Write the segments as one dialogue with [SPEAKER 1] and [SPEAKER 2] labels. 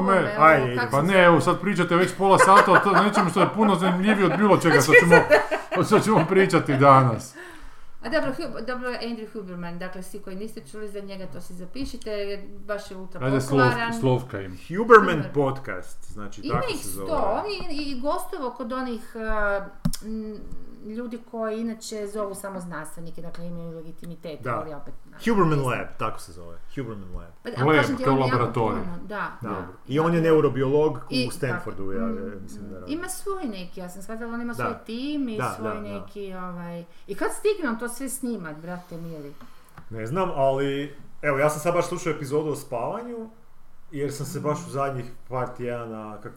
[SPEAKER 1] me,
[SPEAKER 2] evo,
[SPEAKER 1] ajde, ide.
[SPEAKER 2] kako
[SPEAKER 1] pa
[SPEAKER 2] se
[SPEAKER 1] ne,
[SPEAKER 2] zove?
[SPEAKER 1] evo sad pričate već pola sata o to, nečemu što je puno zanimljivije od bilo čega,
[SPEAKER 3] Znači,
[SPEAKER 1] sad ćemo, sad ćemo pričati danas.
[SPEAKER 2] A dobro, Hub- dobro Andrew Huberman, dakle svi koji niste čuli za njega, to si zapišite, jer baš je ultra
[SPEAKER 1] Ajde, slov,
[SPEAKER 2] popularan.
[SPEAKER 1] slovka im.
[SPEAKER 3] Huberman
[SPEAKER 2] Super.
[SPEAKER 3] Podcast, znači
[SPEAKER 2] Ima
[SPEAKER 3] tako
[SPEAKER 2] ih
[SPEAKER 3] se zove.
[SPEAKER 2] sto, on je i- i gostovo kod onih a, m, ljudi koji inače zovu samo znanstvenike, dakle imaju legitimitet,
[SPEAKER 3] Da.
[SPEAKER 2] ali opet... na-
[SPEAKER 3] Huberman Lab, tako se zove. Huberman Lab.
[SPEAKER 2] Pa,
[SPEAKER 1] Lab,
[SPEAKER 2] kažem ti,
[SPEAKER 1] kao
[SPEAKER 2] on je jako
[SPEAKER 1] laboratorij.
[SPEAKER 2] puno, Da. Dakle,
[SPEAKER 3] Da.
[SPEAKER 1] Dobro.
[SPEAKER 3] I on je neurobiolog
[SPEAKER 2] I- Mm.
[SPEAKER 3] u Stanfordu, ja ja mislim da radi.
[SPEAKER 2] Ima svoj neki, ja sam shvatila, on ima
[SPEAKER 3] Da.
[SPEAKER 2] svoj tim i
[SPEAKER 3] Da,
[SPEAKER 2] svoj
[SPEAKER 3] da, da.
[SPEAKER 2] neki, ovaj... I kad stignem to sve snimat, brate mili?
[SPEAKER 3] Ne znam, ali evo ja sam sad baš slušao epizodu o spavanju jer sam
[SPEAKER 2] Mm.
[SPEAKER 3] se baš u zadnjih par tjedana kako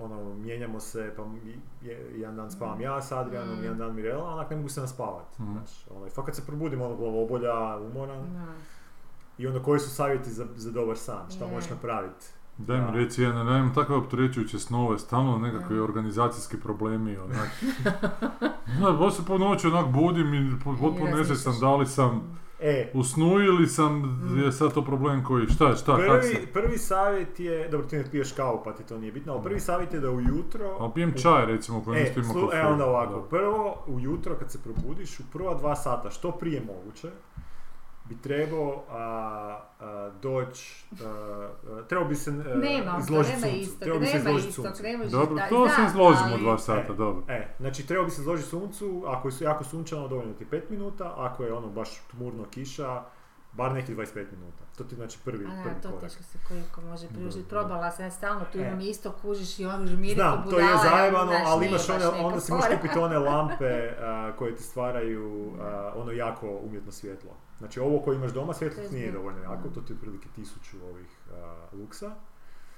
[SPEAKER 3] ono, mijenjamo se, pa mi- je- jedan dan
[SPEAKER 2] Mm.
[SPEAKER 3] spavam ja s Adrianom, jedan dan Mirela, onak ne mogu se naspavati.
[SPEAKER 1] Mhm.
[SPEAKER 3] Znaš, ono, i fakat se probudim ono glavobolja, umoran
[SPEAKER 2] Da.
[SPEAKER 3] i onda koji su savjeti za, za dobar san, šta
[SPEAKER 2] Je.
[SPEAKER 3] možeš napraviti.
[SPEAKER 1] Daj mi
[SPEAKER 3] Da.
[SPEAKER 1] reci, ja ne nemam takve opterećujuće snove, stalno nekakvi organizacijski problemi, onak. Ne, baš se po noći onak budim i po- potpuno nesvjestan
[SPEAKER 2] razmišljaš. Mm.
[SPEAKER 1] da li sam
[SPEAKER 3] E,
[SPEAKER 1] u snu ili sam, je sad to problem koji, šta je, šta, kak se...
[SPEAKER 3] prvi, prvi savjet je, dobro ti ne piješ kavu pa ti to nije bitno, ali prvi savjet je da ujutro...
[SPEAKER 1] Ali pijem čaj recimo koji
[SPEAKER 3] E,
[SPEAKER 1] isto ima
[SPEAKER 3] slu- e,
[SPEAKER 1] kofein.
[SPEAKER 3] onda ovako,
[SPEAKER 1] Da.
[SPEAKER 3] prvo ujutro kad se probudiš, u prva dva sata, što prije moguće, bi trebao a, a, doć, a, a, trebao bi se a,
[SPEAKER 2] Nema, to
[SPEAKER 3] izložit
[SPEAKER 2] nema
[SPEAKER 3] suncu,
[SPEAKER 2] istog,
[SPEAKER 3] trebao bi se
[SPEAKER 2] nema
[SPEAKER 3] izložit
[SPEAKER 2] istog,
[SPEAKER 3] suncu.
[SPEAKER 2] ne možeš
[SPEAKER 1] Dobro,
[SPEAKER 2] da-
[SPEAKER 1] to se
[SPEAKER 2] da,
[SPEAKER 1] izložimo
[SPEAKER 2] ali-
[SPEAKER 1] dva sata, dobro.
[SPEAKER 3] E, znači trebao bi se izložiti suncu, ako je su- jako sunčano dovoljno ti 5 minuta, ako je ono baš tmurno kiša, bar neki 25 minuta. To ti znači prvi,
[SPEAKER 2] A
[SPEAKER 3] prvi
[SPEAKER 2] da, to
[SPEAKER 3] korak.
[SPEAKER 2] teško se koliko može priužiti. Probala sam ja stalno, tu
[SPEAKER 3] E.
[SPEAKER 2] imam isto, kužiš i ono žmiri
[SPEAKER 3] Znam,
[SPEAKER 2] ko
[SPEAKER 3] to je
[SPEAKER 2] budala,
[SPEAKER 3] zajebano,
[SPEAKER 2] znaš,
[SPEAKER 3] ali
[SPEAKER 2] nije
[SPEAKER 3] imaš
[SPEAKER 2] baš
[SPEAKER 3] one,
[SPEAKER 2] neka
[SPEAKER 3] onda si možeš
[SPEAKER 2] fora.
[SPEAKER 3] kupiti one lampe a, koje ti stvaraju a, ono jako umjetno svjetlo. Znači ovo koje imaš doma, svjetlo
[SPEAKER 2] To je Mm.
[SPEAKER 3] ti nije
[SPEAKER 2] zbilja.
[SPEAKER 3] dovoljno jako, to ti je otprilike tisuću ovih a, luksa.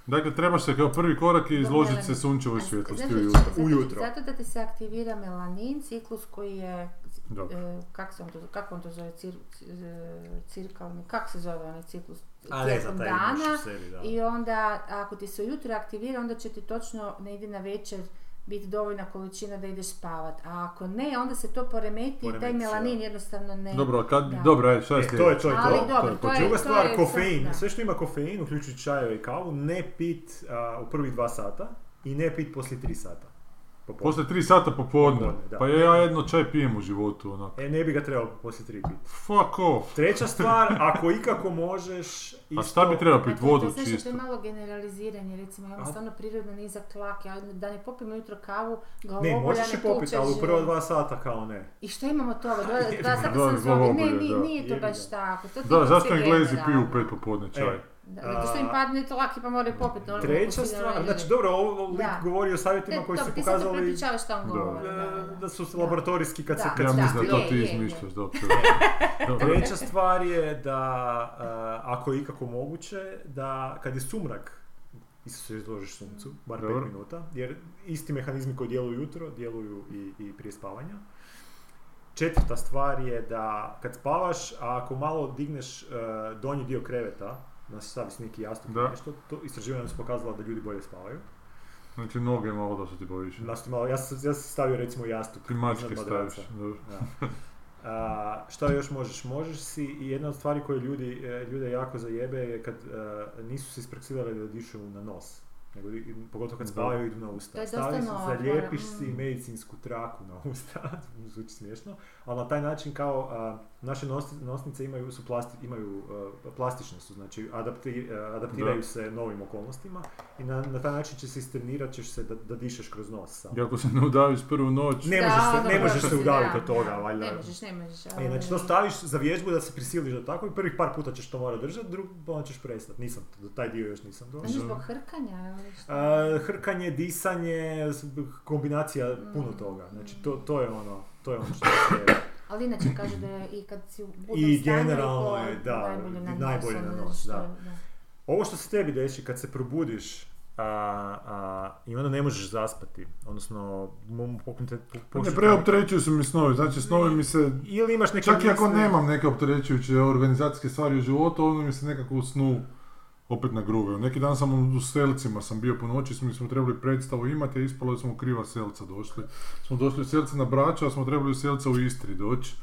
[SPEAKER 1] Dakle, trebaš se kao prvi korak i izložiti se
[SPEAKER 2] melanin.
[SPEAKER 1] sunčevoj
[SPEAKER 2] A, znaš
[SPEAKER 1] svjetlosti
[SPEAKER 2] što-
[SPEAKER 1] ujutro.
[SPEAKER 2] zato-
[SPEAKER 3] Ujutro.
[SPEAKER 2] Zato da ti se aktivira melanin, ciklus koji je,
[SPEAKER 1] Dobro.
[SPEAKER 2] e, kak se on to, kako on to zove, cir, e, cirkalni, kak se zove onaj ciklus tijekom
[SPEAKER 3] taj imaš
[SPEAKER 2] dana.
[SPEAKER 3] u sebi, da.
[SPEAKER 2] I onda, ako ti se ujutro aktivira, onda će ti točno negdje na večer biti dovoljna količina da ideš spavat. A ako ne, onda se to poremeti i taj
[SPEAKER 3] Poremeti se,
[SPEAKER 2] melanin
[SPEAKER 3] da.
[SPEAKER 2] jednostavno ne...
[SPEAKER 1] Dobro, a kad,
[SPEAKER 2] E, Da.
[SPEAKER 1] dobro, ajde, šta je
[SPEAKER 3] E,
[SPEAKER 1] sljedeće?
[SPEAKER 3] to je, to je to.
[SPEAKER 2] Ali dobro, ovaj, to je-
[SPEAKER 3] Znači, Druga
[SPEAKER 2] to
[SPEAKER 3] stvar,
[SPEAKER 2] je sad,
[SPEAKER 3] kofein.
[SPEAKER 2] da.
[SPEAKER 3] Sve što ima kofein, uključujući čajeve i kavu, ne pit a, u prvi dva sata i ne pit poslije tri sata. popodne.
[SPEAKER 1] Poslije tri sata popodne,
[SPEAKER 3] Popodne, da.
[SPEAKER 1] pa ja jedno čaj pijem u životu, onako.
[SPEAKER 3] E, ne bi ga trebao poslije tri pit.
[SPEAKER 1] Fuck off!
[SPEAKER 3] Treća stvar, ako ikako možeš... Isto,
[SPEAKER 1] A šta bi trebao
[SPEAKER 2] Pa
[SPEAKER 1] pit
[SPEAKER 2] to- to
[SPEAKER 1] vodu
[SPEAKER 2] je, znaš, To
[SPEAKER 1] čistu?
[SPEAKER 2] je malo generaliziranje, recimo, ja imam
[SPEAKER 3] A?
[SPEAKER 2] stvarno prirodno nizak tlak, ja da ne popim ujutro kavu, glavobolja
[SPEAKER 3] Ne,
[SPEAKER 2] ne,
[SPEAKER 3] možeš je
[SPEAKER 2] tuče
[SPEAKER 3] popiti, ali u
[SPEAKER 2] živce.
[SPEAKER 3] prva dva sata kao ne. E,
[SPEAKER 2] I što imamo od toga? Dva,
[SPEAKER 3] Jebi
[SPEAKER 2] dva
[SPEAKER 3] ga,
[SPEAKER 2] sata
[SPEAKER 1] da,
[SPEAKER 2] sam zlobi, ne,
[SPEAKER 1] glavobolja,
[SPEAKER 2] ni-
[SPEAKER 1] da.
[SPEAKER 2] nije to
[SPEAKER 3] Jebi
[SPEAKER 2] baš
[SPEAKER 3] ga.
[SPEAKER 2] tako. To ti
[SPEAKER 1] Da,
[SPEAKER 2] ima
[SPEAKER 1] zašto
[SPEAKER 2] sve
[SPEAKER 1] Englezi piju
[SPEAKER 2] generalno.
[SPEAKER 1] u pet popodne čaj?
[SPEAKER 3] E,
[SPEAKER 2] Da, zato što im
[SPEAKER 3] A-
[SPEAKER 2] padne tlak i pa moraju popiti. normalno,
[SPEAKER 3] Treća
[SPEAKER 2] poslije
[SPEAKER 3] stvar,
[SPEAKER 2] ljudi.
[SPEAKER 3] znači dobro, ovo lik
[SPEAKER 2] Da.
[SPEAKER 3] govori o savjetima
[SPEAKER 2] Ne,
[SPEAKER 3] koji su
[SPEAKER 2] dobro, Ti sad to
[SPEAKER 3] pokazali
[SPEAKER 2] prepričavaš što on
[SPEAKER 1] Da.
[SPEAKER 2] govori.
[SPEAKER 3] e,
[SPEAKER 2] da, da, da.
[SPEAKER 3] da su laboratorijski kad se
[SPEAKER 2] Da.
[SPEAKER 3] kad
[SPEAKER 1] Ja
[SPEAKER 3] se-
[SPEAKER 1] mislim da to
[SPEAKER 2] je,
[SPEAKER 1] ti
[SPEAKER 2] je, je.
[SPEAKER 1] izmišljaš, dobro. Dobro.
[SPEAKER 3] Treća stvar je da, e, ako je ikako moguće, da kad je sumrak, isto se izložiš suncu, bar 5
[SPEAKER 1] Dobro.
[SPEAKER 3] minuta, jer isti mehanizmi koji djeluju jutro, djeluju i, i prije spavanja. Četvrta stvar je da kad spavaš, a ako malo digneš e, donji dio kreveta, da se stavi s neki jastuk
[SPEAKER 1] Da.
[SPEAKER 3] ili nešto, to istraživanje su pokazala da ljudi bolje spavaju.
[SPEAKER 1] Znači noge malo da su ti poviše.
[SPEAKER 3] Znači, malo, ja, sam, ja sam stavio recimo jastuk.
[SPEAKER 1] Ti mačke
[SPEAKER 3] iznad
[SPEAKER 1] staviš,
[SPEAKER 3] madraca.
[SPEAKER 1] dobro.
[SPEAKER 3] Da. A, šta još možeš? Možeš si i jedna od stvari koje ljudi, e, ljude jako zajebe je kad e, nisu se ispraksirali da dišu na nos. Nego, i- pogotovo kad
[SPEAKER 1] Da.
[SPEAKER 3] spavaju idu na
[SPEAKER 2] To je
[SPEAKER 3] usta.
[SPEAKER 2] dosta
[SPEAKER 3] Staviš,
[SPEAKER 2] novo,
[SPEAKER 3] zalijepiš
[SPEAKER 2] moram,
[SPEAKER 3] si
[SPEAKER 2] mm.
[SPEAKER 3] medicinsku traku na usta, zvuči smiješno, ali na taj način kao a, naše nos- nosnice imaju, su plasti, imaju e, plastične su, znači adapti- e, adaptiraju
[SPEAKER 1] Da.
[SPEAKER 3] se novim okolnostima i na, na taj način će se istrenirati ćeš se da, da dišeš kroz nos samo.
[SPEAKER 1] I ako se ne udaviš prvu noć,
[SPEAKER 3] Ne
[SPEAKER 2] Da,
[SPEAKER 3] možeš se-
[SPEAKER 2] dobro,
[SPEAKER 3] ne možeš
[SPEAKER 2] da,
[SPEAKER 3] se udaviti
[SPEAKER 2] da,
[SPEAKER 3] od toga,
[SPEAKER 2] da.
[SPEAKER 3] valjda.
[SPEAKER 2] Ne možeš, ne možeš.
[SPEAKER 3] E,
[SPEAKER 2] ali-
[SPEAKER 3] znači to staviš za vježbu da se prisiliš da tako i prvih par puta ćeš to morati držati, drugi onda ćeš prestati. Nisam, do taj dio još nisam
[SPEAKER 2] Znaš,
[SPEAKER 3] došao.
[SPEAKER 2] zbog hrkanja ili što?
[SPEAKER 3] A, hrkanje, disanje, s- b- kombinacija puno toga. Znači to, to je ono, to je ono što se
[SPEAKER 2] Ali inače kažu da je i kad si u budnom
[SPEAKER 3] I
[SPEAKER 2] stanju,
[SPEAKER 3] generalno
[SPEAKER 2] to
[SPEAKER 3] je, da,
[SPEAKER 2] najbolje na nos.
[SPEAKER 3] najbolje na
[SPEAKER 2] ono,
[SPEAKER 3] nos,
[SPEAKER 2] što-
[SPEAKER 3] da. Ovo što se tebi desi kad se probudiš a, a, i onda ne možeš zaspati, odnosno mom- pokon te- po-
[SPEAKER 1] ne
[SPEAKER 3] počne-
[SPEAKER 1] preopterećuju su mi snovi, znači snovi mi se
[SPEAKER 3] ili imaš neke
[SPEAKER 1] Čak i ako
[SPEAKER 3] misli-
[SPEAKER 1] nemam neke opterećujuće organizacijske stvari u životu, ono mi se nekako u snu opet nagruvaju. Neki dan sam u selcima sam bio po noći, smo, smo trebali predstavu imati, a ispalo je da smo u kriva selca došli. Smo došli u selce na Braču, a smo trebali u selca u Istri doći.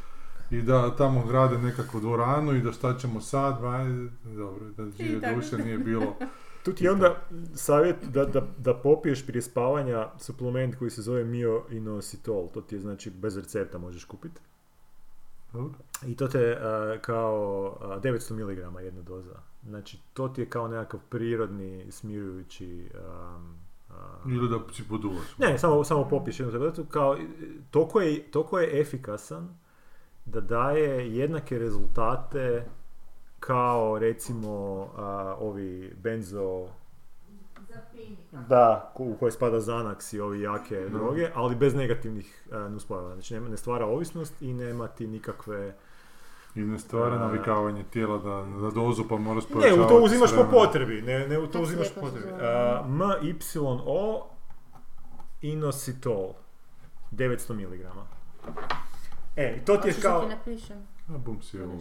[SPEAKER 1] I da tamo grade nekakvu dvoranu i da šta ćemo sad, ba, e, dobro, da žive
[SPEAKER 2] tako.
[SPEAKER 1] duše nije bilo
[SPEAKER 3] Tu ti je onda savjet da, da, da popiješ prije spavanja suplement koji se zove Mio Inositol. To ti je znači bez recepta možeš kupiti.
[SPEAKER 4] Dobro.
[SPEAKER 3] I to te e, kao a, 900 mg jedna doza. Znači to ti je kao nekakav prirodni smirujući... eh, am, a-
[SPEAKER 4] Ili da si poduvaš.
[SPEAKER 3] ne, samo, samo popiješ jednu tabletu, kao, e, toliko je, toliko je efikasan da daje jednake rezultate kao recimo a, ovi benzo... Da, ko- u koje spada Xanax i ovi jake droge, ali bez negativnih e, nuspojava. Znači nema, ne stvara ovisnost i nema ti nikakve...
[SPEAKER 4] I ne stvara
[SPEAKER 3] A-
[SPEAKER 4] navikavanje tijela da, na dozu pa moraš
[SPEAKER 3] Ne, u to
[SPEAKER 4] pojačavati
[SPEAKER 3] uzimaš
[SPEAKER 4] s
[SPEAKER 3] po
[SPEAKER 1] ono.
[SPEAKER 4] vremena.
[SPEAKER 3] potrebi, ne, ne u to
[SPEAKER 2] Kako se
[SPEAKER 3] uzimaš po
[SPEAKER 2] lijepo
[SPEAKER 3] potrebi.
[SPEAKER 2] zove?
[SPEAKER 3] Uh, MYO inositol, 900 mg. E, i to ti je
[SPEAKER 2] Hoćeš da
[SPEAKER 3] kao...
[SPEAKER 2] ti napišem?
[SPEAKER 4] A bum si ovo.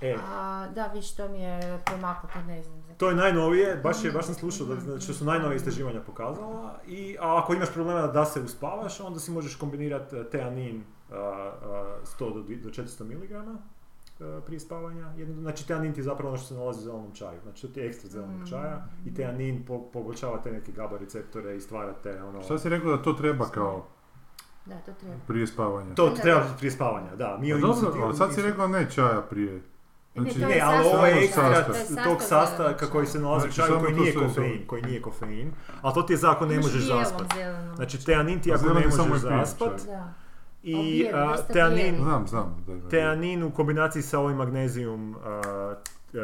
[SPEAKER 3] E,
[SPEAKER 2] A, da, viš, to mi je pomako, pa ne znam. za-
[SPEAKER 3] to je najnovije, baš, je, baš sam slušao da,
[SPEAKER 2] Mhm.
[SPEAKER 3] da su najnovije istraživanja pokazala. I, a ako imaš problema da se uspavaš, onda si možeš kombinirati e, teanin a, a, 100 do, dvi- do 400 mg prije spavanja. Jedno, znači teanin ti je zapravo ono što se nalazi u zelenom čaju. Znači to ti je ekstra
[SPEAKER 2] Mm.
[SPEAKER 3] zelenog čaja i teanin po, poboljšava te neke GABA receptore i stvara te ono...
[SPEAKER 4] Šta si rekao da to treba kao
[SPEAKER 2] Da, to treba.
[SPEAKER 4] prije spavanja?
[SPEAKER 3] To ti treba prije spavanja, da. Mi
[SPEAKER 4] Pa
[SPEAKER 3] ovim
[SPEAKER 4] dobro,
[SPEAKER 3] inicijativama
[SPEAKER 4] ali sad si
[SPEAKER 3] nismo-
[SPEAKER 4] rekao ne čaja prije. Znači,
[SPEAKER 2] to
[SPEAKER 3] Ne,
[SPEAKER 2] je
[SPEAKER 3] ali ovo je
[SPEAKER 4] sastojak.
[SPEAKER 3] ekstra
[SPEAKER 4] To je
[SPEAKER 2] sastojak
[SPEAKER 3] tog sastojka koji se nalazi u
[SPEAKER 4] Znači,
[SPEAKER 3] čaju
[SPEAKER 4] samo
[SPEAKER 3] koji
[SPEAKER 4] to
[SPEAKER 3] nije
[SPEAKER 4] sve su-
[SPEAKER 3] kofein, koji nije kofein, ali to ti je za ako ne
[SPEAKER 2] Imaš
[SPEAKER 3] možeš
[SPEAKER 2] bijelom,
[SPEAKER 3] zaspati.
[SPEAKER 2] zelenom.
[SPEAKER 3] Znači teanin ti
[SPEAKER 4] A
[SPEAKER 3] ako
[SPEAKER 4] zeleni
[SPEAKER 3] ne
[SPEAKER 4] samo
[SPEAKER 3] možeš
[SPEAKER 4] je pijan
[SPEAKER 3] zaspat
[SPEAKER 4] čaj.
[SPEAKER 2] Da. A
[SPEAKER 3] i
[SPEAKER 2] bijeli,
[SPEAKER 3] a,
[SPEAKER 2] dosta
[SPEAKER 3] teanin,
[SPEAKER 2] bijeli.
[SPEAKER 4] Znam, znam da ima.
[SPEAKER 3] teanin u kombinaciji sa ovim magnezijum a, t- e,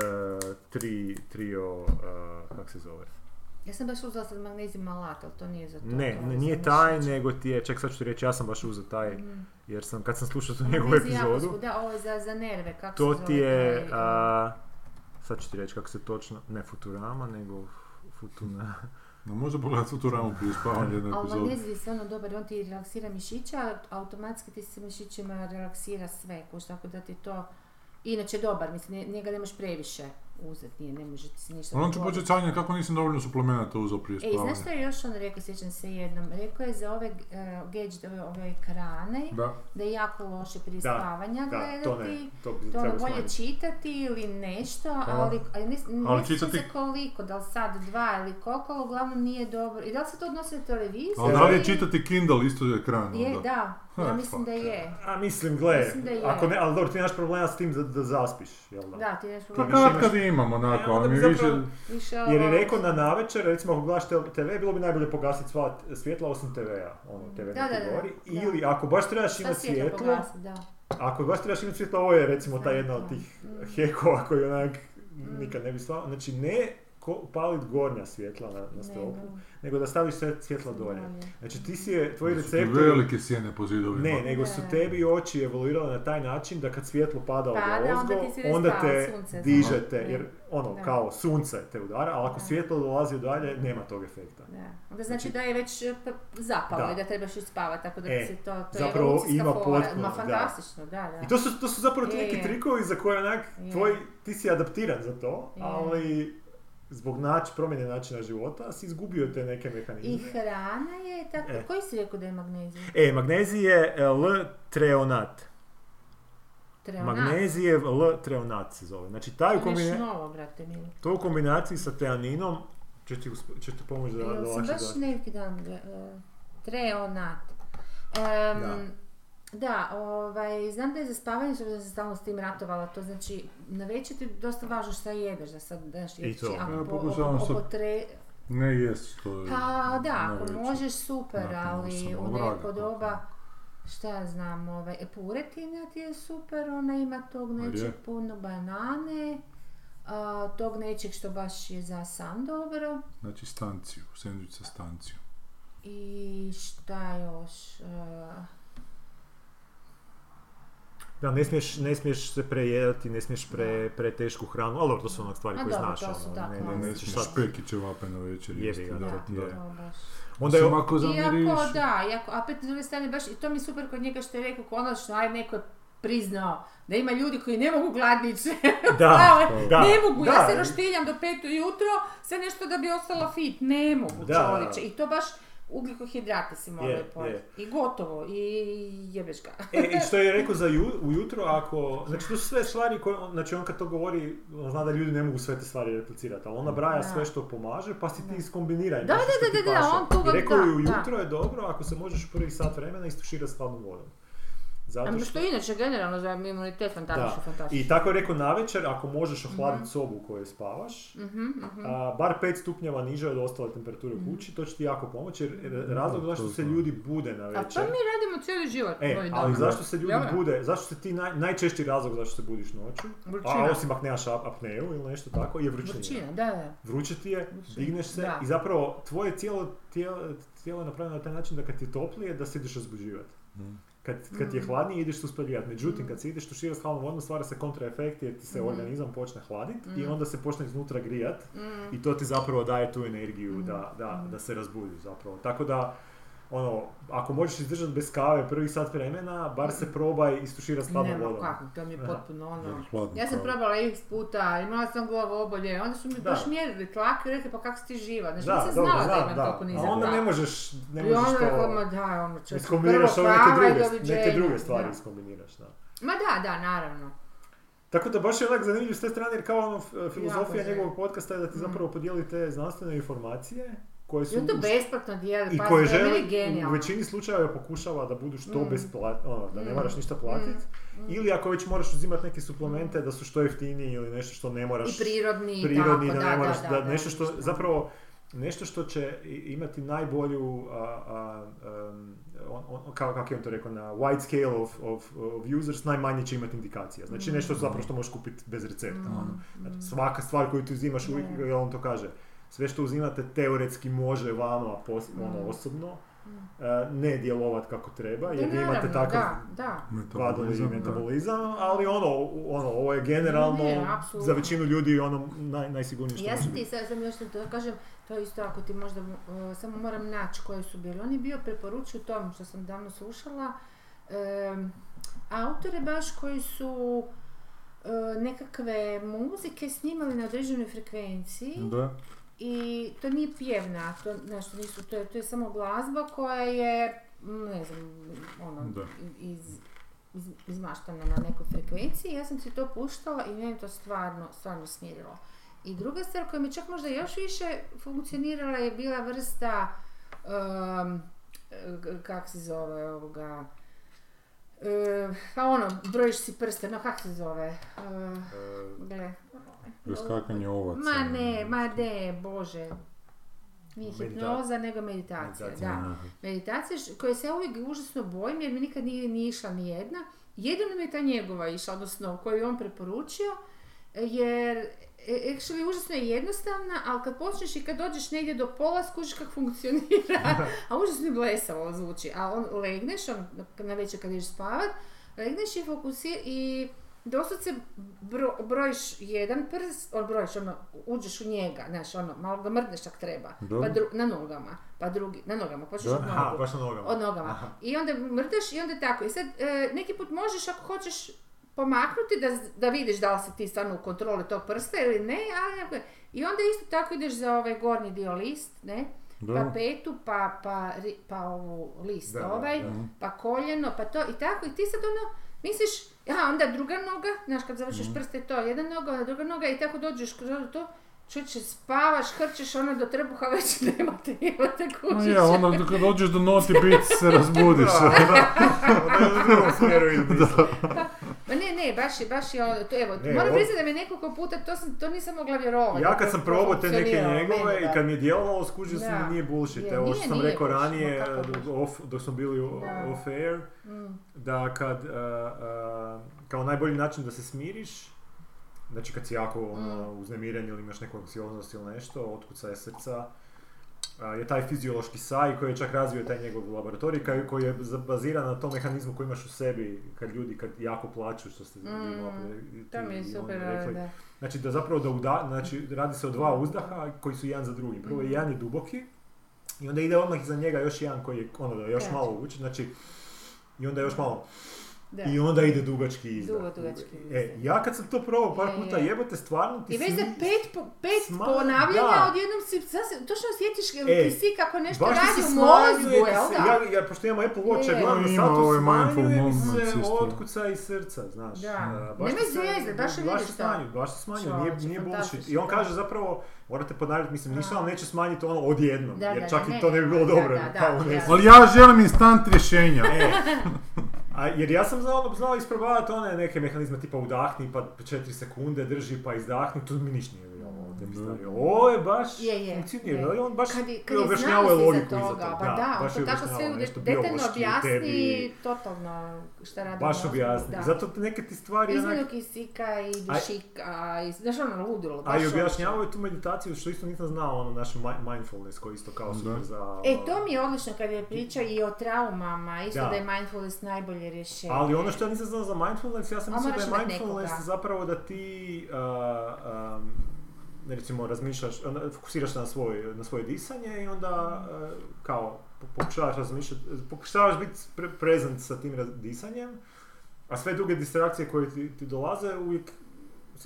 [SPEAKER 3] tri, trio, a, kak se zove?
[SPEAKER 2] Ja sam baš uzela sad magnezij malat, ali to nije za to.
[SPEAKER 3] Ne,
[SPEAKER 2] to
[SPEAKER 3] ne,
[SPEAKER 2] je
[SPEAKER 3] nije
[SPEAKER 2] za
[SPEAKER 3] taj,
[SPEAKER 2] mišiće.
[SPEAKER 3] nego ti je, ček sad ću ti reći, ja sam baš uzeo taj,
[SPEAKER 2] Mm.
[SPEAKER 3] jer sam, kad sam slušao tu njegovu
[SPEAKER 2] Magnezij jako
[SPEAKER 3] epizodu,
[SPEAKER 2] sku- Da, ovo je za, za nerve, kako
[SPEAKER 3] To
[SPEAKER 2] se zove
[SPEAKER 3] ti je,
[SPEAKER 2] taj, e,
[SPEAKER 3] a, sad ću ti reći kako se točno, ne Futurama, nego Futuna.
[SPEAKER 4] No, možda pogledati u tu ramu prije spavanja jednu
[SPEAKER 2] um, Ali
[SPEAKER 4] epizodu.
[SPEAKER 2] magnezij je stvarno dobar, on ti relaksira mišiće, a automatski ti se mišićima relaksira sve, kuš, tako da ti to... Inače dobar, mislim, nje- njega ne možeš previše uzeti, nije, ne može ti se ništa
[SPEAKER 1] Ono
[SPEAKER 4] Ali on će
[SPEAKER 2] dogoditi.
[SPEAKER 4] početi sanjati kako nisam dovoljno suplemenata uzeo prije
[SPEAKER 2] Ej, E, znaš
[SPEAKER 4] spavanja.
[SPEAKER 2] što je još on rekao, sjećam se jednom, rekao je za ove uh, gadgetove, ove ekrane, da.
[SPEAKER 4] Da.
[SPEAKER 2] je jako loše prije
[SPEAKER 3] Da,
[SPEAKER 2] spavanja
[SPEAKER 3] Da,
[SPEAKER 2] gledati,
[SPEAKER 3] to ne, to bi
[SPEAKER 2] to ono,
[SPEAKER 3] trebalo
[SPEAKER 2] bolje
[SPEAKER 3] smanjiti.
[SPEAKER 2] čitati ili nešto,
[SPEAKER 4] Aha.
[SPEAKER 2] ali, ali ne, ne
[SPEAKER 4] Ali
[SPEAKER 2] sjećam
[SPEAKER 4] čitati-
[SPEAKER 2] se koliko, da li sad dva ili koliko, ali uglavnom nije dobro. I da li se to odnosi na televiziju?
[SPEAKER 4] Ali da li
[SPEAKER 2] ili-
[SPEAKER 4] je čitati Kindle isto je ekran?
[SPEAKER 2] Je,
[SPEAKER 4] onda?
[SPEAKER 2] da, ja
[SPEAKER 4] Ha,
[SPEAKER 2] mislim da
[SPEAKER 4] fuck,
[SPEAKER 2] je.
[SPEAKER 3] A mislim, gle,
[SPEAKER 2] Mislim da je.
[SPEAKER 3] ako ne, ali dobro, ti nemaš problema s tim da, da zaspiš, jel da?
[SPEAKER 2] Da, ti nešto
[SPEAKER 4] Pa
[SPEAKER 3] više
[SPEAKER 4] kad
[SPEAKER 3] imaš-
[SPEAKER 4] kad imam onako,
[SPEAKER 3] E,
[SPEAKER 4] ali
[SPEAKER 3] onda bi
[SPEAKER 4] mi više...
[SPEAKER 3] zapravo-
[SPEAKER 2] više
[SPEAKER 3] Jer je
[SPEAKER 2] ovo-
[SPEAKER 3] rekao na navečer, recimo ako gledaš tel- TV, bilo bi najbolje pogasiti sva t- svjetla osim TV-a, ono, TV
[SPEAKER 2] Mm, Da, da, da,
[SPEAKER 3] neki govori.
[SPEAKER 2] da.
[SPEAKER 3] Ili ako baš trebaš
[SPEAKER 2] Šta
[SPEAKER 3] imati
[SPEAKER 2] svjetlo
[SPEAKER 3] svjetlo,
[SPEAKER 2] pogasit, da.
[SPEAKER 3] ako baš trebaš imati svjetlo, ovo je recimo ta jedna od tih
[SPEAKER 2] Mm.
[SPEAKER 3] hekova koji onak nikad ne bi slao. Znači ne ko, palit gornja svjetla na, na
[SPEAKER 2] Ne,
[SPEAKER 3] stopu,
[SPEAKER 2] da.
[SPEAKER 3] nego da staviš sve svjetla dolje.
[SPEAKER 2] Dolje.
[SPEAKER 3] Znači ti si je, tvoji
[SPEAKER 4] Su ti
[SPEAKER 3] receptori,
[SPEAKER 4] velike sjene po zidovima.
[SPEAKER 3] ne, nego su
[SPEAKER 2] Ne.
[SPEAKER 3] tebi oči evoluirale na taj način da kad svjetlo pada
[SPEAKER 2] Pada,
[SPEAKER 3] odozgo,
[SPEAKER 2] onda ti si već
[SPEAKER 3] onda
[SPEAKER 2] spala,
[SPEAKER 3] te
[SPEAKER 2] sunce je
[SPEAKER 3] dižete,
[SPEAKER 2] spalo.
[SPEAKER 3] jer ono,
[SPEAKER 2] Da.
[SPEAKER 3] kao sunce te udara, ali ako
[SPEAKER 2] Da.
[SPEAKER 3] svjetlo dolazi odalje, nema tog efekta.
[SPEAKER 2] Da. Onda znači,
[SPEAKER 3] Znači-
[SPEAKER 2] da je već e, p- zapalo
[SPEAKER 3] Da.
[SPEAKER 2] i da trebaš ići spavati, tako da
[SPEAKER 3] E,
[SPEAKER 2] ti se to, to
[SPEAKER 3] zapravo
[SPEAKER 2] je evolucijska
[SPEAKER 3] ima
[SPEAKER 2] fora.
[SPEAKER 3] potpuno,
[SPEAKER 2] Ma
[SPEAKER 3] da.
[SPEAKER 2] fantastično, da, da.
[SPEAKER 3] I to su, to su zapravo ti
[SPEAKER 2] Je,
[SPEAKER 3] neki
[SPEAKER 2] je.
[SPEAKER 3] trikovi za koje onak,
[SPEAKER 2] Je.
[SPEAKER 3] tvoj, ti si adaptiran za to,
[SPEAKER 2] Je.
[SPEAKER 3] ali zbog nač, promjene načina života si izgubio te neke mehanizme.
[SPEAKER 2] I hrana je tako,
[SPEAKER 3] E.
[SPEAKER 2] koji si rekao da je magnezij?
[SPEAKER 3] E, magnezij je e, L-treonat.
[SPEAKER 2] Treonat.
[SPEAKER 3] Magnezijev L-treonat se zove. Znači, taj u kombine-
[SPEAKER 2] Nešto novo, brate, mili.
[SPEAKER 3] to u kombinaciji sa teaninom će ti, usp- će ti pomoći da, da
[SPEAKER 2] Jel sam
[SPEAKER 3] lakše
[SPEAKER 2] baš
[SPEAKER 3] zaspiš.
[SPEAKER 2] neki dan gle- e, treonat. Em,
[SPEAKER 3] Da.
[SPEAKER 2] da, ovaj, znam da je za spavanje, što sam stalno s tim ratovala, to znači na večer ti je dosta važno šta jedeš, da sad daš
[SPEAKER 3] I to.
[SPEAKER 4] Ja
[SPEAKER 2] ako po,
[SPEAKER 4] pokušavam
[SPEAKER 2] oko-
[SPEAKER 4] sad-
[SPEAKER 2] oko tre-
[SPEAKER 4] Ne, jest to. je
[SPEAKER 2] Pa da, ako
[SPEAKER 4] najveće.
[SPEAKER 2] možeš super,
[SPEAKER 4] Nakon
[SPEAKER 2] ali
[SPEAKER 4] samo
[SPEAKER 2] u
[SPEAKER 4] vraga,
[SPEAKER 2] neko
[SPEAKER 4] kako.
[SPEAKER 2] doba, šta ja znam, ovaj, e, puretina ti je super, ona ima tog
[SPEAKER 4] je.
[SPEAKER 2] nečeg puno banane, a, tog nečeg što baš je za san dobro.
[SPEAKER 4] Znači stanciju, sandvič sa stancijom.
[SPEAKER 2] I šta još? E, a,
[SPEAKER 3] Da, ne smiješ, ne smiješ se prejedati, ne smiješ pre, pre tešku hranu, ali dobro, to su onak stvari
[SPEAKER 2] A
[SPEAKER 3] koje
[SPEAKER 2] dobro,
[SPEAKER 3] znaš.
[SPEAKER 2] to su,
[SPEAKER 3] ono,
[SPEAKER 2] da,
[SPEAKER 3] ne,
[SPEAKER 2] to
[SPEAKER 3] ne,
[SPEAKER 4] Ne,
[SPEAKER 3] ne,
[SPEAKER 4] ne
[SPEAKER 3] ćeš
[SPEAKER 4] smiješ
[SPEAKER 3] sad-
[SPEAKER 4] peki ćevape na večer
[SPEAKER 3] Jebi
[SPEAKER 4] jesti,
[SPEAKER 3] ga,
[SPEAKER 4] da,
[SPEAKER 3] da,
[SPEAKER 4] da.
[SPEAKER 3] je.
[SPEAKER 2] to baš.
[SPEAKER 3] Onda je,
[SPEAKER 4] Osim ako zamiriš.
[SPEAKER 2] Iako da, iako, a opet s druge strane baš, i to mi je super kod njega što je rekao konačno, aj neko je priznao da ima ljudi koji ne mogu gladnići.
[SPEAKER 3] da,
[SPEAKER 2] Pravo je.
[SPEAKER 3] da,
[SPEAKER 2] ne mogu, ja
[SPEAKER 3] da,
[SPEAKER 2] se roštiljam do pet ujutro, sve nešto da bi ostala fit, ne mogu
[SPEAKER 3] Da.
[SPEAKER 2] čovječe. I to baš ugljikohidrate si moraju
[SPEAKER 3] Je,
[SPEAKER 2] pojesti.
[SPEAKER 3] je.
[SPEAKER 2] I gotovo, i jebeš ga.
[SPEAKER 3] E, i što je rekao za ju, ujutro, ako... Znači, to su sve stvari koje... on- Znači, on kad to govori, on zna da ljudi ne mogu sve te stvari replicirati, ali on nabraja
[SPEAKER 2] Da.
[SPEAKER 3] sve što pomaže, pa si ti iskombiniraj.
[SPEAKER 2] Da,
[SPEAKER 3] nešto
[SPEAKER 2] da,
[SPEAKER 3] što
[SPEAKER 2] da,
[SPEAKER 3] ti
[SPEAKER 2] da, da,
[SPEAKER 3] paše.
[SPEAKER 2] on to
[SPEAKER 3] I rekao
[SPEAKER 2] da,
[SPEAKER 3] je,
[SPEAKER 2] da.
[SPEAKER 3] ujutro je dobro ako se možeš u prvi sat vremena istuširati s hladnom vodom. Zato
[SPEAKER 2] A što je inače generalno za imunitet fantastično,
[SPEAKER 3] da.
[SPEAKER 2] fantastično.
[SPEAKER 3] I tako je rekao navečer, ako možeš ohladiti sobu u kojoj spavaš,
[SPEAKER 2] Mhm, mhm.
[SPEAKER 3] a, bar 5 stupnjeva niže od ostale temperature u kući, to će ti jako pomoći, jer e, razlog
[SPEAKER 4] Da,
[SPEAKER 3] zašto
[SPEAKER 4] to
[SPEAKER 3] se
[SPEAKER 4] znam.
[SPEAKER 3] ljudi bude na
[SPEAKER 2] A to
[SPEAKER 3] večer...
[SPEAKER 2] mi radimo cijeli život.
[SPEAKER 3] E,
[SPEAKER 2] moj ono?
[SPEAKER 3] ali
[SPEAKER 2] dom.
[SPEAKER 3] zašto se ljudi
[SPEAKER 2] Dobro.
[SPEAKER 3] bude, zašto se ti naj, najčešći razlog zašto se budiš noću,
[SPEAKER 2] Vrućina.
[SPEAKER 3] a osim ako nemaš ap- apneu ili nešto tako, je vrućina.
[SPEAKER 2] Vrućina, da, da.
[SPEAKER 3] Vruće ti je,
[SPEAKER 2] Vrućina,
[SPEAKER 3] digneš se
[SPEAKER 2] da.
[SPEAKER 3] i zapravo tvoje cijelo tijelo, tijelo je napravljeno na taj način da kad ti je toplije, da se ideš razbuđivati.
[SPEAKER 4] Mm.
[SPEAKER 3] Kad, kad ti je hladnije, ideš tuspavljivati. Međutim,
[SPEAKER 2] Mm.
[SPEAKER 3] kad se ideš tuširati s hladnom vodom, stvara se kontraefekt jer ti se organizam počne hladiti i onda se počne iznutra grijat
[SPEAKER 2] Mm.
[SPEAKER 3] i to ti zapravo daje tu energiju da, da, da se razbudiš zapravo. Tako da, ono, ako možeš izdržati bez kave prvi sat vremena, bar se probaj istuširati s hladnom
[SPEAKER 2] Nema
[SPEAKER 3] vodom.
[SPEAKER 2] Mm. kako, to mi je
[SPEAKER 3] Aha.
[SPEAKER 2] potpuno ono...
[SPEAKER 4] Dobro, hladno
[SPEAKER 2] Ja sam
[SPEAKER 4] kao.
[SPEAKER 2] probala x puta, imala sam glavu obolje, onda su mi
[SPEAKER 3] Da.
[SPEAKER 2] baš mjerili tlak i rekli pa kako si ti živa, znači
[SPEAKER 3] Da,
[SPEAKER 2] nisam
[SPEAKER 3] dobro,
[SPEAKER 2] znala da,
[SPEAKER 3] da,
[SPEAKER 2] imam
[SPEAKER 3] da.
[SPEAKER 2] toliko nizak
[SPEAKER 3] A onda
[SPEAKER 2] tlak.
[SPEAKER 3] ne možeš, ne
[SPEAKER 2] I onda
[SPEAKER 3] možeš
[SPEAKER 2] rekla, ma
[SPEAKER 3] to...
[SPEAKER 2] da, ono će
[SPEAKER 3] Iskombiniraš ovo neke druge, neke druge stvari
[SPEAKER 2] Da.
[SPEAKER 3] iskombiniraš, da.
[SPEAKER 2] Ma da, da, naravno.
[SPEAKER 3] Tako da baš je onak zanimljiv s te strane jer kao ono f- filozofija
[SPEAKER 2] zanimljivo.
[SPEAKER 3] njegovog podcasta je da ti zapravo podijeli te znanstvene informacije koje su
[SPEAKER 2] I on to
[SPEAKER 3] u-
[SPEAKER 2] besplatno dijeli,
[SPEAKER 3] i
[SPEAKER 2] pa
[SPEAKER 3] koje
[SPEAKER 2] to je meni
[SPEAKER 3] želi, u
[SPEAKER 2] genijalno.
[SPEAKER 3] većini slučajeva pokušava da budu što
[SPEAKER 2] Mm.
[SPEAKER 3] besplatno, ono, da ne moraš ništa platiti. Ili ako već moraš uzimati neke suplemente da su što jeftiniji ili nešto što ne moraš
[SPEAKER 2] I prirodni, i
[SPEAKER 3] prirodni,
[SPEAKER 2] tako,
[SPEAKER 3] da,
[SPEAKER 2] da,
[SPEAKER 3] ne
[SPEAKER 2] da,
[SPEAKER 3] moraš, da,
[SPEAKER 2] da, Mm, da,
[SPEAKER 3] nešto što,
[SPEAKER 2] ništa.
[SPEAKER 3] zapravo, nešto što će i- imati najbolju, a, a, um, on, on, kao, kako je on to rekao, na wide scale of, of, of users, najmanje će imati indikacija. Znači
[SPEAKER 2] Mm.
[SPEAKER 3] nešto zapravo što možeš kupiti bez recepta. ono. Znači, svaka stvar koju ti uzimaš, uvijek,
[SPEAKER 2] Da.
[SPEAKER 3] jel on to kaže, sve što uzimate teoretski može vama pos- ono,
[SPEAKER 2] Mm.
[SPEAKER 3] osobno, e, ne djelovati kako treba, jer
[SPEAKER 2] Da,
[SPEAKER 3] vi imate
[SPEAKER 2] E, naravno,
[SPEAKER 3] takav
[SPEAKER 2] da, da.
[SPEAKER 3] Vadovi i
[SPEAKER 4] Metabolizam, da.
[SPEAKER 3] metabolizam, ali ono, ono, ovo je generalno
[SPEAKER 2] Ne, apsolutno.
[SPEAKER 3] za većinu ljudi ono naj, najsigurnije što
[SPEAKER 2] Ja
[SPEAKER 3] može
[SPEAKER 2] sam ti
[SPEAKER 3] biti.
[SPEAKER 2] sad sam još da kažem, to je isto ako ti možda, e, samo moram naći koji su bili. On je bio preporučio tom što sam davno slušala, em, autore baš koji su e, nekakve muzike snimali na određenoj frekvenciji
[SPEAKER 4] Da.
[SPEAKER 2] i to nije pjevna, to, znaš, to nisu, to, je, to je samo glazba koja je, m, ne znam, ono,
[SPEAKER 4] Da.
[SPEAKER 2] iz, iz, izmaštana na nekoj frekvenciji. Ja sam si to puštala i meni je to stvarno, stvarno smirilo. I druga stvar koja mi je čak možda još više funkcionirala je bila vrsta, em, e, kak se zove ovoga, e, pa ono, brojiš si prste, no kak se zove, E, gle.
[SPEAKER 4] Preskakanje ovaca.
[SPEAKER 2] Ma ne, ma ne, bože. Nije
[SPEAKER 3] Medita-
[SPEAKER 2] hipnoza, nego meditacija,
[SPEAKER 3] Meditacija,
[SPEAKER 2] da. Meditacija š- koje se ja uvijek užasno bojim jer mi nikad nije ni išla ni jedna. Jedino mi je ta njegova išla, odnosno koju je on preporučio, jer e, actually užasno je jednostavna, ali kad počneš i kad dođeš negdje do pola skužiš kako funkcionira, a užasno je blesavo zvuči. A on legneš, on na večer kad ideš spavat, legneš i fokusir i doslovce bro, brojiš jedan prst, on brojiš ono, uđeš u njega, znaš ono, malo ga mrdneš ako treba,
[SPEAKER 4] Dobro.
[SPEAKER 2] pa dru- na nogama, pa drugi, na nogama, počneš
[SPEAKER 4] Da.
[SPEAKER 2] od
[SPEAKER 3] Aha,
[SPEAKER 2] nogu,
[SPEAKER 3] baš na nogama.
[SPEAKER 2] od Znači, nogama. I onda mrdeš i onda tako. I sad, e, neki put možeš ako hoćeš pomaknuti da, z- da vidiš da li si ti stvarno u kontroli tog prsta ili ne, ali ako je- i onda isto tako ideš za ovaj gornji dio list, ne, pa
[SPEAKER 4] Da.
[SPEAKER 2] petu, pa, pa, ri- pa ovu list
[SPEAKER 3] Da, da,
[SPEAKER 2] ovaj,
[SPEAKER 3] da.
[SPEAKER 2] pa koljeno, pa to i tako. I ti sad ono, misliš, a onda druga noga, znaš kad
[SPEAKER 3] Mhm.
[SPEAKER 2] završiš prste to, jedna noga, onda druga noga i tako dođeš kroz ono to, čuče, spavaš, hrčeš ono do trbuha, već nema te, nema te
[SPEAKER 4] Ma
[SPEAKER 2] kužiš.
[SPEAKER 4] je,
[SPEAKER 3] ono
[SPEAKER 4] onda kad dođeš do noti beats se razbudiš.
[SPEAKER 3] Da, da. Onda je u drugom smjeru ili
[SPEAKER 2] Ma ne, ne, baš je, baš je ono, to, evo,
[SPEAKER 3] Ne,
[SPEAKER 2] moram
[SPEAKER 3] ovo-
[SPEAKER 2] priznati da me nekoliko puta, to, sam, to nisam mogla vjerovati.
[SPEAKER 3] Ja kad
[SPEAKER 2] To-
[SPEAKER 3] sam
[SPEAKER 2] to
[SPEAKER 3] probao te neke
[SPEAKER 2] funkcionira
[SPEAKER 3] njegove
[SPEAKER 2] meni, da.
[SPEAKER 3] i kad mi je djelovalo, skužio sam
[SPEAKER 2] Da.
[SPEAKER 3] da nije bullshit.
[SPEAKER 2] Je,
[SPEAKER 3] Evo
[SPEAKER 2] nije,
[SPEAKER 3] što sam
[SPEAKER 2] nije
[SPEAKER 3] rekao
[SPEAKER 2] bullshit,
[SPEAKER 3] ranije,
[SPEAKER 2] ma kako bullshit.
[SPEAKER 3] off, dok smo bili u-
[SPEAKER 2] Da.
[SPEAKER 3] off air,
[SPEAKER 2] Mm.
[SPEAKER 3] da kad, e, e, kao najbolji način da se smiriš, znači kad si jako ono,
[SPEAKER 2] Mm.
[SPEAKER 3] uznemiren ili imaš neku anksioznost ili nešto, otkucaje srca, a, je taj fiziološki saj koji je čak razvio taj njegov laboratorij koji- koji je za- baziran na tom mehanizmu koji imaš u sebi kad ljudi kad jako plaću što ste vi
[SPEAKER 2] Mm,
[SPEAKER 3] malo prije-
[SPEAKER 2] To
[SPEAKER 3] ti
[SPEAKER 2] mi je
[SPEAKER 3] i on
[SPEAKER 2] super,
[SPEAKER 3] rekli.
[SPEAKER 2] da.
[SPEAKER 3] Znači da zapravo da uda, znači radi se o dva uzdaha koji su jedan za drugim. Prvo
[SPEAKER 2] Mm.
[SPEAKER 3] je jedan je duboki i onda ide odmah iza njega još jedan koji je ono da još
[SPEAKER 2] Kraći.
[SPEAKER 3] malo uvuče, znači i onda još malo
[SPEAKER 2] Da.
[SPEAKER 3] I onda ide dugački izdah.
[SPEAKER 2] Dugo dugački
[SPEAKER 3] E,
[SPEAKER 2] izdah.
[SPEAKER 3] ja kad sam to probao par
[SPEAKER 2] Je, je.
[SPEAKER 3] puta, jebote, stvarno ti
[SPEAKER 2] I već za
[SPEAKER 3] smi-
[SPEAKER 2] pet, po, pet
[SPEAKER 3] sma-
[SPEAKER 2] ponavljanja
[SPEAKER 3] da.
[SPEAKER 2] odjednom si, sasvim- točno osjetiš jel
[SPEAKER 3] E,
[SPEAKER 2] ti si kako nešto
[SPEAKER 3] Baš ti
[SPEAKER 2] radi
[SPEAKER 3] se
[SPEAKER 2] u
[SPEAKER 3] smanjuje
[SPEAKER 2] mozgu,
[SPEAKER 3] ti
[SPEAKER 2] jel
[SPEAKER 3] se-
[SPEAKER 2] da? E,
[SPEAKER 3] Ja, ja, pošto imam Apple Watch, ja
[SPEAKER 2] Je.
[SPEAKER 3] gledam na
[SPEAKER 4] Ima
[SPEAKER 3] satu,
[SPEAKER 4] ovaj mindful
[SPEAKER 3] smanjuje mi se
[SPEAKER 4] moments isto.
[SPEAKER 3] otkuca iz srca, znaš.
[SPEAKER 2] Da.
[SPEAKER 3] A, baš
[SPEAKER 2] Nemoj
[SPEAKER 3] ti se-
[SPEAKER 2] zezat, baš je
[SPEAKER 3] Baš
[SPEAKER 2] vidiš
[SPEAKER 3] se
[SPEAKER 2] to.
[SPEAKER 3] smanjuje, baš se smanjuje, nije,
[SPEAKER 2] Čovječe,
[SPEAKER 3] nije bullshit.
[SPEAKER 2] fantastično,
[SPEAKER 3] I on
[SPEAKER 2] da.
[SPEAKER 3] kaže zapravo, morate ponavljati, mislim, ništa vam neće smanjiti ono odjednom,
[SPEAKER 2] Da,
[SPEAKER 3] jer
[SPEAKER 2] da,
[SPEAKER 3] čak
[SPEAKER 2] da,
[SPEAKER 3] i
[SPEAKER 2] ne,
[SPEAKER 3] to ne bi bilo
[SPEAKER 2] da,
[SPEAKER 3] dobro.
[SPEAKER 2] da, da,
[SPEAKER 3] kao ne
[SPEAKER 2] da.
[SPEAKER 3] znam.
[SPEAKER 4] Ali ja želim instant rješenja.
[SPEAKER 3] E, a, jer ja sam znao, znao isprobavati one neke mehanizme tipa udahni pa 4 sekunde drži pa izdahni, to mi ništa nije bilo ovdje mi stavio. Ovo je baš
[SPEAKER 2] Je, je,
[SPEAKER 3] funkcionira,
[SPEAKER 2] je.
[SPEAKER 3] ali on baš
[SPEAKER 2] Kad, je- kad je
[SPEAKER 3] objašnjavao
[SPEAKER 2] znanost
[SPEAKER 3] logiku
[SPEAKER 2] iza toga, pa da, on
[SPEAKER 3] baš
[SPEAKER 2] to
[SPEAKER 3] je
[SPEAKER 2] tako sve
[SPEAKER 3] objašnjavao
[SPEAKER 2] u
[SPEAKER 3] nešto
[SPEAKER 2] de- detaljno
[SPEAKER 3] biološki u
[SPEAKER 2] objasni
[SPEAKER 3] tebi,
[SPEAKER 2] totalno šta radi
[SPEAKER 3] Baš
[SPEAKER 2] mozak,
[SPEAKER 3] objasni.
[SPEAKER 2] da.
[SPEAKER 3] Zato te neke ti stvari onak...
[SPEAKER 2] Izmjenu kisika i dušika, i, znaš ono ludilo, baš
[SPEAKER 3] A i
[SPEAKER 2] ono što-
[SPEAKER 3] objašnjavao je tu meditaciju što isto nisam znao, ono našu mi- mindfulness koji je isto kao super
[SPEAKER 4] Da.
[SPEAKER 3] za...
[SPEAKER 2] E, to mi je odlično kad je pričao i o traumama, isto
[SPEAKER 3] Da.
[SPEAKER 2] da, je mindfulness najbolje rješenje.
[SPEAKER 3] Ali ono što ja nisam znao za mindfulness, ja sam
[SPEAKER 2] A
[SPEAKER 3] mislio da
[SPEAKER 2] moraš
[SPEAKER 3] je
[SPEAKER 2] imat
[SPEAKER 3] mindfulness
[SPEAKER 2] nekoga.
[SPEAKER 3] zapravo da ti uh, um, recimo razmišljaš, uh, fokusiraš se na, svoj, na svoje disanje i onda uh, kao po- pokušavaš razmišljati, pokušavaš biti pre- prezent sa tim raz- disanjem, a sve druge distrakcije koje ti, ti dolaze uvijek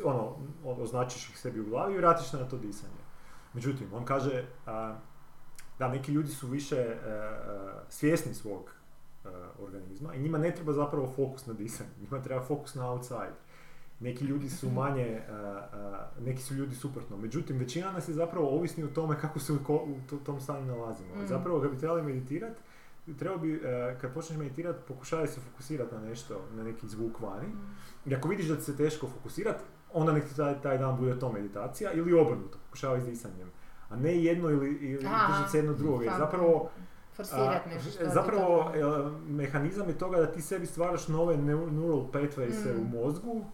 [SPEAKER 3] ono, označiš ih sebi u glavi i vratiš se na to disanje. Međutim, on kaže a, da neki ljudi su više e, e, svjesni svog e, organizma i njima ne treba zapravo fokus na disanje, njima treba fokus na outside. Neki ljudi su manje, e, e, neki su ljudi suprotno. Međutim, većina nas je zapravo ovisni u tome kako se u, ko- u to- tom stanju nalazimo.
[SPEAKER 2] Mm.
[SPEAKER 3] Zapravo, kad bi trebali meditirati, trebao bi, e, kad počneš meditirati, pokušaj se fokusirati na nešto, na neki zvuk vani. I ako vidiš da ti se teško fokusirati, onda nek ti taj, taj dan bude to meditacija ili obrnuto, pokušavaj s disanjem. A ne jedno ili, ili
[SPEAKER 2] A,
[SPEAKER 3] držat se jedno drugo, jer
[SPEAKER 2] pa,
[SPEAKER 3] zapravo,
[SPEAKER 2] Forsirat
[SPEAKER 3] a,
[SPEAKER 2] nešto. što ti
[SPEAKER 3] zapravo
[SPEAKER 2] dobro.
[SPEAKER 3] e, mehanizam je toga da ti sebi stvaraš nove neu- neural pathways
[SPEAKER 2] Mm.
[SPEAKER 3] u mozgu,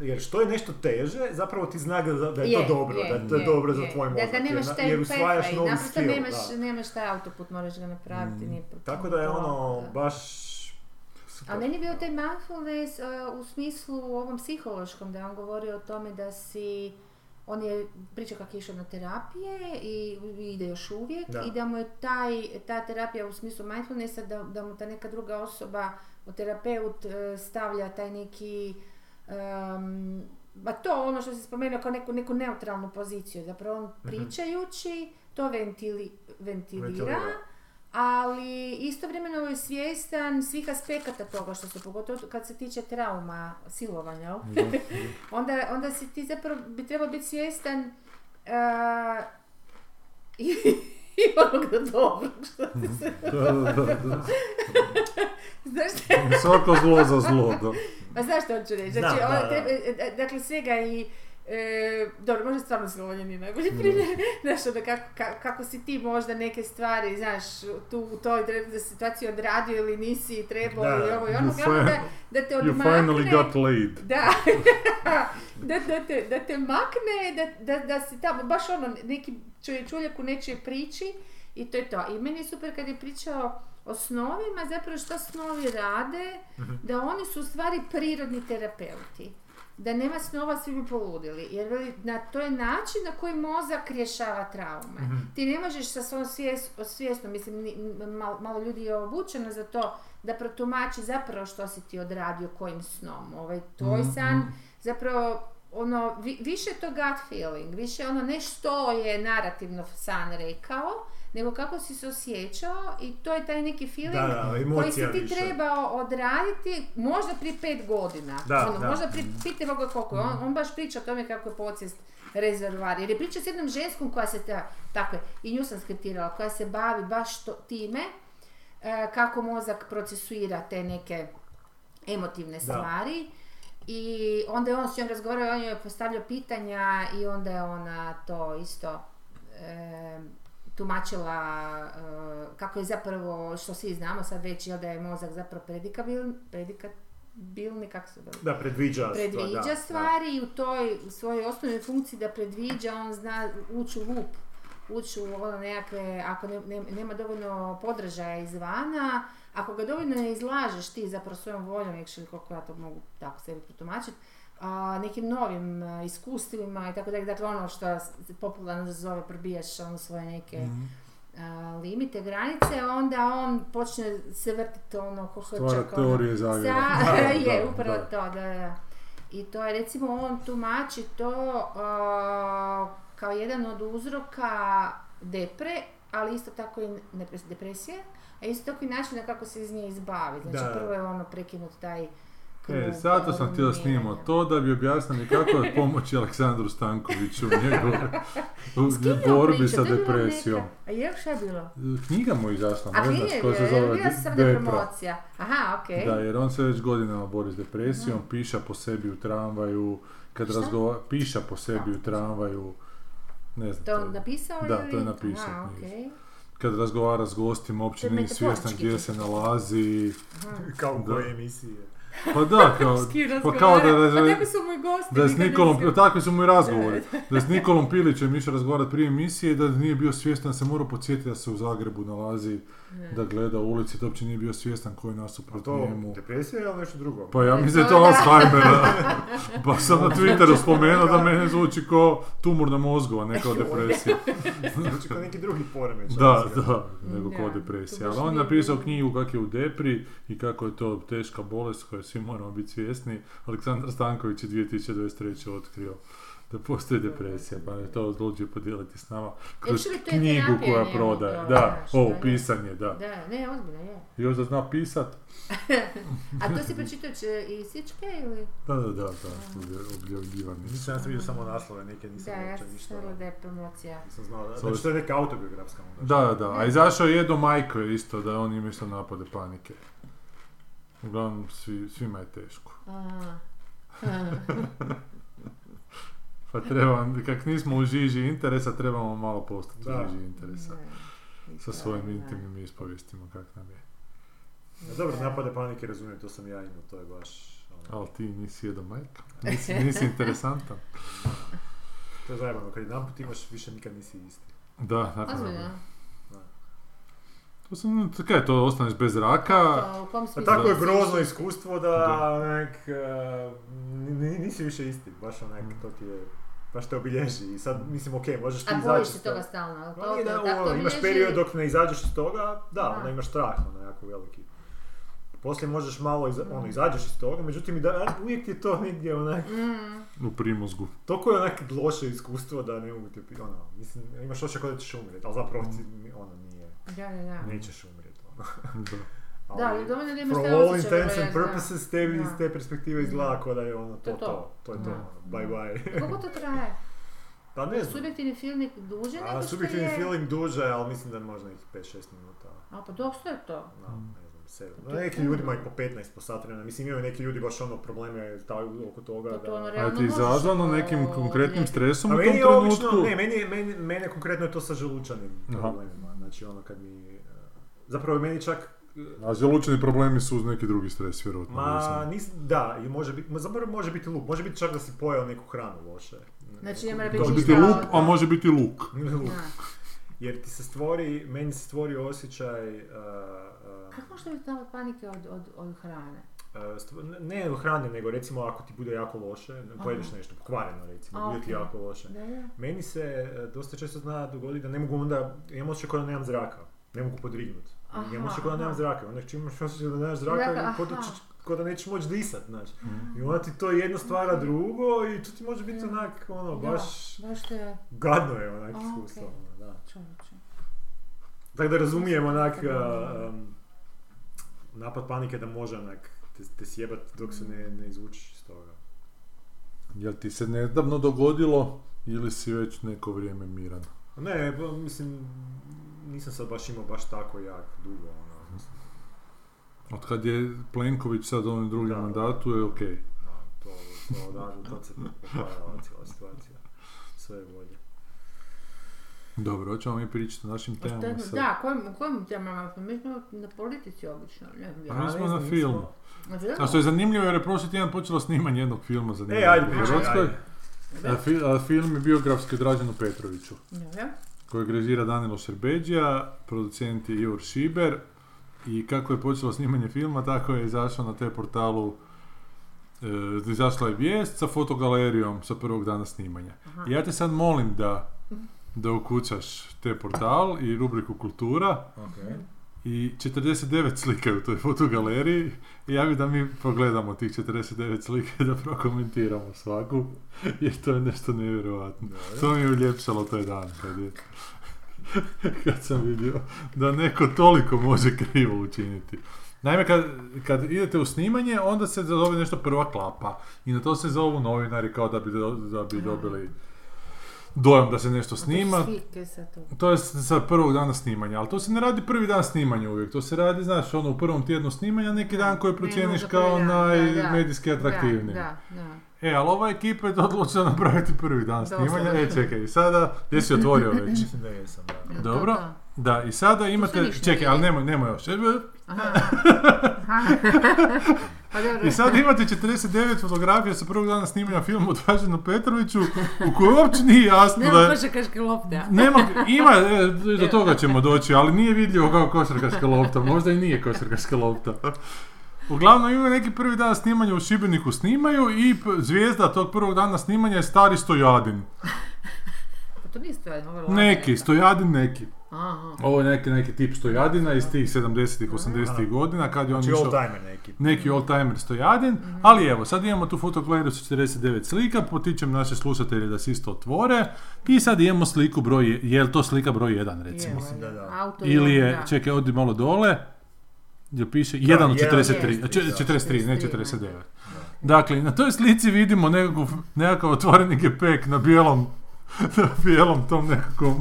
[SPEAKER 3] jer što je nešto teže, zapravo ti znak da, da je,
[SPEAKER 2] Je,
[SPEAKER 3] to dobro,
[SPEAKER 2] je,
[SPEAKER 3] da je to
[SPEAKER 2] je,
[SPEAKER 3] dobro za
[SPEAKER 2] je.
[SPEAKER 3] tvoj mozak,
[SPEAKER 2] Da, da nemaš
[SPEAKER 3] jer,
[SPEAKER 2] taj
[SPEAKER 3] jer usvajaš
[SPEAKER 2] pathway,
[SPEAKER 3] novi
[SPEAKER 2] naprosto
[SPEAKER 3] skill,
[SPEAKER 2] nemaš,
[SPEAKER 3] da.
[SPEAKER 2] nemaš taj autoput, moraš ga napraviti.
[SPEAKER 4] Mm.
[SPEAKER 2] nije
[SPEAKER 3] Tako da je ono
[SPEAKER 2] Da.
[SPEAKER 3] baš...
[SPEAKER 2] A meni je bio taj mindfulness e, u smislu ovom psihološkom, da je on govorio o tome da si, on je pričao kako je išao na terapije i ide još uvijek
[SPEAKER 3] Da.
[SPEAKER 2] i da mu je taj, ta terapija u smislu mindfulnessa, da, da mu ta neka druga osoba, terapeut e, stavlja taj neki em, ma to ono što si spomenuo kao neku, neku neutralnu poziciju, zapravo on pričajući to ventili, ventilira,
[SPEAKER 3] Ventilira.
[SPEAKER 2] ali istovremeno je svjestan svih aspekata toga što se pogotovo kad se tiče trauma, silovanja, jel? onda, onda si ti zapravo bi trebao biti svjestan a, i, i onog da dobro.
[SPEAKER 4] Da, da, da, da.
[SPEAKER 2] Znaš šta?
[SPEAKER 4] Svako zlo za zlo, da.
[SPEAKER 2] Pa znaš što hoću reći?
[SPEAKER 3] Znam,
[SPEAKER 2] Znači,
[SPEAKER 3] da,
[SPEAKER 2] ono
[SPEAKER 3] da.
[SPEAKER 2] treba- e, e, dakle, svega i... E, dobro, možda stvarno silovanje nije najbolji
[SPEAKER 4] Mm.
[SPEAKER 2] primjer. Znaš, ono, kako, ka- kako si ti možda neke stvari, znaš, tu u toj trenutnoj situaciji odradio ili nisi trebao
[SPEAKER 3] Da,
[SPEAKER 2] ili ovo i ono,
[SPEAKER 4] you
[SPEAKER 2] glavno da,
[SPEAKER 4] fin-
[SPEAKER 2] da te
[SPEAKER 4] You
[SPEAKER 2] odmakne.
[SPEAKER 4] finally got laid.
[SPEAKER 2] Da, da, da, te, da te makne, da, da, da si tamo, baš ono, neki čuje čuljak u nečijoj priči i to je to. I meni je super kad je pričao o snovima, zapravo šta snovi rade,
[SPEAKER 3] Mhm.
[SPEAKER 2] da oni su u stvari prirodni terapeuti. Da nema snova, svi bi poludili. Jer veli, na, to je način na koji mozak rješava traume.
[SPEAKER 3] Mhm.
[SPEAKER 2] Ti ne možeš sa svojom svjes, svjesnom, mislim, ni- m- malo, malo ljudi je obučeno za to, da protumači zapravo što si ti odradio kojim snom. Ovaj tvoj
[SPEAKER 4] Mhm.
[SPEAKER 2] san zapravo ono, vi- više je to gut feeling, više ono ne što je narativno san rekao, nego kako si se osjećao i to je taj neki feeling
[SPEAKER 3] Da, da,
[SPEAKER 2] koji si
[SPEAKER 3] emocija
[SPEAKER 2] ti
[SPEAKER 3] više.
[SPEAKER 2] trebao odraditi možda prije pet godina.
[SPEAKER 3] Da,
[SPEAKER 2] ono,
[SPEAKER 3] da. Mhm.
[SPEAKER 2] Možda prije, pitajmo ga koliko je, on, on baš priča o tome kako je podsvijest rezervoar. Jer je pričao s jednom ženskom koja se, ta, tako je, i nju sam skriptirala, koja se bavi baš to, time e, kako mozak procesuira te neke emotivne stvari. I onda je on s njom razgovarao, on joj je postavljao pitanja i onda je ona to isto e, tumačila e, kako je zapravo, što svi znamo sad već, jel da je mozak zapravo predikabilni, predikabilni, kako se zove?
[SPEAKER 3] Da, predviđa, stvar,
[SPEAKER 2] predviđa
[SPEAKER 3] da, da.
[SPEAKER 2] stvari i u toj u svojoj osnovnoj funkciji da predviđa, on zna ući u lup, ući u ono nekakve, ako ne- ne- nema dovoljno podražaja izvana, ako ga dovoljno ne izlažeš ti zapravo svojom voljom, actually, koliko ja to mogu tako sebi protumačiti, a, nekim novim e, a,
[SPEAKER 1] Mhm.
[SPEAKER 2] iskustvima i tako dalje, dakle ono što se popularno zove probijaš ono svoje neke a, limite, granice, onda on počne se vrtiti ono ko hrčak.
[SPEAKER 1] Stvara
[SPEAKER 2] ono.
[SPEAKER 1] teorije zavjera.
[SPEAKER 2] Sa-
[SPEAKER 1] Da,
[SPEAKER 2] je,
[SPEAKER 1] da,
[SPEAKER 2] upravo
[SPEAKER 1] da.
[SPEAKER 2] to, da, da, da. I to je, recimo, on tumači to a, kao jedan od uzroka depre, ali isto tako i ne, depresije, a isto tako i načina kako se iz nje izbavi. Znači,
[SPEAKER 3] Da.
[SPEAKER 2] prvo je ono prekinut taj krug,
[SPEAKER 1] E, zato sam htio snimao to da bi objasnili kako je pomoći Aleksandru Stankoviću u njegovoj u
[SPEAKER 2] S kim je on
[SPEAKER 1] borbi
[SPEAKER 2] pričao?
[SPEAKER 1] sa
[SPEAKER 2] To je bilo
[SPEAKER 1] depresijom.
[SPEAKER 2] neka- A je šta je bilo?
[SPEAKER 1] Knjiga mu je izašla,
[SPEAKER 2] A
[SPEAKER 1] ne
[SPEAKER 2] knjiga
[SPEAKER 1] znaš,
[SPEAKER 2] je
[SPEAKER 1] koja se
[SPEAKER 2] bila,
[SPEAKER 1] zove
[SPEAKER 2] bila sam da je
[SPEAKER 1] Depra.
[SPEAKER 2] promocija. Aha, okej.
[SPEAKER 1] Da, jer on se već godinama bori s depresijom, piša po sebi u tramvaju, kad
[SPEAKER 2] Šta?
[SPEAKER 1] razgova... piša po sebi u tramvaju, ne znam,
[SPEAKER 2] To je on
[SPEAKER 1] to je-
[SPEAKER 2] napisao
[SPEAKER 1] Da,
[SPEAKER 2] ili?
[SPEAKER 1] to je napisao
[SPEAKER 2] Aha,
[SPEAKER 1] knjigu.
[SPEAKER 2] okej.
[SPEAKER 1] kad razgovara s gostima,
[SPEAKER 2] To
[SPEAKER 1] uopće
[SPEAKER 2] je
[SPEAKER 1] nije svjestan
[SPEAKER 2] metaforički
[SPEAKER 1] gdje
[SPEAKER 2] čak.
[SPEAKER 1] se nalazi.
[SPEAKER 2] Aha.
[SPEAKER 3] Kao u
[SPEAKER 1] Da.
[SPEAKER 3] kojoj emisiji je.
[SPEAKER 1] Pa da, kao,
[SPEAKER 2] S kim
[SPEAKER 1] pa kao da,
[SPEAKER 2] razgovara?
[SPEAKER 1] da,
[SPEAKER 2] Pa
[SPEAKER 1] da-
[SPEAKER 2] tako su moji gosti.
[SPEAKER 1] da je s
[SPEAKER 2] nikad
[SPEAKER 1] Nikolom,
[SPEAKER 2] nisu-
[SPEAKER 1] takvi su mu i razgovori, da je s Nikolom Pilićem išao razgovarati prije emisije i da nije bio svjestan, da se morao podsjetiti da se u Zagrebu nalazi, da gleda u ulici, da uopće nije bio svjestan koji je
[SPEAKER 3] Pa
[SPEAKER 1] nasuprot
[SPEAKER 3] to
[SPEAKER 1] njemu.
[SPEAKER 3] depresija ili nešto drugo?
[SPEAKER 1] Pa ja
[SPEAKER 2] E,
[SPEAKER 1] mislim da je to
[SPEAKER 2] to da.
[SPEAKER 1] Alzheimera. Pa sam na Twitteru spomenuo da mene zvuči ko tumor na mozgu, a ne kao depresija.
[SPEAKER 3] Znači kao neki drugi poremeć.
[SPEAKER 1] Da, da, nego
[SPEAKER 2] Da,
[SPEAKER 1] kao
[SPEAKER 2] to
[SPEAKER 1] depresija.
[SPEAKER 2] baš
[SPEAKER 1] Ali on je
[SPEAKER 2] nije
[SPEAKER 1] napisao
[SPEAKER 2] bilo.
[SPEAKER 1] knjigu kako je u depri i kako je to teška bolest koje svi moramo biti svjesni. Aleksandar Stanković je 2023. otkrio da postoji depresija, pa je to odlučio podijeliti s nama kroz
[SPEAKER 2] Actually, to je
[SPEAKER 1] knjigu
[SPEAKER 2] terapija
[SPEAKER 1] koja
[SPEAKER 2] njemu,
[SPEAKER 1] prodaje.
[SPEAKER 2] to,
[SPEAKER 1] Da,
[SPEAKER 2] znaš,
[SPEAKER 1] ovo
[SPEAKER 2] da, da.
[SPEAKER 1] pisanje, da.
[SPEAKER 2] Da, ne, ozbiljno je.
[SPEAKER 1] Još da zna pisat,
[SPEAKER 2] A to si pročitao će i Sičke ili?
[SPEAKER 1] da, da, da, da, objavljivani su.
[SPEAKER 3] Nisam, ja sam vidio samo naslove, neke nisam
[SPEAKER 2] Da, ja
[SPEAKER 3] uopće
[SPEAKER 2] sam
[SPEAKER 3] ništa.
[SPEAKER 2] stavila da je promocija.
[SPEAKER 3] Nisam znao, da,
[SPEAKER 1] Sad-
[SPEAKER 3] znači to je neka autobiografska onda.
[SPEAKER 1] Da, da, a izašao je Edo Majko isto, da on ima isto napade panike. Uglavnom, svi, svima je teško.
[SPEAKER 2] A.
[SPEAKER 1] Pa trebam, kak nismo u žiži interesa, trebamo malo postati
[SPEAKER 3] Da.
[SPEAKER 1] u žiži interesa.
[SPEAKER 2] Ne,
[SPEAKER 1] Sa
[SPEAKER 2] da,
[SPEAKER 1] svojim
[SPEAKER 2] da.
[SPEAKER 1] intimnim ispovijestima, kak nam je.
[SPEAKER 3] A Dobro, napade panike razumijem, to sam ja imao, to je baš... ono,
[SPEAKER 1] Ali ti nisi jedan majka, nisi, nisi interesantan.
[SPEAKER 3] to je zajebano, kad jedanput imaš, više nikad nisi isti.
[SPEAKER 1] Da, nakon
[SPEAKER 2] Ozbiljno.
[SPEAKER 1] To sam, kaj je to, ostaneš bez raka,
[SPEAKER 2] Pa, u kom
[SPEAKER 3] Pa
[SPEAKER 2] smislu?
[SPEAKER 3] tako je
[SPEAKER 2] Misliš?
[SPEAKER 3] grozno iskustvo da
[SPEAKER 1] Da.
[SPEAKER 3] onak, e, n- n- nisi više isti, baš onak,
[SPEAKER 1] Mm.
[SPEAKER 3] to ti je, baš te obilježi. I sad, mislim, okej, možeš
[SPEAKER 2] A
[SPEAKER 3] ti
[SPEAKER 2] bojiš
[SPEAKER 3] izaći iz
[SPEAKER 2] se toga stalno, ali
[SPEAKER 3] Ma
[SPEAKER 2] to,
[SPEAKER 3] nije da,
[SPEAKER 2] to, tako
[SPEAKER 3] ono, imaš
[SPEAKER 2] obilježi-
[SPEAKER 3] period dok ne izađeš iz toga, da,
[SPEAKER 2] Da.
[SPEAKER 3] onda imaš strah, ono, jako veliki. Poslije možeš malo, iza, ono, izađeš iz toga, međutim, i da, uvijek ti je to negdje, onak,
[SPEAKER 2] Mm.
[SPEAKER 1] u primozgu.
[SPEAKER 3] toliko je onak loše iskustvo da ne mogu ti, ono, mislim, imaš oče kao da ćeš umrijeti, ali zapravo ti, ono, nije,
[SPEAKER 2] Da, da, da.
[SPEAKER 3] nećeš umrijeti, ono.
[SPEAKER 1] Da.
[SPEAKER 3] Ali,
[SPEAKER 2] Da, ali dovoljno da imaš
[SPEAKER 3] For
[SPEAKER 2] taj
[SPEAKER 3] all
[SPEAKER 2] osjećaj,
[SPEAKER 3] intents and
[SPEAKER 2] da, da.
[SPEAKER 3] purposes, tebi iz
[SPEAKER 2] Da.
[SPEAKER 3] te perspektive izgleda kao da je ono
[SPEAKER 2] To
[SPEAKER 3] to, to,
[SPEAKER 2] je to.
[SPEAKER 3] to, je to,
[SPEAKER 2] Da.
[SPEAKER 3] ono, bye bye.
[SPEAKER 2] Koliko to traje?
[SPEAKER 3] Pa ne znam,
[SPEAKER 2] Subjektivni filmik duže nego
[SPEAKER 3] a
[SPEAKER 2] što
[SPEAKER 3] subjektivni
[SPEAKER 2] je...
[SPEAKER 3] feeling duže, ali mislim da je možda nekih 5-6 minuta.
[SPEAKER 2] A pa dok je to?
[SPEAKER 3] na, ono,
[SPEAKER 1] Mm.
[SPEAKER 3] ne znam, sedam.
[SPEAKER 2] To
[SPEAKER 3] Na
[SPEAKER 2] je
[SPEAKER 3] neki
[SPEAKER 2] puno.
[SPEAKER 3] ljudima i po 15, po sat vremena. Mislim, imaju neki ljudi baš ono probleme taj, oko toga.
[SPEAKER 2] Pa to ono
[SPEAKER 3] da...
[SPEAKER 1] A je
[SPEAKER 2] Realno
[SPEAKER 1] ti
[SPEAKER 2] možeš
[SPEAKER 1] izazvano
[SPEAKER 2] to
[SPEAKER 1] nekim konkretnim
[SPEAKER 2] odliječiti.
[SPEAKER 1] stresom
[SPEAKER 3] A
[SPEAKER 1] u tom
[SPEAKER 3] meni je obično,
[SPEAKER 1] trenutku?
[SPEAKER 3] ne, meni, je- meni, mene konkretno je to sa želučanim
[SPEAKER 1] Aha.
[SPEAKER 3] problemima. Znači ono kad mi... eh, Zapravo meni čak... eh,
[SPEAKER 1] A želučni problemi su uz neki drugi stres, vjerojatno.
[SPEAKER 3] Ma,
[SPEAKER 1] nisam-
[SPEAKER 3] nis, da, i može biti, ma zapravo može biti lup, može biti čak da si pojeo neku hranu loše.
[SPEAKER 2] Znači, ne mora biti
[SPEAKER 1] Može
[SPEAKER 2] ništa
[SPEAKER 1] biti lup,
[SPEAKER 2] od-
[SPEAKER 1] a može biti luk.
[SPEAKER 3] Lup.
[SPEAKER 2] Da.
[SPEAKER 3] Jer ti se stvori, meni se stvori osjećaj... eh, eh,
[SPEAKER 2] Kako može biti nama panike od, od, od hrane?
[SPEAKER 3] E, stv- Ne od hrane, nego recimo ako ti bude jako loše, pojedeš nešto pokvareno recimo,
[SPEAKER 2] A,
[SPEAKER 3] bude ti
[SPEAKER 2] ok.
[SPEAKER 3] jako loše.
[SPEAKER 2] Da, da.
[SPEAKER 3] Meni se e, dosta često zna dogoditi da ne mogu onda, imam osjećaj kao da nemam zraka, ne mogu podrignuti.
[SPEAKER 2] Aha,
[SPEAKER 3] Imam osjećaj kao da nemam
[SPEAKER 2] aha.
[SPEAKER 3] zraka, onda čim imaš osjećaj da nemaš zraka,
[SPEAKER 2] Zraka,
[SPEAKER 3] kao da
[SPEAKER 2] aha.
[SPEAKER 3] ćeš- kao da nećeš moći disat, znaš. I onda ti to jedno stvara drugo i to ti može biti
[SPEAKER 2] Da.
[SPEAKER 3] onak, ono,
[SPEAKER 2] Mhm. Da,
[SPEAKER 3] baš
[SPEAKER 2] Baš to je
[SPEAKER 3] gadno je onak
[SPEAKER 2] A,
[SPEAKER 3] iskustvo.
[SPEAKER 2] ok.
[SPEAKER 3] ono, da.
[SPEAKER 2] čovječe.
[SPEAKER 3] Tako da razumijem onak
[SPEAKER 2] Tako da-
[SPEAKER 3] a, um, napad panike da može onak te, te sjebat dok se ne,
[SPEAKER 2] Mhm.
[SPEAKER 3] ne izvučiš iz toga.
[SPEAKER 1] Jel ti se nedavno dogodilo ili si već neko vrijeme miran?
[SPEAKER 3] Ne, ba, mislim, nisam sad baš imao baš tako jak dugo, ono, mislim,
[SPEAKER 1] Od kad je Plenković sad u ovom drugom
[SPEAKER 3] Da.
[SPEAKER 1] mandatu je ok.
[SPEAKER 3] a, to, to, da, to se pokvarala cijela situacija. Sve je bolje.
[SPEAKER 1] Dobro, hoćemo mi pričati o našim
[SPEAKER 2] A Pa šta je-
[SPEAKER 1] temama sad.
[SPEAKER 2] Da, kojim, u kojim temama smo? Mi smo na politici obično, ne znam.
[SPEAKER 1] A
[SPEAKER 2] ja. Znači,
[SPEAKER 1] Pa mi smo
[SPEAKER 3] ne
[SPEAKER 1] na
[SPEAKER 3] znam,
[SPEAKER 1] filmu.
[SPEAKER 3] nismo.
[SPEAKER 2] A želimo?
[SPEAKER 1] A što je zanimljivo jer je prošli tjedan počelo snimanje jednog filma za
[SPEAKER 3] E, ajde,
[SPEAKER 1] u
[SPEAKER 3] pričaj,
[SPEAKER 1] Hrvatskoj.
[SPEAKER 3] ajde.
[SPEAKER 1] A, fi- a film je biografski o Draženu Petroviću,
[SPEAKER 2] Dobro.
[SPEAKER 1] kojeg režira Danilo Šerbeđija, producent je Ivor Šiber. I kako je počelo snimanje filma, tako je izašao na te portalu e, izašla je vijest sa fotogalerijom sa prvog dana snimanja.
[SPEAKER 2] Aha.
[SPEAKER 1] I Ja te sad molim da da ukućaš te portal i rubriku kultura
[SPEAKER 5] Ok.
[SPEAKER 1] i 49 slike u toj fotogaleriji i ja bi da mi pogledamo tih 49 slike i da prokomentiramo svaku jer to je nešto nevjerojatno.
[SPEAKER 5] Dobro.
[SPEAKER 1] To mi je uljepšalo taj dan kad je kad sam vidio da neko toliko može krivo učiniti. Naime, kad, kad idete u snimanje, onda se zove nešto prva klapa. I na to se zovu novinari kao da bi, do- da bi dobili dojam da se nešto snima.
[SPEAKER 2] Slike sa to.
[SPEAKER 1] To je s- sa prvog dana snimanja, ali to se ne radi prvi dan snimanja uvijek, to se radi, znaš, ono u prvom tjednu snimanja, neki dan koji procijeniš
[SPEAKER 2] možda
[SPEAKER 1] kao
[SPEAKER 2] prvi dan, da, da.
[SPEAKER 1] najmedijski atraktivniji.
[SPEAKER 2] Da, da,
[SPEAKER 1] E, ali ova ekipa je odlučila napraviti prvi dan
[SPEAKER 2] Doslovno.
[SPEAKER 1] snimanja, e čekaj, i sada, jesi otvorio već?
[SPEAKER 5] Mislim da jesam, da.
[SPEAKER 2] da.
[SPEAKER 1] Dobro,
[SPEAKER 2] Da,
[SPEAKER 1] da, i sada imate,
[SPEAKER 2] ništa
[SPEAKER 1] čekaj,
[SPEAKER 2] nije.
[SPEAKER 1] ali nemoj, nemoj još, E,
[SPEAKER 2] da. Aha. Aha. Pa dobro.
[SPEAKER 1] I sad imate 49 fotografija sa prvog dana snimanja filma o Draženu Petroviću, u kojoj uopće nije jasno da
[SPEAKER 2] Nema
[SPEAKER 1] je...
[SPEAKER 2] košarkaške lopta.
[SPEAKER 1] Nema, ima, e, do toga ćemo doći, ali nije vidljivo kao košarkaška lopta, možda i nije košarkaška lopta. Uglavnom imaju neki prvi dan snimanja u Šibeniku snimaju i p- zvijezda tog prvog dana snimanja je stari Stojadin.
[SPEAKER 2] Pa to nije stojadno, ovo je lana
[SPEAKER 1] Neki,
[SPEAKER 2] neka.
[SPEAKER 1] Stojadin neki.
[SPEAKER 2] Aha.
[SPEAKER 1] Ovo je neki, neki tip Stojadina iz tih 70-ih, 80-ih godina kad je on
[SPEAKER 3] Znači
[SPEAKER 1] išao...
[SPEAKER 3] old timer neki.
[SPEAKER 1] neki old timer stojadin, ali evo, sad imamo tu fotogaleriju sa 49 slika, potičem naše slušatelje da se isto otvore i sad imamo sliku broj, je, je li to slika broj 1 recimo?
[SPEAKER 5] Mislim da da.
[SPEAKER 2] Auto
[SPEAKER 1] Ili je,
[SPEAKER 2] da.
[SPEAKER 1] čekaj, odi malo dole, gdje piše 1 od
[SPEAKER 3] jedan
[SPEAKER 1] 43,
[SPEAKER 2] od
[SPEAKER 1] a če-
[SPEAKER 5] 43,
[SPEAKER 1] 43, ne
[SPEAKER 2] 43,
[SPEAKER 1] 49. Dakle, na toj slici vidimo nekakav, nekakav otvoreni gepek na bijelom na bijelom tom nekakvom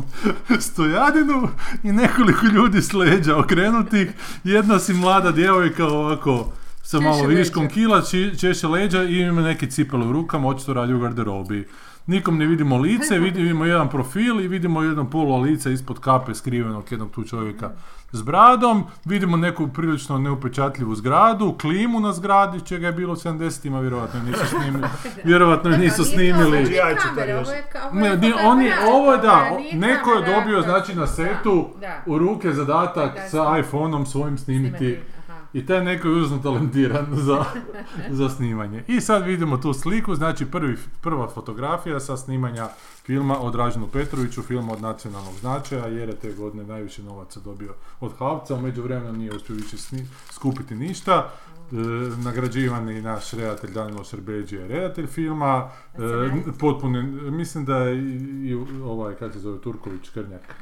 [SPEAKER 1] stojadinu i nekoliko ljudi s leđa okrenutih. Jedna si mlada djevojka ovako sa
[SPEAKER 2] Češe
[SPEAKER 1] malo viškom
[SPEAKER 2] leđa.
[SPEAKER 1] kila, či- češe leđa i ima neke cipele u rukama, očito radi u garderobi. Nikom ne vidimo lice, vidimo jedan profil i vidimo jedno polo lice ispod kape skrivenog jednog tu čovjeka s bradom. Vidimo neku prilično neupečatljivu zgradu, klimu na zgradi, čega je bilo u 70-ima, vjerojatno je nisu snimili. Vjerojatno je nisu
[SPEAKER 2] Pa
[SPEAKER 1] snimili.
[SPEAKER 2] Nije znači
[SPEAKER 3] Ja ću to
[SPEAKER 2] kamera, ovo je ka- ovo
[SPEAKER 1] Ne,
[SPEAKER 2] je
[SPEAKER 1] ni-
[SPEAKER 2] fotoaparat,
[SPEAKER 1] on je, ovo je da,
[SPEAKER 2] ovo
[SPEAKER 1] o-
[SPEAKER 2] nije
[SPEAKER 1] neko je
[SPEAKER 2] kamera,
[SPEAKER 1] dobio
[SPEAKER 2] to-
[SPEAKER 1] znači na
[SPEAKER 2] da,
[SPEAKER 1] setu
[SPEAKER 2] da.
[SPEAKER 1] u ruke zadatak
[SPEAKER 2] Da,
[SPEAKER 1] sa iPhoneom svojim snimiti
[SPEAKER 2] Aha.
[SPEAKER 1] i taj neko je užasno talentiran za, za snimanje. I sad vidimo tu sliku, znači prvi, prva fotografija sa snimanja filma o Draženu Petroviću, filma od nacionalnog značaja, jer je te godine najviše novaca dobio od Havca, u međuvremenu nije uspio više sni- skupiti ništa. E, nagrađivani naš redatelj Danilo Šerbeđi je redatelj filma, e,
[SPEAKER 2] Scenarist.
[SPEAKER 1] potpuno, mislim da je i, i ovaj, kako se zove, Turković Krnjak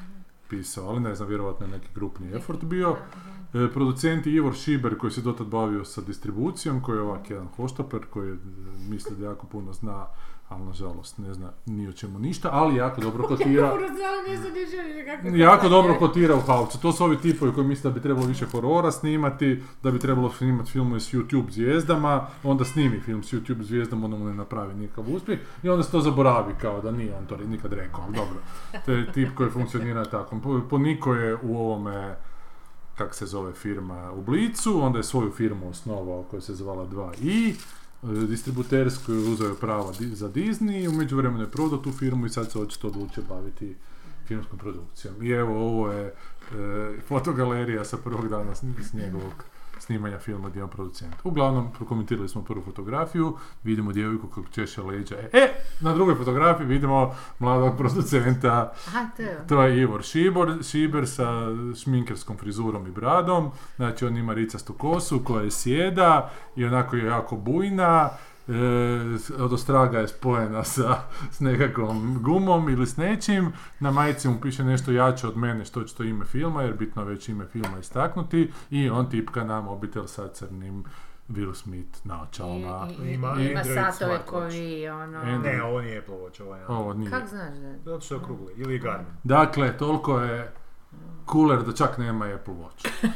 [SPEAKER 1] pisao, ali ne znam, vjerojatno je neki grupni effort bio. E, producent je Ivor Šiber koji se dotad bavio sa distribucijom, koji je ovak jedan hoštaper koji je, e, misli da jako puno zna, ali nažalost ne zna ni o čemu ništa, ali jako dobro kotira.
[SPEAKER 2] Dobro, zelo ne znam ništa ni kako je to
[SPEAKER 1] Jako
[SPEAKER 2] sad
[SPEAKER 1] dobro
[SPEAKER 2] je.
[SPEAKER 1] kotira u Havcu. To su ovi tipovi koji misle da bi trebalo više horora snimati, da bi trebalo snimati filmove s YouTube zvijezdama, onda snimi film s YouTube zvijezdama, onda mu ne napravi nikakav uspjeh i onda se to zaboravi kao da nije on to nikad rekao, ali dobro. To je tip koji funkcionira tako. Po, po Niko je u ovome kak se zove firma u Blicu, onda je svoju firmu osnovao koja se zvala 2i, e, distributersku je uzeo je prava di- za Disney i u međuvremenu je prodao tu firmu i sad se očito odlučio baviti filmskom produkcijom. I evo ovo je e, fotogalerija sa prvog dana s, s njegovog snimanja filma gdje je on producent. Uglavnom, prokomentirali smo prvu fotografiju, vidimo djevojku kako češe leđa. E, E, na drugoj fotografiji vidimo mladog producenta
[SPEAKER 2] Aha, to je. ono.
[SPEAKER 1] to je Ivor Šibor, Šiber sa šminkerskom frizurom i bradom. Znači on ima ricastu kosu koja je sjeda i onako je jako bujna. E, s- odostraga je spojena sa, s nekakvom gumom ili s nečim. Na majici mu piše nešto jače od mene što će to ime filma, jer bitno je već ime filma istaknuti. I on tipka na mobitel sa crnim Will Smith naočalama.
[SPEAKER 2] I- i-
[SPEAKER 3] Ima
[SPEAKER 2] i- Ima
[SPEAKER 3] Android
[SPEAKER 2] satove
[SPEAKER 3] smartwatch.
[SPEAKER 2] koji, ono...
[SPEAKER 1] ono, Android.
[SPEAKER 3] Ne, ovo nije Apple Watch, ovo je...
[SPEAKER 1] Ovo nije.
[SPEAKER 2] Kak znaš da je?
[SPEAKER 3] Zato što je okrugli. Ili je Garmin.
[SPEAKER 1] Dakle, toliko je cooler da čak nema Apple Watch.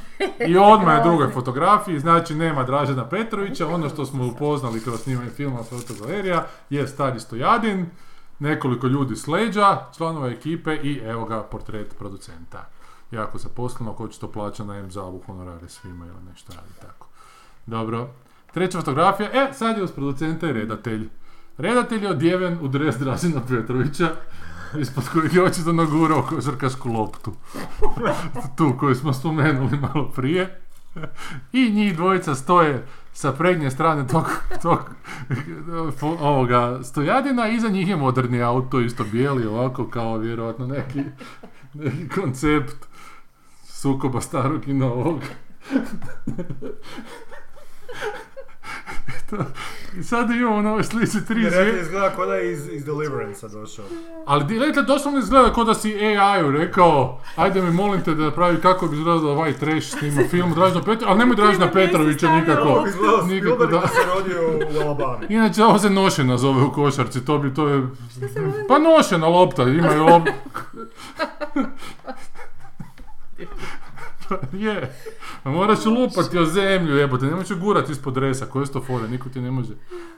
[SPEAKER 1] I odmah je drugoj fotografiji, znači nema Dražena Petrovića, ono što smo upoznali kroz snimanje filma Fotogalerija je stari stojadin, nekoliko ljudi s leđa, članova ekipe i evo ga portret producenta. Jako zaposleno, ko će to plaća na M-Zavu, honorare svima ili nešto radi tako. Dobro. Treća fotografija, e, sad je uz producenta i redatelj. Redatelj je odjeven u dres Dražena Petrovića, ispod kojeg je očito nagurao košarkašku loptu. tu koju smo spomenuli malo prije. I njih dvojica stoje sa prednje strane tog, tog fo- ovoga stojadina, iza njih je moderni auto, isto bijeli, ovako kao vjerojatno neki, neki koncept sukoba starog i novog. I to- I sad imamo na ovoj slici tri
[SPEAKER 3] Vjerojatno
[SPEAKER 1] zvijezde.
[SPEAKER 3] izgleda kao da je iz, iz Deliverance došao.
[SPEAKER 1] Ali direktno doslovno izgleda kao da si AI-u rekao Ajde mi molim te da napravi kako bi izgledao ovaj trash snima film Dražna Petrovića, ali nemoj Dražna
[SPEAKER 2] Ti me nisi
[SPEAKER 1] Petrovića
[SPEAKER 2] stavio
[SPEAKER 1] nikako.
[SPEAKER 3] Ovo izgleda
[SPEAKER 1] Nikako
[SPEAKER 3] Spielberg
[SPEAKER 1] da.
[SPEAKER 3] da se rodio u Alabami.
[SPEAKER 1] Inače ovo se nošena zove u košarci, to bi to je...
[SPEAKER 2] se zove?
[SPEAKER 1] Pa nošena lopta, imaju lob... Pa je, Pa moraš lupati o zemlju jebote, ne možeš gurati ispod dresa, koje su to fore, niko ti ne može,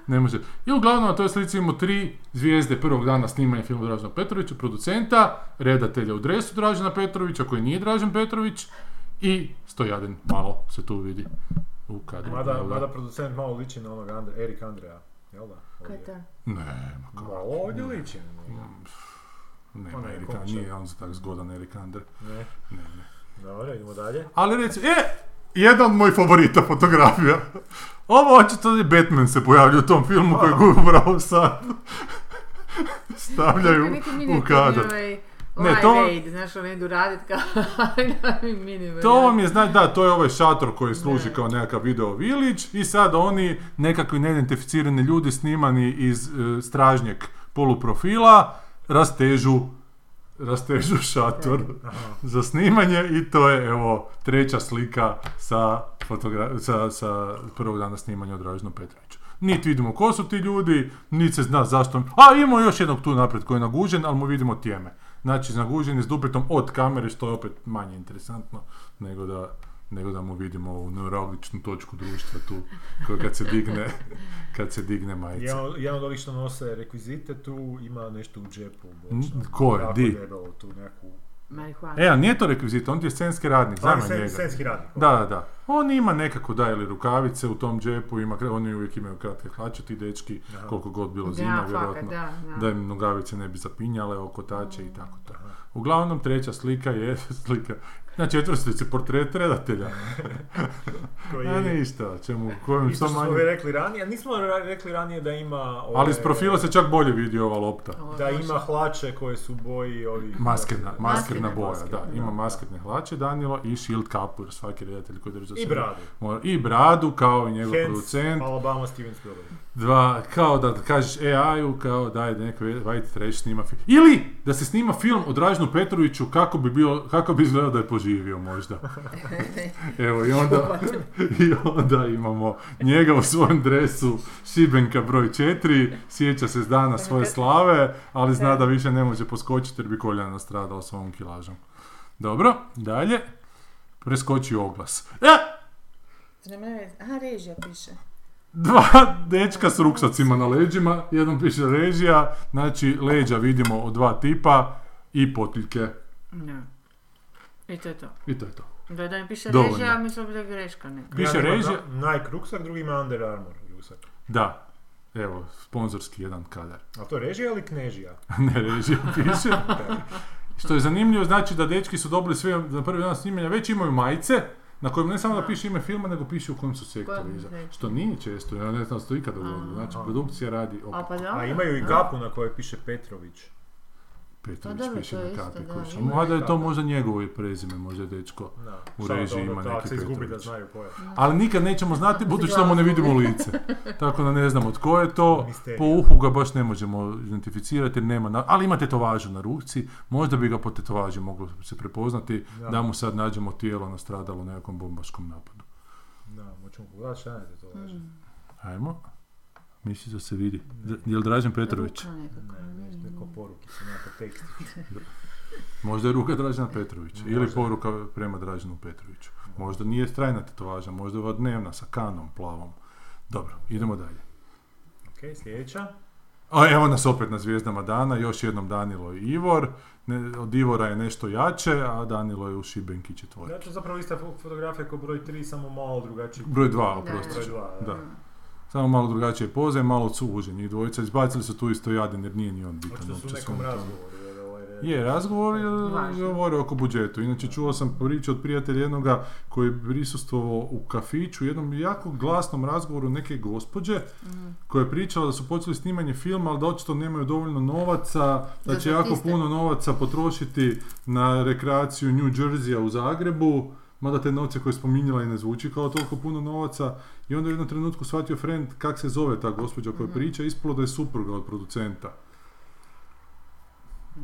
[SPEAKER 1] ne može. I uglavnom na toj slici imamo tri zvijezde prvog dana snimanja filma Dražena Petrovića, producenta, redatelja u dresu Dražena Petrovića, koji nije Dražen Petrović, i Stojaden, malo se tu vidi u kadru.
[SPEAKER 3] Mada,
[SPEAKER 1] jel da?
[SPEAKER 3] mada producent malo liči na onog Andre, Erik Andreja. Jel da?
[SPEAKER 2] Kaj
[SPEAKER 3] Ovdje.
[SPEAKER 2] ta?
[SPEAKER 1] Ne,
[SPEAKER 3] Malo ovdje liči. na njega.
[SPEAKER 1] Nema
[SPEAKER 3] Onaj
[SPEAKER 1] Erik
[SPEAKER 3] komičar.
[SPEAKER 1] nije on za tak zgodan Erik Ander.
[SPEAKER 3] Ne.
[SPEAKER 1] Ne, ne.
[SPEAKER 3] Dobro, idemo dalje.
[SPEAKER 1] Ali reci, e, jedan od mojih favorita fotografija. Ovo očito je Batman se pojavlja u tom filmu koji je upravo sad. Stavljaju
[SPEAKER 2] Neki
[SPEAKER 1] u
[SPEAKER 2] miniaturni
[SPEAKER 1] kadar.
[SPEAKER 2] Ovaj,
[SPEAKER 1] Ne,
[SPEAKER 2] ovaj
[SPEAKER 1] to-
[SPEAKER 2] raid, znaš, ovaj idu radit kao mini
[SPEAKER 1] To vam je, znači, da, to je ovaj šator koji služi
[SPEAKER 2] Ne.
[SPEAKER 1] kao nekakav video village i sad oni, nekakvi neidentificirani ljudi snimani iz e, stražnjeg poluprofila, rastežu, rastežu šator za snimanje i to je, evo, treća slika sa, fotogra- sa, sa prvog dana snimanja od Draženu Petroviću. Niti vidimo ko su ti ljudi, niti se zna zašto... A, imamo još jednog tu napred koji je nagužen, ali mu vidimo tijeme. Znači, nagužen je s dupetom od kamere, što je opet manje interesantno nego da, nego da mu vidimo ovu neuralgičnu točku društva tu, koja kad se digne, kad se digne majica.
[SPEAKER 3] Jedan, od- jedan od ovih što nose rekvizite tu ima nešto u džepu.
[SPEAKER 1] N- ko je? Di?
[SPEAKER 3] Debelo, tu neku...
[SPEAKER 2] Marihuana.
[SPEAKER 1] E, a nije to rekvizit, on ti je scenski radnik,
[SPEAKER 3] Znam
[SPEAKER 1] znamo
[SPEAKER 3] sen,
[SPEAKER 1] njega.
[SPEAKER 3] senski radnik.
[SPEAKER 1] Da, da, da. On ima nekako, da, ili rukavice u tom džepu, ima, kre- oni uvijek imaju kratke hlače, ti dečki,
[SPEAKER 3] Aha.
[SPEAKER 1] koliko god bilo
[SPEAKER 2] Da,
[SPEAKER 1] zima,
[SPEAKER 2] fakat,
[SPEAKER 1] vjerojatno,
[SPEAKER 2] da, da.
[SPEAKER 1] da im nogavice ne bi zapinjale oko tače i tako to. Uglavnom, treća slika je slika, na četvrstici portret redatelja.
[SPEAKER 3] Koji
[SPEAKER 1] A
[SPEAKER 3] je...
[SPEAKER 1] ništa, o čemu, kojem
[SPEAKER 3] Isto
[SPEAKER 1] sam
[SPEAKER 3] što smo
[SPEAKER 1] manje...
[SPEAKER 3] vi rekli ranije, nismo ra- rekli ranije da ima... ove-
[SPEAKER 1] Ali iz profila se čak bolje vidi ova lopta.
[SPEAKER 2] Ovo,
[SPEAKER 3] Da
[SPEAKER 2] baš-
[SPEAKER 3] ima hlače koje su boji ovih...
[SPEAKER 1] Maskerna, maskerna
[SPEAKER 2] Maskirna,
[SPEAKER 1] boja,
[SPEAKER 3] maskirna,
[SPEAKER 1] da. Ima maskirne hlače Danilo i shield kapu, jer svaki redatelj koji drži za
[SPEAKER 3] I
[SPEAKER 1] sebe
[SPEAKER 3] bradu.
[SPEAKER 1] mora- I bradu, kao i njegov
[SPEAKER 3] Hence,
[SPEAKER 1] producent.
[SPEAKER 3] Alabama, Steven Spielberg.
[SPEAKER 1] Dva, kao da kažeš AI-u, kao da je neko white trash snima film. Ili da se snima film o Dražnu Petroviću kako bi, bio, kako bi izgledao da je poživio možda. Evo i onda, i onda imamo njega u svojem dresu Šibenka broj 4, sjeća se dana svoje slave, ali zna da više ne može poskočiti jer bi koljena nastradao s ovom kilažom. Dobro, dalje. Preskoči oglas. E,
[SPEAKER 2] To nema veze. Aha, režija piše.
[SPEAKER 1] Dva dečka s ruksacima na leđima, jednom piše režija, znači leđa vidimo od dva tipa i potiljke.
[SPEAKER 2] Ne. I to je to.
[SPEAKER 1] I to je to.
[SPEAKER 2] Da, da mi piše
[SPEAKER 1] Dovoljno.
[SPEAKER 2] režija, a mislila bi da je greška neka.
[SPEAKER 1] Piše
[SPEAKER 3] Jedan ima
[SPEAKER 1] režija,
[SPEAKER 3] Na- Nike ruksak, drugi ima Under Armour ruksak.
[SPEAKER 1] da, evo, sponzorski jedan kadar.
[SPEAKER 3] A to režija ili knežija?
[SPEAKER 1] ne režija piše. Što je zanimljivo, znači da dečki su dobili sve na prvi dan snimanja, već imaju majice, na kojem ne samo da piše ime filma, nego piše u kojem su sektoru
[SPEAKER 2] Kojem
[SPEAKER 1] iza.
[SPEAKER 2] sektoru.
[SPEAKER 1] Što nije često, ja ne znam se to ikad dogodilo. Znači,
[SPEAKER 3] Aha.
[SPEAKER 1] produkcija radi
[SPEAKER 2] A
[SPEAKER 1] opet.
[SPEAKER 2] pa da.
[SPEAKER 3] A imaju i kapu na kojoj piše Petrović.
[SPEAKER 1] Petrović
[SPEAKER 2] Pa dobro,
[SPEAKER 1] piše
[SPEAKER 2] to
[SPEAKER 1] na
[SPEAKER 2] je isto,
[SPEAKER 1] kapi.
[SPEAKER 2] da,
[SPEAKER 1] kužiš.
[SPEAKER 2] ima.
[SPEAKER 1] Mada je to možda njegovo i prezime, možda je dečko.
[SPEAKER 3] Da.
[SPEAKER 1] U
[SPEAKER 3] Šta da
[SPEAKER 1] režiji
[SPEAKER 3] ono,
[SPEAKER 1] ima
[SPEAKER 3] da,
[SPEAKER 1] neki
[SPEAKER 3] ako se izgubi da
[SPEAKER 1] Petrović.
[SPEAKER 3] znaju ko je.
[SPEAKER 1] Ali nikad nećemo znati budući da mu ne vidimo lice. Tako da ne znamo tko je to.
[SPEAKER 3] Misterij.
[SPEAKER 1] Po uhu ga baš ne možemo identificirati jer nema na... Ali ima tetovažu na ruci. Možda bi ga po tetovaži moglo se prepoznati
[SPEAKER 3] Da.
[SPEAKER 1] da mu sad nađemo tijelo nastradalo u nekom bombaškom napadu.
[SPEAKER 3] Da, moćemo pogledati šta je
[SPEAKER 2] Mm.
[SPEAKER 3] to laže.
[SPEAKER 1] Mm. Ajmo. Misliš da se vidi. Jel Dražen Petrović?
[SPEAKER 2] Ruka nekako.
[SPEAKER 3] Ne, ne, neko poruki su nekako tekst.
[SPEAKER 1] Možda je ruka Dražena Petrovića. Ili
[SPEAKER 3] Možda.
[SPEAKER 1] poruka prema Draženu Petroviću. Možda nije strajna tetovaža. Možda je ova dnevna sa kanom plavom. Dobro, idemo dalje.
[SPEAKER 3] Ok, sljedeća.
[SPEAKER 1] A evo nas opet na Zvijezdama dana, još jednom Danilo i Ivor. Ne, od Ivora je nešto jače, a Danilo je u Šibenki
[SPEAKER 3] Ja
[SPEAKER 1] četvorki.
[SPEAKER 3] to je zapravo ista fo- fotografija kao broj 3, samo malo drugačiji.
[SPEAKER 1] Broj dva,
[SPEAKER 2] Da.
[SPEAKER 1] oprosti.
[SPEAKER 3] Broj 2,
[SPEAKER 1] Da. Samo malo drugačije poze, malo su uže njih dvojica. Izbacili su tu isto jaden jer nije ni on bitan.
[SPEAKER 3] Očito su u
[SPEAKER 1] uopće
[SPEAKER 3] nekom
[SPEAKER 1] svom tomu.
[SPEAKER 3] razgovoru, jer ovaj
[SPEAKER 1] Je, razgovor je
[SPEAKER 2] Važno.
[SPEAKER 1] govore oko budžetu. Inače, čuo sam priče od prijatelja jednoga koji je prisustvovao u kafiću, jednom jako glasnom razgovoru neke gospođe
[SPEAKER 2] Mm,
[SPEAKER 1] koja je pričala da su počeli snimanje filma, ali da očito nemaju dovoljno novaca, da
[SPEAKER 2] Za
[SPEAKER 1] će jako
[SPEAKER 2] statiste.
[SPEAKER 1] puno novaca potrošiti na rekreaciju New Jersey-a u Zagrebu, mada te novce koje je spominjala i ne zvuči kao toliko puno novaca. I onda je u jednom trenutku shvatio friend kak se zove ta gospođa koja
[SPEAKER 2] Mhm.
[SPEAKER 1] priča, ispalo da je supruga od producenta.
[SPEAKER 2] Mm.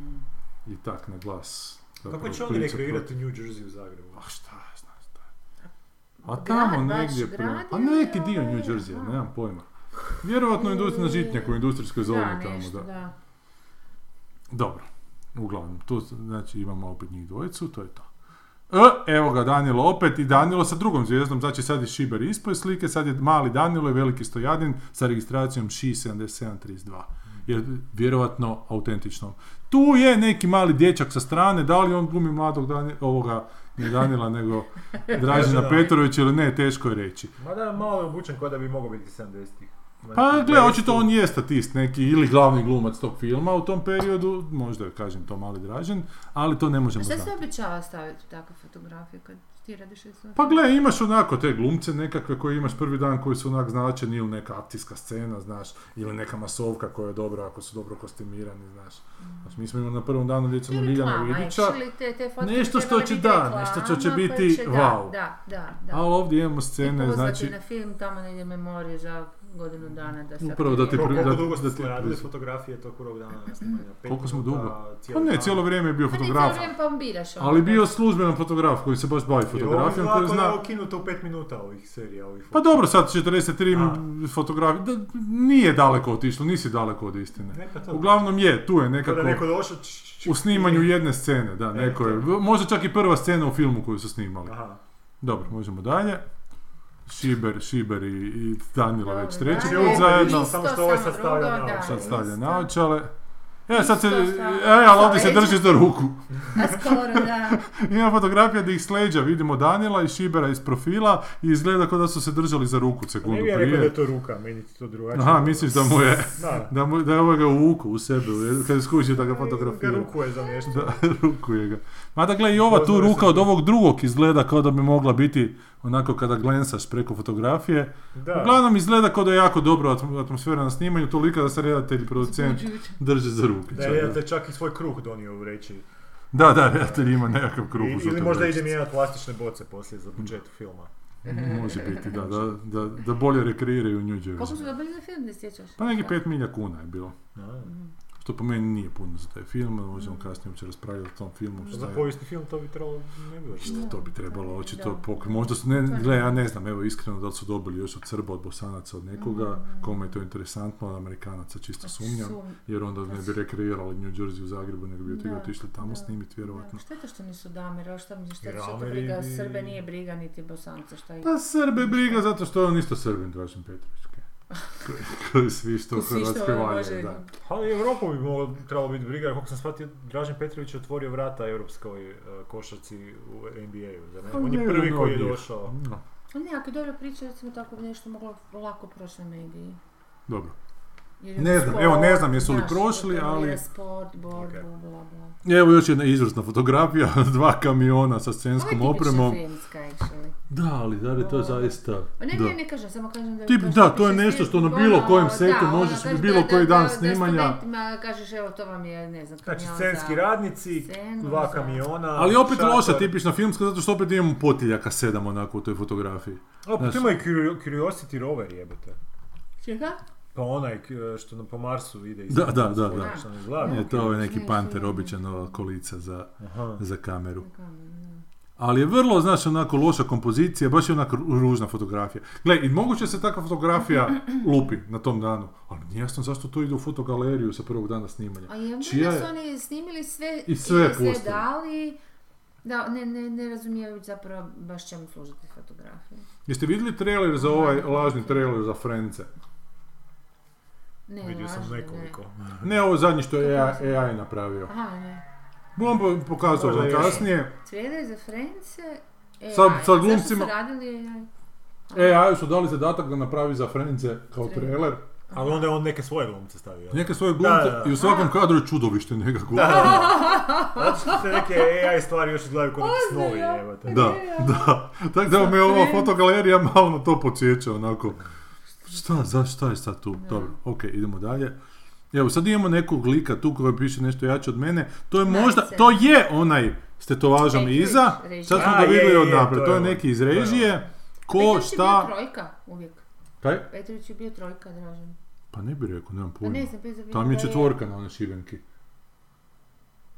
[SPEAKER 1] I tak, na glas.
[SPEAKER 3] Kako
[SPEAKER 1] Zapravo
[SPEAKER 3] će oni
[SPEAKER 1] priča
[SPEAKER 3] rekreirati New Jersey u Zagrebu?
[SPEAKER 1] pro- A šta, ja znam šta. je. A tamo
[SPEAKER 2] Grad baš,
[SPEAKER 1] negdje
[SPEAKER 2] grad
[SPEAKER 1] prema... Pa
[SPEAKER 2] ili
[SPEAKER 1] neki dio
[SPEAKER 2] ovaj,
[SPEAKER 1] New Jersey,
[SPEAKER 2] aha.
[SPEAKER 1] nemam pojma. Vjerojatno industrijna žitnjaka u industrijskoj zoni
[SPEAKER 2] Da,
[SPEAKER 1] tamo,
[SPEAKER 2] nešto,
[SPEAKER 1] da.
[SPEAKER 2] da.
[SPEAKER 1] Dobro, uglavnom, tu znači imamo opet njih dvojicu, to je to. E, evo ga Danilo opet i Danilo sa drugom zvijezdom, znači sad je Šiber ispoj iz slike, sad je mali Danilo i veliki Stojadin sa registracijom Ši 7732. Jer vjerovatno autentično. Tu je neki mali dječak sa strane, da li on glumi mladog Dani, ovoga, ne Danila, nego Dražena Petrovića ili ne, teško je reći.
[SPEAKER 6] Mada malo je obučen kao da bi mogao biti 70-ih.
[SPEAKER 1] Pa gle, očito on je statist neki ili glavni glumac tog filma u tom periodu, možda je, kažem, to mali dražen, ali to ne možemo
[SPEAKER 2] A šta
[SPEAKER 1] znati.
[SPEAKER 2] se obećava staviti u takvu fotografiju kad ti radiš recimo?
[SPEAKER 1] Pa gle, imaš onako te glumce nekakve koje imaš prvi dan koji su onak značeni ili neka akcijska scena, znaš, ili neka masovka koja je dobra ako su dobro kostimirani, znaš. Znači, mi smo imali na prvom danu recimo
[SPEAKER 2] Mm. Ili
[SPEAKER 1] Miljana
[SPEAKER 2] reklama,
[SPEAKER 1] Vidića,
[SPEAKER 2] actually, te, te fotke
[SPEAKER 1] Nešto
[SPEAKER 2] bi
[SPEAKER 1] što
[SPEAKER 2] trebale
[SPEAKER 1] će-
[SPEAKER 2] biti
[SPEAKER 1] da,
[SPEAKER 2] reklama
[SPEAKER 1] nešto što će
[SPEAKER 2] koje
[SPEAKER 1] biti
[SPEAKER 2] da,
[SPEAKER 1] wow.
[SPEAKER 2] Da, da, da. E,
[SPEAKER 1] ali ovdje imamo
[SPEAKER 2] I
[SPEAKER 1] scene,
[SPEAKER 2] pozvati
[SPEAKER 1] znači,
[SPEAKER 2] na film tamo negdje memorije za godinu dana da se
[SPEAKER 1] Upravo da ti
[SPEAKER 2] aktivira.
[SPEAKER 1] pri-
[SPEAKER 3] Koliko
[SPEAKER 1] da-
[SPEAKER 3] dugo ste
[SPEAKER 1] da
[SPEAKER 3] se
[SPEAKER 1] ti
[SPEAKER 3] radili
[SPEAKER 1] priz-
[SPEAKER 3] fotografije tog prvog dana snimanja? Pet
[SPEAKER 1] Koliko smo
[SPEAKER 3] minuta,
[SPEAKER 1] dugo? pa
[SPEAKER 3] cijeli
[SPEAKER 1] ne,
[SPEAKER 3] dan?
[SPEAKER 1] cijelo vrijeme je bio
[SPEAKER 2] Pa ne,
[SPEAKER 1] fotograf,
[SPEAKER 2] cijelo vrijeme pompiraš ono,
[SPEAKER 1] ali
[SPEAKER 2] da.
[SPEAKER 1] bio službeno fotograf koji se baš bavi
[SPEAKER 3] Jer ovo
[SPEAKER 1] fotografijom, koji
[SPEAKER 3] Ovo je
[SPEAKER 1] zna...
[SPEAKER 3] ovako ukinuto u pet minuta ovih serija, ovih
[SPEAKER 1] Pa
[SPEAKER 3] fotografija.
[SPEAKER 1] dobro, sad 43 fotografi, da, nije daleko otišlo, nisi daleko od istine.
[SPEAKER 3] Ne, pa to-
[SPEAKER 1] Uglavnom je, tu je
[SPEAKER 3] Kao
[SPEAKER 1] nekako...
[SPEAKER 3] da je neko došao... č- č- č-
[SPEAKER 1] U snimanju jedne scene, da, neko je. Možda čak i prva scena u filmu koju su snimali.
[SPEAKER 3] Aha.
[SPEAKER 1] Dobro, možemo dalje. Šiber, Šiber i, i Danilo već
[SPEAKER 2] Dobro,
[SPEAKER 1] treći
[SPEAKER 2] dalje.
[SPEAKER 1] put
[SPEAKER 3] Ovo je
[SPEAKER 1] zajedno.
[SPEAKER 3] Samo što ovaj sad stavlja
[SPEAKER 2] drugo,
[SPEAKER 3] na
[SPEAKER 2] da.
[SPEAKER 1] Sad
[SPEAKER 3] Sad
[SPEAKER 1] stavlja
[SPEAKER 2] Isto.
[SPEAKER 1] naočale. E, sad se,
[SPEAKER 2] Isto sa-
[SPEAKER 1] e, ali ovdje
[SPEAKER 2] sa
[SPEAKER 1] se
[SPEAKER 2] leđa.
[SPEAKER 1] držiš za ruku.
[SPEAKER 2] A skoro, da.
[SPEAKER 1] Ima fotografija da ih s leđa vidimo Danila i Šibera iz profila i izgleda kao da su se držali za ruku
[SPEAKER 3] Pa Ne
[SPEAKER 1] sekundu
[SPEAKER 3] bih ja rekao da je
[SPEAKER 1] prije.
[SPEAKER 3] to ruka, meni je to drugačije.
[SPEAKER 1] Aha, misliš da mu je,
[SPEAKER 3] Da.
[SPEAKER 1] da, mu, da je ovaj ga uvuku u sebe, kad je skužio da ga fotografira.
[SPEAKER 3] Ruku je za nešto.
[SPEAKER 1] Da, rukuje ga. Mada gle, i ova tu
[SPEAKER 3] Pozdrav
[SPEAKER 1] ruka
[SPEAKER 3] se.
[SPEAKER 1] od ovog drugog izgleda kao da bi mogla biti onako kada glensaš preko fotografije.
[SPEAKER 3] Da.
[SPEAKER 1] Uglavnom izgleda kao da je jako dobro atm- atmosfera na snimanju, toliko da se redatelj i producent drže za ruke.
[SPEAKER 3] Znači- Da
[SPEAKER 1] čak,
[SPEAKER 3] je redatelj čak i svoj kruh donio u vreći.
[SPEAKER 1] Da, da, redatelj ima nekakav kruh. u
[SPEAKER 3] I, ili
[SPEAKER 1] žutoj
[SPEAKER 3] možda
[SPEAKER 1] vrećici.
[SPEAKER 3] ide mijenjati plastične boce poslije za budžet
[SPEAKER 1] Mm.
[SPEAKER 3] filma.
[SPEAKER 1] Može biti, da, da, da, da bolje rekreiraju New
[SPEAKER 3] Pa
[SPEAKER 2] Koliko su
[SPEAKER 1] Jersey.
[SPEAKER 2] dobili za film, ne sjećaš?
[SPEAKER 1] Pa neki 5 milja kuna je bilo.
[SPEAKER 3] A.
[SPEAKER 1] Što po meni nije puno za taj film, možemo kasnije uopće raspravljati o tom filmu. Šta
[SPEAKER 3] Za
[SPEAKER 1] je,
[SPEAKER 3] povijesni film to bi trebalo ne bi baš.
[SPEAKER 1] To bi trebalo očito
[SPEAKER 2] Da.
[SPEAKER 1] pok... Možda su, ne,
[SPEAKER 2] ne
[SPEAKER 1] gle, ja
[SPEAKER 2] znam.
[SPEAKER 1] ne znam, evo iskreno da li su dobili još od Srba, od Bosanaca, od nekoga,
[SPEAKER 2] Mhm.
[SPEAKER 1] kome je to interesantno, od Amerikanaca
[SPEAKER 2] Pa
[SPEAKER 1] čisto sumnjam, jer onda ne bi rekreirali New Jersey u Zagrebu, nego bi od toga
[SPEAKER 2] Da,
[SPEAKER 1] otišli tamo
[SPEAKER 2] da,
[SPEAKER 1] snimiti, vjerovatno.
[SPEAKER 2] Šta je to što nisu damera, šta mi šta
[SPEAKER 3] Jer
[SPEAKER 2] što to
[SPEAKER 3] Ameri
[SPEAKER 2] briga,
[SPEAKER 3] bi-
[SPEAKER 2] Srbe nije briga niti Bosanca, šta ih...
[SPEAKER 1] Pa Srbe briga zato što je on isto Srbin, Dražen Petrović. Koji- Koji svi što u
[SPEAKER 2] Svi što
[SPEAKER 1] Hrvatskoj
[SPEAKER 2] ono
[SPEAKER 1] valjaju,
[SPEAKER 2] može-
[SPEAKER 1] da.
[SPEAKER 3] Ali Europu Pa bi moglo, trebalo biti briga, jer koliko sam shvatio, Dražen Petrović je otvorio vrata europskoj eh, košarci u NBA-u. zar ne?
[SPEAKER 1] Pa
[SPEAKER 3] On je
[SPEAKER 1] ne,
[SPEAKER 3] prvi
[SPEAKER 1] on
[SPEAKER 3] koji je
[SPEAKER 1] odbije.
[SPEAKER 3] došao.
[SPEAKER 1] No,
[SPEAKER 2] Pa ne, ako je dobra priča, recimo tako bi nešto moglo lako proći na mediji.
[SPEAKER 1] Dobro.
[SPEAKER 2] Jer je
[SPEAKER 1] Ne znam, evo, ne znam jesu li
[SPEAKER 2] znaš,
[SPEAKER 1] prošli, ali-
[SPEAKER 2] je Sport, borbu,
[SPEAKER 3] Ok.
[SPEAKER 2] bla, bla.
[SPEAKER 1] Evo još jedna izvrsna fotografija, dva kamiona sa
[SPEAKER 2] Ovo je
[SPEAKER 1] scenskom
[SPEAKER 2] tipična
[SPEAKER 1] opremom.
[SPEAKER 2] filmska, actually.
[SPEAKER 1] Da, ali da li je to
[SPEAKER 2] Ovo.
[SPEAKER 1] zaista...
[SPEAKER 2] Pa ne,
[SPEAKER 1] Da.
[SPEAKER 2] ne, ne kažem, samo kažem da...
[SPEAKER 1] Ti-
[SPEAKER 2] to
[SPEAKER 1] da,
[SPEAKER 2] što
[SPEAKER 1] to je
[SPEAKER 2] piše
[SPEAKER 1] nešto što na
[SPEAKER 2] svi-
[SPEAKER 1] bilo
[SPEAKER 2] ono,
[SPEAKER 1] kojem setu
[SPEAKER 2] da, ono,
[SPEAKER 1] možeš
[SPEAKER 2] kažeš
[SPEAKER 1] bilo
[SPEAKER 2] da-
[SPEAKER 1] koji
[SPEAKER 2] da-
[SPEAKER 1] dan
[SPEAKER 2] da-
[SPEAKER 1] snimanja.
[SPEAKER 2] Da studentima kažeš, evo, to vam je, ne znam,
[SPEAKER 3] Znači,
[SPEAKER 2] kamion
[SPEAKER 3] scenski
[SPEAKER 2] za-
[SPEAKER 3] radnici,
[SPEAKER 2] scenu,
[SPEAKER 3] dva
[SPEAKER 2] za-
[SPEAKER 3] kamiona.
[SPEAKER 1] Ali opet
[SPEAKER 3] šator.
[SPEAKER 1] loša tipična filmska, zato što opet imamo potiljaka sedam onako u toj fotografiji.
[SPEAKER 3] Opet
[SPEAKER 1] Znaš.
[SPEAKER 3] ima i Curio- Curiosity rover jebote.
[SPEAKER 2] Čega?
[SPEAKER 3] Pa onaj eh, što nam po Marsu ide iz...
[SPEAKER 1] Da,
[SPEAKER 3] ono,
[SPEAKER 1] da, da, da.
[SPEAKER 3] Što nam izgleda.
[SPEAKER 1] Je, to je neki
[SPEAKER 2] Ne,
[SPEAKER 1] panter,
[SPEAKER 2] ne.
[SPEAKER 1] običan ova kolica za,
[SPEAKER 3] Aha.
[SPEAKER 1] za kameru.
[SPEAKER 2] Za kamen, da.
[SPEAKER 1] Ali je vrlo, znaš, onako loša kompozicija, baš je onako ru- ružna fotografija. Gle, i moguće se takva fotografija lupi na tom danu, ali nije jasno zašto to ide u fotogaleriju sa prvog dana snimanja.
[SPEAKER 2] A je
[SPEAKER 1] Čija
[SPEAKER 2] onda su
[SPEAKER 1] je-
[SPEAKER 2] oni snimili sve
[SPEAKER 1] I sve pustili.
[SPEAKER 2] dali, da, ne, ne, ne razumijevaju zapravo baš čemu služiti fotografije.
[SPEAKER 1] Jeste vidjeli trailer za ovaj lažni trailer za Frence?
[SPEAKER 2] Ne,
[SPEAKER 3] Vidio sam
[SPEAKER 2] lažno, ne.
[SPEAKER 3] nekoliko.
[SPEAKER 1] Ne ovo zadnji što je AI, AI napravio.
[SPEAKER 2] Aha, ne.
[SPEAKER 1] Bom po- pokazao
[SPEAKER 3] Možda
[SPEAKER 1] vam
[SPEAKER 3] još.
[SPEAKER 1] kasnije.
[SPEAKER 2] Trailer za Frence, e,
[SPEAKER 1] Sa-
[SPEAKER 2] aj,
[SPEAKER 1] sa
[SPEAKER 2] zašto
[SPEAKER 1] glumcima-
[SPEAKER 2] su radili, e, aj,
[SPEAKER 1] E, AI su dali zadatak da napravi za Frence kao
[SPEAKER 2] Trailer.
[SPEAKER 1] trailer.
[SPEAKER 3] Ali onda je on neke svoje glumce stavio.
[SPEAKER 1] Neke svoje glumce
[SPEAKER 3] Da, da, da.
[SPEAKER 1] i u svakom kadru je čudovište nekako.
[SPEAKER 3] Zato što se neke AI stvari još izgledaju kao neki snovi,
[SPEAKER 2] Ozbiljno?
[SPEAKER 3] evo te.
[SPEAKER 1] Da, da. Tako da me ova fotogalerija malo na to podsjeća, onako. Šta, za šta je sad tu? Dobro, ok, idemo dalje. Evo, sad imamo nekog lika tu koji piše nešto jače od mene. To je možda,
[SPEAKER 2] Nice.
[SPEAKER 1] to je onaj s tetovažom
[SPEAKER 2] Režim,
[SPEAKER 1] iza.
[SPEAKER 2] režim.
[SPEAKER 1] Sad smo
[SPEAKER 3] A,
[SPEAKER 1] ga
[SPEAKER 3] je,
[SPEAKER 1] vidjeli
[SPEAKER 3] je,
[SPEAKER 1] od
[SPEAKER 3] je,
[SPEAKER 1] naprijed.
[SPEAKER 3] to
[SPEAKER 1] To je
[SPEAKER 3] je ovaj. on,
[SPEAKER 1] neki iz
[SPEAKER 3] to je on.
[SPEAKER 1] režije.
[SPEAKER 3] ovaj.
[SPEAKER 1] Ko,
[SPEAKER 2] Petrović je bio
[SPEAKER 1] šta...
[SPEAKER 2] trojka uvijek.
[SPEAKER 1] Kaj?
[SPEAKER 2] Petrović je bio trojka, Dražen.
[SPEAKER 1] Pa ne bi rekao, nemam
[SPEAKER 2] Pa
[SPEAKER 1] pojma.
[SPEAKER 2] ne znam, Petrović
[SPEAKER 1] Tam je
[SPEAKER 2] da
[SPEAKER 1] četvorka na onoj šibenki.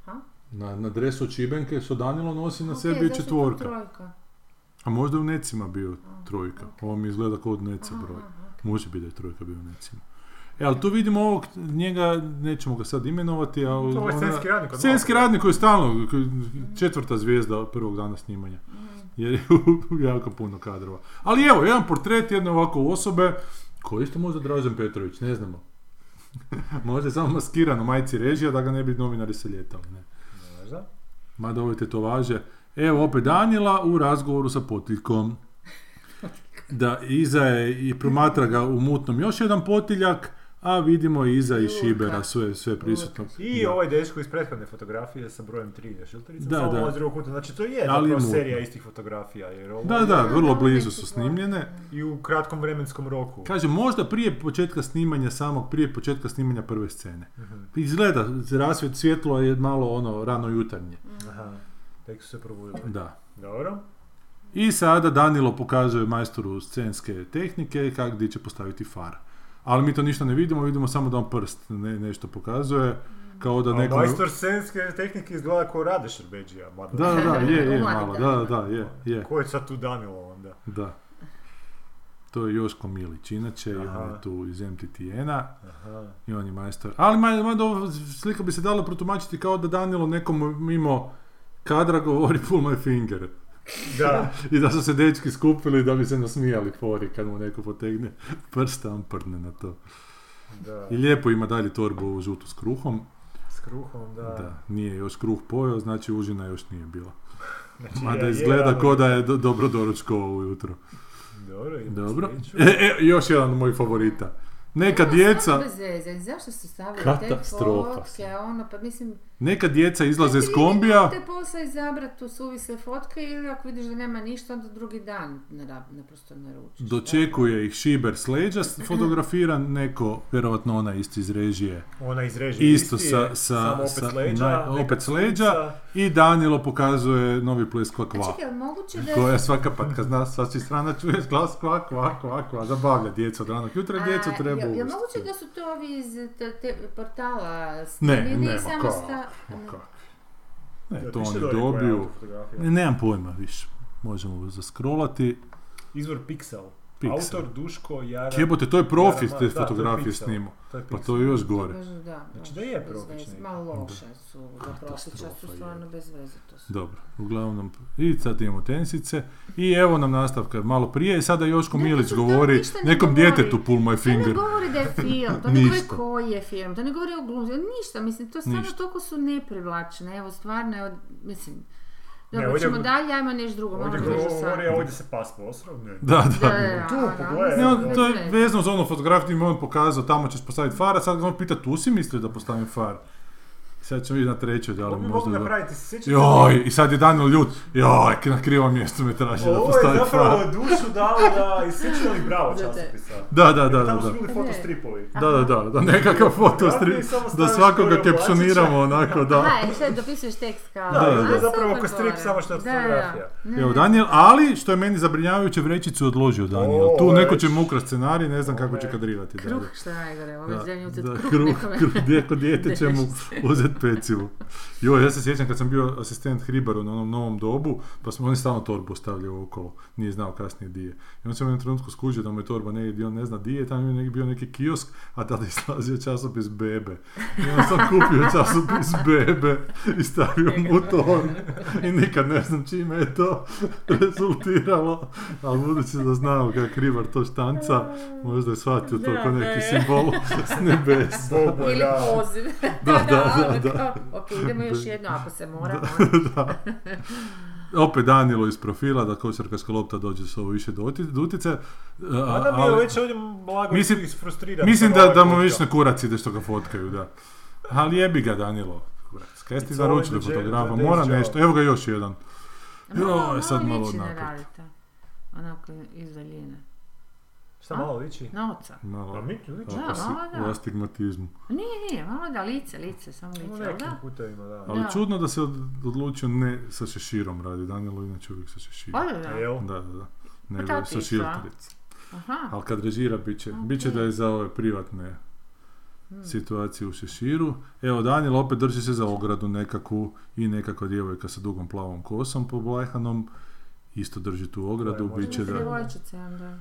[SPEAKER 2] Ha?
[SPEAKER 1] Na, na dresu od šibenke što Danilo nosi na
[SPEAKER 2] Ok,
[SPEAKER 1] sebi je
[SPEAKER 2] zašto
[SPEAKER 1] četvorka.
[SPEAKER 2] trojka?
[SPEAKER 1] A možda je u Necima bio trojka.
[SPEAKER 2] ok.
[SPEAKER 1] Ovo mi izgleda kao od Neca
[SPEAKER 2] Aha,
[SPEAKER 1] broj.
[SPEAKER 2] aha, ok.
[SPEAKER 1] Može biti da je trojka bio u Necima. E, ali tu vidimo ovog, njega, nećemo ga sad imenovati, ali...
[SPEAKER 6] To je
[SPEAKER 2] ovaj
[SPEAKER 1] ona-
[SPEAKER 6] scenski radnik. od
[SPEAKER 1] Scenski
[SPEAKER 6] Novaka.
[SPEAKER 1] radnik koji je stalno, koji- četvrta zvijezda od prvog dana snimanja.
[SPEAKER 2] Mhm.
[SPEAKER 1] Jer je u- jako puno kadrova. Ali evo, jedan portret jedne ovako osobe, koji je isto možda Dražen Petrović, ne znamo. možda je samo maskiran u majici režija da ga ne bi novinari se ljetali, ne.
[SPEAKER 6] Možda.
[SPEAKER 1] Mada ove tetovaže. Evo opet Danila u razgovoru sa potiljkom. Da, iza je i promatra ga u mutnom još jedan potiljak, a vidimo i iza i
[SPEAKER 2] Ljulka.
[SPEAKER 1] Šibera sve, sve prisutno.
[SPEAKER 6] I
[SPEAKER 1] Da.
[SPEAKER 6] ovaj dečko iz prethodne fotografije sa brojem 3 je šilterica,
[SPEAKER 1] Da,
[SPEAKER 6] samo
[SPEAKER 1] da.
[SPEAKER 6] ovo iz drugog kuta. Znači to je
[SPEAKER 1] Ali
[SPEAKER 6] zapravo
[SPEAKER 1] mutno.
[SPEAKER 6] serija istih fotografija. Jer ovo
[SPEAKER 1] Da, da, vrlo
[SPEAKER 2] da,
[SPEAKER 1] blizu
[SPEAKER 2] neki
[SPEAKER 1] su
[SPEAKER 2] dvor.
[SPEAKER 1] snimljene.
[SPEAKER 6] I u kratkom vremenskom roku.
[SPEAKER 1] Kaže, možda prije početka snimanja samog, prije početka snimanja prve scene.
[SPEAKER 6] Mhm.
[SPEAKER 1] Izgleda, rasvjet svjetlo je malo ono, rano jutarnje.
[SPEAKER 6] Aha. Tek su se probudili.
[SPEAKER 1] Da.
[SPEAKER 6] Dobro.
[SPEAKER 1] I sada Danilo pokazuje majstoru scenske tehnike kako gdje će postaviti far. Ali mi to ništa ne vidimo, vidimo samo da on prst ne- nešto pokazuje. Kao da
[SPEAKER 6] A
[SPEAKER 1] neko...
[SPEAKER 6] Majstor scenske tehnike izgleda kao Rade Šerbeđija. mada-
[SPEAKER 1] Da, da, da, je, je,
[SPEAKER 2] U
[SPEAKER 1] malo,
[SPEAKER 2] mladim
[SPEAKER 1] da, da, da, je, je,
[SPEAKER 6] Ko je sad tu Danilo onda?
[SPEAKER 1] da. To je Joško Milić, inače, i on
[SPEAKER 6] Aha.
[SPEAKER 1] je tu iz MTTN-a
[SPEAKER 6] Aha.
[SPEAKER 1] i on je majstor. Ali maj- mada ovo slika bi se dala protumačiti kao da Danilo nekom mimo kadra govori pull my finger.
[SPEAKER 6] Da.
[SPEAKER 1] I da su se dečki skupili da bi se nasmijali fori kad mu neko potegne prsta, on prdne na to.
[SPEAKER 6] Da,
[SPEAKER 1] I lijepo ima dalje torbu ovu žutu s kruhom.
[SPEAKER 6] s kruhom, da.
[SPEAKER 1] Da, nije još kruh pojeo, znači užina još nije bila.
[SPEAKER 6] Znači,
[SPEAKER 1] Mada
[SPEAKER 6] je- je,
[SPEAKER 1] izgleda
[SPEAKER 6] ali-
[SPEAKER 1] ko da je do- dobro doručko ujutro.
[SPEAKER 6] Dobro, idemo
[SPEAKER 1] Dobro.
[SPEAKER 6] sljedeću.
[SPEAKER 1] E, e, još jedan od mojih favorita. Neka djeca,
[SPEAKER 2] Stvarno bez veze, zašto su stavili
[SPEAKER 1] Katastrofa.
[SPEAKER 2] te fotke, ono, pa mislim...
[SPEAKER 1] neka djeca izlaze iz
[SPEAKER 2] Tri
[SPEAKER 1] kombija.
[SPEAKER 2] minute posla izabrat tu suvisle fotke ili ako vidiš da nema ništa, onda drugi dan nara- naprosto naručiš.
[SPEAKER 1] Dočekuje ih Šiber s leđa, s- fotografiran neko, vjerovatno ona isti iz režije.
[SPEAKER 6] Ona iz režije
[SPEAKER 1] Isto
[SPEAKER 6] isti
[SPEAKER 1] sa,
[SPEAKER 6] je,
[SPEAKER 1] sa,
[SPEAKER 6] samo opet
[SPEAKER 1] sa
[SPEAKER 6] s leđa,
[SPEAKER 1] naj-
[SPEAKER 6] neka
[SPEAKER 1] opet s
[SPEAKER 6] klica.
[SPEAKER 1] leđa i Danilo pokazuje novi ples kva
[SPEAKER 2] A
[SPEAKER 1] kva.
[SPEAKER 2] Pa čekaj, jel moguće Znači, da je...
[SPEAKER 1] Koja svaka pat kad nas sa svih strana čuješ glas kva kva kva kva zabavlja djecu od ranog jutra,
[SPEAKER 2] A,
[SPEAKER 1] djecu treba
[SPEAKER 2] jel- jel
[SPEAKER 1] uvesti.
[SPEAKER 2] moguće da su to ovi iz te, te- portala
[SPEAKER 1] Ne,
[SPEAKER 2] snimili i
[SPEAKER 1] nema
[SPEAKER 2] samo
[SPEAKER 1] kako.
[SPEAKER 2] sta-
[SPEAKER 1] Ma kak.
[SPEAKER 6] Da,
[SPEAKER 1] Ne, E, to
[SPEAKER 6] piše
[SPEAKER 1] oni
[SPEAKER 6] dolje koja je
[SPEAKER 1] dobiju.
[SPEAKER 6] autofotografija.
[SPEAKER 1] Ne, nemam pojma više. Možemo zaskrolati.
[SPEAKER 6] Izvor Pixel.
[SPEAKER 1] Pixel.
[SPEAKER 6] Autor Duško Jaran.
[SPEAKER 1] Jebote, to je profi
[SPEAKER 6] Jaran-
[SPEAKER 1] te
[SPEAKER 6] da, to je
[SPEAKER 1] fotografije
[SPEAKER 6] Pixel.
[SPEAKER 1] snimao.
[SPEAKER 6] To je
[SPEAKER 1] Pa
[SPEAKER 6] Pixel.
[SPEAKER 1] to je još gore.
[SPEAKER 2] Kažu da,
[SPEAKER 6] Znači
[SPEAKER 2] da,
[SPEAKER 6] da je
[SPEAKER 2] bez
[SPEAKER 6] profić
[SPEAKER 2] veze.
[SPEAKER 6] neki.
[SPEAKER 2] Malo loše su, za profića su
[SPEAKER 1] Katastrofa je.
[SPEAKER 2] stvarno bez veze to su.
[SPEAKER 1] Dobro, uglavnom, i sad imamo tenisice. I evo nam nastavka malo prije. I sada Joško
[SPEAKER 2] Da,
[SPEAKER 1] Milić
[SPEAKER 2] zato što
[SPEAKER 1] govori
[SPEAKER 2] ništa ne
[SPEAKER 1] nekom
[SPEAKER 2] govori.
[SPEAKER 1] djetetu pull my
[SPEAKER 2] To ne
[SPEAKER 1] finger.
[SPEAKER 2] govori da je film, to ne govori
[SPEAKER 1] Ništa.
[SPEAKER 2] koji je film, to ne govori o glumci, ništa, mislim, to stvarno
[SPEAKER 1] Ništa.
[SPEAKER 2] toliko su neprivlačne, evo, stvarno, evo, mislim, dobro,
[SPEAKER 6] ovdje-
[SPEAKER 2] ćemo dalje, ajmo nešto drugo, malo
[SPEAKER 6] Ovdje
[SPEAKER 2] nešto
[SPEAKER 6] govori,
[SPEAKER 2] sad.
[SPEAKER 6] a ovdje se pas posrao, ne.
[SPEAKER 1] Da,
[SPEAKER 2] Da,
[SPEAKER 1] da.
[SPEAKER 2] da, da,
[SPEAKER 6] Tu,
[SPEAKER 2] da,
[SPEAKER 6] pogledaj.
[SPEAKER 1] Ne, on-
[SPEAKER 6] Bez
[SPEAKER 1] to je
[SPEAKER 2] veze.
[SPEAKER 1] vezano za ono fotografiju, on pokazao tamo ćeš postaviti fara, sad ga on pita tu si mislio da postavim far. Sad ćemo vidjeti na trećoj, da li
[SPEAKER 6] Ovo bi
[SPEAKER 1] možda...
[SPEAKER 6] mogli
[SPEAKER 1] da-
[SPEAKER 6] napraviti, se sjećate?
[SPEAKER 1] Joj, i sad je Danilo ljut, joj, na krivom mjestu me traži da
[SPEAKER 6] Ovo je
[SPEAKER 1] postavim
[SPEAKER 6] zapravo
[SPEAKER 1] far.
[SPEAKER 6] dušu dao da isječio li bravo
[SPEAKER 2] Da te-
[SPEAKER 6] časopisa.
[SPEAKER 1] Da, da, da, da.
[SPEAKER 6] Tamo su
[SPEAKER 1] da.
[SPEAKER 6] bili fotostripovi.
[SPEAKER 1] Da, da, da, da nekakav fotostrip,
[SPEAKER 6] Fotografije samo
[SPEAKER 1] da
[SPEAKER 6] staviš
[SPEAKER 1] svakoga
[SPEAKER 6] Bojan Vlačića.
[SPEAKER 1] kepšoniramo onako, da.
[SPEAKER 2] Aha, i sad dopisuješ tekst kao...
[SPEAKER 6] Da,
[SPEAKER 1] Da,
[SPEAKER 6] da,
[SPEAKER 1] da.
[SPEAKER 6] je zapravo
[SPEAKER 2] super
[SPEAKER 6] ko strip,
[SPEAKER 2] gore.
[SPEAKER 6] samo što je
[SPEAKER 2] Da, da, da.
[SPEAKER 6] fotografija.
[SPEAKER 2] Ne,
[SPEAKER 1] Evo
[SPEAKER 2] ne.
[SPEAKER 1] Daniel, ali što je meni zabrinjavajuće vrećicu odložio Daniel.
[SPEAKER 6] O,
[SPEAKER 1] Tu neko
[SPEAKER 6] već.
[SPEAKER 1] će mu ukrast scenarij, ne znam kako
[SPEAKER 6] je.
[SPEAKER 1] će kadrirati dalje.
[SPEAKER 2] Kruh, što je najgore, ove zemlje uzeti
[SPEAKER 1] da,
[SPEAKER 2] kruh,
[SPEAKER 1] kruh,
[SPEAKER 2] nekome.
[SPEAKER 1] kruh, dje- ko dijete će mu
[SPEAKER 2] Drežice.
[SPEAKER 1] uzeti pecivu. Joj, ja se sjećam kad sam bio asistent Hribaru na onom novom dobu, pa smo oni stalno torbu stavljali okolo, nije znao kasnije di je. I on se u jednom trenutku skužio da mu je torba negdje, gdje on ne zna di je, tamo je neki- bio neki kiosk, a tada je slazio časopis Bebe. I onda sam kupio časopis Bebe i stavio mu to. I nikad ne znam čime je to rezultiralo, ali budući da znao kak Hribar to štanca, možda je shvatio to
[SPEAKER 2] Da,
[SPEAKER 1] kao
[SPEAKER 2] da
[SPEAKER 1] neki
[SPEAKER 2] je.
[SPEAKER 1] simbol s nebesa.
[SPEAKER 6] Bobo,
[SPEAKER 2] Ili
[SPEAKER 6] da.
[SPEAKER 2] poziv.
[SPEAKER 1] Da, da,
[SPEAKER 2] ono
[SPEAKER 1] da, da.
[SPEAKER 2] kao, Ok, idemo još jedno ako se mora.
[SPEAKER 1] Da. opet Danilo iz profila da košarkaška lopta dođe s ovo više do oti- do utice.
[SPEAKER 3] A da mi je već ovdje blago
[SPEAKER 1] Mislim-
[SPEAKER 3] mislim, isfrustriran.
[SPEAKER 1] Mislim
[SPEAKER 3] sa
[SPEAKER 1] da, da
[SPEAKER 3] ovaj
[SPEAKER 1] mu
[SPEAKER 3] puta.
[SPEAKER 1] već na kurac ide što ga fotkaju, da. Ali jebi ga Danilo. Kurac. Kaj
[SPEAKER 3] It's
[SPEAKER 1] ste
[SPEAKER 3] all
[SPEAKER 1] naručili
[SPEAKER 3] in the jail-
[SPEAKER 1] fotografa?
[SPEAKER 3] the day's
[SPEAKER 1] Mora
[SPEAKER 3] job.
[SPEAKER 1] nešto. Evo ga još jedan.
[SPEAKER 2] Malo-
[SPEAKER 1] Joj, sad malo
[SPEAKER 2] liči na Ono
[SPEAKER 1] napet.
[SPEAKER 2] Radeta. Onako iz daljine.
[SPEAKER 3] Šta malo liči?
[SPEAKER 2] Na oca.
[SPEAKER 3] Pa
[SPEAKER 1] Malo.
[SPEAKER 3] mi liči.
[SPEAKER 2] Da,
[SPEAKER 1] Ako si
[SPEAKER 2] malo
[SPEAKER 1] u
[SPEAKER 2] da.
[SPEAKER 1] astigmatizmu.
[SPEAKER 2] Nije, nije, malo da lice, lice, samo
[SPEAKER 3] U
[SPEAKER 2] lice, jel
[SPEAKER 3] nekim
[SPEAKER 2] da?
[SPEAKER 3] putovima, da.
[SPEAKER 1] Ali
[SPEAKER 2] Da.
[SPEAKER 1] čudno da se od- odlučio ne sa šeširom radi. Danilo inače uvijek sa šeširom.
[SPEAKER 2] Pa da, da.
[SPEAKER 3] Jel?
[SPEAKER 1] Da, da, da.
[SPEAKER 2] Pa
[SPEAKER 1] Nego
[SPEAKER 2] da,
[SPEAKER 1] sa
[SPEAKER 2] pipa.
[SPEAKER 1] šiltericom.
[SPEAKER 2] Aha.
[SPEAKER 1] Ali kad režira, bit će, bit će
[SPEAKER 2] Ok.
[SPEAKER 1] da je za ove privatne
[SPEAKER 2] Hmm.
[SPEAKER 1] situacije u šeširu. Evo, Danilo opet drži se za ogradu nekakvu i nekakva djevojka sa dugom plavom kosom po Blajhanom. Isto drži tu ogradu,
[SPEAKER 3] Koja je
[SPEAKER 1] bit će
[SPEAKER 2] Možda
[SPEAKER 1] da...
[SPEAKER 2] djevojčice onda.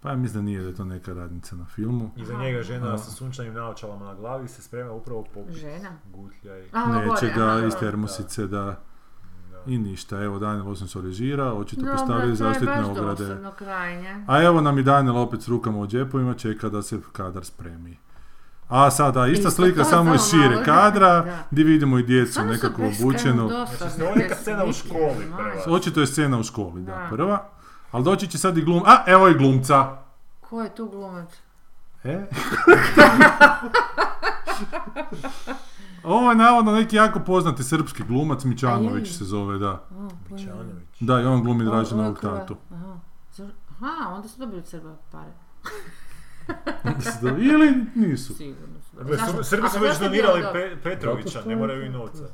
[SPEAKER 1] Pa ja mislim da nije da je to neka radnica na filmu.
[SPEAKER 3] Iza njega žena
[SPEAKER 1] Aha.
[SPEAKER 3] sa sunčanim naočalama na glavi se sprema upravo popiti.
[SPEAKER 2] Žena.
[SPEAKER 3] Gutlja i...
[SPEAKER 2] A,
[SPEAKER 1] Neće
[SPEAKER 2] gore, aha,
[SPEAKER 1] ga iz
[SPEAKER 2] da.
[SPEAKER 1] termosice da...
[SPEAKER 3] Da.
[SPEAKER 1] I ništa, evo Danilo osim se režira, očito
[SPEAKER 2] Dobro,
[SPEAKER 1] postavljaju
[SPEAKER 2] to je
[SPEAKER 1] zaštitne
[SPEAKER 2] baš
[SPEAKER 1] ograde.
[SPEAKER 2] dosadno krajnje.
[SPEAKER 1] A evo nam i Daniel opet s rukama u džepovima čeka da se kadar spremi. A sada ista
[SPEAKER 2] Isto
[SPEAKER 1] slika
[SPEAKER 2] to,
[SPEAKER 1] samo iz
[SPEAKER 2] samo malo,
[SPEAKER 1] šire
[SPEAKER 2] da,
[SPEAKER 1] kadra,
[SPEAKER 2] da.
[SPEAKER 1] gdje vidimo i djecu
[SPEAKER 2] Stvarno su
[SPEAKER 1] nekako
[SPEAKER 2] beskrajno
[SPEAKER 1] obučenu.
[SPEAKER 2] dosadne
[SPEAKER 3] Znači, ovo je neka
[SPEAKER 2] te
[SPEAKER 3] scena u
[SPEAKER 2] slike,
[SPEAKER 3] školi
[SPEAKER 2] ma.
[SPEAKER 3] prva.
[SPEAKER 1] Očito je scena u školi, da,
[SPEAKER 2] Da.
[SPEAKER 1] prva. Ali doći će sad i glum... A, evo i glumca!
[SPEAKER 2] Ko je tu glumac?
[SPEAKER 1] E? Ovo je navodno neki jako poznati srpski glumac,
[SPEAKER 2] A je
[SPEAKER 1] Mičanović
[SPEAKER 2] li?
[SPEAKER 1] se zove, da.
[SPEAKER 2] O, pa je.
[SPEAKER 3] Čanović.
[SPEAKER 1] Da, i on glumi
[SPEAKER 2] O,
[SPEAKER 1] Draženovog
[SPEAKER 2] ovo je
[SPEAKER 1] tatu.
[SPEAKER 2] Hrvat. Aha. Zar- Aha, onda su dobili od Srba pare.
[SPEAKER 1] Ili nisu.
[SPEAKER 2] Sigurno su.
[SPEAKER 3] Gle,
[SPEAKER 2] Zašto-
[SPEAKER 3] Srbi- Srbi
[SPEAKER 2] a
[SPEAKER 3] su
[SPEAKER 2] pa
[SPEAKER 3] već
[SPEAKER 2] zašto je
[SPEAKER 3] donirali
[SPEAKER 2] bilo do-
[SPEAKER 3] Pe- Petrovića, ne moraju i novca.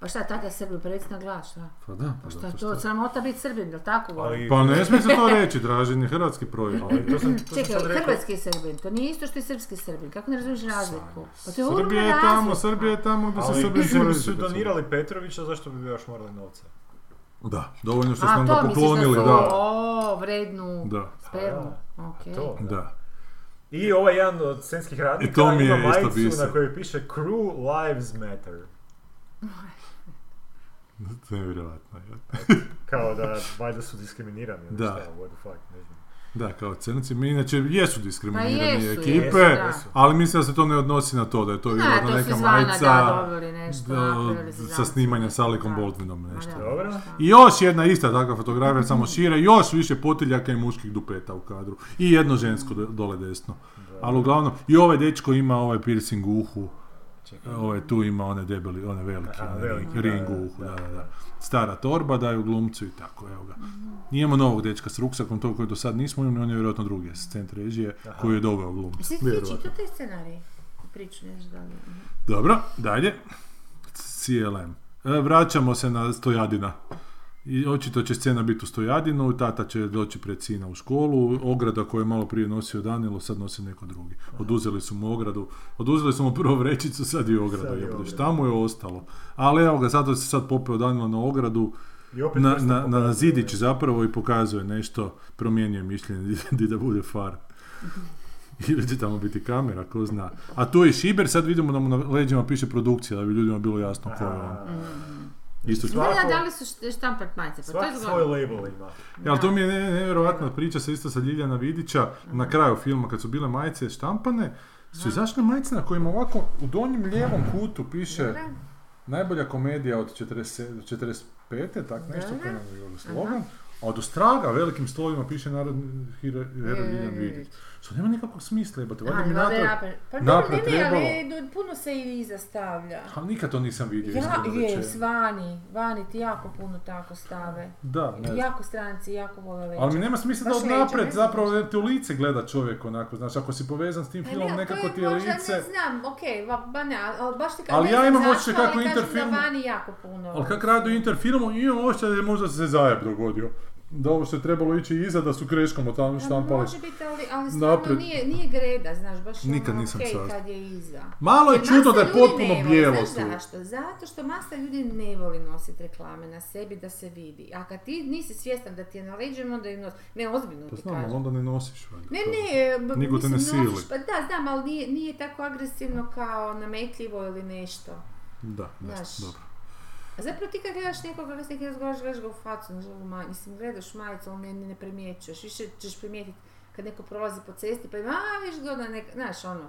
[SPEAKER 2] Pa šta, tada Srbi predsjedna glas, šta?
[SPEAKER 1] Pa da, pa
[SPEAKER 2] Pa šta
[SPEAKER 1] zato
[SPEAKER 2] je
[SPEAKER 1] što-
[SPEAKER 2] to, sramota biti Srbin, jel tako?
[SPEAKER 3] Ali,
[SPEAKER 1] Pa ne smije se to reći, Dražen je hrvatski projekt.
[SPEAKER 3] ali to sam, to sam sad
[SPEAKER 2] Čekaj,
[SPEAKER 3] rekao.
[SPEAKER 2] hrvatski Srbin, to nije isto što i srpski Srbin, kako ne razumiješ razliku? Pa to je
[SPEAKER 1] Srbija je
[SPEAKER 2] ogromna
[SPEAKER 1] tamo,
[SPEAKER 2] razlika.
[SPEAKER 1] Srbija je tamo gdje se
[SPEAKER 3] Ali
[SPEAKER 1] Srbi
[SPEAKER 3] Srbi su donirali Petrovića, zašto bi još morali novca?
[SPEAKER 1] Da, dovoljno što
[SPEAKER 2] A,
[SPEAKER 1] su nam
[SPEAKER 2] to
[SPEAKER 1] ga
[SPEAKER 2] misliš
[SPEAKER 1] poklonili,
[SPEAKER 2] da su,
[SPEAKER 1] da.
[SPEAKER 2] O, vrednu
[SPEAKER 1] Da,
[SPEAKER 2] spermu,
[SPEAKER 3] A,
[SPEAKER 2] okej.
[SPEAKER 3] To, da.
[SPEAKER 1] da.
[SPEAKER 3] I ovaj jedan od scenskih radnika
[SPEAKER 1] I to mi je
[SPEAKER 3] ima
[SPEAKER 1] isto
[SPEAKER 3] majicu
[SPEAKER 1] biser.
[SPEAKER 3] na kojoj piše Crew Lives Matter.
[SPEAKER 1] To je nevjerojatno. je.
[SPEAKER 3] Kao da valjda su diskriminirani. ili
[SPEAKER 1] Da.
[SPEAKER 3] šta, what the fuck, ne znam.
[SPEAKER 1] Da, kao crnci, mi inače jesu diskriminirani
[SPEAKER 2] Pa jesu,
[SPEAKER 1] ekipe,
[SPEAKER 2] jesu, da.
[SPEAKER 1] ali mislim da se to ne odnosi na to, da je to
[SPEAKER 2] Da,
[SPEAKER 1] vjerojatno
[SPEAKER 2] to su
[SPEAKER 1] neka
[SPEAKER 2] izvana, da,
[SPEAKER 1] majica
[SPEAKER 2] dobili nešto,
[SPEAKER 1] da,
[SPEAKER 2] napravili su
[SPEAKER 1] sa
[SPEAKER 2] zajedno.
[SPEAKER 1] snimanja sa Alikom
[SPEAKER 2] Da.
[SPEAKER 1] Baldwinom
[SPEAKER 2] Ma
[SPEAKER 1] nešto.
[SPEAKER 2] da,
[SPEAKER 3] Dobro.
[SPEAKER 2] šta.
[SPEAKER 1] I još jedna ista takva fotografija, samo šire, još više potiljaka i muških dupeta u kadru. I jedno žensko do- dole desno. Ali uglavnom, i ovaj dečko ima ovaj piercing u uhu.
[SPEAKER 3] Čekaj.
[SPEAKER 1] Ovaj tu ima one debeli, one veliki,
[SPEAKER 3] Aha,
[SPEAKER 1] onaj
[SPEAKER 3] veliki,
[SPEAKER 1] ring- ring
[SPEAKER 3] da,
[SPEAKER 1] u uhu,
[SPEAKER 3] da,
[SPEAKER 1] da, da,
[SPEAKER 3] da.
[SPEAKER 1] da. Stara torba, daju glumcu i tako, evo ga. Imamo novog dečka s ruksakom, to koji do sad nismo imali, on je vjerojatno drugi asistent režije,
[SPEAKER 3] Aha.
[SPEAKER 1] koji je doveo
[SPEAKER 2] A
[SPEAKER 1] glumcu.
[SPEAKER 2] Sad ti
[SPEAKER 1] vjerojatno.
[SPEAKER 2] čitao taj scenarij, priču, ne znam da li...
[SPEAKER 1] Dobro, dalje. CLM. E, vraćamo se na Stojadina. I očito će scena biti u Stojadinu, tata će doći pred sina u školu, ograda koju je malo prije nosio Danilo, sad nosi neko drugi. Oduzeli su mu ogradu, oduzeli su mu prvo vrećicu, sad i ogradu,
[SPEAKER 3] Sad i
[SPEAKER 1] jebote,
[SPEAKER 3] ogradu.
[SPEAKER 1] šta mu je ostalo. Ali evo ga, zato se sad popeo Danilo na ogradu,
[SPEAKER 3] I opet
[SPEAKER 1] na,
[SPEAKER 3] vrsta
[SPEAKER 1] na, na
[SPEAKER 3] pokazuje.
[SPEAKER 1] zidić zapravo i pokazuje nešto, promijenio je mišljenje di da bude far. Ili će tamo biti kamera, ko zna. A tu je Šiber, sad vidimo da mu na leđima piše produkcija, da bi ljudima bilo jasno ko je on.
[SPEAKER 3] Aha.
[SPEAKER 1] Isto
[SPEAKER 2] Ne
[SPEAKER 3] Svako-
[SPEAKER 2] znam da li su št- štampat majice, pa to je
[SPEAKER 3] Svaki svoj
[SPEAKER 2] zgodno.
[SPEAKER 3] label ima.
[SPEAKER 1] E, ali to mi je ne- nevjerojatna priča se isto sa Ljiljana Vidića. Na kraju filma kad su bile majice štampane, su izašle majice na kojima ovako u donjem lijevom kutu piše
[SPEAKER 2] Dobro.
[SPEAKER 1] najbolja komedija od 47 45. tak nešto, to
[SPEAKER 2] Dobro.
[SPEAKER 1] je nekakav slogan. A od ostraga velikim slovima piše narodni hero hero Ljiljana Vidić. Što nema nikakvog smisla, jebate, valjda
[SPEAKER 2] A,
[SPEAKER 1] mi
[SPEAKER 2] valjda je
[SPEAKER 1] natrag...
[SPEAKER 2] napred. Pa dobro,
[SPEAKER 1] napred
[SPEAKER 2] ne, ne, ali
[SPEAKER 1] trebalo.
[SPEAKER 2] do- puno se i iza stavlja.
[SPEAKER 1] Ha, nikad to nisam vidio,
[SPEAKER 2] Ja,
[SPEAKER 1] iskreno
[SPEAKER 2] je,
[SPEAKER 1] rečeno.
[SPEAKER 2] vani, vani ti jako puno tako stave.
[SPEAKER 1] Da, Pa ne znam.
[SPEAKER 2] Jako stranci, jako vole leđa.
[SPEAKER 1] Ali mi nema smisla da
[SPEAKER 2] Baš
[SPEAKER 1] od
[SPEAKER 2] leđa,
[SPEAKER 1] napred
[SPEAKER 2] ne znam
[SPEAKER 1] zapravo ti u lice gleda čovjek onako, znaš, ako si povezan s tim
[SPEAKER 2] Pa
[SPEAKER 1] filmom,
[SPEAKER 2] ne,
[SPEAKER 1] nekako
[SPEAKER 2] to je
[SPEAKER 1] ti je
[SPEAKER 2] možda, Ne
[SPEAKER 1] lice...
[SPEAKER 2] znam, okej, ba, ba ne, ali- ali baš ti
[SPEAKER 1] Ali
[SPEAKER 2] ne
[SPEAKER 1] ja
[SPEAKER 2] znam
[SPEAKER 1] imam
[SPEAKER 2] zašto,
[SPEAKER 1] osjećaj kako
[SPEAKER 2] ali kažem da
[SPEAKER 1] Interfilm-
[SPEAKER 2] vani jako puno.
[SPEAKER 1] Ali kak radi u Interfilmu, imam osjećaj da je možda se zajeb dogodio. Da ovo što je trebalo ići iza, da su kreškom od tamo
[SPEAKER 2] Pa
[SPEAKER 1] štampali.
[SPEAKER 2] Može biti, ali, ali stvarno
[SPEAKER 1] Naprijed.
[SPEAKER 2] nije, nije greda, znaš, baš
[SPEAKER 1] Nikad
[SPEAKER 2] ono,
[SPEAKER 1] nisam
[SPEAKER 2] okej
[SPEAKER 1] saznao.
[SPEAKER 2] kad je iza.
[SPEAKER 1] Malo je
[SPEAKER 2] Jer
[SPEAKER 1] čudno
[SPEAKER 2] E, masa
[SPEAKER 1] da je
[SPEAKER 2] ljudi
[SPEAKER 1] potpuno
[SPEAKER 2] ne voli,
[SPEAKER 1] bijelo tu.
[SPEAKER 2] Znaš zašto? Zato što masa ljudi ne voli nositi reklame na sebi da se vidi. A kad ti nisi svjestan da ti je na leđima, onda je nos... Ne, ozbiljno
[SPEAKER 1] Pa
[SPEAKER 2] ti
[SPEAKER 1] znam, ali
[SPEAKER 2] kažem.
[SPEAKER 1] onda ne nosiš. valjda
[SPEAKER 2] Ne,
[SPEAKER 1] to.
[SPEAKER 2] ne, b-
[SPEAKER 1] Niko te ne
[SPEAKER 2] mislim, nosiš-
[SPEAKER 1] sili.
[SPEAKER 2] Pa da, znam, ali nije, nije tako agresivno kao nametljivo ili nešto.
[SPEAKER 1] Da, ne
[SPEAKER 2] Znaš.
[SPEAKER 1] znam, dobro.
[SPEAKER 2] A zapravo ti kad gledaš nekoga, kad se neki razgovaraš, gledaš ga u facu, znaš, ovu maj- mislim, gledaš majicu, on ne, ne primjećuješ, više ćeš primijetiti kad neko prolazi po cesti, pa ima, a, viš ga, onda nek, znaš, ono.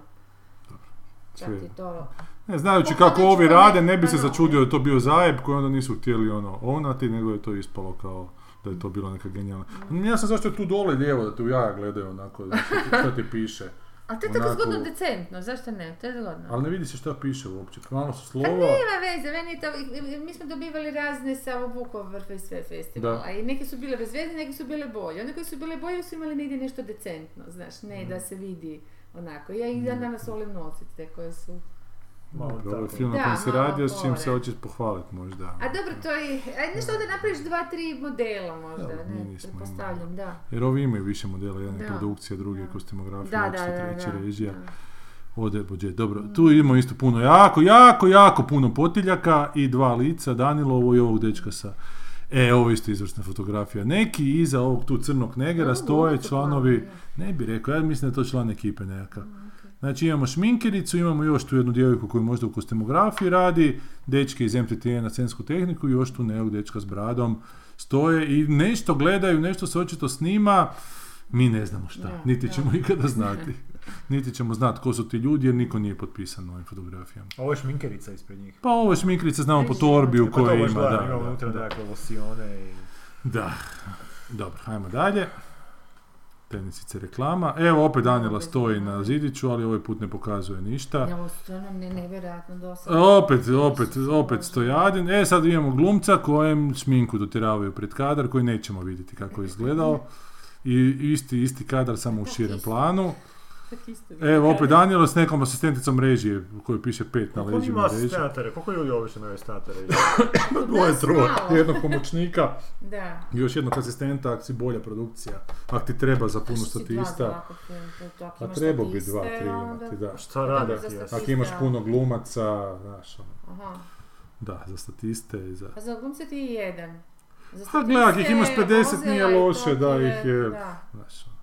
[SPEAKER 2] čak
[SPEAKER 1] Sve.
[SPEAKER 2] je to...
[SPEAKER 1] Ne, znajući
[SPEAKER 2] Pa,
[SPEAKER 1] kako
[SPEAKER 2] pa,
[SPEAKER 1] ovi
[SPEAKER 2] već
[SPEAKER 1] rade,
[SPEAKER 2] ono-
[SPEAKER 1] ne bi
[SPEAKER 2] pa
[SPEAKER 1] se
[SPEAKER 2] da.
[SPEAKER 1] začudio da je to bio zajeb koji onda nisu htjeli ono onati, nego je to ispalo kao da je to bila neka genijalna.
[SPEAKER 2] Mm.
[SPEAKER 1] Mm, Ja sam zašto je tu dole lijevo da te u jaja gledaju onako, znači, što ti piše.
[SPEAKER 2] Ali to je tako
[SPEAKER 1] Onako-
[SPEAKER 2] zgodno decentno, zašto ne? To je zgodno.
[SPEAKER 1] Ali ne vidi se šta piše uopće, malo su
[SPEAKER 2] Pa
[SPEAKER 1] slova.
[SPEAKER 2] nema veze, meni je to, i- i- mi smo dobivali razne sa ovog Vukovar i sve festivala.
[SPEAKER 1] Da.
[SPEAKER 2] I neke su bile bez veze, neke su bile bolje. One koje su bile bolje su imali negdje nešto decentno, znaš,
[SPEAKER 1] Mhm.
[SPEAKER 2] ne da se vidi onako. Ja i dan danas volim nositi te koje su...
[SPEAKER 3] Malo
[SPEAKER 1] Dobro,
[SPEAKER 3] tako.
[SPEAKER 1] film na
[SPEAKER 2] Da,
[SPEAKER 1] kojem se
[SPEAKER 2] malo
[SPEAKER 1] radio, s čim se
[SPEAKER 2] gore.
[SPEAKER 1] hoćeš pohvaliti možda.
[SPEAKER 2] A dobro, to je... Aj, nešto onda napraviš dva, tri modela možda,
[SPEAKER 1] Dobro, mi
[SPEAKER 2] ne?
[SPEAKER 1] nismo
[SPEAKER 2] Pretpostavljam, da.
[SPEAKER 1] Jer ovi imaju više modela, jedan je
[SPEAKER 2] Da.
[SPEAKER 1] produkcija, drugi je
[SPEAKER 2] Da.
[SPEAKER 1] kostimografija,
[SPEAKER 2] Da, da,
[SPEAKER 1] očito
[SPEAKER 2] da,
[SPEAKER 1] treći
[SPEAKER 2] da.
[SPEAKER 1] režija.
[SPEAKER 2] da.
[SPEAKER 1] Ode budžet. Dobro, tu imamo isto puno, jako, jako, jako puno potiljaka i dva lica, Danilovo i ovog dečka sa... E, ovo je isto izvrsna fotografija. Neki iza ovog tu crnog negera
[SPEAKER 2] Ovo, ovo
[SPEAKER 1] stoje
[SPEAKER 2] su
[SPEAKER 1] članovi,
[SPEAKER 2] planovi,
[SPEAKER 1] ne bi rekao, ja mislim da je to član ekipe nekakav. Znači imamo šminkericu, imamo još tu jednu djevojku koju možda u kostemografiji radi, dečke iz MTT na scensku tehniku i još tu nekog dečka s bradom stoje i nešto gledaju, nešto se očito snima, mi ne znamo šta,
[SPEAKER 2] Da,
[SPEAKER 1] niti
[SPEAKER 2] da.
[SPEAKER 1] ćemo ikada znati. Niti ćemo znati ko su ti ljudi jer niko nije potpisan na ovim fotografijama.
[SPEAKER 3] Ovo je šminkerica ispred njih.
[SPEAKER 1] Pa ovo je šminkerica, znamo po
[SPEAKER 2] Režim.
[SPEAKER 1] torbi u
[SPEAKER 2] E, pa
[SPEAKER 1] kojoj
[SPEAKER 3] baš
[SPEAKER 1] ima,
[SPEAKER 3] gledam,
[SPEAKER 1] da,
[SPEAKER 3] ima
[SPEAKER 1] da,
[SPEAKER 3] unutra
[SPEAKER 1] da.
[SPEAKER 3] nekakve losione i...
[SPEAKER 1] Da. Dobro, ajmo dalje. Tenisice reklama. Evo opet Danila stoji na zidiću, ali ovaj put ne pokazuje ništa.
[SPEAKER 2] Ja, ovo su stvarno ne, nevjerojatno dosadno.
[SPEAKER 1] E, Opet, opet, opet stojadin. E, sad imamo glumca kojem šminku dotiravaju pred kadar, koji nećemo vidjeti kako je izgledao. I isti, isti kadar, samo u širem planu.
[SPEAKER 2] Tako isto.
[SPEAKER 1] Evo, opet Danilo s nekom asistenticom režije, koju piše pet na
[SPEAKER 3] Koliko
[SPEAKER 1] leđima
[SPEAKER 3] ima
[SPEAKER 1] režije.
[SPEAKER 3] asistenata? Koliko ljudi obično imaju asistenata?
[SPEAKER 1] Dvoje,
[SPEAKER 2] Nas
[SPEAKER 1] troje.
[SPEAKER 2] malo.
[SPEAKER 1] Jednog pomoćnika,
[SPEAKER 2] Da.
[SPEAKER 1] i još jednog asistenta, ak si bolja produkcija. Ak ti treba za puno
[SPEAKER 2] Što si dva
[SPEAKER 1] statista.
[SPEAKER 2] ovako, to- to- ako
[SPEAKER 1] A
[SPEAKER 2] imaš
[SPEAKER 1] Pa trebao bi
[SPEAKER 2] statiste,
[SPEAKER 1] dva, tri
[SPEAKER 2] onda-
[SPEAKER 1] imati, da.
[SPEAKER 3] Šta
[SPEAKER 2] Dobro,
[SPEAKER 3] rade
[SPEAKER 2] za
[SPEAKER 3] ti?
[SPEAKER 2] statiste,
[SPEAKER 1] Ako imaš
[SPEAKER 2] ali-
[SPEAKER 1] puno glumaca, znaš, ono,
[SPEAKER 2] Aha.
[SPEAKER 1] da, za statiste i za...
[SPEAKER 2] A za glumce ti je jedan. Za
[SPEAKER 1] Ha, gledaj, ako ih
[SPEAKER 2] statiste,
[SPEAKER 1] imaš 50
[SPEAKER 2] Ozela
[SPEAKER 1] nije
[SPEAKER 2] i to
[SPEAKER 1] loše
[SPEAKER 2] ti
[SPEAKER 1] da ih je-
[SPEAKER 2] Da.
[SPEAKER 1] Znaš, ono,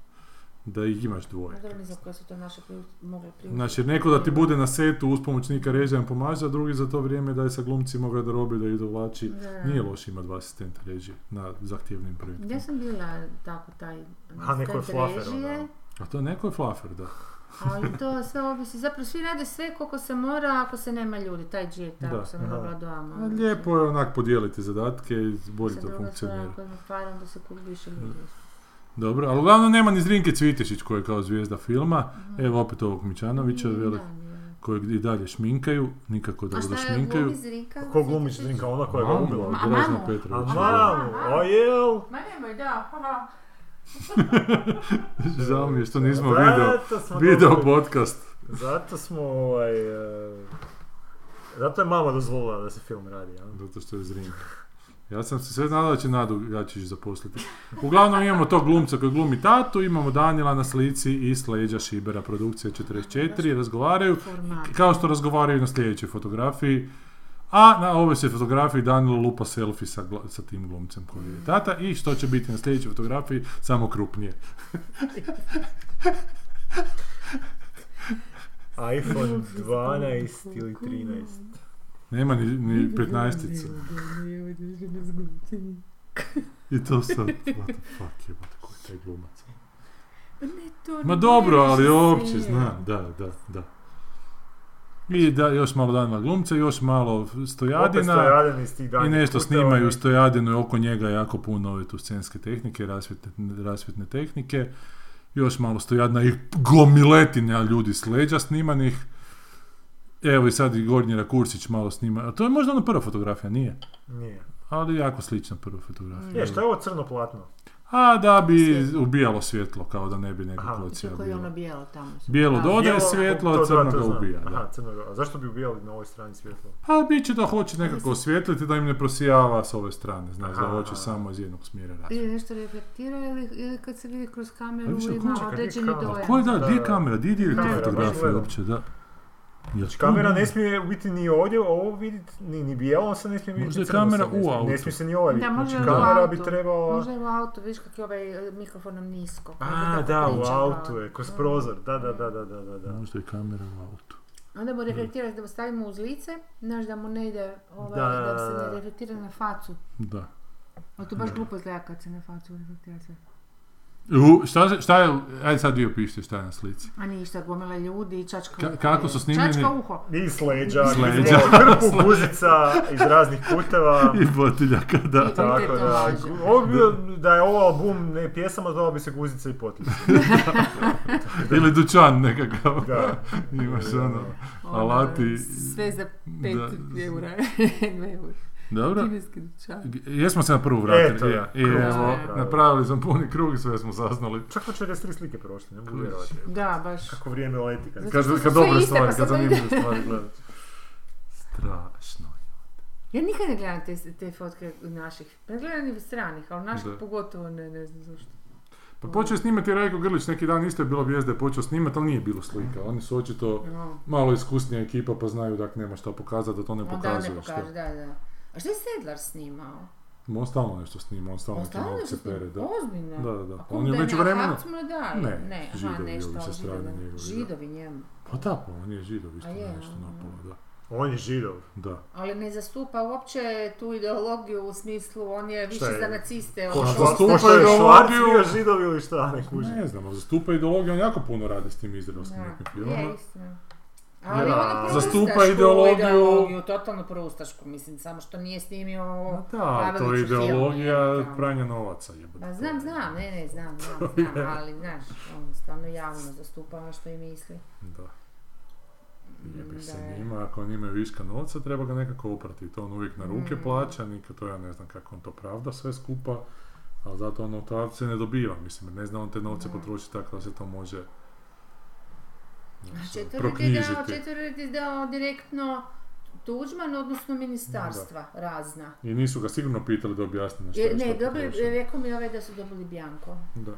[SPEAKER 1] da ih imaš
[SPEAKER 2] A
[SPEAKER 1] dvoje.
[SPEAKER 2] Dobro, ne znam koje su to naše priu... mogle priuštiti.
[SPEAKER 1] Znači, jer neko da ti bude na setu uz pomoćnika režija im pomaže, a drugi za to vrijeme da je sa glumcima u garderobi da ih dovlači.
[SPEAKER 2] Da.
[SPEAKER 1] Nije loše imati dva asistenta režije na zahtjevnim projektima.
[SPEAKER 2] Ja sam bila tako taj
[SPEAKER 3] A, neko je
[SPEAKER 2] asistent
[SPEAKER 3] flafer,
[SPEAKER 2] režije,
[SPEAKER 3] ono.
[SPEAKER 1] A to neko je flafer, da.
[SPEAKER 2] ali to sve ovisi, zapravo svi rade sve koliko se mora, ako se nema ljudi, taj G je tako
[SPEAKER 1] Da,
[SPEAKER 2] sam
[SPEAKER 3] aha.
[SPEAKER 2] mogla doma.
[SPEAKER 1] A Lijepo je onak podijeliti zadatke i bolje to funkcionira.
[SPEAKER 2] Ako ima par, onda se kupi više ljudi.
[SPEAKER 1] Dobro, ali uglavnom nema ni Zrinke Cvitešić koja je kao zvijezda filma.
[SPEAKER 2] Mm.
[SPEAKER 1] Evo opet ovog Mičanovića,
[SPEAKER 2] Nije,
[SPEAKER 1] velik,
[SPEAKER 2] da, nije.
[SPEAKER 1] kojeg i dalje šminkaju, nikako da
[SPEAKER 2] A
[SPEAKER 1] ga
[SPEAKER 2] šta je glumi
[SPEAKER 1] šminkaju.
[SPEAKER 2] Zrinka?
[SPEAKER 3] Ko glumi Zrinka? Ona koja ga
[SPEAKER 1] Mamu,
[SPEAKER 3] umila.
[SPEAKER 2] Ma,
[SPEAKER 1] Groždan
[SPEAKER 2] mamu.
[SPEAKER 3] A
[SPEAKER 1] Petrović.
[SPEAKER 3] mamu, o jel?
[SPEAKER 2] Ma nemoj, da, haha.
[SPEAKER 1] Žao mi je što nismo
[SPEAKER 3] Zato
[SPEAKER 1] video,
[SPEAKER 3] smo
[SPEAKER 1] video
[SPEAKER 3] dobili-
[SPEAKER 1] podcast.
[SPEAKER 3] Zato smo ovaj... e, Zato je mama dozvolila da se film radi, a?
[SPEAKER 1] Zato što je Zrinka. Ja sam se sve nadao da će Nadu Gačić zaposliti. Uglavnom imamo tog glumca koji glumi tatu, imamo Danila na slici i Sleđa Šibera, produkcija 44, razgovaraju.
[SPEAKER 2] Format.
[SPEAKER 1] Kao što razgovaraju na sljedećoj fotografiji. A na ovoj se fotografiji Danilo lupa selfie sa, gla- sa tim glumcem koji je tata i što će biti na sljedećoj fotografiji, samo krupnije.
[SPEAKER 3] iPhone 12 ili 13.
[SPEAKER 1] Nema ni, ni 15 I to sad, what the fuck je, what, ko je taj glumac?
[SPEAKER 2] Pa ne, to
[SPEAKER 1] Ma
[SPEAKER 2] ne
[SPEAKER 1] dobro,
[SPEAKER 2] možeš
[SPEAKER 1] ali uopće
[SPEAKER 2] sve.
[SPEAKER 1] znam, da, da, da. I da, još malo Danila glumca, još malo
[SPEAKER 3] Opet ovaj. ste
[SPEAKER 1] stojadina.
[SPEAKER 3] raden iz tih dana.
[SPEAKER 1] I nešto snimaju stojadinu i oko njega je jako puno ove tu scenske tehnike, rasvjetne, rasvjetne tehnike. Još malo stojadina i gomiletina ljudi s leđa snimanih. Evo i sad i Gornji Rakursić malo snima. A to je možda ona prva fotografija, nije.
[SPEAKER 3] Nije.
[SPEAKER 1] Ali jako slična prva fotografija.
[SPEAKER 2] Mm.
[SPEAKER 3] Je, što je ovo crno platno?
[SPEAKER 1] A da bi
[SPEAKER 2] Svjetlo.
[SPEAKER 1] ubijalo svjetlo, kao da ne bi neka
[SPEAKER 3] Aha.
[SPEAKER 1] klocija
[SPEAKER 2] Kako je ono
[SPEAKER 1] bila.
[SPEAKER 2] bijelo tamo. su
[SPEAKER 1] Bijelo
[SPEAKER 2] pravili.
[SPEAKER 1] dodaje
[SPEAKER 3] Bijelo-
[SPEAKER 1] svjetlo, a
[SPEAKER 3] to da,
[SPEAKER 1] crno
[SPEAKER 3] to
[SPEAKER 1] ga
[SPEAKER 3] znam.
[SPEAKER 1] ubija, da.
[SPEAKER 3] Aha, crno ga. A zašto bi ubijali na ovoj strani svjetlo?
[SPEAKER 1] Pa bit će da hoće nekako osvijetliti da im ne prosijava s ove strane, znaš, da
[SPEAKER 3] Aha.
[SPEAKER 1] hoće samo iz jednog smjera raditi.
[SPEAKER 2] Ili nešto reflektira ili, ili kad se vidi kroz
[SPEAKER 1] A
[SPEAKER 2] kameru
[SPEAKER 1] više,
[SPEAKER 2] ili
[SPEAKER 1] ko
[SPEAKER 2] ima
[SPEAKER 3] čeka, gdje
[SPEAKER 2] određeni
[SPEAKER 3] je ono. kamera?
[SPEAKER 2] dojam.
[SPEAKER 1] Ko je da,
[SPEAKER 3] Da,
[SPEAKER 1] gdje je
[SPEAKER 3] da.
[SPEAKER 1] kamera, di
[SPEAKER 2] Kamera,
[SPEAKER 1] je to
[SPEAKER 2] baš
[SPEAKER 1] fotografija
[SPEAKER 3] gledam.
[SPEAKER 1] uopće, da. Jel to
[SPEAKER 3] Znači, Kamera
[SPEAKER 1] ne-
[SPEAKER 3] ne smije biti ni ovdje, ovo vidit, ni, ni bijelo se ne smije vidjeti.
[SPEAKER 1] Možda je
[SPEAKER 3] crno
[SPEAKER 1] kamera
[SPEAKER 3] se ne smije-
[SPEAKER 1] u autu.
[SPEAKER 3] Ne smije se ni
[SPEAKER 2] Da,
[SPEAKER 3] ovaj vidjeti.
[SPEAKER 2] možda
[SPEAKER 3] Znači,
[SPEAKER 1] je u
[SPEAKER 3] kamera
[SPEAKER 2] autu.
[SPEAKER 3] bi trebala...
[SPEAKER 2] Možda je u autu, vidiš kak je ovaj e, mikrofonom nisko. kako
[SPEAKER 3] A,
[SPEAKER 2] tako
[SPEAKER 3] da, u
[SPEAKER 2] priča,
[SPEAKER 3] autu je, kroz
[SPEAKER 2] Mm.
[SPEAKER 3] prozor. Da, da, da, da, da, da. da.
[SPEAKER 1] Možda je kamera u autu.
[SPEAKER 2] Onda mu reflektirati da mu stavimo uz lice, znaš da mu ne ide, ovaj,
[SPEAKER 3] Da,
[SPEAKER 2] da,
[SPEAKER 3] da,
[SPEAKER 2] se
[SPEAKER 3] da.
[SPEAKER 2] ne reflektira na facu.
[SPEAKER 1] Da.
[SPEAKER 2] A to baš glupo izgleda kad se na facu reflektira sve.
[SPEAKER 1] U, šta, se- šta je, ajde sad vi opišite šta je na slici.
[SPEAKER 2] A ništa, gomila ljudi i čačka
[SPEAKER 1] Ka-
[SPEAKER 2] uho
[SPEAKER 1] kako
[SPEAKER 2] je.
[SPEAKER 1] su snimljeni?
[SPEAKER 2] Čačka uho.
[SPEAKER 3] I s leđa,
[SPEAKER 1] S
[SPEAKER 3] i
[SPEAKER 1] leđa.
[SPEAKER 3] po krpu guzica iz raznih kuteva.
[SPEAKER 1] I potiljaka, da.
[SPEAKER 2] I
[SPEAKER 3] Tako
[SPEAKER 2] kvalitetno
[SPEAKER 3] da,
[SPEAKER 2] laže.
[SPEAKER 3] ovo bi bio, da je ovo album ne pjesama, zvao bi se Guzica i Potice.
[SPEAKER 1] Ili dućan nekakav.
[SPEAKER 3] Da.
[SPEAKER 1] Imaš ono,
[SPEAKER 2] Ono,
[SPEAKER 1] alati.
[SPEAKER 2] Sve za 5
[SPEAKER 1] Da.
[SPEAKER 2] eura. Dve eura.
[SPEAKER 1] Dobro.
[SPEAKER 2] Kineski dućan.
[SPEAKER 1] G- Jesmo se na prvu vratili.
[SPEAKER 3] Eto,
[SPEAKER 1] je.
[SPEAKER 3] da.
[SPEAKER 1] I
[SPEAKER 3] Krug
[SPEAKER 2] smo
[SPEAKER 1] evo,
[SPEAKER 3] napravili.
[SPEAKER 1] napravili smo puni krug i sve smo saznali.
[SPEAKER 3] Čak na 43 slike prošle, ne mogu
[SPEAKER 1] Kužiš.
[SPEAKER 3] vjerovati.
[SPEAKER 2] Da, baš.
[SPEAKER 3] Kako vrijeme leti kad
[SPEAKER 2] Zato
[SPEAKER 1] Kad,
[SPEAKER 2] što su
[SPEAKER 1] kad
[SPEAKER 2] sve
[SPEAKER 1] dobre
[SPEAKER 2] iste,
[SPEAKER 1] stvari,
[SPEAKER 2] pa
[SPEAKER 1] kad
[SPEAKER 2] sad ne
[SPEAKER 1] zanimljive stvari gledati. Strašno.
[SPEAKER 2] Ja nikad ne gledam te, te fotke naših. Ne gledam ni stranih, ali naših
[SPEAKER 1] Da.
[SPEAKER 2] pogotovo ne, ne znam zašto.
[SPEAKER 1] Pa počeo je snimati Rajko Grlić, neki dan isto je bilo vijest da je počeo snimati, ali nije bilo slika. Oni su očito
[SPEAKER 2] No.
[SPEAKER 1] malo iskusnija ekipa pa znaju da ako nema šta pokazati da to ne
[SPEAKER 2] Onda ne
[SPEAKER 1] pokazuje. što.
[SPEAKER 2] pokaže, da, da. A što je Sedlar snimao?
[SPEAKER 1] On stalno nešto snima, Pa on stalno
[SPEAKER 2] On
[SPEAKER 1] neke
[SPEAKER 2] stalno nešto
[SPEAKER 1] novce
[SPEAKER 2] snima?
[SPEAKER 1] pere. Da.
[SPEAKER 2] Ozbiljno?
[SPEAKER 1] Da, da, da.
[SPEAKER 2] A
[SPEAKER 1] Pa
[SPEAKER 2] kum
[SPEAKER 1] on je
[SPEAKER 2] da
[SPEAKER 1] već
[SPEAKER 2] ne,
[SPEAKER 1] vremena-
[SPEAKER 2] a Hapcima da,
[SPEAKER 1] Ne,
[SPEAKER 2] ne, aha,
[SPEAKER 1] Židovi ovi
[SPEAKER 2] nešto,
[SPEAKER 1] sa
[SPEAKER 2] ali
[SPEAKER 1] strane
[SPEAKER 2] Židovi.
[SPEAKER 1] njegovi, da.
[SPEAKER 2] Židovi njemu.
[SPEAKER 1] Pa da, pa on je židov isto
[SPEAKER 2] A je,
[SPEAKER 1] nešto
[SPEAKER 2] a.
[SPEAKER 1] napola, da.
[SPEAKER 3] On je židov.
[SPEAKER 1] Da.
[SPEAKER 2] Ali ne zastupa uopće tu ideologiju u smislu, on je više
[SPEAKER 3] je?
[SPEAKER 2] za naciste.
[SPEAKER 1] Ko
[SPEAKER 2] ono-
[SPEAKER 1] što zastupa
[SPEAKER 3] Pošto Pa je
[SPEAKER 1] ideologiju.
[SPEAKER 3] Švarc bio židov ili šta, ne kuži.
[SPEAKER 1] Ne znam, ali zastupa ideologiju, on jako puno radi s tim izraelskim ono-
[SPEAKER 2] Da,
[SPEAKER 1] nekim
[SPEAKER 2] je,
[SPEAKER 1] filmom.
[SPEAKER 2] istina. Ali
[SPEAKER 3] Da,
[SPEAKER 2] ono
[SPEAKER 1] zastupa
[SPEAKER 2] proustašku
[SPEAKER 1] ideologiju.
[SPEAKER 2] ideologiju, totalno proustašku, mislim, samo što nije snimio ovo
[SPEAKER 1] Da, to je
[SPEAKER 2] Pavelićev film,
[SPEAKER 1] ideologija
[SPEAKER 2] je, da.
[SPEAKER 1] pranja novaca. jebote.
[SPEAKER 2] Ma Pa znam, znam, ne, ne, znam, znam, znam, ali znaš, on stvarno javno zastupa ono što i misli.
[SPEAKER 1] Da. Jebe se
[SPEAKER 2] Da je.
[SPEAKER 1] njima, ako oni imaju viška novca, treba ga nekako oprati. To on uvijek na ruke
[SPEAKER 2] Mm.
[SPEAKER 1] plaća, nikad to ja ne znam kako on to pravda sve skupa, ali zato on novce ne dobiva, mislim, jer ne zna on te novce
[SPEAKER 2] Da.
[SPEAKER 1] potrošiti tako da se to može znaš,
[SPEAKER 2] Četvrti je dao,
[SPEAKER 1] proknjižiti.
[SPEAKER 2] četvrti je dao direktno Tuđman, odnosno ministarstva razna.
[SPEAKER 1] I nisu ga sigurno pitali da objasni na što
[SPEAKER 2] Jer,
[SPEAKER 1] je
[SPEAKER 2] ne,
[SPEAKER 1] što
[SPEAKER 2] dobro,
[SPEAKER 1] potrošio.
[SPEAKER 2] rekao mi ovaj da su dobili Bjanko.
[SPEAKER 1] Da.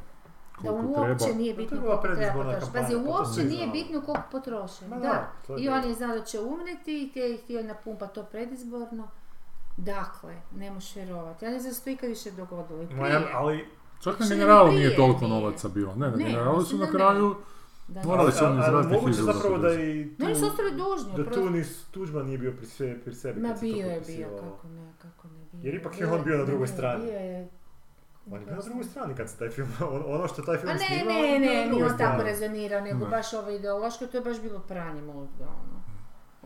[SPEAKER 2] Da
[SPEAKER 1] Koliko
[SPEAKER 2] uopće
[SPEAKER 1] treba.
[SPEAKER 2] nije
[SPEAKER 3] Pa to je
[SPEAKER 2] bitno
[SPEAKER 3] bila
[SPEAKER 2] koliko treba
[SPEAKER 3] predizborna
[SPEAKER 2] potrošiti.
[SPEAKER 3] kampanja,
[SPEAKER 2] Pazi,
[SPEAKER 3] pa to
[SPEAKER 2] uopće
[SPEAKER 3] svi
[SPEAKER 2] nije
[SPEAKER 3] znamo.
[SPEAKER 2] bitno koliko potroši.
[SPEAKER 3] Ma
[SPEAKER 2] Da.
[SPEAKER 3] to je
[SPEAKER 2] I on
[SPEAKER 3] bilo.
[SPEAKER 2] je znao da će umreti i te je htio napumpati to predizborno. Dakle, ne možeš vjerovati. Ja ne znam da se to ikad više dogodilo. I
[SPEAKER 3] Ma ja-
[SPEAKER 2] prije.
[SPEAKER 3] ali
[SPEAKER 1] Čak na
[SPEAKER 2] Što
[SPEAKER 1] generalu
[SPEAKER 2] nije
[SPEAKER 1] nije
[SPEAKER 2] prije,
[SPEAKER 1] toliko
[SPEAKER 2] nije.
[SPEAKER 1] novaca bilo. Ne, na
[SPEAKER 2] Ne,
[SPEAKER 1] generalu su
[SPEAKER 2] mislim
[SPEAKER 1] na
[SPEAKER 2] da ne.
[SPEAKER 1] kraju
[SPEAKER 2] Da, da.
[SPEAKER 1] morali su
[SPEAKER 3] a-
[SPEAKER 1] oni
[SPEAKER 3] a-
[SPEAKER 1] iz raznih
[SPEAKER 3] moguće
[SPEAKER 1] izvora
[SPEAKER 3] zapravo da
[SPEAKER 1] poduzeti.
[SPEAKER 3] i tu,
[SPEAKER 2] No, oni su ostali dužni,
[SPEAKER 3] da tu
[SPEAKER 2] oprosti.
[SPEAKER 3] ni Tuđman nije bio pri, sve, pri sebi.
[SPEAKER 2] Ma
[SPEAKER 3] kad se to
[SPEAKER 2] bio je bio,
[SPEAKER 3] potpisivalo.
[SPEAKER 2] kako ne, kako ne bio.
[SPEAKER 3] Jer ipak
[SPEAKER 2] Bio
[SPEAKER 3] je on bio na drugoj
[SPEAKER 2] ne,
[SPEAKER 3] strani.
[SPEAKER 2] Bio je...
[SPEAKER 3] On je bio na drugoj strani kad se taj film, on- ono što taj
[SPEAKER 2] A
[SPEAKER 3] film
[SPEAKER 2] Pa ne,
[SPEAKER 3] snimao,
[SPEAKER 2] ne,
[SPEAKER 3] on je bio
[SPEAKER 2] ne,
[SPEAKER 3] na
[SPEAKER 2] nije
[SPEAKER 3] drugoj
[SPEAKER 2] on tako
[SPEAKER 3] strani.
[SPEAKER 2] rezonirao, nego
[SPEAKER 1] Ne.
[SPEAKER 2] baš ovo ideološko, to je baš bilo pranje mozga, ono.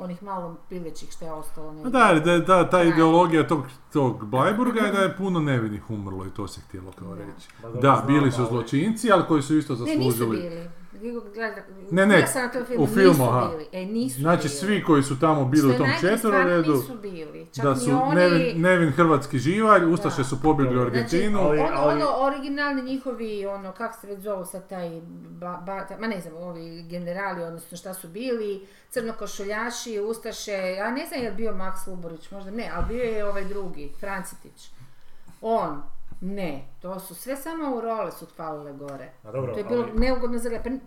[SPEAKER 2] Onih malo pilećih što je ostalo.
[SPEAKER 1] Pa
[SPEAKER 2] Ne
[SPEAKER 1] Da, jer da, je ta- ta
[SPEAKER 2] Da.
[SPEAKER 1] ideologija tog, tog Bleiburga je da je puno nevinih umrlo i to se htjelo kao
[SPEAKER 2] Da.
[SPEAKER 1] reći.
[SPEAKER 3] Ma dobro,
[SPEAKER 1] Da,
[SPEAKER 3] znam,
[SPEAKER 1] bili su
[SPEAKER 3] ali-
[SPEAKER 1] zločinci, ali koji su isto
[SPEAKER 2] ne, nisu
[SPEAKER 1] zaslužili.
[SPEAKER 2] bili. Gdje- gleda-
[SPEAKER 1] Ne, ne,
[SPEAKER 2] bila sam na tom filmu,
[SPEAKER 1] u filmu,
[SPEAKER 2] nisu
[SPEAKER 1] aha.
[SPEAKER 2] bili. E, nisu
[SPEAKER 1] Znači
[SPEAKER 2] bili.
[SPEAKER 1] svi koji su tamo
[SPEAKER 2] Što
[SPEAKER 1] bili
[SPEAKER 2] je
[SPEAKER 1] u tom
[SPEAKER 2] najgore, stvarno
[SPEAKER 1] četveroredu,
[SPEAKER 2] nisu bili. Čak
[SPEAKER 1] da
[SPEAKER 2] ni
[SPEAKER 1] su
[SPEAKER 2] oni-
[SPEAKER 1] nevin, nevin hrvatski živalj, Ustaše
[SPEAKER 2] Da.
[SPEAKER 1] su pobjegli u
[SPEAKER 3] Znači,
[SPEAKER 1] Argentinu.
[SPEAKER 3] ali-
[SPEAKER 2] ono, ono, originalni njihovi, ono, kak se već zovu sad taj, ba, ba- ta- ma ne znam, ovi generali, odnosno šta su bili, crnokošuljaši, ustaše, a ne znam je li bio Max Luborić, možda ne, ali bio je ovaj drugi, Francitić. On, ne, to su sve samo u role su falile gore.
[SPEAKER 3] A dobro,
[SPEAKER 2] To je bilo
[SPEAKER 3] ali-
[SPEAKER 2] neugodno za gleda- pa ne,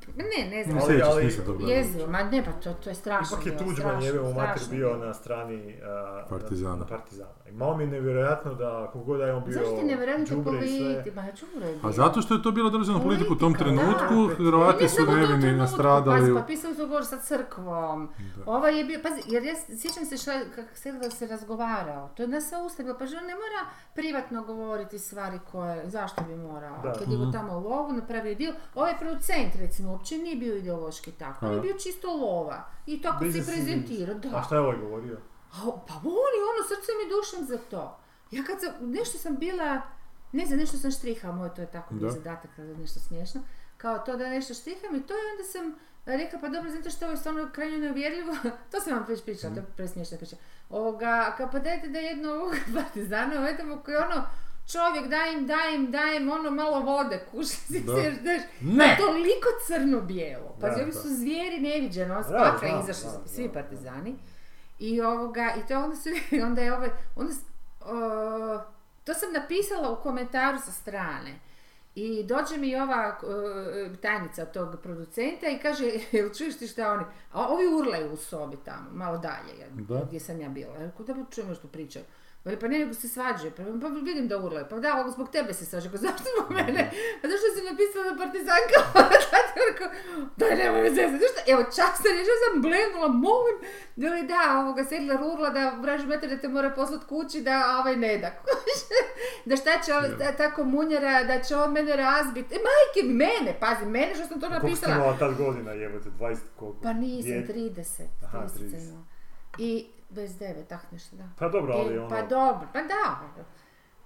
[SPEAKER 2] ne znam.
[SPEAKER 1] Ne
[SPEAKER 3] ali-
[SPEAKER 1] sjećaš,
[SPEAKER 3] ali-
[SPEAKER 1] nisam to gledao.
[SPEAKER 2] Jezivo, ma ne, pa to, to je strašno.
[SPEAKER 3] Ipak je
[SPEAKER 2] bilo,
[SPEAKER 3] Tuđman
[SPEAKER 2] strašno,
[SPEAKER 3] je evo mater
[SPEAKER 2] strašno
[SPEAKER 3] bio
[SPEAKER 2] bilo.
[SPEAKER 3] na strani a,
[SPEAKER 1] Partizana.
[SPEAKER 3] na- Partizana. I malo mi je nevjerojatno da kogod da je on bio
[SPEAKER 2] Zašto ti ne vjerujete
[SPEAKER 3] đubre i sve.
[SPEAKER 2] politi? Ma đubre je
[SPEAKER 1] A
[SPEAKER 2] bio.
[SPEAKER 1] Pa zato što je to bila državna politika u tom
[SPEAKER 2] Politika, da.
[SPEAKER 1] trenutku, Hrvati
[SPEAKER 2] Ne
[SPEAKER 1] su
[SPEAKER 2] samo u tom
[SPEAKER 1] nevini
[SPEAKER 2] trenutku,
[SPEAKER 1] nastradali.
[SPEAKER 2] Pazi, pa pisali su ugovor sa crkvom. Ovaj je bio, pazi, jer ja sjećam se šta, kako se da se razgovarao. To je nas sve ustavilo, pa on ne mora privatno govoriti stvari koje, zašto bi morao?
[SPEAKER 3] Da. Mhm.
[SPEAKER 2] Kad je go tamo u lovu, napravio dio. Ovaj producent, recimo, uopće nije bio ideološki tako. On je
[SPEAKER 1] A.
[SPEAKER 2] bio čisto lova. I tako Pa se i
[SPEAKER 3] Business is
[SPEAKER 2] prezentirao,
[SPEAKER 3] business.
[SPEAKER 2] da.
[SPEAKER 3] A šta je ovaj govorio?
[SPEAKER 2] A o- Pa voli ono, srcem i dušom za to. Ja kad sam, nešto sam bila, ne znam, nešto sam štriha, moj to je tako bio
[SPEAKER 1] Da.
[SPEAKER 2] zadatak, ali nešto smiješno, kao to da nešto štriham i to i onda sam rekla, pa dobro, znate što ovo je stvarno krajnje neuvjerljivo, to sam vam već pričala, to
[SPEAKER 3] Mhm.
[SPEAKER 2] je presmiješna priča. Ovoga, kao pa dajte da jedno ovog partizana uvedemo koji ono, čovjek dajem, dajem, dajem, ono malo vode, kuši si
[SPEAKER 1] Da.
[SPEAKER 2] se, znaš,
[SPEAKER 1] Ne!
[SPEAKER 2] toliko crno-bijelo. Pa
[SPEAKER 3] Da,
[SPEAKER 2] ovi
[SPEAKER 3] da.
[SPEAKER 2] su zvijeri neviđeno, on
[SPEAKER 3] Da,
[SPEAKER 2] skakle
[SPEAKER 3] znam,
[SPEAKER 2] izašli
[SPEAKER 3] znam,
[SPEAKER 2] svi
[SPEAKER 3] znam,
[SPEAKER 2] partizani. I ovoga, i to onda su, i onda je ovaj, onda, s- o, to sam napisala u komentaru sa strane. I dođe mi ova e, tajnica tog producenta i kaže, jel čuješ ti šta oni? A ovi urlaju u sobi tamo, malo dalje, jel,
[SPEAKER 1] Da.
[SPEAKER 2] gdje sam ja bila. Ja Rekao, da čujem što pričaju. Veli, pa ne, nego se svađaju. Pa, pa vidim da urlaju. Pa da, ovo zbog tebe se svađaju. Pa zašto zbog mene? Pa zašto si napisala partizanka? Zato je rekao, daj nemoj me zezati. Znaš šta, evo časna riječ, ja sam blenula, molim. Veli, da, ovoga sedlar urla da vraži metar da te mora poslat kući da a ovaj ne da. Kužiš? da šta će ova- ta, ta komunjara, da će on mene razbit. E, majke mi, mene, pazi, mene što sam to
[SPEAKER 3] Pa Koliko ste
[SPEAKER 2] napisala.
[SPEAKER 3] imala tad godina, jebote, 20 koliko?
[SPEAKER 2] Pa nisam,
[SPEAKER 3] Dvije-
[SPEAKER 2] 30.
[SPEAKER 3] Aha,
[SPEAKER 2] 30.
[SPEAKER 3] 30.
[SPEAKER 2] imam. I 29, tak nešto, da.
[SPEAKER 3] Pa dobro, ali
[SPEAKER 2] E,
[SPEAKER 3] ono...
[SPEAKER 2] Pa dobro, pa da.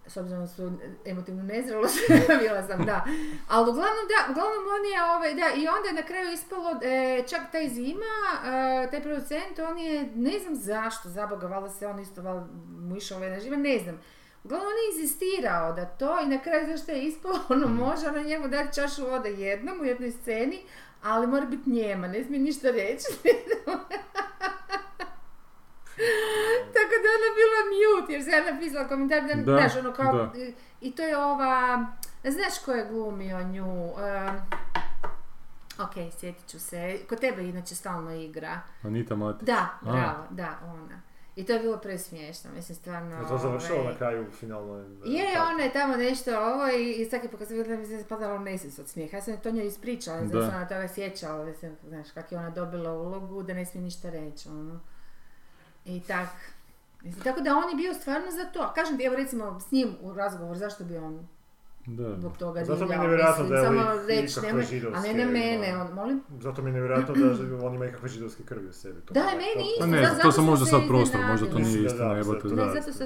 [SPEAKER 2] S obzirom da su emotivno nezrelost, bila sam, da. Ali uglavnom, da, uglavnom on je, ovaj, da, i onda je na kraju ispalo, e, čak taj zima, e, taj producent, on je, ne znam zašto, zaboga, valjda se on isto, valjda mu išao ovaj na živa, ne znam. Uglavnom, on je inzistirao da to i na kraju zašto je ispalo, ono, može ona njemu dati čašu vode jednom u jednoj sceni, ali mora biti njema, ne smije ništa reći. Tako da je ona bila mute, jer sam ja napisala komentar, da,
[SPEAKER 1] Da,
[SPEAKER 2] znaš, ono kao,
[SPEAKER 1] da.
[SPEAKER 2] i- i to je ova, znaš ko je glumio nju, em, ok, sjetit ću se, kod tebe inače stalno igra,
[SPEAKER 1] Anita Mati.
[SPEAKER 2] da,
[SPEAKER 1] A.
[SPEAKER 2] bravo, da, ona. I to je bilo presmiješno, mislim, stvarno...
[SPEAKER 3] Je to završilo
[SPEAKER 2] ovaj,
[SPEAKER 3] na kraju finalno? eh,
[SPEAKER 2] je, ona je tamo nešto ovo i, i svaki put kad sam vidjela mi se spadala u nesis od smijeha. Ja sam to njoj ispričala, ne znam
[SPEAKER 1] Da.
[SPEAKER 2] se ona toga sjećala, ali sam, znaš, kak je ona dobila ulogu da ne smije ništa reći, ono. I tak. Mislim, tako da on je bio stvarno za to. A Kažem ti, evo recimo s njim u razgovor, zašto bi on
[SPEAKER 1] Da.
[SPEAKER 2] zbog toga
[SPEAKER 3] Zato mi je
[SPEAKER 2] divljao,
[SPEAKER 3] nevjerojatno
[SPEAKER 2] mislim,
[SPEAKER 3] da je
[SPEAKER 2] samo
[SPEAKER 3] lik
[SPEAKER 2] reći
[SPEAKER 3] ikakve
[SPEAKER 2] nemoj, a
[SPEAKER 3] židovske
[SPEAKER 2] ne na mene,
[SPEAKER 3] ima.
[SPEAKER 2] on, molim?
[SPEAKER 3] Zato mi je nevjerojatno da on ima nekakve židovske krvi u sebi. To
[SPEAKER 2] Da,
[SPEAKER 3] je-
[SPEAKER 2] meni
[SPEAKER 3] to-
[SPEAKER 2] isto.
[SPEAKER 1] Pa
[SPEAKER 2] Mislim,
[SPEAKER 1] ne,
[SPEAKER 2] zato
[SPEAKER 1] to sam
[SPEAKER 2] sam
[SPEAKER 1] možda
[SPEAKER 2] se
[SPEAKER 1] sad prostor, možda to
[SPEAKER 2] iznenadila.
[SPEAKER 1] nije
[SPEAKER 3] Da,
[SPEAKER 1] istina,
[SPEAKER 3] da,
[SPEAKER 1] jebote,
[SPEAKER 3] sad-
[SPEAKER 1] da.
[SPEAKER 2] Ne, zato što,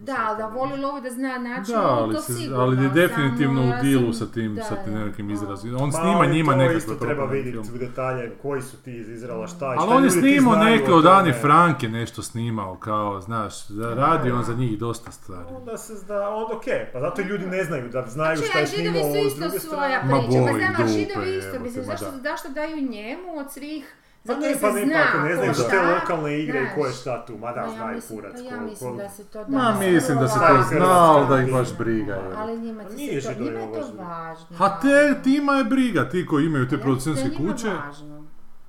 [SPEAKER 2] da, ali da voli lovu da zna način,
[SPEAKER 1] Da,
[SPEAKER 2] on
[SPEAKER 1] ali,
[SPEAKER 2] to
[SPEAKER 1] se-
[SPEAKER 2] sigurno,
[SPEAKER 1] ali je
[SPEAKER 2] samo
[SPEAKER 1] definitivno
[SPEAKER 2] ja
[SPEAKER 1] u dilu
[SPEAKER 2] sam-
[SPEAKER 1] sa tim,
[SPEAKER 2] da,
[SPEAKER 1] sa tim
[SPEAKER 2] da,
[SPEAKER 1] nekim
[SPEAKER 2] da.
[SPEAKER 1] izrazima. On
[SPEAKER 3] Pa,
[SPEAKER 1] snima
[SPEAKER 3] ali
[SPEAKER 1] njima
[SPEAKER 3] to
[SPEAKER 1] nekakve
[SPEAKER 3] isto treba
[SPEAKER 1] propagandne
[SPEAKER 3] vidjeti
[SPEAKER 1] filmove.
[SPEAKER 3] u detalje koji su ti iz Izraela, šta i Pa šta
[SPEAKER 1] Ali on je
[SPEAKER 3] ljudi ti
[SPEAKER 1] snimao
[SPEAKER 3] znaju
[SPEAKER 1] neke
[SPEAKER 3] o
[SPEAKER 1] od Ani
[SPEAKER 3] tome.
[SPEAKER 1] Franke nešto snimao, kao, znaš, da radi on za njih dosta stvari.
[SPEAKER 3] Onda se zna, onda okej, pa zato i ljudi ne znaju, da znaju
[SPEAKER 2] Znači,
[SPEAKER 3] šta
[SPEAKER 2] a
[SPEAKER 3] je
[SPEAKER 2] židovi
[SPEAKER 3] snimao
[SPEAKER 2] su
[SPEAKER 3] ovo s druge
[SPEAKER 2] isto svoja
[SPEAKER 3] strane.
[SPEAKER 1] Ma
[SPEAKER 2] priča, pa
[SPEAKER 1] boli
[SPEAKER 2] znam,
[SPEAKER 1] dupe,
[SPEAKER 2] ali židovi isto,
[SPEAKER 1] jebote,
[SPEAKER 2] mislim,
[SPEAKER 1] ma
[SPEAKER 2] zašto,
[SPEAKER 1] da.
[SPEAKER 2] zašto daju njemu od svih,
[SPEAKER 3] Pa
[SPEAKER 2] zato
[SPEAKER 3] ne,
[SPEAKER 2] jer se
[SPEAKER 3] pa ne,
[SPEAKER 2] zna
[SPEAKER 3] pa ako ne
[SPEAKER 2] ko
[SPEAKER 3] znaju za te
[SPEAKER 2] šta,
[SPEAKER 3] lokalne igre i ko je
[SPEAKER 2] znaš.
[SPEAKER 3] šta tu, ma
[SPEAKER 2] Pa
[SPEAKER 3] da,
[SPEAKER 2] ja
[SPEAKER 3] znaju
[SPEAKER 2] mislim-
[SPEAKER 3] kurac.
[SPEAKER 2] Pa ja
[SPEAKER 3] ko-
[SPEAKER 2] mislim
[SPEAKER 3] ko-
[SPEAKER 2] da se to da.
[SPEAKER 1] Ma, mislim da se to
[SPEAKER 2] ovako-
[SPEAKER 1] znalo, da ih baš briga, je.
[SPEAKER 2] Ali njima će
[SPEAKER 3] Nije
[SPEAKER 2] se to,
[SPEAKER 3] židovima
[SPEAKER 2] njima je to
[SPEAKER 3] važno.
[SPEAKER 2] važno.
[SPEAKER 1] Ha te, tima je briga, ti koji imaju te
[SPEAKER 2] Ja mislim da je
[SPEAKER 1] producentske
[SPEAKER 2] njima
[SPEAKER 1] kuće.
[SPEAKER 2] važno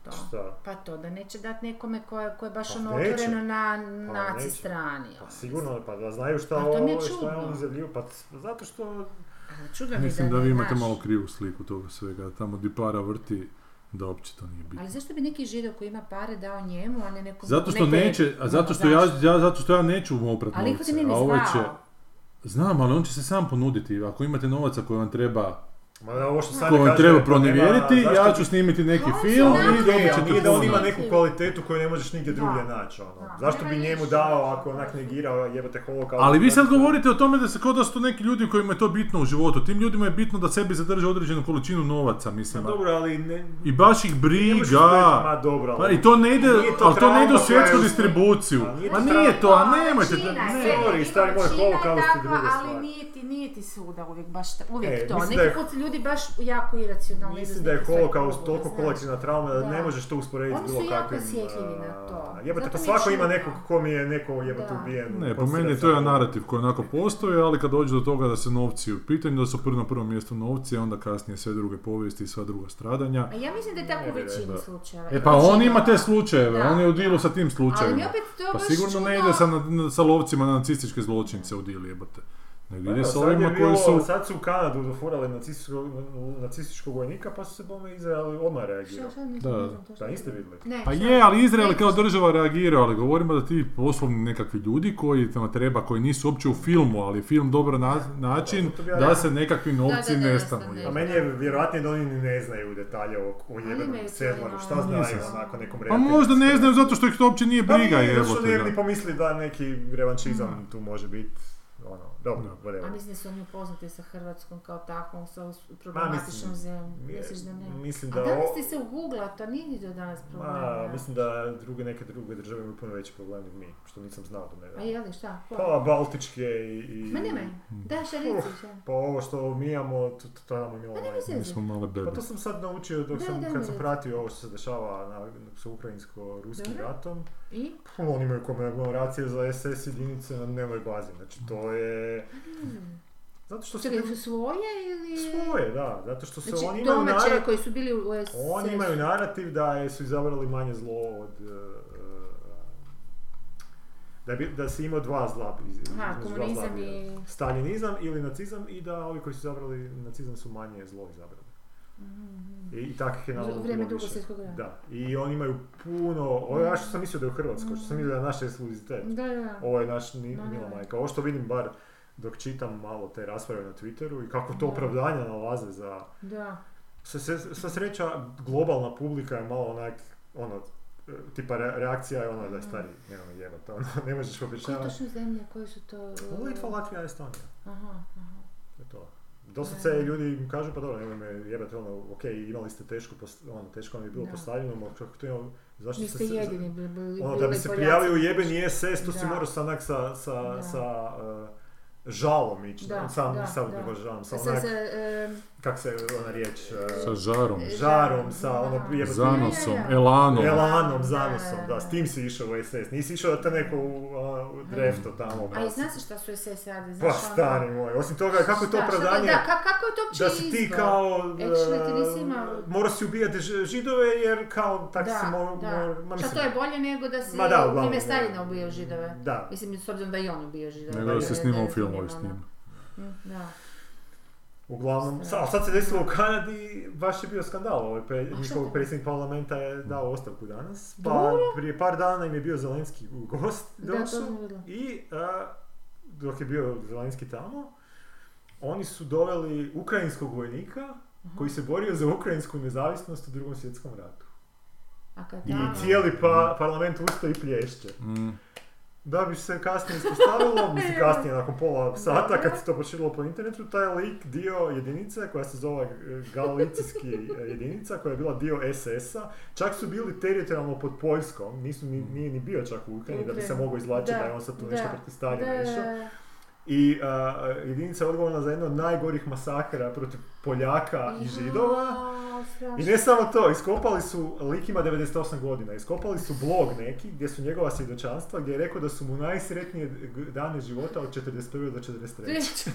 [SPEAKER 2] to.
[SPEAKER 3] Šta?
[SPEAKER 2] Pa to, da neće dati nekome ko je, ko je baš
[SPEAKER 3] Pa
[SPEAKER 2] ono
[SPEAKER 3] neće.
[SPEAKER 2] otvoreno na
[SPEAKER 3] Pa
[SPEAKER 2] naci
[SPEAKER 3] neće.
[SPEAKER 2] strani. ono,
[SPEAKER 3] Pa sigurno, pa da znaju šta
[SPEAKER 2] A to mi je
[SPEAKER 3] ovo, šta je
[SPEAKER 2] čudno.
[SPEAKER 3] on izjavljivo, pa zato što
[SPEAKER 2] mislim. Ali čudno mi je
[SPEAKER 1] Mislim da vi
[SPEAKER 2] ne
[SPEAKER 1] imate
[SPEAKER 2] znaš.
[SPEAKER 1] malo krivu sliku toga svega, tamo di para vrti, da uopće to nije bitno.
[SPEAKER 2] Ali zašto bi neki židov koji ima pare dao njemu, a ne nekom...
[SPEAKER 1] Zato što
[SPEAKER 2] nekoj-
[SPEAKER 1] neće, a zato
[SPEAKER 2] ono,
[SPEAKER 1] što ja,
[SPEAKER 2] znaš.
[SPEAKER 1] ja, zato što ja neću mu oprat
[SPEAKER 2] Ali niko ti
[SPEAKER 1] novce,
[SPEAKER 2] nije ni
[SPEAKER 1] a ovaj će...
[SPEAKER 2] zvao.
[SPEAKER 1] Znam, ali on će se sam ponuditi, ako imate novaca koji vam treba,
[SPEAKER 3] Ma da, ovo što Sanja
[SPEAKER 1] koji vam
[SPEAKER 3] kaže,
[SPEAKER 1] treba
[SPEAKER 3] to nema-
[SPEAKER 1] pronevjeriti,
[SPEAKER 3] zašto
[SPEAKER 1] ja
[SPEAKER 3] bi-
[SPEAKER 1] ću snimiti neki
[SPEAKER 2] Pa on
[SPEAKER 1] film
[SPEAKER 2] će
[SPEAKER 1] i
[SPEAKER 2] znati.
[SPEAKER 1] dobit
[SPEAKER 3] A
[SPEAKER 1] ćete
[SPEAKER 3] nije da on
[SPEAKER 1] puno.
[SPEAKER 3] ima neku kvalitetu koju ne možeš nigdje drugdje
[SPEAKER 2] Da.
[SPEAKER 3] naći, ono.
[SPEAKER 2] Da.
[SPEAKER 3] Zašto bi
[SPEAKER 2] Nema
[SPEAKER 3] njemu
[SPEAKER 2] ništa.
[SPEAKER 3] dao ako onak negirao jebate holokaust?
[SPEAKER 1] Ali vi sad govorite o tome da se kod da su to neki ljudi kojima je to bitno u životu. Tim ljudima je bitno da sebi zadrže određenu količinu novaca,
[SPEAKER 3] Ma
[SPEAKER 1] mislim.
[SPEAKER 3] Dobro, ali ne...
[SPEAKER 1] I baš ih
[SPEAKER 3] ne možeš izgledati, Ma
[SPEAKER 1] briga.
[SPEAKER 3] dobro,
[SPEAKER 1] Pa
[SPEAKER 3] ali...
[SPEAKER 1] i to ne ide,
[SPEAKER 3] Nije to
[SPEAKER 1] ali to ne ide u
[SPEAKER 3] trauma koja je
[SPEAKER 1] svjetsku
[SPEAKER 3] u-
[SPEAKER 1] distribuciju.
[SPEAKER 3] Ali nije
[SPEAKER 1] Ma
[SPEAKER 3] to
[SPEAKER 1] nije to, a nemojte...
[SPEAKER 2] Većina
[SPEAKER 1] da-
[SPEAKER 2] Znači, je,
[SPEAKER 1] ne.
[SPEAKER 3] sve. sorry, stari moj,
[SPEAKER 2] većina je
[SPEAKER 3] holokaust je
[SPEAKER 2] takva,
[SPEAKER 3] druga
[SPEAKER 2] Ali
[SPEAKER 3] stvar.
[SPEAKER 2] nije ti, nije ti svuda uvijek baš, ta- uvijek
[SPEAKER 3] E,
[SPEAKER 2] to.
[SPEAKER 3] mislim
[SPEAKER 2] Neki
[SPEAKER 3] da je-
[SPEAKER 2] put su ljudi baš jako iracionalni.
[SPEAKER 3] Mislim da je holokaust toliko
[SPEAKER 2] kolektivno.
[SPEAKER 3] kolektivna trauma da, ne
[SPEAKER 2] znači Da.
[SPEAKER 3] možeš to usporediti
[SPEAKER 2] Oni
[SPEAKER 3] s
[SPEAKER 2] su
[SPEAKER 3] bilo
[SPEAKER 2] jako
[SPEAKER 3] kakvim...
[SPEAKER 2] osjetljivi na
[SPEAKER 3] a,
[SPEAKER 2] to.
[SPEAKER 3] Jebate,
[SPEAKER 2] Zato
[SPEAKER 3] pa
[SPEAKER 2] mi je
[SPEAKER 3] svako ima
[SPEAKER 2] čudno.
[SPEAKER 3] nekog kom je neko jebate
[SPEAKER 2] Da.
[SPEAKER 3] ubijen.
[SPEAKER 1] Ne, po meni je to je narativ koji onako postoji, ali kad dođe do toga da se novci u pitanju, da su prvo na prvom mjestu novci, a onda kasnije sve druge povijesti i sva druga stradanja.
[SPEAKER 2] A ja mislim da je tako u
[SPEAKER 3] Ne,
[SPEAKER 2] većini
[SPEAKER 1] da.
[SPEAKER 2] slučajeva.
[SPEAKER 1] E pa
[SPEAKER 2] Većina-
[SPEAKER 1] on ima te slučajeve,
[SPEAKER 2] Znači, Da.
[SPEAKER 1] on je u dilu sa tim
[SPEAKER 2] Ali mi
[SPEAKER 1] slučajevima.
[SPEAKER 2] opet to
[SPEAKER 1] Pa
[SPEAKER 2] baš
[SPEAKER 1] sigurno ne
[SPEAKER 2] čudno.
[SPEAKER 1] ide sa, na- sa lovcima na nacističke zločince u dili jebote. Nego ide
[SPEAKER 3] Evo,
[SPEAKER 1] sa
[SPEAKER 3] Pa sad je
[SPEAKER 1] ovima
[SPEAKER 3] bilo-
[SPEAKER 1] koji su...
[SPEAKER 3] Sad su u Kanadu doforali nacističkog, nacističkog vojnika, pa su se bome Izrael odmah reagirao.
[SPEAKER 2] Šta, šta, nisam-
[SPEAKER 1] Da.
[SPEAKER 2] ne znam točno.
[SPEAKER 3] Da, niste vidjeli?
[SPEAKER 2] Ne,
[SPEAKER 1] Pa
[SPEAKER 2] šta?
[SPEAKER 1] je, ali Izrael
[SPEAKER 2] Ne,
[SPEAKER 1] kao država reagirao, ali govorimo da ti poslovni nekakvi ljudi koji tamo treba, koji nisu uopće u filmu, ali je film dobro na- način
[SPEAKER 3] Da, zato bi ja
[SPEAKER 1] da
[SPEAKER 3] rekao-
[SPEAKER 1] se nekakvi novci
[SPEAKER 2] da, da,
[SPEAKER 1] nestanu.
[SPEAKER 2] da, da.
[SPEAKER 3] Pa
[SPEAKER 1] jebote.
[SPEAKER 3] meni je vjerojatnije da oni ni ne znaju detalje o, o jebenom
[SPEAKER 2] imaju
[SPEAKER 3] sedlaru,
[SPEAKER 2] svoj
[SPEAKER 3] šta
[SPEAKER 2] naum.
[SPEAKER 3] znaju
[SPEAKER 1] Nisam.
[SPEAKER 3] onako nekom
[SPEAKER 1] Pa
[SPEAKER 3] redatelju.
[SPEAKER 1] možda ne znaju zato što ih to uopće nije
[SPEAKER 3] Pa
[SPEAKER 1] briga
[SPEAKER 3] nije, zato što
[SPEAKER 1] jebote.
[SPEAKER 3] ne bi
[SPEAKER 1] da.
[SPEAKER 3] ni pomislili da neki revančizam tu može biti, ono, dobro,
[SPEAKER 2] A
[SPEAKER 3] whatever.
[SPEAKER 2] mislim da su oni upoznati sa Hrvatskom kao takvom, sa ovu
[SPEAKER 3] mislim,
[SPEAKER 2] problematičnom zemljom. Misliš da ne?
[SPEAKER 3] Mislim da...
[SPEAKER 2] A
[SPEAKER 3] o-
[SPEAKER 2] danas ti se ugugla, to nije ni do danas problem.
[SPEAKER 3] Ma,
[SPEAKER 2] da.
[SPEAKER 3] mislim da druge, neke druge države imaju puno veći problem nego mi, što nisam znao do
[SPEAKER 2] A
[SPEAKER 3] nedavno.
[SPEAKER 2] je li šta? Ko?
[SPEAKER 3] Pa, Baltičke i... i-
[SPEAKER 2] Ma nemaj, da šta reci, šta?
[SPEAKER 3] Pa ovo što mi imamo, to, to tamo imamo...
[SPEAKER 2] Pa nema
[SPEAKER 3] ovaj,
[SPEAKER 2] se
[SPEAKER 1] Mi smo male bebe.
[SPEAKER 3] Pa to sam sad naučio dok
[SPEAKER 2] Da,
[SPEAKER 3] sam,
[SPEAKER 2] da,
[SPEAKER 3] kad
[SPEAKER 2] mi
[SPEAKER 3] sam
[SPEAKER 2] je.
[SPEAKER 3] pratio ovo što se dešava na, sa ukrajinsko-ruskim
[SPEAKER 2] Dobro.
[SPEAKER 3] ratom.
[SPEAKER 2] I?
[SPEAKER 3] Pa Oni imaju komemoracije za SS jedinice na dnevnoj bazi, znači to je... Zato što su
[SPEAKER 2] Pa, Čekaj,
[SPEAKER 3] bili
[SPEAKER 2] su svoje ili...
[SPEAKER 3] svoje, da, zato što se oni
[SPEAKER 2] Znači,
[SPEAKER 3] imaju
[SPEAKER 2] domaće
[SPEAKER 3] narativ,
[SPEAKER 2] koji su bili u SS.
[SPEAKER 3] oni imaju narativ da je, su izabrali manje zlo od... e, e, Da, bi, da si imao dva zla. iz- između dva
[SPEAKER 2] Aha,
[SPEAKER 3] zla
[SPEAKER 2] komunizam
[SPEAKER 3] bi-
[SPEAKER 2] i...
[SPEAKER 3] Stalinizam ili nacizam i da ovi koji su zabrali nacizam su manje zlo izabrali. I, i takvih je naravno
[SPEAKER 2] U Mhm, vrijeme
[SPEAKER 3] bilo
[SPEAKER 2] drugog
[SPEAKER 3] više.
[SPEAKER 2] svjetskog rata. Mm.
[SPEAKER 3] Da, i oni imaju puno, ovo ja što sam mislio da je u Hrvatskoj, što sam mislio da je naš ekskluzivitet.
[SPEAKER 2] Da, da, da.
[SPEAKER 3] Ovo je naš ni-
[SPEAKER 2] Da, da,
[SPEAKER 3] mila
[SPEAKER 2] da.
[SPEAKER 3] majka. Ovo što vidim bar dok čitam malo te rasprave na Twitteru i kako to
[SPEAKER 2] Da.
[SPEAKER 3] opravdanja nalaze za...
[SPEAKER 2] Da.
[SPEAKER 3] Sa, se- sa sreća globalna publika je malo onak, ono, e, tipa re- reakcija je
[SPEAKER 2] Mhm.
[SPEAKER 3] ona da je stari, nemoj jebati, ono, ne možeš
[SPEAKER 2] Koje
[SPEAKER 3] objašnjavati.
[SPEAKER 2] točno zemlje, koje su to...
[SPEAKER 3] Ovo je Litva,
[SPEAKER 2] uh,
[SPEAKER 3] Latvija, Estonija.
[SPEAKER 2] Aha, aha.
[SPEAKER 3] To je to. Doslovce
[SPEAKER 2] Da.
[SPEAKER 3] ljudi im kažu, pa dobro, nemoj me jebati, ono, ok, imali ste teško, post- ono, teško vam je bilo
[SPEAKER 2] Da.
[SPEAKER 3] postavljeno, ma kako to imamo, zašto
[SPEAKER 2] Niste
[SPEAKER 3] za-
[SPEAKER 2] jedini bili, bili
[SPEAKER 3] ono, da bi
[SPEAKER 2] bili
[SPEAKER 3] se
[SPEAKER 2] Poljaci.
[SPEAKER 3] prijavio u jebeni SS, tu si
[SPEAKER 2] Da.
[SPEAKER 3] morao sa, onak, sa, sa,
[SPEAKER 2] Da.
[SPEAKER 3] sa e, žalom ići,
[SPEAKER 2] Da,
[SPEAKER 3] sam,
[SPEAKER 2] da,
[SPEAKER 3] sam,
[SPEAKER 2] da.
[SPEAKER 3] nego žalom, sa
[SPEAKER 2] Sa,
[SPEAKER 3] onak,
[SPEAKER 2] sa, em,
[SPEAKER 3] kak se ona riječ, e,
[SPEAKER 1] Sa žarom,
[SPEAKER 3] žarom, sa ono,
[SPEAKER 2] Da.
[SPEAKER 3] jebati,
[SPEAKER 1] zanosom,
[SPEAKER 2] Ja, ja, ja.
[SPEAKER 1] elanom.
[SPEAKER 3] elanom,
[SPEAKER 2] Da,
[SPEAKER 3] zanosom,
[SPEAKER 2] da,
[SPEAKER 3] da,
[SPEAKER 2] da. Mm.
[SPEAKER 3] s tim si išao u SS, nisi išao da te neko u, a, u drefto tamo,
[SPEAKER 2] a i
[SPEAKER 3] baci.
[SPEAKER 2] znaš šta su SS rade?
[SPEAKER 3] pa
[SPEAKER 2] znaš ono?
[SPEAKER 3] stari moj, osim toga, kako je to
[SPEAKER 2] Šta, šta
[SPEAKER 3] opravdanje,
[SPEAKER 2] Da, ka- kako je to uopće
[SPEAKER 3] da si ti
[SPEAKER 2] izbor?
[SPEAKER 3] kao...
[SPEAKER 2] Actually, ti nisi imao-
[SPEAKER 3] e, Morao si ubijati ž- židove jer kao tak si
[SPEAKER 2] Da,
[SPEAKER 3] morao...
[SPEAKER 2] da.
[SPEAKER 3] ma
[SPEAKER 2] Šta
[SPEAKER 3] mislim-
[SPEAKER 2] to je bolje nego da si
[SPEAKER 3] Ma da,
[SPEAKER 2] u
[SPEAKER 3] uglavnom,
[SPEAKER 2] ime
[SPEAKER 3] da.
[SPEAKER 2] Stalina ubijao židove?
[SPEAKER 3] Da.
[SPEAKER 2] Mislim, s obzirom da i on ubio židove.
[SPEAKER 1] Nego da se snimao
[SPEAKER 2] je
[SPEAKER 1] filmovi s
[SPEAKER 2] snimao.
[SPEAKER 1] njim.
[SPEAKER 2] Mm, Da.
[SPEAKER 3] Uglavnom, sa,
[SPEAKER 2] Strašno.
[SPEAKER 3] a sad se desilo u Kanadi, baš je bio skandal, ovaj pre,
[SPEAKER 2] šta
[SPEAKER 3] njihov
[SPEAKER 2] to?
[SPEAKER 3] predsjednik parlamenta je dao ostavku danas, pa
[SPEAKER 2] Dobro.
[SPEAKER 3] prije par dana im je bio Zelenski u gost
[SPEAKER 2] Da, to
[SPEAKER 3] došao
[SPEAKER 2] sam vidjela.
[SPEAKER 3] i a, dok je bio Zelenski tamo, oni su doveli ukrajinskog vojnika
[SPEAKER 2] Mhm.
[SPEAKER 3] koji se borio za ukrajinsku nezavisnost u drugom svjetskom ratu.
[SPEAKER 2] A kad
[SPEAKER 3] I
[SPEAKER 2] tamo-
[SPEAKER 3] cijeli pa, parlament ustao i plješće.
[SPEAKER 1] Mm.
[SPEAKER 3] Da bi se kasnije ispostavilo, mislim kasnije nakon pola sata
[SPEAKER 2] Dobro.
[SPEAKER 3] kad se to proširilo po internetu, taj lik dio jedinice koja se zove e, Galicijski e, jedinica koja je bila dio SS-a, čak su bili teritorijalno pod Poljskom, nisu, ni, nije ni bio čak u Ukrajini da bi se
[SPEAKER 2] Ukrajini.
[SPEAKER 3] mogao izvlačiti da,
[SPEAKER 2] Da,
[SPEAKER 3] je on sad tu
[SPEAKER 2] da,
[SPEAKER 3] nešto protiv Staljina
[SPEAKER 2] Da,
[SPEAKER 3] išao. I a, jedinica je odgovorna za jedno od najgorih masakra protiv Poljaka i Židova.
[SPEAKER 2] Jao, strašno.
[SPEAKER 3] I ne samo to, iskopali su, lik ima 98 godina, iskopali su blog neki gdje su njegova svjedočanstva gdje je rekao da su mu najsretnije g- dane života od 41. do 43.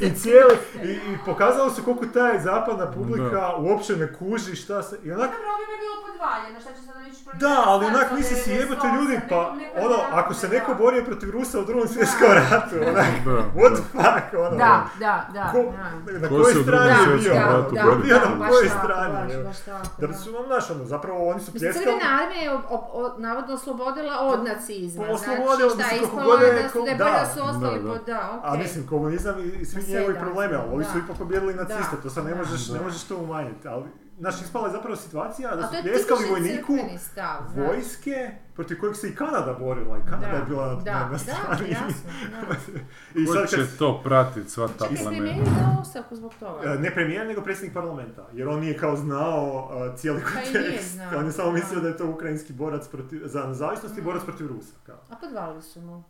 [SPEAKER 3] I cijeli, i, i pokazalo su koliko taj zapadna publika
[SPEAKER 1] Da.
[SPEAKER 3] uopće ne kuži šta se, i onak,
[SPEAKER 2] Dobro, ovime je bilo podvaljeno, šta će sad oni ići protiv
[SPEAKER 3] da, ali onak
[SPEAKER 2] Sad,
[SPEAKER 3] misli si
[SPEAKER 2] sad,
[SPEAKER 3] jebote
[SPEAKER 2] sad,
[SPEAKER 3] ljudi,
[SPEAKER 2] sad,
[SPEAKER 3] pa
[SPEAKER 2] nekom neko
[SPEAKER 3] ono,
[SPEAKER 2] napadne,
[SPEAKER 3] ako se neko
[SPEAKER 2] da.
[SPEAKER 3] borio protiv Rusa u drugom svjetskom ratu, onak,
[SPEAKER 1] Da.
[SPEAKER 3] what the fuck, ono,
[SPEAKER 2] Da, da, da.
[SPEAKER 3] ko-
[SPEAKER 2] da.
[SPEAKER 3] na
[SPEAKER 1] Ko
[SPEAKER 3] kojoj
[SPEAKER 1] se u
[SPEAKER 3] strani
[SPEAKER 1] Drugom
[SPEAKER 3] je bio,
[SPEAKER 1] svjetskom
[SPEAKER 3] ono,
[SPEAKER 1] ratu
[SPEAKER 3] ko je
[SPEAKER 1] borio?
[SPEAKER 3] bio na
[SPEAKER 2] baš
[SPEAKER 3] kojoj
[SPEAKER 2] tako,
[SPEAKER 3] strani,
[SPEAKER 2] baš,
[SPEAKER 3] evo.
[SPEAKER 2] baš tako,
[SPEAKER 3] da su vam, znaš, ono, zapravo oni su
[SPEAKER 2] Mislim,
[SPEAKER 3] pljeskali,
[SPEAKER 2] Crvena armija je ob- ob- od- navodno oslobodila od nacizma.
[SPEAKER 3] Pa oslobodila,
[SPEAKER 2] znači, šta je
[SPEAKER 3] mislim, kako
[SPEAKER 2] ispalo
[SPEAKER 3] god je
[SPEAKER 2] da su, da je
[SPEAKER 3] ko-
[SPEAKER 2] bolje
[SPEAKER 3] da.
[SPEAKER 2] da su ostali
[SPEAKER 1] Da, da.
[SPEAKER 2] pod, da, okej.
[SPEAKER 3] A mislim, komunizam i- i svi
[SPEAKER 2] E. Sve,
[SPEAKER 3] njegovi
[SPEAKER 2] da,
[SPEAKER 3] problemi, ali ovi su
[SPEAKER 2] da.
[SPEAKER 3] ipak pobijedili naciste, to sad ne
[SPEAKER 2] Da.
[SPEAKER 3] možeš, ne
[SPEAKER 2] Da.
[SPEAKER 3] možeš to umanjiti, ali Znaš, ispala je zapravo situacija da
[SPEAKER 2] A
[SPEAKER 3] su
[SPEAKER 2] to je
[SPEAKER 3] pljeskali
[SPEAKER 2] tipičan
[SPEAKER 3] vojniku
[SPEAKER 2] crkveni stav, znaš.
[SPEAKER 3] vojske protiv kojeg se i Kanada borila i Kanada je bila na,
[SPEAKER 2] da,
[SPEAKER 3] na
[SPEAKER 2] da,
[SPEAKER 3] strani.
[SPEAKER 2] jasno, da.
[SPEAKER 3] I
[SPEAKER 1] Ko
[SPEAKER 3] sad kad,
[SPEAKER 1] će to pratit sva ta
[SPEAKER 2] Čekaj,
[SPEAKER 1] plemena?
[SPEAKER 2] premijer je dao ostavku zbog toga.
[SPEAKER 3] e, ne premijer, nego predsjednik parlamenta, jer on nije kao znao a, cijeli
[SPEAKER 2] Pa i nije
[SPEAKER 3] kontekst.
[SPEAKER 2] znao,
[SPEAKER 3] On je samo
[SPEAKER 2] da.
[SPEAKER 3] mislio da je to ukrajinski borac protiv, za nezavisnost i borac protiv Rusa. Kao.
[SPEAKER 2] A podvalili su mu.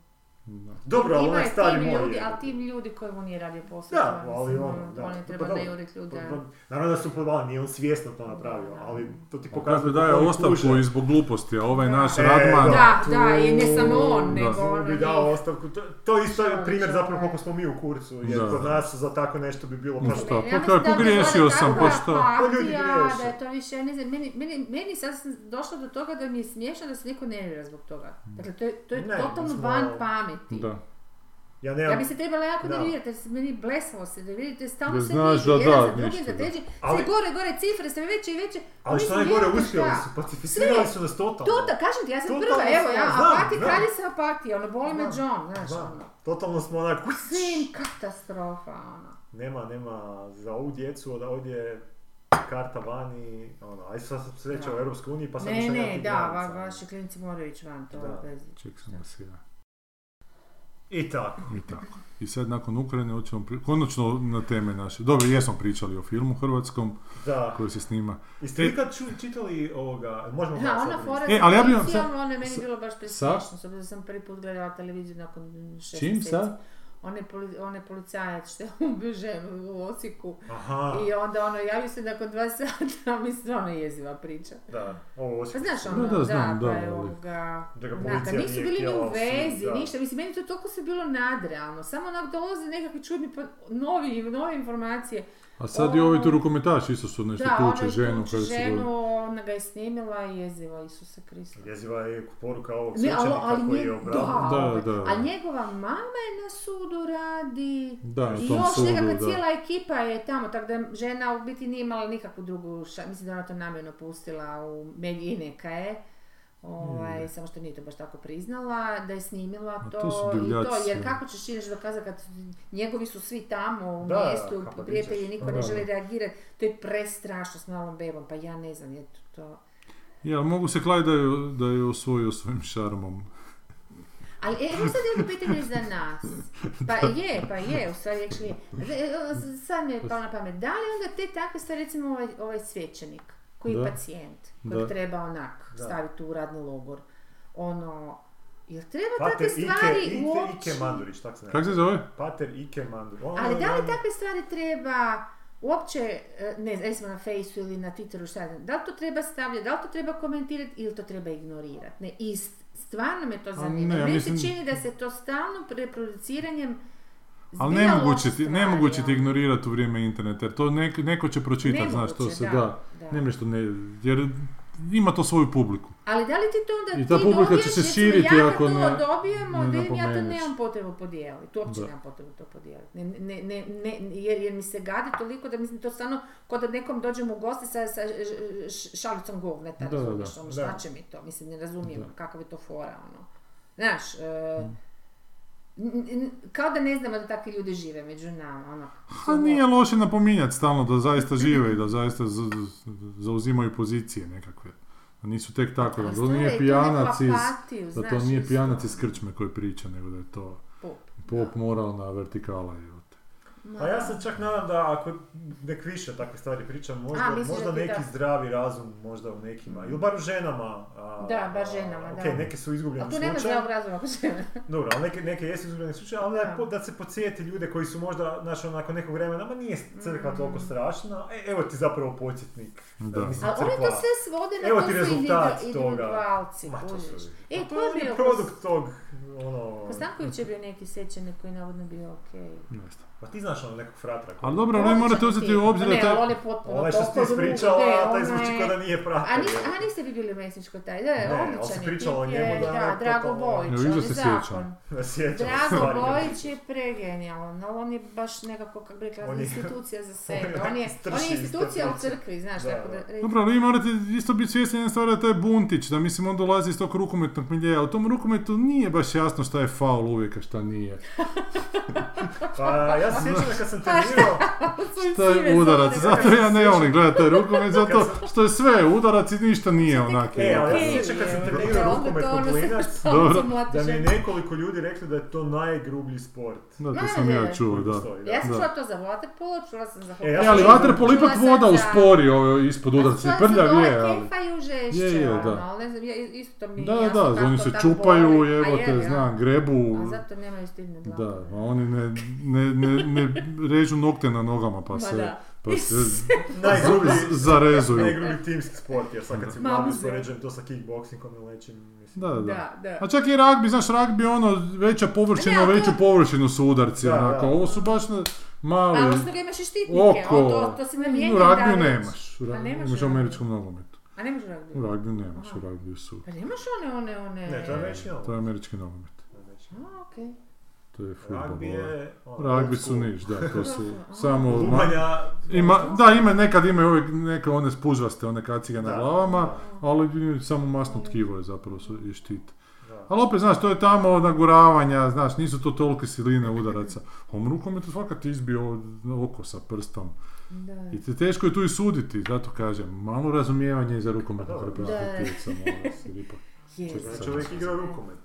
[SPEAKER 3] Dobro, ali
[SPEAKER 2] Ima
[SPEAKER 3] onaj
[SPEAKER 2] je
[SPEAKER 3] stari
[SPEAKER 2] tim
[SPEAKER 3] moj
[SPEAKER 2] ljudi,
[SPEAKER 3] je.
[SPEAKER 2] ali tim ljudi koji mu nije radio posao.
[SPEAKER 3] Da,
[SPEAKER 2] stvarno,
[SPEAKER 3] ali
[SPEAKER 2] mislim,
[SPEAKER 3] ono, da.
[SPEAKER 2] On je
[SPEAKER 3] Pa
[SPEAKER 2] treba
[SPEAKER 3] dobro.
[SPEAKER 2] najurit ljude.
[SPEAKER 3] Pa- pa- Naravno da su podvali, nije on svjesno to napravio, ali to
[SPEAKER 1] Pa
[SPEAKER 3] ti pokazuje
[SPEAKER 1] Kako daje
[SPEAKER 3] koliko oni
[SPEAKER 1] ostavku
[SPEAKER 3] kuže.
[SPEAKER 1] i zbog gluposti, a ovaj naš
[SPEAKER 3] E,
[SPEAKER 1] Radman...
[SPEAKER 2] Da,
[SPEAKER 3] tu-
[SPEAKER 2] da, i ne samo on,
[SPEAKER 1] Da.
[SPEAKER 2] nego ono
[SPEAKER 3] bi
[SPEAKER 2] njih.
[SPEAKER 3] dao ostavku. To, to isto je
[SPEAKER 2] Šalim
[SPEAKER 3] primjer
[SPEAKER 2] se,
[SPEAKER 3] zapravo
[SPEAKER 2] da.
[SPEAKER 3] koliko smo mi u kurcu, jer
[SPEAKER 1] Da.
[SPEAKER 3] kod nas za tako nešto bi bilo
[SPEAKER 1] Ma
[SPEAKER 3] baš...
[SPEAKER 1] šta,
[SPEAKER 2] Meni-
[SPEAKER 1] pa
[SPEAKER 2] ja
[SPEAKER 1] kaj,
[SPEAKER 2] mislim da bi
[SPEAKER 1] pogriješio
[SPEAKER 2] bila
[SPEAKER 1] sam,
[SPEAKER 2] takva
[SPEAKER 1] pa šta?
[SPEAKER 3] Pa ljudi
[SPEAKER 2] partija, Da
[SPEAKER 3] griješe.
[SPEAKER 2] je to više, ne znam, meni, meni, meni sad sam došla do toga da mi je smiješno da se niko nervira zbog toga. Dakle, to je, to je
[SPEAKER 3] Ne,
[SPEAKER 2] totalno
[SPEAKER 3] mislim,
[SPEAKER 2] van
[SPEAKER 3] ono,
[SPEAKER 2] pameti.
[SPEAKER 1] Da.
[SPEAKER 3] Ja
[SPEAKER 2] Ja
[SPEAKER 3] nemam...
[SPEAKER 2] bi se trebala jako
[SPEAKER 3] Da.
[SPEAKER 2] nervirati, jer se meni blesalo se, da vidite, stalno
[SPEAKER 1] Da
[SPEAKER 2] se
[SPEAKER 1] znaš
[SPEAKER 2] viđu,
[SPEAKER 1] da
[SPEAKER 2] jedan za
[SPEAKER 1] da,
[SPEAKER 2] drugim,
[SPEAKER 1] nešto,
[SPEAKER 2] za
[SPEAKER 1] da.
[SPEAKER 2] trećim,
[SPEAKER 3] Ali-
[SPEAKER 2] sve gore, gore, cifre, sve veće i veće.
[SPEAKER 3] Ali što
[SPEAKER 2] Mislim,
[SPEAKER 3] najgore,
[SPEAKER 2] jebote,
[SPEAKER 3] uspjeli
[SPEAKER 2] šta?
[SPEAKER 3] su, pacificirali
[SPEAKER 2] Sve.
[SPEAKER 3] su nas totalno.
[SPEAKER 2] Tuta, kažem ti, ja sam
[SPEAKER 3] Tuta,
[SPEAKER 2] prva,
[SPEAKER 3] ono,
[SPEAKER 2] evo, ja,
[SPEAKER 3] znam,
[SPEAKER 2] apati,
[SPEAKER 3] znam.
[SPEAKER 2] kralji se apati, ono, boli me
[SPEAKER 3] Znam,
[SPEAKER 2] John, znaš,
[SPEAKER 3] Da,
[SPEAKER 2] ono.
[SPEAKER 3] totalno smo onak...
[SPEAKER 2] Sin, katastrofa, ono.
[SPEAKER 3] Nema, nema, za ovu djecu od ovdje karta vani, ono, aj sad sam sreća u
[SPEAKER 2] Da.
[SPEAKER 3] Europskoj uniji, pa sad
[SPEAKER 2] Ne,
[SPEAKER 3] više nema
[SPEAKER 2] ne,
[SPEAKER 3] tih
[SPEAKER 2] da, va,
[SPEAKER 3] granica.
[SPEAKER 2] vaši klinici moraju ići van, to
[SPEAKER 3] Da.
[SPEAKER 2] je bez...
[SPEAKER 1] Ček sam vas ja.
[SPEAKER 3] I tako.
[SPEAKER 1] I tako. I sad nakon Ukrajine hoćemo pri- konačno na teme naše. Dobro, jesmo pričali o filmu hrvatskom
[SPEAKER 3] Da.
[SPEAKER 1] koji se snima.
[SPEAKER 3] Jeste vi kad ču- čitali ovoga, možemo
[SPEAKER 2] Da,
[SPEAKER 3] glasati?
[SPEAKER 2] ona fora
[SPEAKER 1] E, ali ja bi vam
[SPEAKER 2] sam...
[SPEAKER 1] sad-
[SPEAKER 2] ono je meni
[SPEAKER 1] sa-
[SPEAKER 2] bilo baš presmiješno, s obzirom da sam prvi put gledala televiziju nakon šest
[SPEAKER 1] čim
[SPEAKER 2] mjeseci.
[SPEAKER 1] sad?
[SPEAKER 2] One, poli, one policajac što je ubio ženu u Osijeku
[SPEAKER 3] Aha,
[SPEAKER 2] i onda ono javi se nakon dva sata, mislim stvarno jeziva priča.
[SPEAKER 3] da, ovo
[SPEAKER 2] Pa
[SPEAKER 3] osjećaj.
[SPEAKER 2] znaš ono,
[SPEAKER 1] Da, da, znam,
[SPEAKER 2] pa
[SPEAKER 1] da,
[SPEAKER 2] je
[SPEAKER 1] ali-
[SPEAKER 2] ovoga...
[SPEAKER 3] Da ga
[SPEAKER 2] onak,
[SPEAKER 3] policija
[SPEAKER 2] a nisu
[SPEAKER 3] nije
[SPEAKER 2] bili ni
[SPEAKER 3] htjela
[SPEAKER 2] u
[SPEAKER 3] osim,
[SPEAKER 2] vezi,
[SPEAKER 3] da.
[SPEAKER 2] ništa, mislim meni to toliko se bilo nadrealno, samo onak dolaze nekakvi čudni pa, novi, nove informacije.
[SPEAKER 1] A sad i ovi tu rukometaš isto su nešto
[SPEAKER 2] Da, ona
[SPEAKER 1] tuče
[SPEAKER 2] je
[SPEAKER 1] ženu.
[SPEAKER 2] tuče
[SPEAKER 1] kada su
[SPEAKER 2] ženu,
[SPEAKER 1] god-
[SPEAKER 2] ona ga je snimila i jeziva Isuse Krista.
[SPEAKER 3] Jeziva je poruka ovog
[SPEAKER 2] Ne, ali,
[SPEAKER 3] svećenika
[SPEAKER 2] ali
[SPEAKER 3] koji
[SPEAKER 2] nje-
[SPEAKER 3] je obrao.
[SPEAKER 2] da,
[SPEAKER 1] Da,
[SPEAKER 2] ovaj,
[SPEAKER 1] da.
[SPEAKER 2] A njegova mama je na sudu radi.
[SPEAKER 1] Da,
[SPEAKER 2] I
[SPEAKER 1] na tom
[SPEAKER 2] još nekakva
[SPEAKER 1] sudu, da.
[SPEAKER 2] cijela ekipa je tamo, tako da žena u biti nije imala nikakvu drugu ša- mislim da je ona to namjerno pustila u mediji neka je. Ovaj, Samo što nije to baš tako priznala, da je snimila
[SPEAKER 1] A
[SPEAKER 2] to,
[SPEAKER 1] to su
[SPEAKER 2] i to,
[SPEAKER 1] divljaci,
[SPEAKER 2] jer
[SPEAKER 1] da.
[SPEAKER 2] kako ćeš ti nešto dokazati kad su- njegovi su svi tamo u
[SPEAKER 3] Da,
[SPEAKER 2] mjestu,
[SPEAKER 3] kako
[SPEAKER 2] prijatelji,
[SPEAKER 3] pričaš?
[SPEAKER 2] niko ne
[SPEAKER 1] Da.
[SPEAKER 2] želi reagirati, to je prestrašno s malom bebom, pa ja ne znam, je to, to.
[SPEAKER 1] Je, ali mogu se kladiti da, je- da je osvojio svojim šarmom.
[SPEAKER 2] Ali e, evo sad jedno pitanje za nas. Pa je, pa je, u stvari actually je. E, e, s- Sad mi je palo na pamet, da li onda te takve stvari, recimo ovaj, ovaj svećenik, koji je
[SPEAKER 1] Da.
[SPEAKER 2] pacijent, kojeg
[SPEAKER 1] Da.
[SPEAKER 2] treba onak
[SPEAKER 3] Da.
[SPEAKER 2] staviti u radni logor, ono, jel treba
[SPEAKER 3] Pater
[SPEAKER 2] takve
[SPEAKER 3] Ike,
[SPEAKER 2] stvari
[SPEAKER 3] Ike,
[SPEAKER 2] uopće?
[SPEAKER 3] Ike Mandurić, tako se ne.
[SPEAKER 1] Kako se zove?
[SPEAKER 3] Pater Ike Mandurić. Ono
[SPEAKER 2] Ali
[SPEAKER 3] je
[SPEAKER 2] da li
[SPEAKER 3] on-
[SPEAKER 2] takve stvari treba uopće, e, ne znam, recimo na Faceu ili na Twitteru, šta ja znam, da li to treba stavljati, da li to treba komentirati ili to treba ignorirati. Ne, i s- stvarno me to zanima.
[SPEAKER 1] ne, ja
[SPEAKER 2] Meni
[SPEAKER 1] mislim-
[SPEAKER 2] se čini da se to stalno reproduciranjem
[SPEAKER 1] Ali
[SPEAKER 2] zbija
[SPEAKER 1] nemoguće
[SPEAKER 2] loša
[SPEAKER 1] ti,
[SPEAKER 2] stvar,
[SPEAKER 1] nemoguće ti
[SPEAKER 2] ja.
[SPEAKER 1] ignorirati u vrijeme interneta, jer to nek- neko će pročitati, znaš, to
[SPEAKER 2] Nemoguće,
[SPEAKER 1] se da.
[SPEAKER 2] da.
[SPEAKER 1] Ne nešto ne, jer ima to svoju publiku.
[SPEAKER 2] Ali da li ti to onda
[SPEAKER 1] I ta
[SPEAKER 2] ti
[SPEAKER 1] publika
[SPEAKER 2] dobiješ,
[SPEAKER 1] će se
[SPEAKER 2] recimo,
[SPEAKER 1] širiti
[SPEAKER 2] ja kad
[SPEAKER 1] ako
[SPEAKER 2] to
[SPEAKER 1] ne-
[SPEAKER 2] dobijemo,
[SPEAKER 1] ne
[SPEAKER 2] da im ja to
[SPEAKER 1] napomeneš.
[SPEAKER 2] nemam potrebu podijeliti, uopće
[SPEAKER 1] Da.
[SPEAKER 2] nemam potrebu to podijeliti. Ne, ne, ne, ne, jer, jer mi se gadi toliko da mislim to stvarno ko da nekom dođem u gosti sa, sa ž- ž- šalicom govneta,
[SPEAKER 1] Da, da,
[SPEAKER 2] razumiješ,
[SPEAKER 1] da.
[SPEAKER 2] ono,
[SPEAKER 3] Da.
[SPEAKER 2] šta će mi to, mislim ne razumijem
[SPEAKER 1] Da.
[SPEAKER 2] kakav je to fora, ono. Znaš, e,
[SPEAKER 1] Mm.
[SPEAKER 2] n- n- kao da ne znamo da takvi ljudi žive među nama, ono.
[SPEAKER 1] A Pa nije loše napominjati stalno da zaista žive i da zaista z- z- zauzimaju pozicije nekakve. Da nisu tek tako, da
[SPEAKER 2] Ali
[SPEAKER 1] to
[SPEAKER 2] stvara je
[SPEAKER 1] nije
[SPEAKER 2] tu
[SPEAKER 1] pijanac
[SPEAKER 2] neku
[SPEAKER 1] iz,
[SPEAKER 2] apatiju,
[SPEAKER 1] da to
[SPEAKER 2] znaš,
[SPEAKER 1] nije
[SPEAKER 2] isto.
[SPEAKER 1] pijanac iz krčme koji priča, nego da je to
[SPEAKER 2] Pop.
[SPEAKER 1] pop moralna vertikala. jebote.
[SPEAKER 2] Ma
[SPEAKER 3] A Pa ja se čak nadam da ako nek više takve stvari pričam, možda,
[SPEAKER 2] A, misliš da
[SPEAKER 3] možda
[SPEAKER 2] ti
[SPEAKER 3] neki
[SPEAKER 2] da.
[SPEAKER 3] zdravi razum možda u nekima, ili bar u ženama. a-
[SPEAKER 2] Da, bar
[SPEAKER 3] a-
[SPEAKER 2] ženama, da.
[SPEAKER 3] ok, neke su
[SPEAKER 2] A
[SPEAKER 3] izgubljeni
[SPEAKER 2] tu nema
[SPEAKER 3] slučaj,
[SPEAKER 2] zdravog razuma ako žena.
[SPEAKER 3] dobro, ali neke, neke jesu izgubljeni slučaj, ali da, je
[SPEAKER 2] Da.
[SPEAKER 3] po- da se podsjeti ljude koji su možda, znaš, ono, nakon nekog vremena, ma nije crkva
[SPEAKER 2] Mm.
[SPEAKER 3] toliko strašna, e, evo ti zapravo podsjetnik.
[SPEAKER 1] Da.
[SPEAKER 3] Mislim,
[SPEAKER 2] Ali oni to
[SPEAKER 3] crkva.
[SPEAKER 2] sve svode na
[SPEAKER 3] Evo
[SPEAKER 2] to
[SPEAKER 3] ti
[SPEAKER 2] su
[SPEAKER 3] rezultat
[SPEAKER 2] individu-
[SPEAKER 3] toga.
[SPEAKER 2] individualci,
[SPEAKER 3] Ma, to su-
[SPEAKER 2] kužiš.
[SPEAKER 3] Pa
[SPEAKER 2] E,
[SPEAKER 3] to
[SPEAKER 2] ko je
[SPEAKER 3] je
[SPEAKER 2] bio?
[SPEAKER 3] produkt tog, ono...
[SPEAKER 2] Pa Kostanković je bio neki sjećanik koji je navodno bio okej.
[SPEAKER 1] Ne znam.
[SPEAKER 3] Pa ti znaš ono nekog fratra koji...
[SPEAKER 1] Ali dobro, ali vi morate uzeti u obzir da
[SPEAKER 2] Ne, ali on
[SPEAKER 1] taj...
[SPEAKER 2] je potpuno...
[SPEAKER 3] Onaj Ovaj što si ti
[SPEAKER 2] potpuno drugi,
[SPEAKER 3] ispričala,
[SPEAKER 2] Ono ne,
[SPEAKER 3] taj
[SPEAKER 2] ona
[SPEAKER 3] zvuči
[SPEAKER 2] je-
[SPEAKER 3] kao da nije
[SPEAKER 2] A,
[SPEAKER 3] fratar.
[SPEAKER 2] nis,
[SPEAKER 3] je.
[SPEAKER 2] a niste vi bili u mesničkoj taj, da,
[SPEAKER 3] Ne, ali
[SPEAKER 2] odličan
[SPEAKER 3] se
[SPEAKER 2] je
[SPEAKER 3] pričalo o
[SPEAKER 2] tip je,
[SPEAKER 3] njemu da je
[SPEAKER 2] da, Drago
[SPEAKER 3] totalno-
[SPEAKER 2] Bojić,
[SPEAKER 1] Evo,
[SPEAKER 2] on je
[SPEAKER 1] užasno se
[SPEAKER 2] zakon.
[SPEAKER 1] sjećam.
[SPEAKER 3] Ne sjećam se stvari.
[SPEAKER 2] Drago Bojić je pregenijalan, ali on je baš nekako, kako bi rekla,
[SPEAKER 3] On je-
[SPEAKER 2] institucija za
[SPEAKER 3] on je
[SPEAKER 2] sebe. On je, on
[SPEAKER 3] strši
[SPEAKER 2] je
[SPEAKER 3] iz
[SPEAKER 2] institucija u
[SPEAKER 3] crkve.
[SPEAKER 2] crkvi, znaš,
[SPEAKER 3] Da,
[SPEAKER 2] tako da...
[SPEAKER 3] da.
[SPEAKER 1] Dobro, ali vi morate isto biti svjesni jedne stvari da je taj buntić, da mislim on dolazi iz tog rukometnog miljeja. U tom rukometu nije baš jasno šta je faul uvijek, a šta nije.
[SPEAKER 3] Pa ja se sjećam da kad sam trenirao,
[SPEAKER 1] To je udarac, zato ja ne volim gledati taj rukomet, zato što je sve udarac i ništa nije onak.
[SPEAKER 3] e, ali ja
[SPEAKER 2] Okej,
[SPEAKER 3] se sjećam kad sam
[SPEAKER 2] je.
[SPEAKER 3] trenirao
[SPEAKER 2] Onda to
[SPEAKER 3] rukomet
[SPEAKER 2] ono
[SPEAKER 3] u
[SPEAKER 2] se
[SPEAKER 3] Plinac,
[SPEAKER 1] Dobro.
[SPEAKER 3] da mi je nekoliko ljudi rekli da je to najgrublji sport.
[SPEAKER 1] Da, to sam ja čuo,
[SPEAKER 3] koji
[SPEAKER 1] da.
[SPEAKER 3] postoji, da.
[SPEAKER 2] Ja sam
[SPEAKER 1] Da.
[SPEAKER 2] čula to za waterpolo, čula sam za
[SPEAKER 3] E,
[SPEAKER 2] hockey.
[SPEAKER 3] ja
[SPEAKER 1] E, ali
[SPEAKER 3] sam-
[SPEAKER 1] vaterpol ipak
[SPEAKER 2] Čula sam
[SPEAKER 1] voda
[SPEAKER 2] za-
[SPEAKER 1] uspori ove ispod udarci, prljav je, ali...
[SPEAKER 2] Kefaju žešće,
[SPEAKER 1] Je, je,
[SPEAKER 2] ono,
[SPEAKER 1] da.
[SPEAKER 2] ali ne znam, ja- isto to mi je
[SPEAKER 1] Da,
[SPEAKER 2] jasno
[SPEAKER 1] da, da,
[SPEAKER 2] kako
[SPEAKER 1] oni se
[SPEAKER 2] tako
[SPEAKER 1] čupaju,
[SPEAKER 2] boli. A
[SPEAKER 1] evo
[SPEAKER 2] je
[SPEAKER 1] te,
[SPEAKER 2] li,
[SPEAKER 1] znam,
[SPEAKER 2] a?
[SPEAKER 1] grebu,
[SPEAKER 2] A zato nemaju stilne glave.
[SPEAKER 1] da, a oni ne, ne, ne, ne režu nokte na nogama pa
[SPEAKER 2] Ma
[SPEAKER 1] se,
[SPEAKER 2] da.
[SPEAKER 1] pa se
[SPEAKER 3] Najgrublji,
[SPEAKER 1] z- zarezuju.
[SPEAKER 3] najgrublji E, timski sport, ja sad kad si
[SPEAKER 2] Ma,
[SPEAKER 3] mladi
[SPEAKER 2] uzeo.
[SPEAKER 3] uspoređujem to sa kickboksingom ili nečim, mislim.
[SPEAKER 1] Da, Pa da.
[SPEAKER 2] Da, da.
[SPEAKER 1] A čak i ragbi, znaš, ragbi je ono, veća površina,
[SPEAKER 2] Ne, a to-
[SPEAKER 1] veću površinu su udarci,
[SPEAKER 3] Da,
[SPEAKER 1] onako,
[SPEAKER 3] da.
[SPEAKER 1] ovo su baš na- mali,
[SPEAKER 2] Ali osim toga ono imaš i štitnike, ali
[SPEAKER 1] oko,
[SPEAKER 2] to, to se ne mijenja.
[SPEAKER 1] u ragbiju
[SPEAKER 2] dalje.
[SPEAKER 1] nemaš, u
[SPEAKER 2] A
[SPEAKER 1] rag-
[SPEAKER 2] nemaš
[SPEAKER 1] imaš
[SPEAKER 2] u
[SPEAKER 1] u
[SPEAKER 2] ragbiju?
[SPEAKER 1] američkom nogometu,
[SPEAKER 2] A nemaš u
[SPEAKER 1] u
[SPEAKER 2] ragbiju?
[SPEAKER 1] ragbiju nemaš, u
[SPEAKER 2] Aha.
[SPEAKER 1] ragbiju su,
[SPEAKER 2] Pa nemaš one, one, one...
[SPEAKER 3] Ne, to je već
[SPEAKER 1] to
[SPEAKER 3] ono.
[SPEAKER 1] je američki nogomet,
[SPEAKER 2] A, okej.
[SPEAKER 1] to je futbol.
[SPEAKER 3] Ragbi je... ono,
[SPEAKER 1] Ragbi
[SPEAKER 3] old
[SPEAKER 1] su
[SPEAKER 3] school.
[SPEAKER 1] niš, da, to su
[SPEAKER 2] Aha.
[SPEAKER 1] samo...
[SPEAKER 3] Bubanja...
[SPEAKER 1] Ima, da, ima, nekad imaju uvijek neke one spužvaste, one kacige na
[SPEAKER 3] Da.
[SPEAKER 1] glavama, ali samo masno tkivo je zapravo su- i štit.
[SPEAKER 3] Da.
[SPEAKER 1] Ali opet, znaš, to je tamo naguravanja, znaš, nisu to tolike siline udaraca. Ovom rukom je to svaka ti izbio oko sa prstom.
[SPEAKER 2] Da.
[SPEAKER 1] I te teško je tu i suditi, zato kažem, malo razumijevanja i za rukometno
[SPEAKER 3] Da.
[SPEAKER 1] reprezentativaca, molim vas, jer ipak-
[SPEAKER 2] Jezu.
[SPEAKER 3] Znači čovjek igra rukomet.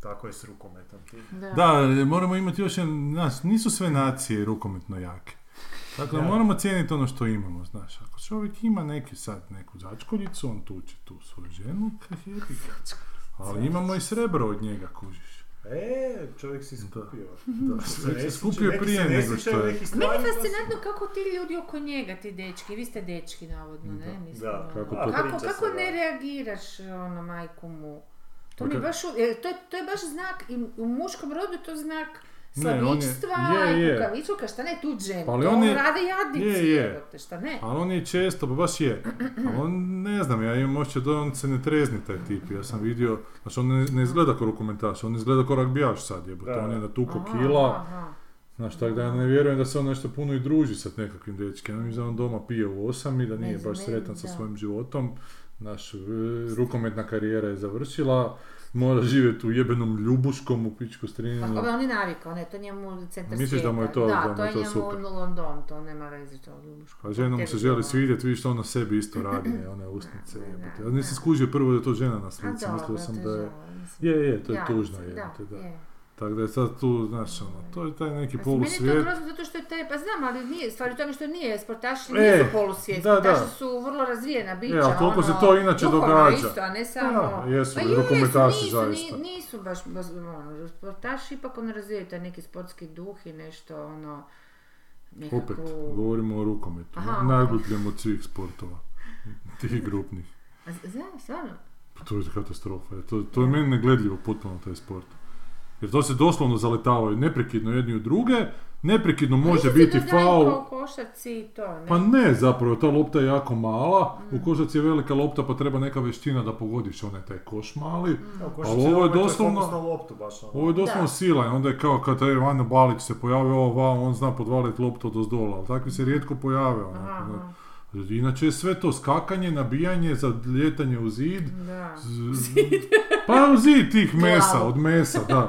[SPEAKER 3] Tako je s rukometom. Ti-
[SPEAKER 2] Da.
[SPEAKER 1] Da, moramo imati još jedan, znaš, nisu sve nacije rukometno jake. Dakle,
[SPEAKER 3] Da.
[SPEAKER 1] moramo cijeniti ono što imamo, znaš. Ako čovjek ima neki sad neku začkoljicu, on tuče tu svoju ženu, kaj jebi ga. Ali imamo i srebro od njega, kužiš.
[SPEAKER 3] E, čovjek si skupio.
[SPEAKER 1] Da, čovjek se skupio
[SPEAKER 3] Neki se
[SPEAKER 1] prije
[SPEAKER 3] ne
[SPEAKER 1] nego
[SPEAKER 3] sjećaju
[SPEAKER 1] što je.
[SPEAKER 3] nekih
[SPEAKER 2] Meni je
[SPEAKER 3] stvari, pa su-
[SPEAKER 2] fascinantno kako ti ljudi oko njega, ti dečki, vi ste dečki navodno, ne? Mislim,
[SPEAKER 3] Da,
[SPEAKER 2] ono.
[SPEAKER 1] kako
[SPEAKER 2] A
[SPEAKER 1] to-
[SPEAKER 2] kako,
[SPEAKER 3] Priča se,
[SPEAKER 2] kako
[SPEAKER 3] da.
[SPEAKER 2] ne reagiraš ono majku mu? To mi je
[SPEAKER 1] Ok.
[SPEAKER 2] baš, u- e, to, je- to je baš znak, i u muškom rodu je to znak
[SPEAKER 1] Ne, on je-
[SPEAKER 2] slabičstva
[SPEAKER 1] je,
[SPEAKER 2] i
[SPEAKER 1] je.
[SPEAKER 2] kukavičluka, šta ne, tu džem,
[SPEAKER 1] Pa ali
[SPEAKER 2] to
[SPEAKER 1] on je-
[SPEAKER 2] rade jadnici,
[SPEAKER 1] je, je.
[SPEAKER 2] jebote, šta ne.
[SPEAKER 1] Ali on je često, pa baš je. Ali on, ne znam, ja imam osjećaj da on se ne trezni taj tip. Ja sam vidio, znači on ne, ne izgleda kao rukometaš, on izgleda kao ragbijaš sad jebote.
[SPEAKER 3] Da.
[SPEAKER 1] On je na tuko
[SPEAKER 2] Aha,
[SPEAKER 1] Pa, kila,
[SPEAKER 2] aha.
[SPEAKER 1] znaš, tako da ja ne vjerujem da se on nešto puno i druži sa nekakvim dečkima. Ja mislim da on doma pije u osam i da nije
[SPEAKER 2] Ne znam,
[SPEAKER 1] baš
[SPEAKER 2] ne
[SPEAKER 1] sretan
[SPEAKER 2] znam,
[SPEAKER 1] sa
[SPEAKER 2] da.
[SPEAKER 1] svojim životom. Naš e, rukometna karijera je završila, mora živjeti u jebenom ljubuškom u pičku
[SPEAKER 2] Pa
[SPEAKER 1] strininu.
[SPEAKER 2] ovo je on je navikao, ne, to je njemu centar
[SPEAKER 1] Misliš da mu je to-
[SPEAKER 2] svijeta.
[SPEAKER 1] da mu
[SPEAKER 2] to
[SPEAKER 1] je
[SPEAKER 2] je
[SPEAKER 1] to
[SPEAKER 2] njemu
[SPEAKER 1] super?
[SPEAKER 2] London, to nema veze to ljubuško.
[SPEAKER 1] Pa žena mu se želi svidjeti, vidiš što ona sebi isto radi, ne, one usnice jebote. Ja nisam skužio prvo da je to žena na
[SPEAKER 2] A
[SPEAKER 1] slici,
[SPEAKER 2] dobro,
[SPEAKER 1] mislio
[SPEAKER 2] to
[SPEAKER 1] sam
[SPEAKER 2] je
[SPEAKER 1] da je...
[SPEAKER 2] žao, mislim.
[SPEAKER 1] Je, je, to je
[SPEAKER 2] Ja,
[SPEAKER 1] tužno
[SPEAKER 2] mislim,
[SPEAKER 1] jebote, da.
[SPEAKER 2] je.
[SPEAKER 1] Tako da je sad tu, znaš, ono, to je taj neki
[SPEAKER 2] Pa mislim, Meni je to
[SPEAKER 1] polusvijet.
[SPEAKER 2] grozno zato što je taj, pa znam, ali nije, stvar je u tome što nije, sportaši
[SPEAKER 1] E,
[SPEAKER 2] nisu polusvijet,
[SPEAKER 1] da, da.
[SPEAKER 2] sportaši su vrlo razvijena bića,
[SPEAKER 1] E, ali koliko se
[SPEAKER 2] ono,
[SPEAKER 1] to inače
[SPEAKER 2] duhovno
[SPEAKER 1] događa?
[SPEAKER 2] isto, a ne samo...
[SPEAKER 1] Da, jesu,
[SPEAKER 2] Pa
[SPEAKER 1] i
[SPEAKER 2] jesu,
[SPEAKER 1] rukometaši
[SPEAKER 2] nisu,
[SPEAKER 1] zaista.
[SPEAKER 2] ni- nisu baš, baš ono, sportaši ipak ono razvijaju taj neki sportski duh i nešto ono, nekako...
[SPEAKER 1] Opet, govorimo o rukometu,
[SPEAKER 2] Aha,
[SPEAKER 1] najgutljem od svih sportova, tih grupnih.
[SPEAKER 2] A z- Znam, stvarno.
[SPEAKER 1] Pa to je katastrofa, to, to je meni negledljivo potpuno taj sport. Jer to se doslovno zaletavaju neprekidno jedni u druge, neprekidno može
[SPEAKER 2] Mislim da
[SPEAKER 1] biti
[SPEAKER 2] daju
[SPEAKER 1] faul,
[SPEAKER 2] kao košarci i to, ne?
[SPEAKER 1] Pa ne, zapravo, ta lopta je jako mala,
[SPEAKER 2] Mm.
[SPEAKER 1] u košarci je velika lopta pa treba neka veština da pogodiš onaj taj koš mali.
[SPEAKER 3] pa
[SPEAKER 1] Ali ovo
[SPEAKER 3] ovaj,
[SPEAKER 1] je doslovno-
[SPEAKER 6] Fokus na loptu baš ono.
[SPEAKER 1] Ovo je doslovno
[SPEAKER 2] Mm. Da.
[SPEAKER 1] sila i onda je kao kad je Vano Balić se pojavio, ovo vao, on zna podvaliti loptu od ozdola, ali takvi se rijetko pojave. onako,
[SPEAKER 2] Mm. Aha,
[SPEAKER 1] znaš. Inače je sve to skakanje, nabijanje, zadljetanje u zid,
[SPEAKER 2] da.
[SPEAKER 1] Z- pa u zid tih mesa,
[SPEAKER 2] Glavu.
[SPEAKER 1] od mesa, da.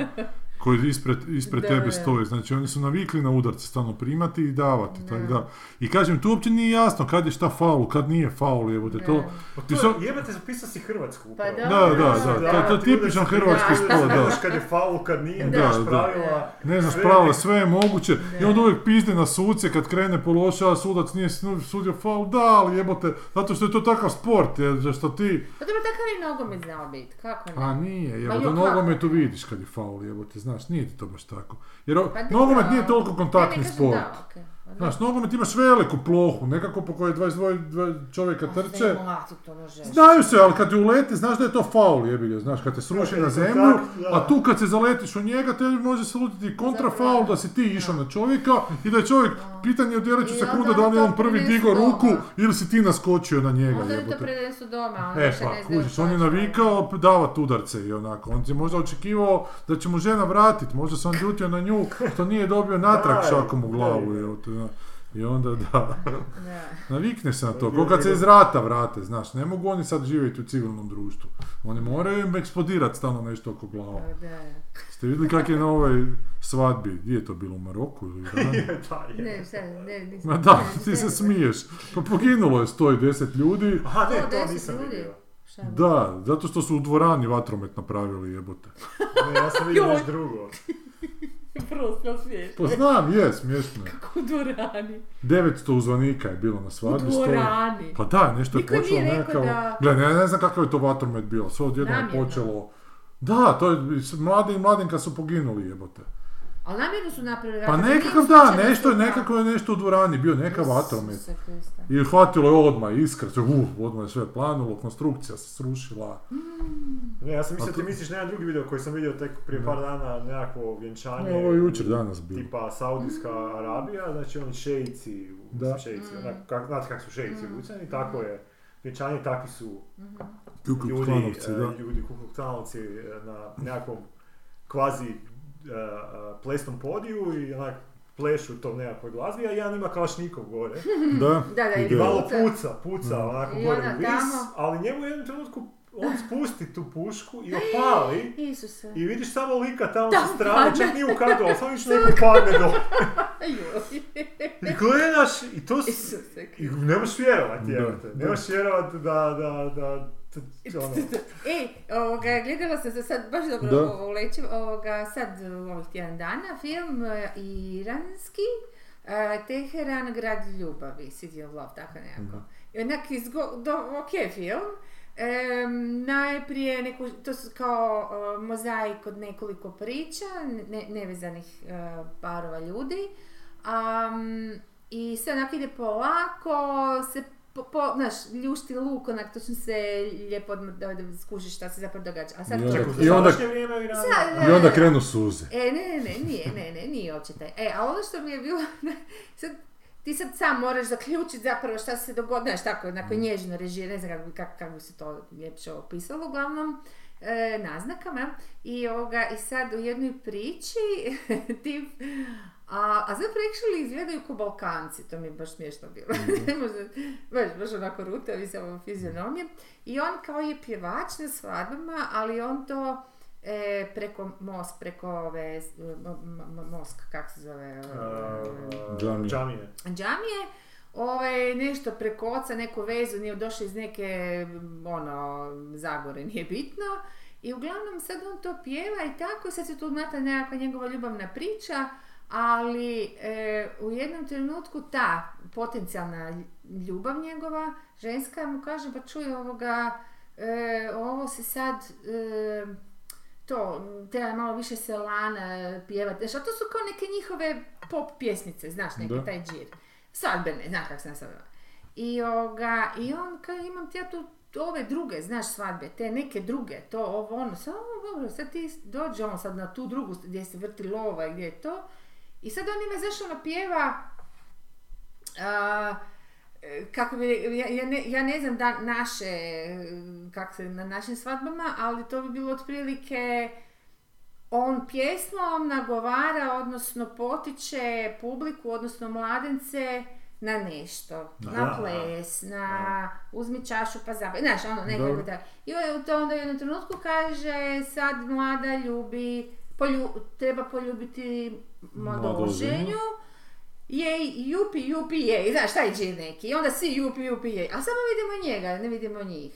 [SPEAKER 1] Koji ispred, ispred
[SPEAKER 2] Da,
[SPEAKER 1] tebe
[SPEAKER 2] da.
[SPEAKER 1] stoji. Znači oni su navikli na udarce stalno primati i davati.
[SPEAKER 2] Da.
[SPEAKER 1] Tako da. I kažem, tu uopće nije jasno kad je šta faul, kad nije faul, jebote. To,
[SPEAKER 3] Pa
[SPEAKER 1] ti
[SPEAKER 3] to,
[SPEAKER 1] sad-
[SPEAKER 3] jebate, zapisao si Hrvatsku
[SPEAKER 2] Pa
[SPEAKER 3] upravo.
[SPEAKER 2] da.
[SPEAKER 1] da,
[SPEAKER 2] Da,
[SPEAKER 1] da, da, to, to je
[SPEAKER 3] ti
[SPEAKER 1] tipičan
[SPEAKER 3] udarci-
[SPEAKER 1] hrvatski
[SPEAKER 2] Da,
[SPEAKER 1] sport, da.
[SPEAKER 3] Znaš kad je faul, kad nije,
[SPEAKER 1] Da,
[SPEAKER 3] da, znaš
[SPEAKER 1] da.
[SPEAKER 3] pravila.
[SPEAKER 1] Ne znaš
[SPEAKER 3] sve-
[SPEAKER 1] pravo, sve je moguće. I
[SPEAKER 2] Da.
[SPEAKER 1] onda uvijek pizde na suce kad krene po loše, a sudac nije snu- sudio faul, da, ali jebote, zato što je to takav sport, jer za što ti...
[SPEAKER 2] Pa dobro, takav je nogomet znao biti, kako ne?
[SPEAKER 1] A nije,
[SPEAKER 2] Pa
[SPEAKER 1] jebote,
[SPEAKER 2] jo, kako?
[SPEAKER 1] nogometu vidiš kad je faul, jebote, znaš, nije ti to baš tako. Jer o-
[SPEAKER 2] Pa dobro,
[SPEAKER 1] nogomet nije
[SPEAKER 2] ali-
[SPEAKER 1] toliko kontaktni
[SPEAKER 2] Ne, ne, kažem
[SPEAKER 1] sport.
[SPEAKER 2] Da, okej. Pa da.
[SPEAKER 1] Znaš, nogomet imaš veliku plohu, nekako po kojoj 22 dva- čovjeka
[SPEAKER 2] A sve
[SPEAKER 1] trče.
[SPEAKER 2] mlati to može.
[SPEAKER 1] Znaju se, ali kad ti uleti, znaš da je to faul jebilje, znaš, kad te sruši
[SPEAKER 3] Kad je
[SPEAKER 1] na
[SPEAKER 3] kontakt,
[SPEAKER 1] zemlju,
[SPEAKER 3] da.
[SPEAKER 1] a tu kad se zaletiš u njega, te može se lutiti i kontrafaul da si ti išao na čovjeka i da je čovjek, pitanje je od
[SPEAKER 2] I
[SPEAKER 1] 11
[SPEAKER 2] onda
[SPEAKER 1] sekunda da
[SPEAKER 2] ono
[SPEAKER 1] li je on
[SPEAKER 2] to
[SPEAKER 1] prvi
[SPEAKER 2] prvenstvo,
[SPEAKER 1] digao ruku
[SPEAKER 2] da.
[SPEAKER 1] ili si ti naskočio na njega,
[SPEAKER 2] Onda je to
[SPEAKER 1] jebote.
[SPEAKER 2] prenesu doma, onda
[SPEAKER 1] E
[SPEAKER 2] se ne
[SPEAKER 1] pa,
[SPEAKER 2] znaju
[SPEAKER 1] kužiš, on je
[SPEAKER 2] točno.
[SPEAKER 1] navikao davat udarce i onako. On je možda očekivao da će mu žena vratit, možda se on ljutio na nju što nije dobio natrag
[SPEAKER 3] Daj,
[SPEAKER 1] šakom u glavu.
[SPEAKER 3] daj.
[SPEAKER 1] evo, to je- I onda da,
[SPEAKER 2] Da.
[SPEAKER 1] navikne se na to. Ko kad se iz rata vrate, znaš, ne mogu oni sad živjeti u civilnom društvu. Oni moraju im eksplodirati stalno nešto oko glava.
[SPEAKER 2] Pa da.
[SPEAKER 1] Ste vidjeli kak je na ovoj svadbi, gdje je to bilo, u Maroku ili u Iranu?
[SPEAKER 3] Da, je.
[SPEAKER 2] Ne, sad, ne, nisam.
[SPEAKER 1] Ma da,
[SPEAKER 2] ne,
[SPEAKER 1] ti se
[SPEAKER 2] ne.
[SPEAKER 1] smiješ. Pa poginulo je 110 ljudi.
[SPEAKER 3] Aha,
[SPEAKER 2] To,
[SPEAKER 3] ne, to
[SPEAKER 2] deset
[SPEAKER 3] nisam
[SPEAKER 2] ljudi.
[SPEAKER 3] vidio.
[SPEAKER 2] Šta bi-
[SPEAKER 1] Da, zato što su u dvorani vatromet napravili jebote.
[SPEAKER 3] Ne, ja sam vidio
[SPEAKER 2] Joj.
[SPEAKER 3] nešto drugo.
[SPEAKER 2] Prosto smiješno.
[SPEAKER 1] Pa znam, je, smiješno je.
[SPEAKER 2] U dvorani.
[SPEAKER 1] 900 uzvanika je bilo na
[SPEAKER 2] U
[SPEAKER 1] svadbi. sto-
[SPEAKER 2] dvorani.
[SPEAKER 1] Pa da, nešto je
[SPEAKER 2] Niko nije
[SPEAKER 1] počelo
[SPEAKER 2] rekao
[SPEAKER 1] nekako...
[SPEAKER 2] da-
[SPEAKER 1] Gle, ne, ne znam kakav je to vatromet bilo, sve odjednom je
[SPEAKER 2] Namjerno.
[SPEAKER 1] počelo... Da, to je, s- mladi i mladenka su poginuli jebote.
[SPEAKER 2] Ali namjerno su napravili
[SPEAKER 1] Pa
[SPEAKER 2] rat,
[SPEAKER 1] nekakav
[SPEAKER 2] nije
[SPEAKER 1] da,
[SPEAKER 2] slučajno
[SPEAKER 1] nešto je,
[SPEAKER 2] su-
[SPEAKER 1] nekako je nešto u dvorani bio, neka
[SPEAKER 2] Isuse
[SPEAKER 1] vatromet.
[SPEAKER 2] Kriste.
[SPEAKER 1] I hvatilo je odmah, iskra, uh, odmah je sve planulo, konstrukcija se srušila.
[SPEAKER 3] Ne, ja sam mislio
[SPEAKER 1] A
[SPEAKER 3] ti
[SPEAKER 1] to-
[SPEAKER 3] misliš na jedan drugi video koji sam vidio tek prije par dana nekakvo vjenčanje.
[SPEAKER 1] Ne, ovo je jučer danas bilo.
[SPEAKER 3] Tipa Saudijska Arabija, znači oni šeici,
[SPEAKER 1] Da.
[SPEAKER 3] da. šeici, onak,
[SPEAKER 2] Mm.
[SPEAKER 3] kak, znate kako su šeici obučeni, tako je. Vjenčanje takvi su
[SPEAKER 2] Mhm.
[SPEAKER 1] Kukup
[SPEAKER 3] ljudi,
[SPEAKER 1] klanovci,
[SPEAKER 3] eh,
[SPEAKER 1] da.
[SPEAKER 3] ljudi kukluktanovci eh, na nekakvom kvazi eh, eh, plesnom podiju i onak plešu u tom nekakvoj glazbi, a jedan ima kalašnikov gore.
[SPEAKER 1] Da,
[SPEAKER 2] Da, da,
[SPEAKER 1] ide.
[SPEAKER 3] I malo
[SPEAKER 2] Puca.
[SPEAKER 3] puca, puca,
[SPEAKER 1] Mm.
[SPEAKER 3] onako
[SPEAKER 2] I
[SPEAKER 3] gore
[SPEAKER 2] ona
[SPEAKER 3] u vis,
[SPEAKER 2] tamo.
[SPEAKER 3] ali njemu u jednom trenutku on spusti tu pušku i opali
[SPEAKER 2] Isuse.
[SPEAKER 3] i vidiš samo lika tamo
[SPEAKER 2] Tamo
[SPEAKER 3] sa strane,
[SPEAKER 2] padne.
[SPEAKER 3] čak nije u kadru, ali samo vidiš neko padne do...
[SPEAKER 2] Joj.
[SPEAKER 3] I gledaš i to... s-
[SPEAKER 2] Isuse.
[SPEAKER 3] I ne možeš vjerovat,
[SPEAKER 1] Da,
[SPEAKER 3] jevate.
[SPEAKER 1] da.
[SPEAKER 3] Ne možeš vjerovat da, da, da... t- ono,
[SPEAKER 2] E, ovoga, gledala sam se sad, baš dobro
[SPEAKER 1] Da.
[SPEAKER 2] ovo ulećem, ovoga, sad ovih tjedan dana, film e, iranski, e, Teheran, grad ljubavi, City of Love, tako nekako.
[SPEAKER 4] Mhm.
[SPEAKER 2] I onak izgo, do, ok film, Em, najprije neku, to su kao e, mozaik od nekoliko priča, ne, nevezanih e, parova ljudi, Am, I sve onak ide polako, se po, po, znaš, ljušti luk, onak, točno se lijepo odmah da, da skužiš šta se zapravo događa. A sad
[SPEAKER 4] I onda-
[SPEAKER 2] to...
[SPEAKER 3] Čak, u
[SPEAKER 4] I onda-
[SPEAKER 3] današnje vrijeme vi radite?
[SPEAKER 4] I onda krenu suze.
[SPEAKER 2] E, ne, ne, ne, nije, ne, ne, nije uopće taj. E, a ono što mi je bilo, sad, ti sad sam moraš zaključiti zapravo šta se dogodilo, znaš tako, onako
[SPEAKER 4] Mm.
[SPEAKER 2] nježno režije, ne znam kako, bi- kako, kako bi se to ljepše opisalo, uglavnom, e, naznakama, jel? i, ovoga, i sad u jednoj priči, tip, a, a zapravo actually izgledaju ko Balkanci, to mi je baš smiješno bilo.
[SPEAKER 4] Mhm.
[SPEAKER 2] Možda, baš, baš onako rutavi samo fizionomije. I on kao je pjevač na svadbama, ali on to e, preko most, preko ove, s- m- m- m- mosk, kak se zove, ovaj,
[SPEAKER 3] A, ovaj.
[SPEAKER 4] Džamije.
[SPEAKER 3] e, Džamije.
[SPEAKER 2] džamije, ovaj, nešto preko oca, neku vezu, nije došao iz neke, ono, zagore, nije bitno. I uglavnom sad on to pjeva i tako, i sad se tu mata nekakva njegova ljubavna priča, ali e, u jednom trenutku ta potencijalna ljubav njegova, ženska mu kaže, pa čuj ovoga, e, ovo se sad, e, to, treba malo više selana pjevati. Što to su kao neke njihove pop pjesmice, znaš, neki
[SPEAKER 4] Da.
[SPEAKER 2] taj džir. Svadbene, znaš kako sam svadbena. I, ovoga, I on kao imam ti ja tu ove druge, znaš, svadbe, te neke druge, to, ovo, ono, sad, o, dobro, sad ti dođe on sad na tu drugu gdje se vrti lova i gdje je to. I sad on ima, znaš, ono, pjeva, a, e, kako bi, ja, ja ne, ja ne znam da naše, e, kak se, na našim svadbama, ali to bi bilo otprilike, on pjesmom nagovara, odnosno potiče publiku, odnosno mladence, na nešto, na
[SPEAKER 3] Aha.
[SPEAKER 2] ples, na uzmi čašu pa zabaj, znaš, ono, nekako
[SPEAKER 4] Dobro.
[SPEAKER 2] tako. I on to onda u jednom trenutku kaže, sad mlada ljubi, polju, treba poljubiti mladoženju, jej, jupi, jupi, jej, znaš, taj džir neki, i onda svi jupi, jupi, jej, a samo vidimo njega, ne vidimo njih.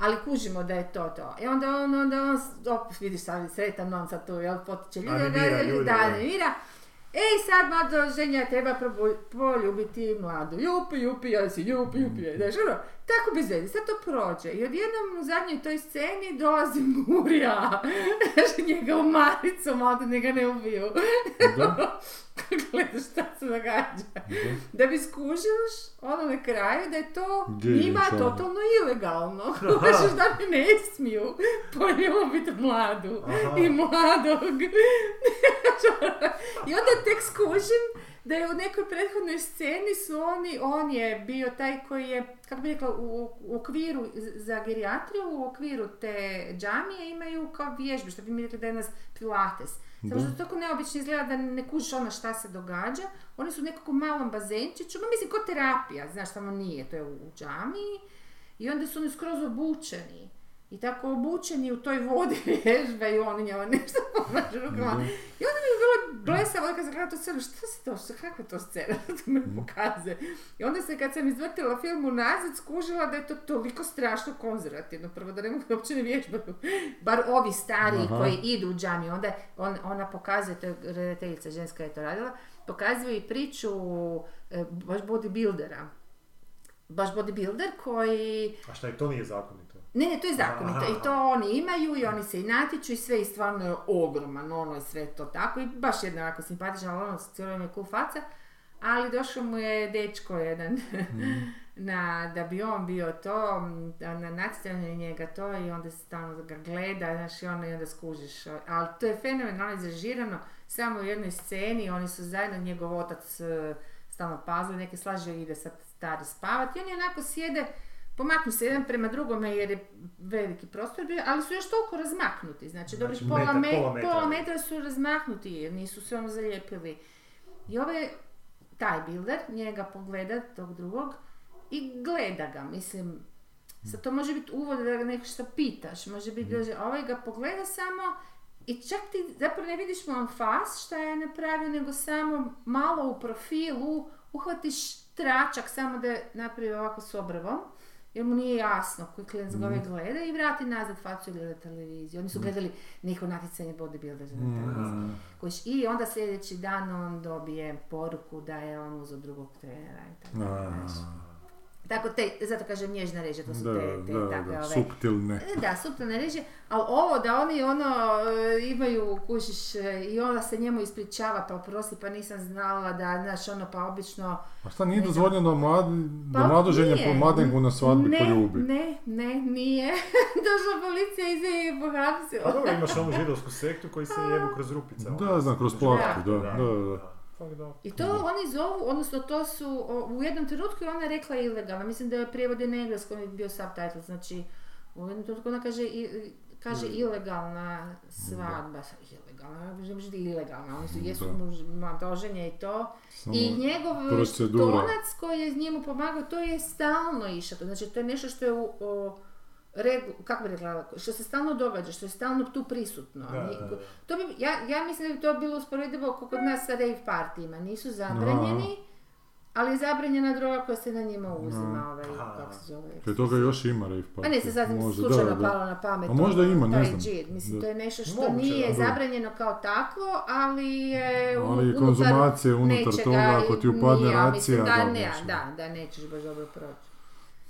[SPEAKER 2] Ali kužimo da je to to. I onda on, onda on, s- op, vidiš sad, sretan on sad tu, jel, potiče ljude,
[SPEAKER 3] Animira
[SPEAKER 2] da,
[SPEAKER 3] ljude,
[SPEAKER 2] da,
[SPEAKER 3] da.
[SPEAKER 2] animira. Ej, sad mlado ženja treba probu- poljubiti mladu. Jupi, jupi, joj si, jupi, jupi, joj. Znaš, ono, tako bez veze. Sad to prođe. I odjednom u zadnjoj toj sceni dolazi Murija. Znaš, njega u maricu, malo da njega ne ubiju.
[SPEAKER 4] Da.
[SPEAKER 2] Gledaš šta se događa. Da bi skužiš, ono na kraju, da je to
[SPEAKER 4] Gdje je
[SPEAKER 2] njima
[SPEAKER 4] čovjek?
[SPEAKER 2] totalno ilegalno. Znaš, da mi ne smiju poljubiti mladu
[SPEAKER 3] Aha.
[SPEAKER 2] i mladog. I onda tek skužim da je u nekoj prethodnoj sceni su oni, on je bio taj koji je, kako bi rekla, u, u okviru z- za gerijatriju, u okviru te džamije imaju kao vježbe, što bi mi rekli da je nas pilates. Samo
[SPEAKER 4] Da.
[SPEAKER 2] što to tako neobično izgleda da ne kužiš ono šta se događa. Oni su u nekakvom malom bazenčiću, ma mislim, ko terapija, znaš, samo nije, to je u, u džamiji. I onda su oni skroz obučeni. I tako obučeni u toj vodi vježbaju, oni njoj nešto pomažu rukama. I onda mi je bilo blesavo kad sam gledala tu scenu, šta se to, šta, kakva je to scena, to me pokaze. I onda se kad sam izvrtila film unazad, skužila da je to toliko strašno konzervativno. Prvo da ne mogu uopće ne vježbaju. Bar ovi stariji
[SPEAKER 4] Aha.
[SPEAKER 2] koji idu u džamiju. Onda je on, ona pokazuje, to je redateljica ženska je to radila, pokazuje i priču e, baš bodybuildera. Baš bodybuilder koji
[SPEAKER 3] A šta je, to nije zakonito.
[SPEAKER 2] ne, ne, to je zakonito.
[SPEAKER 3] Aha.
[SPEAKER 2] I to oni imaju i oni se i natječu i sve i stvarno je ogroman, ono je sve to tako i baš jedna ovako simpatična, ali ono cijelo vrijeme cool faca. Ali došao mu je dečko jedan na, da bi on bio to, m, da na natjecanju je njega to i onda se stalno ga gleda, znaš, i onda, i onda skužiš. Ali to je fenomenalno izrežirano, samo u jednoj sceni, oni su zajedno, njegov otac e, stalno pazuje, neke slaže ide sad stari spavati i oni onako sjede, pomaknu se jedan prema drugome jer je veliki prostor bio, ali su još toliko razmaknuti, znači, dobrih
[SPEAKER 3] Znači,
[SPEAKER 2] pola,
[SPEAKER 3] metar-
[SPEAKER 2] me-
[SPEAKER 3] pola metra.
[SPEAKER 2] pola metra su razmaknuti jer nisu se ono zalijepili. I ovaj taj builder njega pogleda tog drugog i gleda ga, mislim, sad to može biti uvod da ga neko što pitaš, može biti da a ovaj ga pogleda samo i čak ti zapravo ne vidiš mu on fas šta je napravio, nego samo malo u profilu uhvatiš tračak samo da je napravio ovako s obrvom, jer mu nije jasno koji klijent ga ovaj gleda i vrati nazad facu i gleda televiziju. Oni su gledali neko natjecanje bodybuildera na televiziji. Kuš, I onda sljedeći dan on dobije poruku da je on uzeo drugog trenera i tako.
[SPEAKER 4] A,
[SPEAKER 2] Tako te, zato kažem nježna reža, to su
[SPEAKER 1] Da,
[SPEAKER 2] te, te
[SPEAKER 1] da,
[SPEAKER 2] takve
[SPEAKER 1] da,
[SPEAKER 2] ove-
[SPEAKER 1] suptilne.
[SPEAKER 2] E, Da, suptilne režije, ali ovo da oni ono e, imaju, kušiš, e, i ona se njemu ispričava, pa oprosti, pa nisam znala da, znaš, ono, pa obično...
[SPEAKER 1] A šta nije dozvoljeno mlad, da
[SPEAKER 2] Pa
[SPEAKER 1] mladoženje
[SPEAKER 2] nije.
[SPEAKER 1] po mladenku na svadbi
[SPEAKER 2] ne,
[SPEAKER 1] poljubi?
[SPEAKER 2] Ne, ne, nije. Došla policija i se je
[SPEAKER 7] Pa
[SPEAKER 2] pohapsila.
[SPEAKER 7] dobro, imaš onu židovsku sektu koji se jebu kroz rupice. ono.
[SPEAKER 1] Da, znam, kroz plavku, da, da, da.
[SPEAKER 7] Tako da.
[SPEAKER 2] I to oni zovu, odnosno to su, o, u jednom trenutku je ona rekla ilegalno, mislim da je prijevod je na engleskom je bio subtitle, znači u jednom trenutku ona kaže, i- kaže ilegalna svadba, ilegalna, ne može biti ilegalna, oni su, jesu
[SPEAKER 1] Da.
[SPEAKER 2] muž, mladoženje i to.
[SPEAKER 1] Samo-
[SPEAKER 2] I njegov
[SPEAKER 1] procedura.
[SPEAKER 2] štonac koji je njemu pomagao, to je stalno išao, to znači to je nešto što je u, o, regu- kako bi rekla, što se stalno događa, što je stalno tu prisutno.
[SPEAKER 7] Da,
[SPEAKER 2] Ni-
[SPEAKER 7] da, da.
[SPEAKER 2] to bi, ja, ja mislim da bi to bilo usporedivo kao kod nas sa rave partijima. Nisu zabranjeni, ali je zabranjena droga koja se na njima uzima, ovaj,
[SPEAKER 7] Aha.
[SPEAKER 2] kako se zove.
[SPEAKER 1] Kaj toga još ima rave
[SPEAKER 2] A ne, se sad
[SPEAKER 1] možda,
[SPEAKER 2] slučajno
[SPEAKER 1] Pa da, da.
[SPEAKER 2] palo na pamet.
[SPEAKER 1] A možda
[SPEAKER 2] ono,
[SPEAKER 1] ima, ne
[SPEAKER 2] taj
[SPEAKER 1] znam.
[SPEAKER 2] džir. Mislim,
[SPEAKER 1] Da.
[SPEAKER 2] to je nešto što
[SPEAKER 7] Moguće,
[SPEAKER 2] nije
[SPEAKER 7] da.
[SPEAKER 2] zabranjeno kao takvo, ali je u-
[SPEAKER 1] Ali
[SPEAKER 2] unutar
[SPEAKER 1] konzumacije unutar
[SPEAKER 2] nečega
[SPEAKER 1] toga, ako ti upadne
[SPEAKER 2] nije, ali mislim
[SPEAKER 1] racija,
[SPEAKER 2] da,
[SPEAKER 1] da,
[SPEAKER 2] ne,
[SPEAKER 1] baš je.
[SPEAKER 2] da, da nećeš baš dobro proći.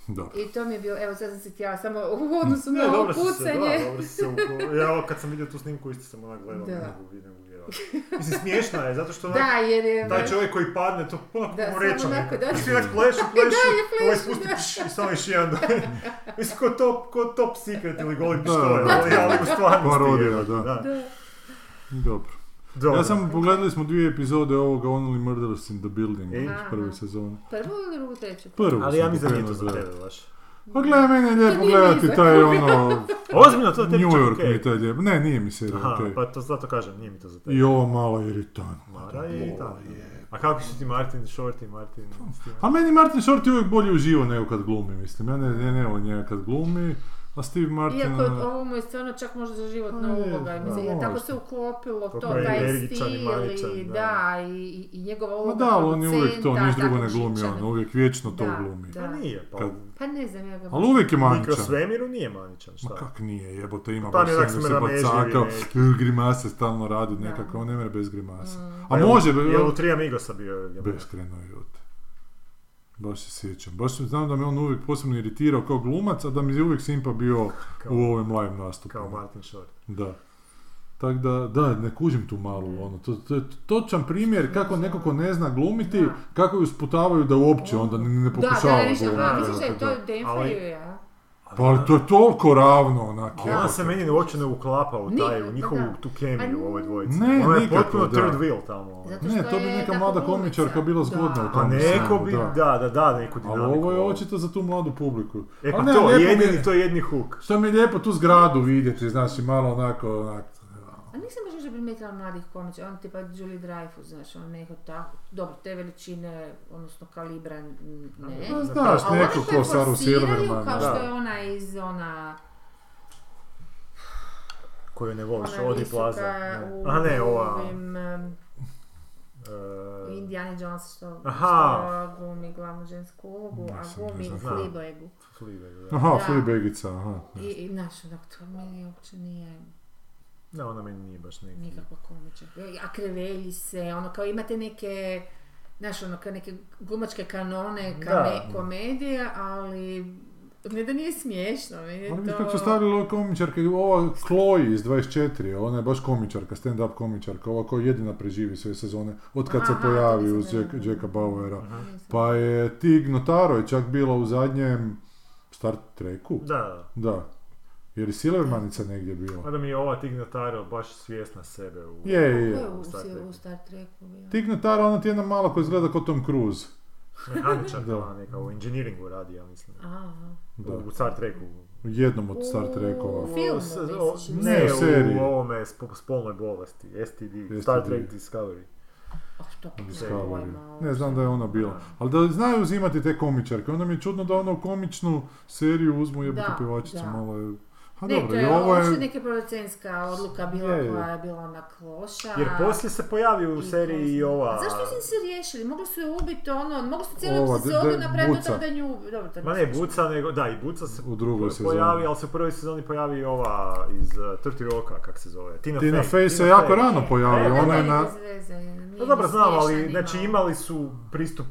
[SPEAKER 1] Da.
[SPEAKER 2] I to mi je bilo, evo sad sam se htjela samo u odnosu
[SPEAKER 7] Ne,
[SPEAKER 2] na ovo
[SPEAKER 7] dobro si se,
[SPEAKER 2] pucanje.
[SPEAKER 7] da, dobro si se uko... Ja ovo kad sam vidio tu snimku isto sam onak gledao,
[SPEAKER 2] Da.
[SPEAKER 7] ne mogu ne mogu vjerovati. Mislim, smiješna je, zato što onak,
[SPEAKER 2] Da, jer je...
[SPEAKER 7] taj čovjek koji padne, to pa
[SPEAKER 2] Da,
[SPEAKER 7] mu
[SPEAKER 2] samo
[SPEAKER 7] reći,
[SPEAKER 2] onako, da.
[SPEAKER 7] I svi onak plešu, plešu,
[SPEAKER 2] plešu,
[SPEAKER 7] ovaj spusti
[SPEAKER 2] da.
[SPEAKER 7] pš, i samo još jedan dole. Mislim, ko top, ko top secret ili goli pištolj,
[SPEAKER 1] da.
[SPEAKER 7] ali, ali u stvarnosti
[SPEAKER 1] Parodija,
[SPEAKER 7] je,
[SPEAKER 1] da.
[SPEAKER 2] Da.
[SPEAKER 1] Dobro.
[SPEAKER 7] Dobro.
[SPEAKER 1] Ja sam, pogledali smo dvije epizode ovoga Only Murders in the Building,
[SPEAKER 7] E?
[SPEAKER 1] iz prve sezone.
[SPEAKER 2] Prvu ili drugu, treću?
[SPEAKER 1] Prvu
[SPEAKER 3] Ali
[SPEAKER 1] sam
[SPEAKER 3] ja mislim da nije to za
[SPEAKER 1] pokrenuo,
[SPEAKER 3] tebe baš.
[SPEAKER 1] Pa gledaj, meni je lijepo
[SPEAKER 2] nije
[SPEAKER 1] gledati
[SPEAKER 2] ni za
[SPEAKER 1] taj ono...
[SPEAKER 3] Ozbiljno, to da tebi
[SPEAKER 1] New
[SPEAKER 3] čak
[SPEAKER 1] York mi je
[SPEAKER 3] okej.
[SPEAKER 1] taj lijepo. Ne, nije mi serija
[SPEAKER 3] Aha,
[SPEAKER 1] okej.
[SPEAKER 3] pa to zato kažem, nije mi to za tebe.
[SPEAKER 1] I ovo malo iritantno.
[SPEAKER 3] Mara i tako. A kako su ti Martin, Shorty, Martin, s tim?
[SPEAKER 1] A meni Martin Short je uvijek bolje uživo nego kad glumi, mislim. Ja ne, ne, ne, on njega kad glumi, a Steve Martin...
[SPEAKER 2] Iako je ovo mu je stvarno čak možda za životna
[SPEAKER 1] Pa je,
[SPEAKER 2] uloga,
[SPEAKER 1] da,
[SPEAKER 2] mislim, jer
[SPEAKER 1] možda.
[SPEAKER 2] tako se uklopilo
[SPEAKER 7] Pa
[SPEAKER 2] to,
[SPEAKER 3] Kako je
[SPEAKER 2] taj
[SPEAKER 3] energičan i
[SPEAKER 2] stil
[SPEAKER 3] maničan,
[SPEAKER 2] i
[SPEAKER 3] da.
[SPEAKER 2] da, i, i- i njegova
[SPEAKER 1] Ma
[SPEAKER 2] uloga
[SPEAKER 1] da, ali on je uvijek to,
[SPEAKER 2] producenta,
[SPEAKER 1] niš drugo
[SPEAKER 2] tako
[SPEAKER 1] ne glumi, ono,
[SPEAKER 2] žičan.
[SPEAKER 1] on uvijek vječno to
[SPEAKER 2] Da,
[SPEAKER 1] glumi.
[SPEAKER 2] da.
[SPEAKER 3] Pa nije, pa
[SPEAKER 1] Kad-
[SPEAKER 3] u
[SPEAKER 2] Pa ne znam, ja ga...
[SPEAKER 1] Ali uvijek je maničan.
[SPEAKER 3] mikrosvemiru nije maničan,
[SPEAKER 1] Ma
[SPEAKER 3] šta?
[SPEAKER 1] kak nije, jebote, ima
[SPEAKER 3] Pa
[SPEAKER 1] baš
[SPEAKER 3] ne, tak
[SPEAKER 1] sam
[SPEAKER 3] smo
[SPEAKER 1] se
[SPEAKER 3] ramežljivi
[SPEAKER 1] bacakao,
[SPEAKER 3] neki.
[SPEAKER 1] "Eh, grimase stalno radi
[SPEAKER 2] Da.
[SPEAKER 1] nekako, on ne mere bez grimasa.
[SPEAKER 2] Mm.
[SPEAKER 3] Pa
[SPEAKER 1] A može, be-
[SPEAKER 3] Jel u tri Amigosa bio? je-
[SPEAKER 1] beskreno je od. Baš se sjećam, baš se- znam da me on uvijek posebno iritirao kao glumac, a da mi je uvijek simpa bio
[SPEAKER 3] Kao-
[SPEAKER 1] u ovim live nastupima.
[SPEAKER 3] Kao Martin Short.
[SPEAKER 1] Da. Tako da, da, ne kužim tu malu, ono, to, to je točan primjer kako neko ko ne zna glumiti,
[SPEAKER 2] Da.
[SPEAKER 1] kako ju sputavaju da uopće onda ne, ne
[SPEAKER 2] Da,
[SPEAKER 1] pokušava
[SPEAKER 2] da, ništa,
[SPEAKER 1] glumiti,
[SPEAKER 2] aha, misliš da
[SPEAKER 1] jebote,
[SPEAKER 2] je to
[SPEAKER 1] da.
[SPEAKER 3] Ali-
[SPEAKER 2] Denfriju, ja?
[SPEAKER 1] Pa ali to je toliko ravno, onak,
[SPEAKER 3] A ona se
[SPEAKER 1] jebote.
[SPEAKER 3] meni uopće ne uklapa u taj, u
[SPEAKER 2] Nikako,
[SPEAKER 3] njihovu
[SPEAKER 2] da.
[SPEAKER 3] tu
[SPEAKER 2] Pa
[SPEAKER 3] kemiju u ovoj dvojici.
[SPEAKER 1] ne,
[SPEAKER 3] Ona je
[SPEAKER 1] nikako,
[SPEAKER 3] potpuno
[SPEAKER 1] da.
[SPEAKER 3] third wheel tamo.
[SPEAKER 2] Zato
[SPEAKER 1] Ne,
[SPEAKER 2] što
[SPEAKER 1] to bi
[SPEAKER 2] je
[SPEAKER 1] neka
[SPEAKER 2] tako
[SPEAKER 1] mlada
[SPEAKER 2] glumica.
[SPEAKER 1] komičarka bila zgodna
[SPEAKER 2] Da.
[SPEAKER 1] u
[SPEAKER 3] Pa
[SPEAKER 1] tome.
[SPEAKER 3] neko
[SPEAKER 1] svemu,
[SPEAKER 3] bi,
[SPEAKER 1] da.
[SPEAKER 3] da, da, da, neku
[SPEAKER 1] Ali
[SPEAKER 3] dinamiku.
[SPEAKER 1] ovo je očito za tu mladu publiku.
[SPEAKER 3] E
[SPEAKER 1] A
[SPEAKER 3] pa
[SPEAKER 1] ne,
[SPEAKER 3] to,
[SPEAKER 1] lijepo mi je-
[SPEAKER 3] jedini, to je jedni hook.
[SPEAKER 1] Što mi je lijepo tu zgradu vidjeti, znači malo onako, onak,
[SPEAKER 2] A nisam baš još primijetila mladih komiča, on tipa Julie Dreyfus, znaš, on neko tako, dobro, te veličine, odnosno kalibra, n- ne.
[SPEAKER 1] pa znaš,
[SPEAKER 2] E, A
[SPEAKER 1] neko
[SPEAKER 2] one koje
[SPEAKER 1] ko Saru
[SPEAKER 2] forsiraju,
[SPEAKER 1] Silverman.
[SPEAKER 2] Kao
[SPEAKER 1] da.
[SPEAKER 2] što je ona iz ona...
[SPEAKER 3] Koju ne
[SPEAKER 2] Ona
[SPEAKER 3] voliš,
[SPEAKER 2] visoka
[SPEAKER 3] Odi Plaza.
[SPEAKER 2] u
[SPEAKER 3] A ne, ova...
[SPEAKER 2] ovim, em, u
[SPEAKER 3] e,
[SPEAKER 2] Indiana Jones što,
[SPEAKER 3] Aha.
[SPEAKER 2] što glumi glavnu žensku ulogu, a
[SPEAKER 1] Nisam,
[SPEAKER 2] glumi
[SPEAKER 1] nisam
[SPEAKER 3] znao.
[SPEAKER 2] Fleabag-u.
[SPEAKER 3] Fleabag, da.
[SPEAKER 1] Aha,
[SPEAKER 2] Da.
[SPEAKER 1] Fleabagica, aha.
[SPEAKER 2] I, i znaš, onak, to meni uopće nije
[SPEAKER 3] Ne, ona meni nije baš neki.
[SPEAKER 2] nikakva komiča. E, A krevelji se, ono, kao imate neke, znaš, ono, kao neke glumačke kanone, kame,
[SPEAKER 3] Da.
[SPEAKER 2] komedije, ali ne da nije smiješno, meni je
[SPEAKER 1] Ali vidiš
[SPEAKER 2] E, to...
[SPEAKER 1] kako su stavili ove komičarke, ova Chloe iz 24, ona je baš komičarka, stand-up komičarka, ova koja jedina preživi sve sezone, od kad se
[SPEAKER 2] Aha, to
[SPEAKER 1] pojavi
[SPEAKER 2] nisam
[SPEAKER 1] uz Jack,
[SPEAKER 2] gledala.
[SPEAKER 1] Jacka Bauera.
[SPEAKER 3] Aha.
[SPEAKER 2] Nisam.
[SPEAKER 1] Pa je Tig Notaro je čak bila u zadnjem Star Treku?
[SPEAKER 3] Da, Pa- da.
[SPEAKER 1] Da. Jer je Silvermanica negdje bila.
[SPEAKER 3] Mada mi je ova Tignataro baš svjesna sebe u...
[SPEAKER 1] Je, je,
[SPEAKER 2] Ko
[SPEAKER 1] je.
[SPEAKER 2] je u,
[SPEAKER 3] u Star
[SPEAKER 2] u,
[SPEAKER 3] Treku.
[SPEAKER 2] u Star Treku bio?
[SPEAKER 1] Tig Notaro, ona ti je jedna mala koja izgleda kao Tom Cruise.
[SPEAKER 3] Mehaničarka
[SPEAKER 1] Da.
[SPEAKER 3] ona neka, u inženjeringu radi, ja mislim.
[SPEAKER 2] Aha.
[SPEAKER 1] Da.
[SPEAKER 3] U Star Treku.
[SPEAKER 1] U jednom od Star Trekova.
[SPEAKER 2] U filmu,
[SPEAKER 3] U
[SPEAKER 2] misliš,
[SPEAKER 3] s- o-
[SPEAKER 2] ili?
[SPEAKER 3] ne,
[SPEAKER 1] U seriji.
[SPEAKER 3] u ovome sp- spolnoj bolesti, STD,
[SPEAKER 1] STD.
[SPEAKER 3] Star Trek Discovery.
[SPEAKER 2] A što pa nemam
[SPEAKER 1] Discovery.
[SPEAKER 2] pojma,
[SPEAKER 1] Ne znam da je ona bila. Ali da znaju uzimati te komičarke. Onda mi je čudno da ono komičnu seriju uzmu jebote
[SPEAKER 2] Da,
[SPEAKER 1] pjevačicu
[SPEAKER 2] da.
[SPEAKER 1] malo je... Ha
[SPEAKER 2] Ne, to
[SPEAKER 1] pa dobro, i
[SPEAKER 2] je ovo
[SPEAKER 1] ovo
[SPEAKER 2] je...
[SPEAKER 1] je...
[SPEAKER 2] neka producentska odluka bila
[SPEAKER 1] Je, je.
[SPEAKER 2] koja je bila na kloša.
[SPEAKER 3] Jer poslije se pojavi u seriji i ova...
[SPEAKER 2] A zašto su im se riješili? Mogli su je ubiti ono, mogli su cijelu
[SPEAKER 1] Ova,
[SPEAKER 2] sezonu
[SPEAKER 1] de- de-
[SPEAKER 2] napraviti
[SPEAKER 1] Buca.
[SPEAKER 2] tako da nju... Dobro, to
[SPEAKER 3] Ma ne, Buca, nego, da, i Buca se
[SPEAKER 1] U drugoj
[SPEAKER 3] po-
[SPEAKER 1] sezoni.
[SPEAKER 3] pojavi, ali se u prvoj sezoni pojavi i ova iz uh, Thirty Rocka, kak se zove, Tina Fey.
[SPEAKER 1] Tina Fey se
[SPEAKER 3] Tina
[SPEAKER 1] jako
[SPEAKER 3] Fey.
[SPEAKER 1] rano
[SPEAKER 3] E,
[SPEAKER 1] pojavi.
[SPEAKER 3] da,
[SPEAKER 1] Ona je
[SPEAKER 2] na...
[SPEAKER 1] na...
[SPEAKER 2] Bez veze, nije
[SPEAKER 3] No Pa dobro,
[SPEAKER 2] ni
[SPEAKER 3] znam, ali
[SPEAKER 2] smiješna
[SPEAKER 3] znači
[SPEAKER 2] ni malo.
[SPEAKER 3] imali su pristup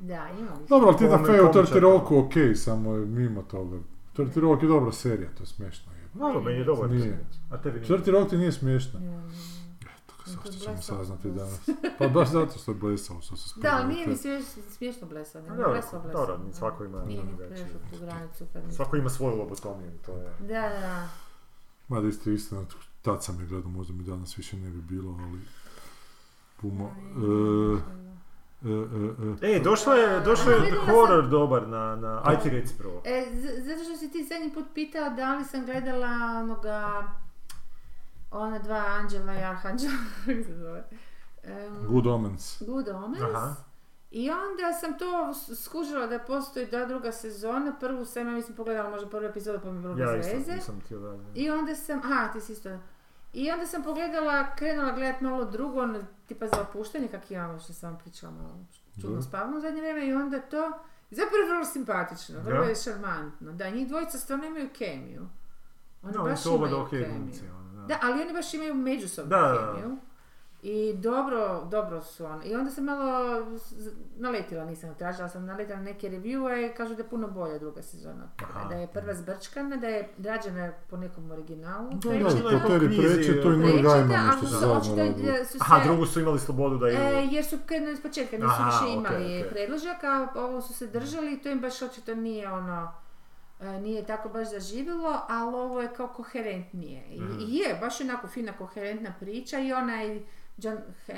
[SPEAKER 2] Da, ima ih.
[SPEAKER 1] Dobro, ali ti na
[SPEAKER 8] Kome-
[SPEAKER 1] Feju
[SPEAKER 8] kome
[SPEAKER 1] Turtle
[SPEAKER 8] čekamo?
[SPEAKER 1] Rocku okej, samo je mimo toga. Turtle Rock je dobra serija, to je smiješno. Je.
[SPEAKER 3] Dobro, meni je dobar.
[SPEAKER 1] Nije.
[SPEAKER 3] A tebi nije.
[SPEAKER 1] Turtle Rock ti nije smiješno. Eto,
[SPEAKER 2] je
[SPEAKER 1] zašto
[SPEAKER 2] kod
[SPEAKER 1] ćemo
[SPEAKER 2] Blesa.
[SPEAKER 1] saznati danas. Pa baš zato što je blesao, što se
[SPEAKER 2] Da, ali
[SPEAKER 1] spomenuo
[SPEAKER 2] nije
[SPEAKER 1] te-
[SPEAKER 2] mi smiješ- smiješno blesao,
[SPEAKER 3] A
[SPEAKER 2] nego
[SPEAKER 3] Pa Dobro,
[SPEAKER 2] blesao blesao.
[SPEAKER 3] dobro, svako ima
[SPEAKER 2] Nije mi
[SPEAKER 3] drugačije.
[SPEAKER 2] prešao tu granicu kad mi...
[SPEAKER 3] Svako ima svoju lobotomiju, to je.
[SPEAKER 2] Da, da.
[SPEAKER 1] Mada isto je istina, tad sam je gledao, možda mi danas više ne bi bilo, ali... Puno... E, e, e, e.
[SPEAKER 3] E, došlo je, došlo
[SPEAKER 2] A,
[SPEAKER 3] je
[SPEAKER 2] vidjela sam-
[SPEAKER 3] horor dobar na, na, aj ti reci prvo.
[SPEAKER 2] E, z- zato što si ti zadnji put pitao da li sam gledala onoga... Ona dva anđela i arhanđela, kako se zove. Em,
[SPEAKER 1] Good Omens.
[SPEAKER 2] Good Omens.
[SPEAKER 3] Aha.
[SPEAKER 2] I onda sam to s- skužila da postoji da druga sezona, prvu sam ja mislim pogledala možda prvu epizodu pa mi je bilo
[SPEAKER 3] Ja
[SPEAKER 2] bez
[SPEAKER 3] isto
[SPEAKER 2] veze.
[SPEAKER 3] nisam htio da...
[SPEAKER 2] I onda sam, aha ti si isto. I onda sam pogledala, krenula gledat malo drugo, ono, tipa za opuštanje, kak ja ono što sam vam pričala malo čudno
[SPEAKER 1] Da.
[SPEAKER 2] spavam u zadnje vrijeme i onda to, zapravo je vrlo simpatično, vrlo
[SPEAKER 3] Da.
[SPEAKER 2] je šarmantno. Da, njih dvojica stvarno imaju kemiju. Oni
[SPEAKER 3] No, oni
[SPEAKER 2] baš
[SPEAKER 3] su oba
[SPEAKER 2] imaju
[SPEAKER 3] ok
[SPEAKER 2] kemiju.
[SPEAKER 3] glumci, ono, da.
[SPEAKER 2] Da, ali oni baš imaju međusobnu
[SPEAKER 3] Da, da, da.
[SPEAKER 2] kemiju. I dobro, dobro su oni. I onda sam malo z- naletila, nisam tražila, sam naletila na neke reviewe i kažu da je puno bolja druga sezona. od prve.
[SPEAKER 3] Aha.
[SPEAKER 2] Da je prva zbrčkana, da je rađena po nekom originalu.
[SPEAKER 1] Da,
[SPEAKER 3] Pričali smo
[SPEAKER 1] da, po
[SPEAKER 3] o
[SPEAKER 1] tebi
[SPEAKER 3] knjizi,
[SPEAKER 1] preče, to i
[SPEAKER 3] o-
[SPEAKER 1] Neil
[SPEAKER 2] Prečita,
[SPEAKER 1] Gaiman
[SPEAKER 2] ali
[SPEAKER 1] nešto ono, su
[SPEAKER 2] su
[SPEAKER 1] zajedno
[SPEAKER 2] očito
[SPEAKER 1] radili.
[SPEAKER 2] da su se...
[SPEAKER 3] Aha, drugu su imali slobodu da
[SPEAKER 2] E,
[SPEAKER 3] idu.
[SPEAKER 2] jer su krenuli iz početka, nisu
[SPEAKER 3] Aha,
[SPEAKER 2] više
[SPEAKER 3] okej,
[SPEAKER 2] imali
[SPEAKER 3] okej.
[SPEAKER 2] predložak, a ovo su se držali i to im baš očito nije ono, e, nije tako baš zaživjelo, ali ovo je kao koherentnije. I,
[SPEAKER 1] Mhm.
[SPEAKER 2] i je, baš onako fina koherentna priča i onaj John Ham,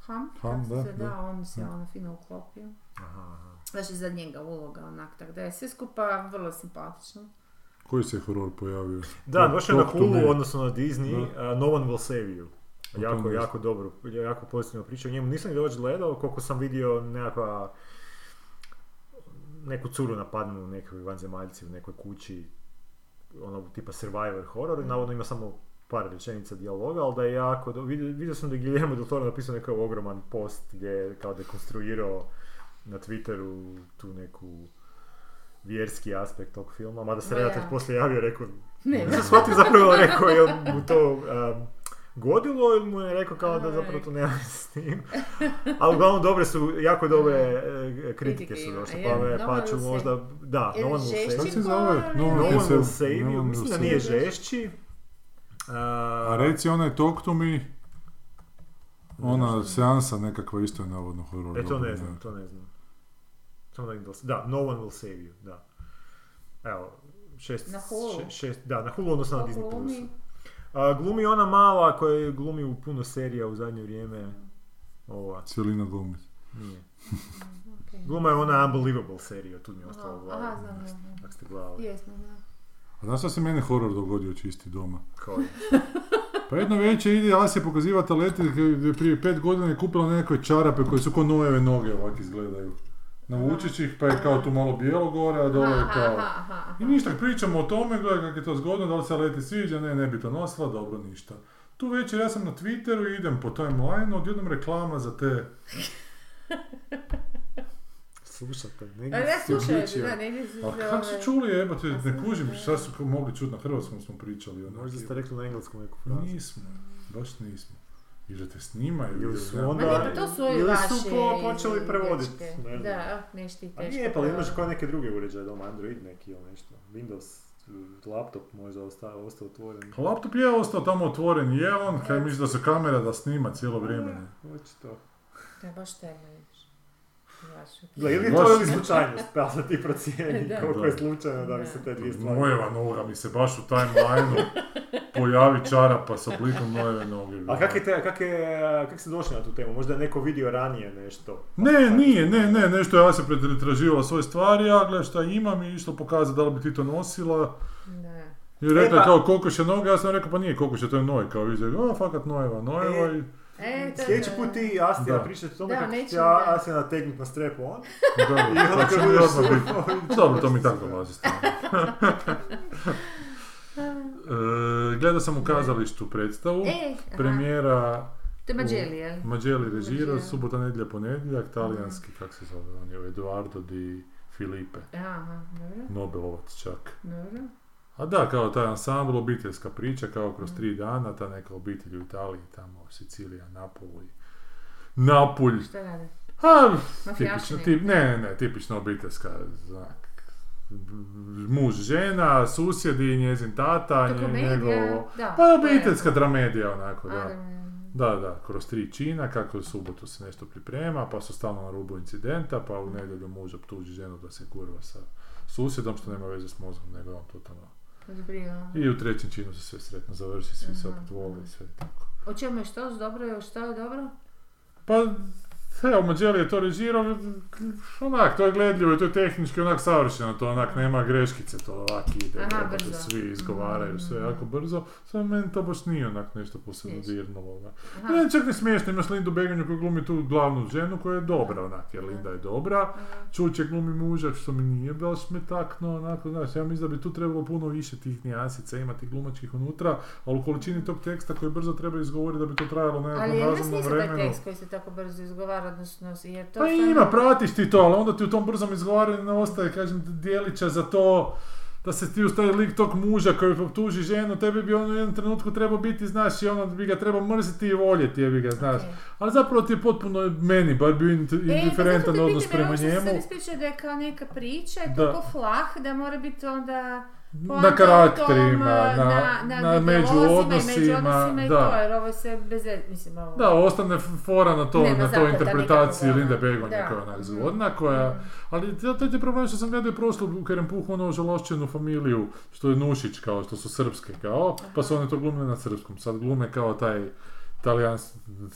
[SPEAKER 2] Ham,
[SPEAKER 1] Hamm,
[SPEAKER 2] kako
[SPEAKER 1] da,
[SPEAKER 2] se, da,
[SPEAKER 1] da.
[SPEAKER 2] on se
[SPEAKER 1] Da.
[SPEAKER 2] ono fino uklopio.
[SPEAKER 3] Aha, aha.
[SPEAKER 2] Baš je za njega uloga onak, tako da je sve skupa vrlo simpatično.
[SPEAKER 1] Koji se horor pojavio?
[SPEAKER 3] Da, došlo je na
[SPEAKER 1] Doctor Me.
[SPEAKER 3] Hulu, ono- odnosno na Disney, a, No One Will Save You.
[SPEAKER 1] O
[SPEAKER 3] Jako,
[SPEAKER 1] tome
[SPEAKER 3] jako dobro, jako pozitivno priča o njemu. Nisam ga još gledao, koliko sam vidio nekakva neku curu napadnu nekakvi vanzemaljci u nekoj kući, ono tipa survivor horror, i navodno ima samo par rečenica dijaloga, ali da je jako, do- vidio, vidio sam da je Guillermo del Toro napisao nekakav ogroman post gdje je kao dekonstruirao na Twitteru tu neku vjerski aspekt tog filma, mada se
[SPEAKER 2] Ma
[SPEAKER 3] redatelj
[SPEAKER 2] ja.
[SPEAKER 3] poslije javio i rekao,
[SPEAKER 2] Ne,
[SPEAKER 3] ja sam shvatio zapravo rekao je mu to um, godilo ili mu je rekao kao da
[SPEAKER 2] Aj.
[SPEAKER 3] zapravo to nema veze s tim. Ali uglavnom dobre su, jako dobre e, kritike su
[SPEAKER 2] ima,
[SPEAKER 3] došle,
[SPEAKER 2] je,
[SPEAKER 3] pa, me,
[SPEAKER 2] No
[SPEAKER 3] pa
[SPEAKER 2] One
[SPEAKER 3] ću
[SPEAKER 2] Will Save-
[SPEAKER 3] možda, da,
[SPEAKER 2] Je
[SPEAKER 3] no
[SPEAKER 2] li
[SPEAKER 3] one will
[SPEAKER 2] žešći
[SPEAKER 3] save,
[SPEAKER 1] Kako se
[SPEAKER 2] Čim
[SPEAKER 1] zove?
[SPEAKER 2] gore.
[SPEAKER 1] No
[SPEAKER 3] no
[SPEAKER 1] one
[SPEAKER 3] one
[SPEAKER 1] will
[SPEAKER 3] will
[SPEAKER 1] save,
[SPEAKER 3] save
[SPEAKER 1] no
[SPEAKER 3] you,
[SPEAKER 1] one
[SPEAKER 3] mislim
[SPEAKER 1] will
[SPEAKER 3] da
[SPEAKER 1] save.
[SPEAKER 3] nije
[SPEAKER 2] save.
[SPEAKER 3] žešći.
[SPEAKER 1] A reci onaj Talk to me, ona seansa nekakva isto je navodno horor.
[SPEAKER 3] E to
[SPEAKER 1] dobro,
[SPEAKER 3] ne znam, to ne znam. Samo da vidim da li se- Da, no one will save you, da. Evo, šest,
[SPEAKER 2] Na Hulu.
[SPEAKER 3] še- šest, da, na Hulu, odnosno na
[SPEAKER 2] Kako
[SPEAKER 3] Disney+.
[SPEAKER 2] glumi?
[SPEAKER 3] Plusu. A, glumi ona mala koja glumi u puno serija u zadnje vrijeme. Ova,
[SPEAKER 1] Cijelina Gomez.
[SPEAKER 3] nije.
[SPEAKER 2] Okej.
[SPEAKER 3] Gluma je ona Unbelievable serija, tu mi je ostalo u
[SPEAKER 1] ovaj,
[SPEAKER 3] glavi.
[SPEAKER 2] Ono,
[SPEAKER 1] ono,
[SPEAKER 2] Aha, znam, znam.
[SPEAKER 3] Ako ste gledali.
[SPEAKER 2] Jesmo, da.
[SPEAKER 1] A znaš šta se meni horor dogodio čisti doma?
[SPEAKER 3] Koji?
[SPEAKER 1] Pa jedno večer ide Asja pokaziva talete gdje je prije pet godina je kupila nekakve čarape koje su ko nojeve noge ovak izgledaju. Navučeći ih pa je kao tu malo bijelo gore, a dole je
[SPEAKER 2] Aha,
[SPEAKER 1] kao...
[SPEAKER 2] aha, aha, aha.
[SPEAKER 1] I ništa, pričamo o tome, gledaj kako je to zgodno, da li se leti sviđa, ne, ne bi to nosila, dobro, ništa. Tu večer ja sam na Twitteru i idem po timeline, odjednom reklama za te...
[SPEAKER 3] Slušate,
[SPEAKER 2] A
[SPEAKER 3] negdje
[SPEAKER 2] ja
[SPEAKER 3] si
[SPEAKER 2] E, slušaj,
[SPEAKER 3] uključio.
[SPEAKER 2] da, negdje se ovaj-
[SPEAKER 1] A kako su čuli, jebate, ne kužim, šta su mogli čuti, na hrvatskom smo pričali. Ono,
[SPEAKER 3] Možda ste rekli na engleskom neku frazu.
[SPEAKER 1] Nismo, baš nismo. I da te snimaju.
[SPEAKER 3] Ili
[SPEAKER 1] ili
[SPEAKER 3] su
[SPEAKER 1] nema-
[SPEAKER 3] onda-
[SPEAKER 2] Ma ne, pa to su ovi
[SPEAKER 3] Ili
[SPEAKER 2] vaši
[SPEAKER 3] su po- počeli
[SPEAKER 2] iz-
[SPEAKER 3] prevodit,
[SPEAKER 2] dečke.
[SPEAKER 3] ne znam.
[SPEAKER 2] Da, ah, nešto i
[SPEAKER 3] A
[SPEAKER 2] teško.
[SPEAKER 3] nije, pa imaš kao neke druge uređaje doma, Android neki ili nešto. Windows, uh, laptop možda ostao, ostao otvoren.
[SPEAKER 1] Pa Laptop je ostao tamo otvoren, je on, kaj misliš da se kamera da snima cijelo vrijeme. ne?
[SPEAKER 3] Očito.
[SPEAKER 2] Da, baš tema vidiš. Baš, ok.
[SPEAKER 3] Gle, ili je
[SPEAKER 1] Baš-
[SPEAKER 3] to ili slučajnost, da sad ti procijeni
[SPEAKER 2] Da.
[SPEAKER 3] koliko
[SPEAKER 1] Da.
[SPEAKER 3] je slučajno da bi se te dvije stvari...
[SPEAKER 1] Nojeva noga mi se baš u timeline pojavi čarapa s oblikom nojeve noge.
[SPEAKER 3] A kak je, te, kak je, kak se došli na tu temu? Možda je neko vidio ranije nešto?
[SPEAKER 1] Ne, nije, ne, ne, nešto ja se pretraživala svoje stvari, ja gle šta imam i išla pokazati da li bi ti to nosila.
[SPEAKER 2] Da.
[SPEAKER 1] I rekla je
[SPEAKER 3] E, pa-
[SPEAKER 1] kao kokuša noga, ja sam rekao pa nije kokuša, to je noj, kao vidi, o fakat nojeva, nojeva i
[SPEAKER 2] E, da,
[SPEAKER 3] Sljedeći
[SPEAKER 2] da.
[SPEAKER 3] put ti Astina
[SPEAKER 1] Da.
[SPEAKER 3] pričat o tome
[SPEAKER 2] Da,
[SPEAKER 3] kako će
[SPEAKER 2] neću,
[SPEAKER 3] ti
[SPEAKER 2] da.
[SPEAKER 3] Astina nategnut na strep on.
[SPEAKER 1] dobro,
[SPEAKER 3] I onda
[SPEAKER 1] to
[SPEAKER 3] kad
[SPEAKER 1] Pa će mi
[SPEAKER 3] budeš
[SPEAKER 1] odmah biti.
[SPEAKER 3] surfao, vidit ćeš
[SPEAKER 1] Dobro,
[SPEAKER 3] da
[SPEAKER 1] to mi
[SPEAKER 3] će
[SPEAKER 1] tako
[SPEAKER 3] se-
[SPEAKER 1] dolazi stalno. E, gledao sam u kazalištu predstavu,
[SPEAKER 2] E, aha.
[SPEAKER 1] premijera
[SPEAKER 2] To je Mađeli, jel?
[SPEAKER 1] Mađeli režira,
[SPEAKER 2] Mađeli.
[SPEAKER 1] subota, nedjelja, ponedjeljak, talijanski, kako se zove, on je Eduardo di Filipe,
[SPEAKER 2] Aha, dobro,
[SPEAKER 1] Nobelovac čak.
[SPEAKER 2] dobro.
[SPEAKER 1] A da, kao taj ansambl, obiteljska priča, kao kroz tri dana, ta neka obitelj u Italiji, tamo Sicilija, Napoli. Napulj,
[SPEAKER 2] Šta rade?
[SPEAKER 1] Ha,
[SPEAKER 2] Mafijašni.
[SPEAKER 1] tipično, tip, ne, ne, ne, tipično obiteljska, znak. Muž, žena, susjedi, njezin tata,
[SPEAKER 2] To
[SPEAKER 1] nje-
[SPEAKER 2] komedija,
[SPEAKER 1] njegovo...
[SPEAKER 2] da,
[SPEAKER 1] pa
[SPEAKER 2] to je.
[SPEAKER 1] obiteljska dramedija, onako, da.
[SPEAKER 2] Adam,
[SPEAKER 1] Da, da, kroz tri čina, kako je u subotu se nešto priprema, pa su stalno na rubu incidenta, pa
[SPEAKER 2] Mm.
[SPEAKER 1] u nedjelju muž optuži ženu da se kurva sa susjedom, što nema veze s mozgom, nego je on totalno...
[SPEAKER 2] Zbriga.
[SPEAKER 1] I u trećem činu se sve sretno završi, svi se
[SPEAKER 2] Aha.
[SPEAKER 1] opet vole i sve tako.
[SPEAKER 2] O čemu je što? Dobro je, što je dobro?
[SPEAKER 1] Pa, evo, Mađeli je to režirao, onak, to je gledljivo i to je tehnički onak savršeno, to onak nema greškice, to ovak ide,
[SPEAKER 2] Aha,
[SPEAKER 1] jebote,
[SPEAKER 2] brzo. Mhm,
[SPEAKER 1] svi izgovaraju sve jako brzo, samo meni to baš nije onak nešto posebno
[SPEAKER 2] Smiješno.
[SPEAKER 1] dirnulo, onak.
[SPEAKER 2] Aha.
[SPEAKER 1] Ne, čak ne smiješno, imaš Lindu Beganju koja glumi tu glavnu ženu koja je dobra onak, jer Linda je dobra,
[SPEAKER 2] Aha.
[SPEAKER 1] Čuče glumi muža što mi nije baš me takno, onako, znaš, ja mislim da bi tu trebalo puno više tih nijansica imati glumačkih unutra, ali u količini tog teksta koji brzo treba izgovoriti da bi to trajalo na
[SPEAKER 2] Ali
[SPEAKER 1] nekakvom
[SPEAKER 2] je li vas
[SPEAKER 1] razumnom
[SPEAKER 2] nisam taj
[SPEAKER 1] vremenu.
[SPEAKER 2] tekst koji se tako brzo izgovara, odnosno je to...
[SPEAKER 1] Pa
[SPEAKER 2] stvarno-
[SPEAKER 1] ima, pratiš ti to, ali onda ti u tom brzom izgovaranju ne ostaje, kažem, dijelića za to da se ti ustaje lik tog muža koji optuži ženu, tebi bi on u jednom trenutku trebao biti, znaš, i ono bi ga trebao mrziti i voljeti, jebi ga, znaš.
[SPEAKER 2] Ok.
[SPEAKER 1] Ali zapravo ti je potpuno meni, bar bio int-
[SPEAKER 2] E, pa zato
[SPEAKER 1] indiferentan
[SPEAKER 2] te
[SPEAKER 1] odnos
[SPEAKER 2] pitam, jer
[SPEAKER 1] prema
[SPEAKER 2] ovo što se
[SPEAKER 1] njemu,
[SPEAKER 2] sad ispričao da je kao neka priča, je
[SPEAKER 1] Da.
[SPEAKER 2] toliko flah da mora biti onda... poanta
[SPEAKER 1] na
[SPEAKER 2] u
[SPEAKER 1] karakterima,
[SPEAKER 2] tom, e,
[SPEAKER 1] na,
[SPEAKER 2] na,
[SPEAKER 1] na
[SPEAKER 2] međuodnosima i
[SPEAKER 1] međuodnosima,
[SPEAKER 2] međuodnosima i to, ono.
[SPEAKER 1] da.
[SPEAKER 2] jer ovo se bez... mislim, ovo...
[SPEAKER 1] Da, ostane f- fora na to,
[SPEAKER 2] Nema
[SPEAKER 1] na to
[SPEAKER 2] zapleta
[SPEAKER 1] interpretaciji
[SPEAKER 2] nikakvog,
[SPEAKER 1] Linde
[SPEAKER 2] ono,
[SPEAKER 1] Begonje
[SPEAKER 2] da.
[SPEAKER 1] koja je onak
[SPEAKER 2] Mhm.
[SPEAKER 1] zgodna, koja... Ali to, to je problem što sam gledao i prošlu u Kerempuhu, ono žalošćenu familiju, što je Nušić kao, što su srpske kao, pa su oni to glumili na srpskom. Sad glume kao taj Italijan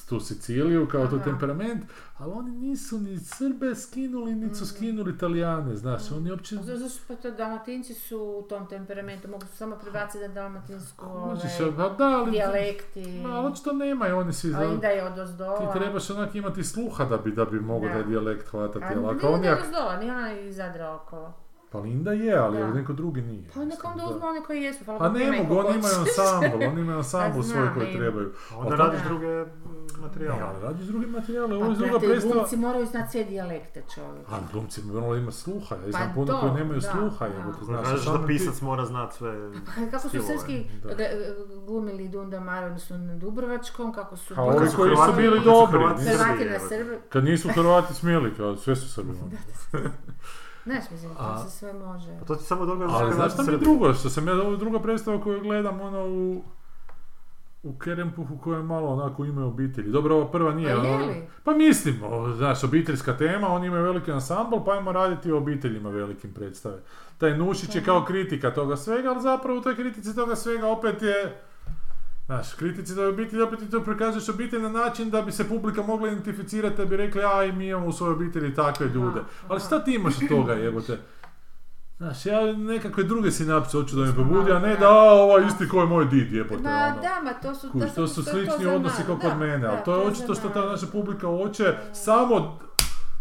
[SPEAKER 1] tu Siciliju, kao to
[SPEAKER 2] Aha.
[SPEAKER 1] temperament, ali oni nisu ni Srbe skinuli, niti
[SPEAKER 2] Mhm.
[SPEAKER 1] su skinuli Italijane, znaš, oni uopće...
[SPEAKER 2] Zato zato što pa to dalmatinci su u tom temperamentu, mogu se samo prebaciti na dalmatinsku
[SPEAKER 1] Kužiš,
[SPEAKER 2] ovaj,
[SPEAKER 1] a pa da, ali...
[SPEAKER 2] dijalekti.
[SPEAKER 1] Ma, ono ali očito nemaju oni svi
[SPEAKER 2] A
[SPEAKER 1] za...
[SPEAKER 2] onda je odozdola.
[SPEAKER 1] Ti trebaš onak imati sluha da bi, da bi mogo
[SPEAKER 2] Da.
[SPEAKER 1] taj dijalekt hvatati,
[SPEAKER 2] A
[SPEAKER 1] ali
[SPEAKER 2] ne,
[SPEAKER 1] ako on
[SPEAKER 2] ne
[SPEAKER 1] je...
[SPEAKER 2] odozdola, nije ona iz Zadra okolo.
[SPEAKER 1] Pa Linda je, ali
[SPEAKER 2] Da.
[SPEAKER 1] neko drugi nije.
[SPEAKER 2] Pa onda
[SPEAKER 1] mislim,
[SPEAKER 2] onda
[SPEAKER 1] da.
[SPEAKER 2] uzmu one koji jesu. Pa,
[SPEAKER 1] Pa ne mogu, oni imaju ansambl, oni imaju
[SPEAKER 2] Pa
[SPEAKER 1] ansambl
[SPEAKER 2] znam,
[SPEAKER 1] svoj koji
[SPEAKER 2] ima.
[SPEAKER 1] trebaju.
[SPEAKER 3] A onda
[SPEAKER 1] A to-
[SPEAKER 3] radiš druge m,
[SPEAKER 1] Ne,
[SPEAKER 3] materijale.
[SPEAKER 1] ali radiš drugi materijal, ovo
[SPEAKER 2] Pa
[SPEAKER 1] je druga
[SPEAKER 2] brate,
[SPEAKER 1] predstava.
[SPEAKER 2] glumci moraju znati sve dijalekte čovjek.
[SPEAKER 1] Ali glumci morali imati sluha, ja znam
[SPEAKER 2] Pa
[SPEAKER 1] puno
[SPEAKER 2] to,
[SPEAKER 1] koji nemaju
[SPEAKER 2] da,
[SPEAKER 1] sluha,
[SPEAKER 2] da.
[SPEAKER 1] jebote,
[SPEAKER 2] Ako
[SPEAKER 1] znaš.
[SPEAKER 3] Kažeš
[SPEAKER 1] samim
[SPEAKER 3] da
[SPEAKER 1] tim-
[SPEAKER 3] pisac mora znat sve
[SPEAKER 2] Pa Kako su
[SPEAKER 3] stilove.
[SPEAKER 2] srpski
[SPEAKER 1] da.
[SPEAKER 2] g- glumili Dunda Maran su na Dubrovačkom, kako su...
[SPEAKER 1] A ovi
[SPEAKER 2] Kako
[SPEAKER 1] koji su
[SPEAKER 3] Hrvati-
[SPEAKER 1] bili
[SPEAKER 3] kad Pa su
[SPEAKER 1] dobri.
[SPEAKER 3] Hrvati-
[SPEAKER 1] nisu-
[SPEAKER 2] Hrvati na
[SPEAKER 3] Srbi,
[SPEAKER 2] Srbi.
[SPEAKER 1] Kad nisu Hrvati smjeli, kao, sve su Srbi. ono.
[SPEAKER 2] Znaš, mislim, to
[SPEAKER 1] A-
[SPEAKER 2] se sve može.
[SPEAKER 3] Pa to ti samo događa
[SPEAKER 1] Ali
[SPEAKER 3] za
[SPEAKER 1] znaš šta mi je
[SPEAKER 3] Srbiju.
[SPEAKER 1] drugo, što sam ja, ovo je druga predstava koju gledam, ono, u... U Kerempuhu koja je malo onako ime obitelji. Dobro, ova prva
[SPEAKER 2] A
[SPEAKER 1] nije.
[SPEAKER 2] je
[SPEAKER 1] ono-
[SPEAKER 2] li?
[SPEAKER 1] pa mislim, o, znaš, obiteljska tema, oni imaju veliki ansambl, pa ajmo raditi o obiteljima velikim predstave. Taj Nušić je
[SPEAKER 2] Mhm.
[SPEAKER 1] kao kritika toga svega, ali zapravo u toj kritici toga svega opet je... Znaš, kritici da obitelji, opet ti to prikazuješ obitelj na način da bi se publika mogla identificirati, da bi rekli, a i mi imamo u svojoj obitelji takve ljude. Ali šta ti imaš od toga, jebote? Znaš, ja nekakve druge sinapse hoću da me pobudi, a ne da, a, ovaj isti ko je moj did, jebote.
[SPEAKER 2] Ma
[SPEAKER 1] ono.
[SPEAKER 2] da, ma to su...
[SPEAKER 1] Kužiš, to su slični odnosi kao kod mene, ali to je očito što ta naša publika hoće samo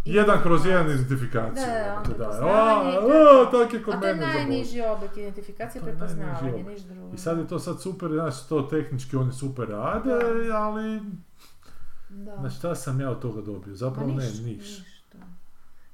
[SPEAKER 2] I-
[SPEAKER 1] jedan kroz jedan identifikaciju.
[SPEAKER 2] Da, da,
[SPEAKER 1] jebote,
[SPEAKER 2] onda
[SPEAKER 1] da.
[SPEAKER 2] poznavanje i to je
[SPEAKER 1] a, a,
[SPEAKER 2] to.
[SPEAKER 1] tak je kod
[SPEAKER 2] A to je
[SPEAKER 1] mene zaboga.
[SPEAKER 2] najniži oblik identifikacije,
[SPEAKER 1] To je najniži
[SPEAKER 2] prepoznavanje,
[SPEAKER 1] oblik.
[SPEAKER 2] niš drugo.
[SPEAKER 1] I sad je to sad super, znaš, to tehnički oni super rade, ali,
[SPEAKER 2] Da.
[SPEAKER 1] znaš, šta sam ja od toga dobio?
[SPEAKER 2] Ma
[SPEAKER 1] Zapravo ne,
[SPEAKER 2] niš-
[SPEAKER 1] niš.
[SPEAKER 2] ništa.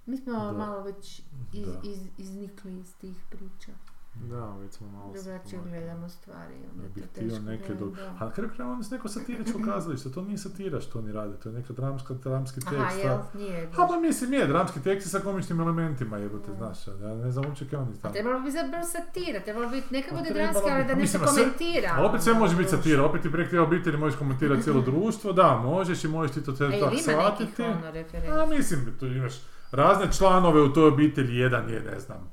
[SPEAKER 2] Mi smo
[SPEAKER 1] Da.
[SPEAKER 2] malo već iz,
[SPEAKER 1] Da.
[SPEAKER 2] iz, iznikli iz tih priča.
[SPEAKER 3] Da, već smo malo...
[SPEAKER 2] Drugačije gledamo stvari. Onda
[SPEAKER 1] Ne
[SPEAKER 2] je
[SPEAKER 1] bih
[SPEAKER 2] to
[SPEAKER 1] htio
[SPEAKER 2] teško
[SPEAKER 1] neke
[SPEAKER 2] da-
[SPEAKER 1] do...
[SPEAKER 2] da.
[SPEAKER 1] A na kraju krajeva oni su neko satiričko kazalište, to nije satira što oni rade, to je neka dramska, dramski tekst.
[SPEAKER 2] Aha,
[SPEAKER 1] a-
[SPEAKER 2] jel? Nije.
[SPEAKER 1] Ha, pa mislim je, dramski tekst je sa komičnim elementima, jebote, znaš, ja ne znam uopće kaj oni
[SPEAKER 2] Pa
[SPEAKER 1] tamo.
[SPEAKER 2] trebalo bi zapravo satira, trebalo bi nekako
[SPEAKER 1] Pa
[SPEAKER 2] da
[SPEAKER 1] trebalo
[SPEAKER 2] dramski,
[SPEAKER 1] bi-
[SPEAKER 2] ali da
[SPEAKER 1] pa
[SPEAKER 2] nešto
[SPEAKER 1] mislim, a sve-
[SPEAKER 2] komentira.
[SPEAKER 1] A opet sve
[SPEAKER 2] ono,
[SPEAKER 1] može biti
[SPEAKER 2] društvo.
[SPEAKER 1] satira, opet ti preko te obitelji možeš komentirati cijelo društvo, da, možeš i možeš ti to te
[SPEAKER 2] A jel
[SPEAKER 1] tako
[SPEAKER 2] E, ima nekih
[SPEAKER 1] shvatiti.
[SPEAKER 2] ono referenci?
[SPEAKER 1] A mislim, tu imaš razne članove u toj obitelji, jedan je, ne znam,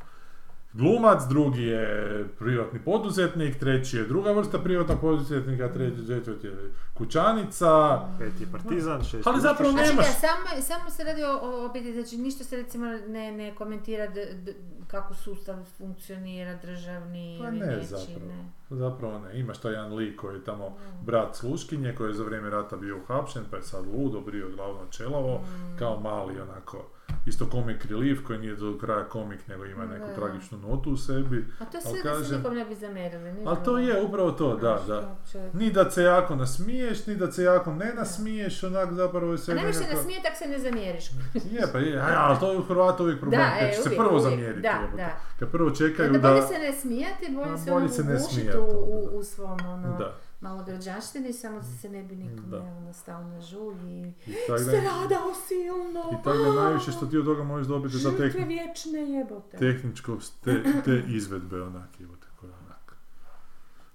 [SPEAKER 1] glumac, drugi je privatni poduzetnik, treći je druga vrsta privatnog poduzetnika, treći četvrti je kućanica.
[SPEAKER 3] Peti je partizan, šesti...
[SPEAKER 1] Ali zapravo
[SPEAKER 2] A čekaj,
[SPEAKER 1] nemaš.
[SPEAKER 2] Znači, samo, samo se radi o, o obitelji, znači ništa se recimo ne, ne komentira d, d- kako sustav funkcionira, državni
[SPEAKER 1] Pa
[SPEAKER 2] ili
[SPEAKER 1] ne,
[SPEAKER 2] nečiji,
[SPEAKER 1] zapravo.
[SPEAKER 2] ne.
[SPEAKER 1] Zapravo ne, imaš taj jedan lik koji je tamo
[SPEAKER 2] Mm.
[SPEAKER 1] brat sluškinje koji je za vrijeme rata bio uhapšen pa je sad lud, obrio glavno čelavo,
[SPEAKER 2] Mm.
[SPEAKER 1] kao mali onako, isto komik relief koji nije do kraja komik nego ima neku
[SPEAKER 2] Da.
[SPEAKER 1] tragičnu notu u sebi,
[SPEAKER 2] A to
[SPEAKER 1] Ali
[SPEAKER 2] sve da se
[SPEAKER 1] kažem-
[SPEAKER 2] nikom ne bi zamerili. ni
[SPEAKER 1] ali to
[SPEAKER 2] ono,
[SPEAKER 1] je upravo to, da,
[SPEAKER 2] znaš,
[SPEAKER 1] da.
[SPEAKER 2] uopće. Pa
[SPEAKER 1] Ni da se jako nasmiješ, ni da se jako ne nasmiješ, onak zapravo je sve
[SPEAKER 2] A Pa ne se
[SPEAKER 1] nekako-
[SPEAKER 2] nasmije, tak se ne zamjeriš.
[SPEAKER 1] Je, pa je, a, ali to je u Hrvata uvijek problem,
[SPEAKER 2] Da,
[SPEAKER 1] kad
[SPEAKER 2] e,
[SPEAKER 1] će se
[SPEAKER 2] uvijek,
[SPEAKER 1] prvo
[SPEAKER 2] uvijek,
[SPEAKER 1] zamjeriti,
[SPEAKER 2] da,
[SPEAKER 1] jebote.
[SPEAKER 2] da.
[SPEAKER 1] kad prvo čekaju
[SPEAKER 2] da Dakle, bolje
[SPEAKER 1] da...
[SPEAKER 2] se ne smijati, bolje
[SPEAKER 1] A,
[SPEAKER 2] se
[SPEAKER 1] bolje
[SPEAKER 2] ono
[SPEAKER 1] se ne
[SPEAKER 2] ugušiti
[SPEAKER 1] smijati,
[SPEAKER 2] u, u,
[SPEAKER 1] da.
[SPEAKER 2] u svom ono,
[SPEAKER 1] Da.
[SPEAKER 2] malograđanštini, samo se ne bi nikome ono, stalno žulji.
[SPEAKER 1] I tak da,
[SPEAKER 2] Stradao silno!
[SPEAKER 1] i tak da najviše što ti od toga možeš dobiti za
[SPEAKER 2] Žrtve
[SPEAKER 1] tehni,
[SPEAKER 2] vječne jebote.
[SPEAKER 1] tehničko, te, te izvedbe onak, jebote, koja onak.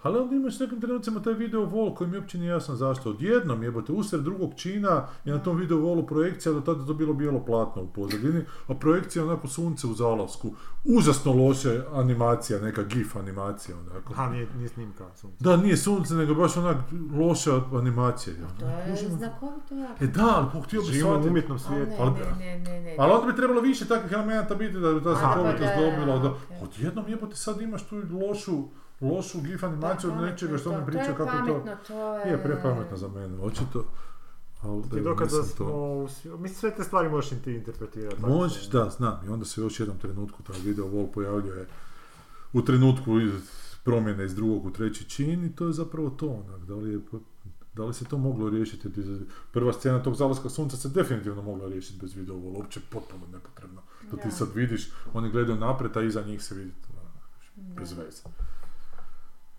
[SPEAKER 1] Ali onda imaš s nekim trenucima taj video vol koji mi uopće nije jasno zašto. Odjednom jebote, usred drugog čina je na tom video volu projekcija, do tada je to bilo bijelo platno u pozadini, a projekcija je onako sunce u zalasku. Užasno loše animacija, neka gif animacija onako.
[SPEAKER 3] Ha, nije, nije snimka. sunce.
[SPEAKER 1] Da, nije sunce, nego baš onak loša animacija. jel?
[SPEAKER 2] Pa To je znakovito jako.
[SPEAKER 1] E da, ali pa htio bi
[SPEAKER 3] Živimo u
[SPEAKER 1] shvatiti.
[SPEAKER 3] umjetnom
[SPEAKER 2] A
[SPEAKER 3] svijetu.
[SPEAKER 1] ali-
[SPEAKER 2] ne, ne, ne, ne, ne.
[SPEAKER 1] Ali onda bi trebalo više takvih elementa biti da bi ta znakovitost
[SPEAKER 2] pa da, da,
[SPEAKER 1] dobila. Da,
[SPEAKER 2] okej.
[SPEAKER 1] Odjednom jebote sad imaš tu lošu, lošu gif animaciju od
[SPEAKER 2] pametno
[SPEAKER 1] nečega
[SPEAKER 2] je
[SPEAKER 1] što
[SPEAKER 2] to,
[SPEAKER 1] mi priča
[SPEAKER 2] to. je
[SPEAKER 1] kako je to...
[SPEAKER 2] pametno, to je...
[SPEAKER 1] Je prepametno za mene, očito. Ali
[SPEAKER 3] Ti je
[SPEAKER 1] evo,
[SPEAKER 3] dokaz da
[SPEAKER 1] nisam to.
[SPEAKER 3] smo u svi- Mislim, sve te stvari možeš i ti interpretirati. tako
[SPEAKER 1] Pa Možeš,
[SPEAKER 3] se-
[SPEAKER 1] da, znam. I onda se još jednom trenutku taj video vol pojavljuje u trenutku iz- promjene iz drugog u treći čin i to je zapravo to onak. Da li, je, po- da li se to moglo riješiti? Ti- Prva scena tog zalaska sunca se definitivno mogla riješiti bez video vola, uopće potpuno nepotrebno. Da ti
[SPEAKER 2] Da.
[SPEAKER 1] sad vidiš, oni gledaju naprijed, a iza njih se vidi ono,
[SPEAKER 2] Da.
[SPEAKER 1] bez veze.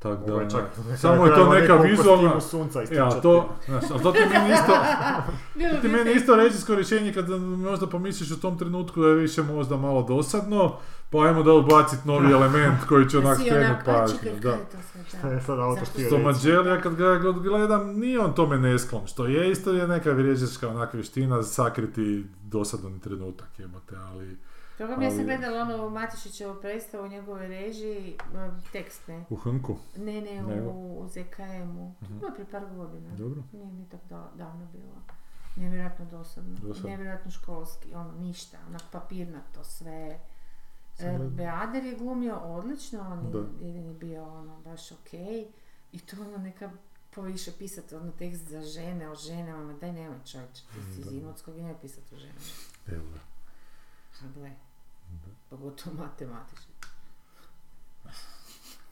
[SPEAKER 1] Tako da,
[SPEAKER 3] Ovo je čak-
[SPEAKER 1] onak, samo je to neka vizualna...
[SPEAKER 3] sunca
[SPEAKER 1] E, a to, znaš, ali to ti je meni isto,
[SPEAKER 2] Bilo
[SPEAKER 1] ti
[SPEAKER 2] bi
[SPEAKER 1] meni
[SPEAKER 2] fajn.
[SPEAKER 1] isto režijsko rješenje kad možda pomisliš u tom trenutku da je više možda malo dosadno, pa ajmo da odbacit novi element koji će
[SPEAKER 2] Da
[SPEAKER 1] onak
[SPEAKER 2] si
[SPEAKER 1] skrenut
[SPEAKER 2] onak, a čekaj,
[SPEAKER 1] pažnju.
[SPEAKER 2] kaj
[SPEAKER 1] Da.
[SPEAKER 2] je to sve, da.
[SPEAKER 3] Šta je E, sad autor
[SPEAKER 2] Zašto su-
[SPEAKER 3] htio
[SPEAKER 1] Što
[SPEAKER 3] reći?
[SPEAKER 1] Mađelija kad ga god gledam, nije on tome nesklon, što je isto je neka režijska onak vještina sakriti dosadan trenutak jebote, ali
[SPEAKER 2] Program, ja sam
[SPEAKER 1] Ali-
[SPEAKER 2] gledala ono Matišićevu predstavu u njegovoj režiji, m, tekst ne.
[SPEAKER 1] u hrnku,
[SPEAKER 2] Ne, ne,
[SPEAKER 1] Nego? Mhm.
[SPEAKER 2] u, u ZKM-u. To je bilo prije par godina.
[SPEAKER 1] dobro.
[SPEAKER 2] Nije ni tako da, davno bilo. Nevjerojatno dosadno.
[SPEAKER 1] Dosadno.
[SPEAKER 2] Nevjerojatno školski, ono ništa, onak papirnato sve. E,
[SPEAKER 1] Samo-
[SPEAKER 2] Beader je glumio odlično, on
[SPEAKER 1] Da.
[SPEAKER 2] je, jedan je bio ono baš okej. I to ono neka poviše pisati ono tekst za žene, o ženama, ma daj nemoj čovječe, ti si iz Imotskog i ne pisati o ženama.
[SPEAKER 1] Evo.
[SPEAKER 2] A Pa gle, pogotovo matematički.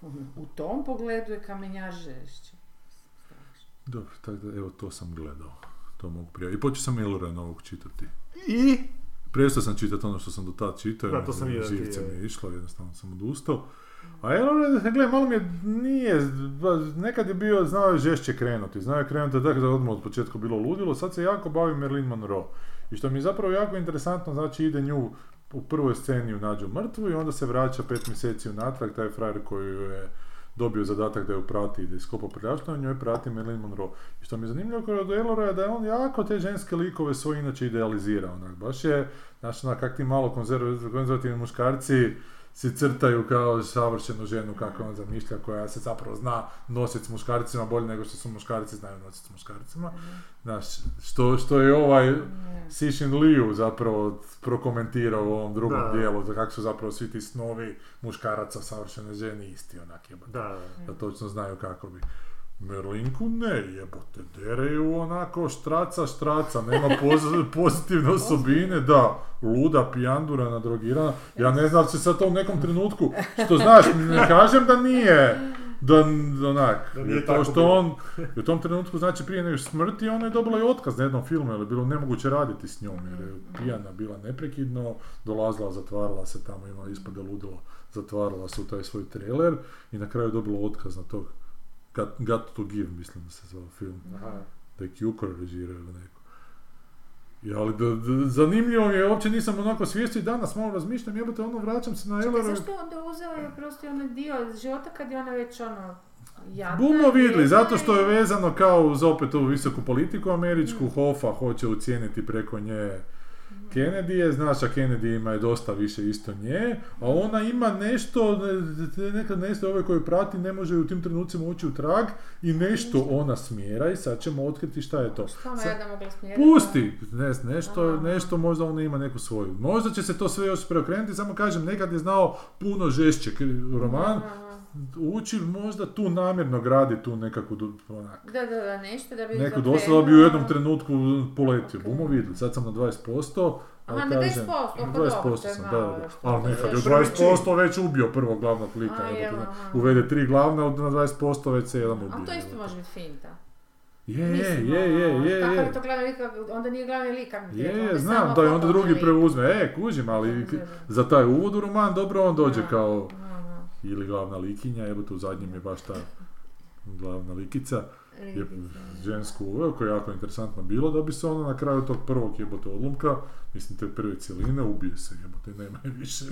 [SPEAKER 2] Ono, U tom pogledu je kamenjar žešće. Strašno.
[SPEAKER 1] Dobro, tako da evo to sam gledao, to mogu prijaviti. I počeo sam Elora ovog čitati.
[SPEAKER 3] I...
[SPEAKER 1] Prestao sam čitati ono što sam do tad čitao,
[SPEAKER 3] Da, to sam vidio da ti
[SPEAKER 1] živce
[SPEAKER 3] je.
[SPEAKER 1] mi je išlo, jednostavno sam odustao. A Elrond, gle, malo mi je, nije, ba- nekad je bio, znao je žešće krenuti, znao je krenuti tako da je odmah od početka bilo ludilo, sad se jako bavi Merlin Monroe. I što mi je zapravo jako interesantno, znači ide nju u prvoj sceni ju nađu mrtvu i onda se vraća pet mjeseci unatrag, taj frajer koji ju je dobio zadatak da ju prati i da iskopa prljavštinu, njoj prati Marilyn Monroe. I što mi je zanimljivo kod Elora je da je on jako te ženske likove svoje inače idealizira, onak, baš je, znači, onak, kak ti malo konzerv- konzervativni muškarci si crtaju kao savršenu ženu kako on zamišlja, koja se zapravo zna nositi s muškarcima bolje nego što su muškarci znaju nositi s muškarcima. Znaš, što, što je ovaj
[SPEAKER 2] Ne.
[SPEAKER 1] Sishin Liu zapravo prokomentirao u ovom drugom
[SPEAKER 3] Da.
[SPEAKER 1] dijelu, za kako su zapravo svi ti snovi muškaraca savršene žene isti onak jebote.
[SPEAKER 3] Da, da.
[SPEAKER 1] Da točno znaju kako bi. Merlinku ne jebote, dere ju onako štraca štraca, nema poz- pozitivne osobine, da, luda, pijandura, nadrogirana, ja ne znam se sad to u nekom trenutku, što znaš, ne kažem da nije, da n- onak,
[SPEAKER 3] Da nije
[SPEAKER 1] je to
[SPEAKER 3] tako
[SPEAKER 1] što
[SPEAKER 3] bilo.
[SPEAKER 1] on, je u tom trenutku znači prije nego smrti, ona je dobila i otkaz na jednom filmu, jer je bilo nemoguće raditi s njom, jer je pijana bila neprekidno, dolazila, zatvarala se tamo, imala ispada ludila, zatvarala se u taj svoj trailer i na kraju je dobila otkaz na tog Got, Got to Give, mislim da se zvao film.
[SPEAKER 3] Aha.
[SPEAKER 1] Da je Cukor režirao ili neko. I, ali da, da- zanimljivo mi je, uopće nisam onako svijestio i danas malo razmišljam, jebote, ono vraćam se na
[SPEAKER 2] Čekaj,
[SPEAKER 1] Ellerove.
[SPEAKER 2] zašto je onda uzeo je prosto onaj dio života kad je ona već ono jadna?
[SPEAKER 1] Bumo vidli,
[SPEAKER 2] bijedna
[SPEAKER 1] zato što je
[SPEAKER 2] i-
[SPEAKER 1] vezano kao uz opet ovu visoku politiku američku, Hoffa hoće ucijeniti preko nje Kennedy je, znaš, a Kennedy ima je dosta više isto nje, a ona ima nešto, ne- nekad nešto ove koje prati ne može u tim trenucima ući u trag i nešto ona smjera i sad ćemo otkriti šta je to.
[SPEAKER 2] Što ona
[SPEAKER 1] Sad-
[SPEAKER 2] jadna mogla smjeriti?
[SPEAKER 1] Pusti, ne, znam, nešto,
[SPEAKER 2] A.
[SPEAKER 1] nešto možda ona ima neku svoju. Možda će se to sve još preokrenuti, samo kažem, nekad je znao puno žešće kri- roman,
[SPEAKER 2] Aha.
[SPEAKER 1] uči možda tu namjerno gradi tu nekakvu du- onak,
[SPEAKER 2] Da, da, da, nešto da bi...
[SPEAKER 1] neku
[SPEAKER 2] izokrenuo.
[SPEAKER 1] dosadu bi u jednom trenutku poletio.
[SPEAKER 2] Ok.
[SPEAKER 1] Bumo vidjeli, sad sam na 20%, ali
[SPEAKER 2] Aha, na
[SPEAKER 1] kažem,
[SPEAKER 2] 10%, oko
[SPEAKER 1] na
[SPEAKER 2] dobro,
[SPEAKER 1] 20%
[SPEAKER 2] to je
[SPEAKER 1] sam, da,
[SPEAKER 2] malo
[SPEAKER 1] da.
[SPEAKER 2] još.
[SPEAKER 1] Ali nekad je u
[SPEAKER 2] Još
[SPEAKER 1] 20% već ubio prvog glavnog lika.
[SPEAKER 2] A,
[SPEAKER 1] jebote,
[SPEAKER 2] jel,
[SPEAKER 1] da.
[SPEAKER 2] aha.
[SPEAKER 1] Uvede tri glavne, od- na 20% već se jedan ubio.
[SPEAKER 2] Ali to isto
[SPEAKER 1] jebote.
[SPEAKER 2] može biti finta.
[SPEAKER 1] Je, je,
[SPEAKER 2] Mislim,
[SPEAKER 1] je, je,
[SPEAKER 2] ono,
[SPEAKER 1] je,
[SPEAKER 2] Kakav je
[SPEAKER 1] je.
[SPEAKER 2] to glavni lik, onda nije glavni lik, kako bi rekla,
[SPEAKER 1] Je,
[SPEAKER 2] onda je
[SPEAKER 1] znam,
[SPEAKER 2] samo
[SPEAKER 1] da i onda
[SPEAKER 2] fotografi.
[SPEAKER 1] drugi preuzme, e, kužim, ali
[SPEAKER 2] Samo drugi.
[SPEAKER 1] za taj uvod u roman dobro on dođe
[SPEAKER 2] Da.
[SPEAKER 1] kao
[SPEAKER 2] Aha.
[SPEAKER 1] ili glavna likinja, evo tu u zadnjem je baš ta glavna likica, je
[SPEAKER 2] Ribica.
[SPEAKER 1] žensku uveo, koje je jako interesantno bilo, da bi se ona na kraju tog prvog jebote odlomka, mislim te prve cijeline, ubije se jebote, nema je više.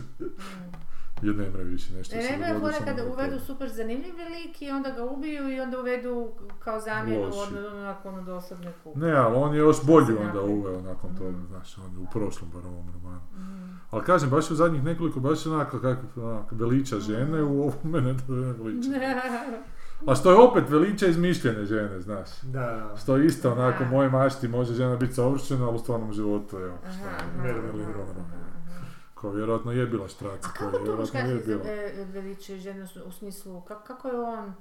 [SPEAKER 1] Jer nema je više nešto.
[SPEAKER 2] E,
[SPEAKER 1] se
[SPEAKER 2] Nego je fora
[SPEAKER 1] dogodi samo
[SPEAKER 2] kada
[SPEAKER 1] na
[SPEAKER 2] uvedu
[SPEAKER 1] kraju.
[SPEAKER 2] super zanimljiv lik i onda ga ubiju i onda uvedu kao zamjenu
[SPEAKER 1] Loši.
[SPEAKER 2] od onako ono dosadne kuke.
[SPEAKER 1] Ne, ali on je još bolji
[SPEAKER 2] Znate.
[SPEAKER 1] onda uveo nakon
[SPEAKER 2] Mm.
[SPEAKER 1] toga, znaš, on je u prošlom bar ovom romanu.
[SPEAKER 2] Mm.
[SPEAKER 1] Ali kažem, baš u zadnjih nekoliko, baš onako kako onak, veliča
[SPEAKER 2] Mhm.
[SPEAKER 1] žene, u ovome ne da ne veliča. A što je opet veliča izmišljene žene, znaš.
[SPEAKER 3] Da.
[SPEAKER 1] Što je isto onako, u
[SPEAKER 2] Aha.
[SPEAKER 1] mojoj mašti može žena biti savršena, ali u stvarnom životu, evo,
[SPEAKER 2] Aha,
[SPEAKER 1] šta
[SPEAKER 2] aha,
[SPEAKER 1] je,
[SPEAKER 2] aha,
[SPEAKER 1] ili roman,
[SPEAKER 2] aha,
[SPEAKER 1] evo.
[SPEAKER 2] aha.
[SPEAKER 1] koja vjerojatno je bila štraca,
[SPEAKER 2] A
[SPEAKER 1] koja
[SPEAKER 2] kako
[SPEAKER 1] Znači, je
[SPEAKER 2] to
[SPEAKER 1] vjerojatno je
[SPEAKER 2] muškarci
[SPEAKER 1] bila.
[SPEAKER 2] zabe- veličaju ženu u smislu, kako, kako je on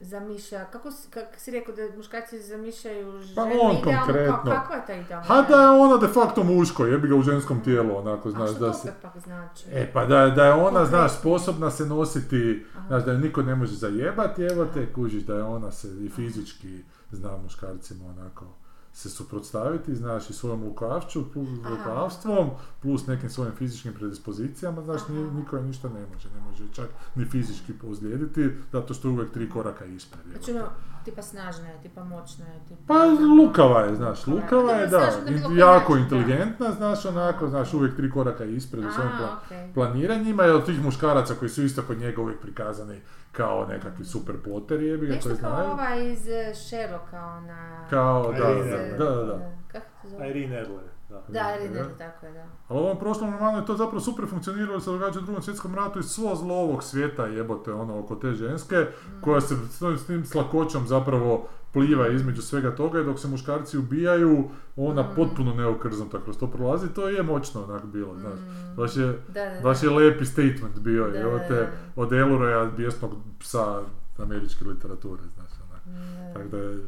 [SPEAKER 2] zamišlja, kako, si- kak si rekao da muškarci zamišljaju ženu
[SPEAKER 1] Pa on
[SPEAKER 2] idealno, kao-
[SPEAKER 1] konkretno.
[SPEAKER 2] kakva je ta idealna
[SPEAKER 1] Ha da
[SPEAKER 2] žena?
[SPEAKER 1] je ona de facto muško, jebi ga u ženskom tijelu, onako,
[SPEAKER 2] A
[SPEAKER 1] znaš,
[SPEAKER 2] što
[SPEAKER 1] da
[SPEAKER 2] to
[SPEAKER 1] se...
[SPEAKER 2] pak znači?
[SPEAKER 1] E pa da, da je ona,
[SPEAKER 2] Konkretno.
[SPEAKER 1] znaš, sposobna se nositi,
[SPEAKER 2] Aha.
[SPEAKER 1] znaš, da je niko ne može zajebati, evo te kužiš da je ona se i fizički, zna muškarcima onako, se suprotstaviti, znaš, i svojom lukavču, plu-
[SPEAKER 2] Aha.
[SPEAKER 1] lukavstvom, plus nekim svojim fizičkim predispozicijama, znaš,
[SPEAKER 2] Aha.
[SPEAKER 1] ni- niko je ništa ne može, ne može je čak ni fizički ozlijediti, zato što je uvijek tri koraka ispred. jebote.
[SPEAKER 2] Znači ono, tipa snažna je, tipa moćna je, tipa...
[SPEAKER 1] Pa lukava je, znaš, lukava je,
[SPEAKER 2] Dobro,
[SPEAKER 1] da,
[SPEAKER 2] snažna na bilo koji
[SPEAKER 1] jako
[SPEAKER 2] način,
[SPEAKER 1] inteligentna, znaš, onako, znaš, uvijek tri koraka ispred u svojim pla-
[SPEAKER 2] A, okej.
[SPEAKER 1] planiranjima i od tih muškaraca koji su isto kod njega uvijek prikazani kao nekakvi super poteri, jebi ga,
[SPEAKER 2] Nešto
[SPEAKER 1] koji
[SPEAKER 2] kao
[SPEAKER 1] znaju,
[SPEAKER 2] ova iz eh, Sherlocka, ona...
[SPEAKER 1] kao, da,
[SPEAKER 3] Irene
[SPEAKER 1] da,
[SPEAKER 2] iz, eh,
[SPEAKER 1] da, da, da.
[SPEAKER 2] Kako se zove?
[SPEAKER 3] Irene Adler, da.
[SPEAKER 2] Da, Irene,
[SPEAKER 1] Da.
[SPEAKER 2] tako je, da.
[SPEAKER 1] Ali u ovom prošlom romanu je to zapravo super funkcioniralo jer se događa u drugom svjetskom ratu i svo zlo ovog svijeta jebote ono oko te ženske
[SPEAKER 2] Mm.
[SPEAKER 1] koja se s tom- s tim slakoćom zapravo pliva između svega toga i dok se muškarci ubijaju ona
[SPEAKER 2] Mm.
[SPEAKER 1] potpuno neokrznuta kroz to prolazi to je moćno onak bilo znaš.
[SPEAKER 2] Mm.
[SPEAKER 1] Baš je,
[SPEAKER 2] Da, da, da.
[SPEAKER 1] baš je lepi statement bio
[SPEAKER 2] Da, da,
[SPEAKER 1] jebote
[SPEAKER 2] da.
[SPEAKER 1] od Elroya bijesnog psa američke literature znaš onak.
[SPEAKER 2] Mm, Da.
[SPEAKER 1] Tako da je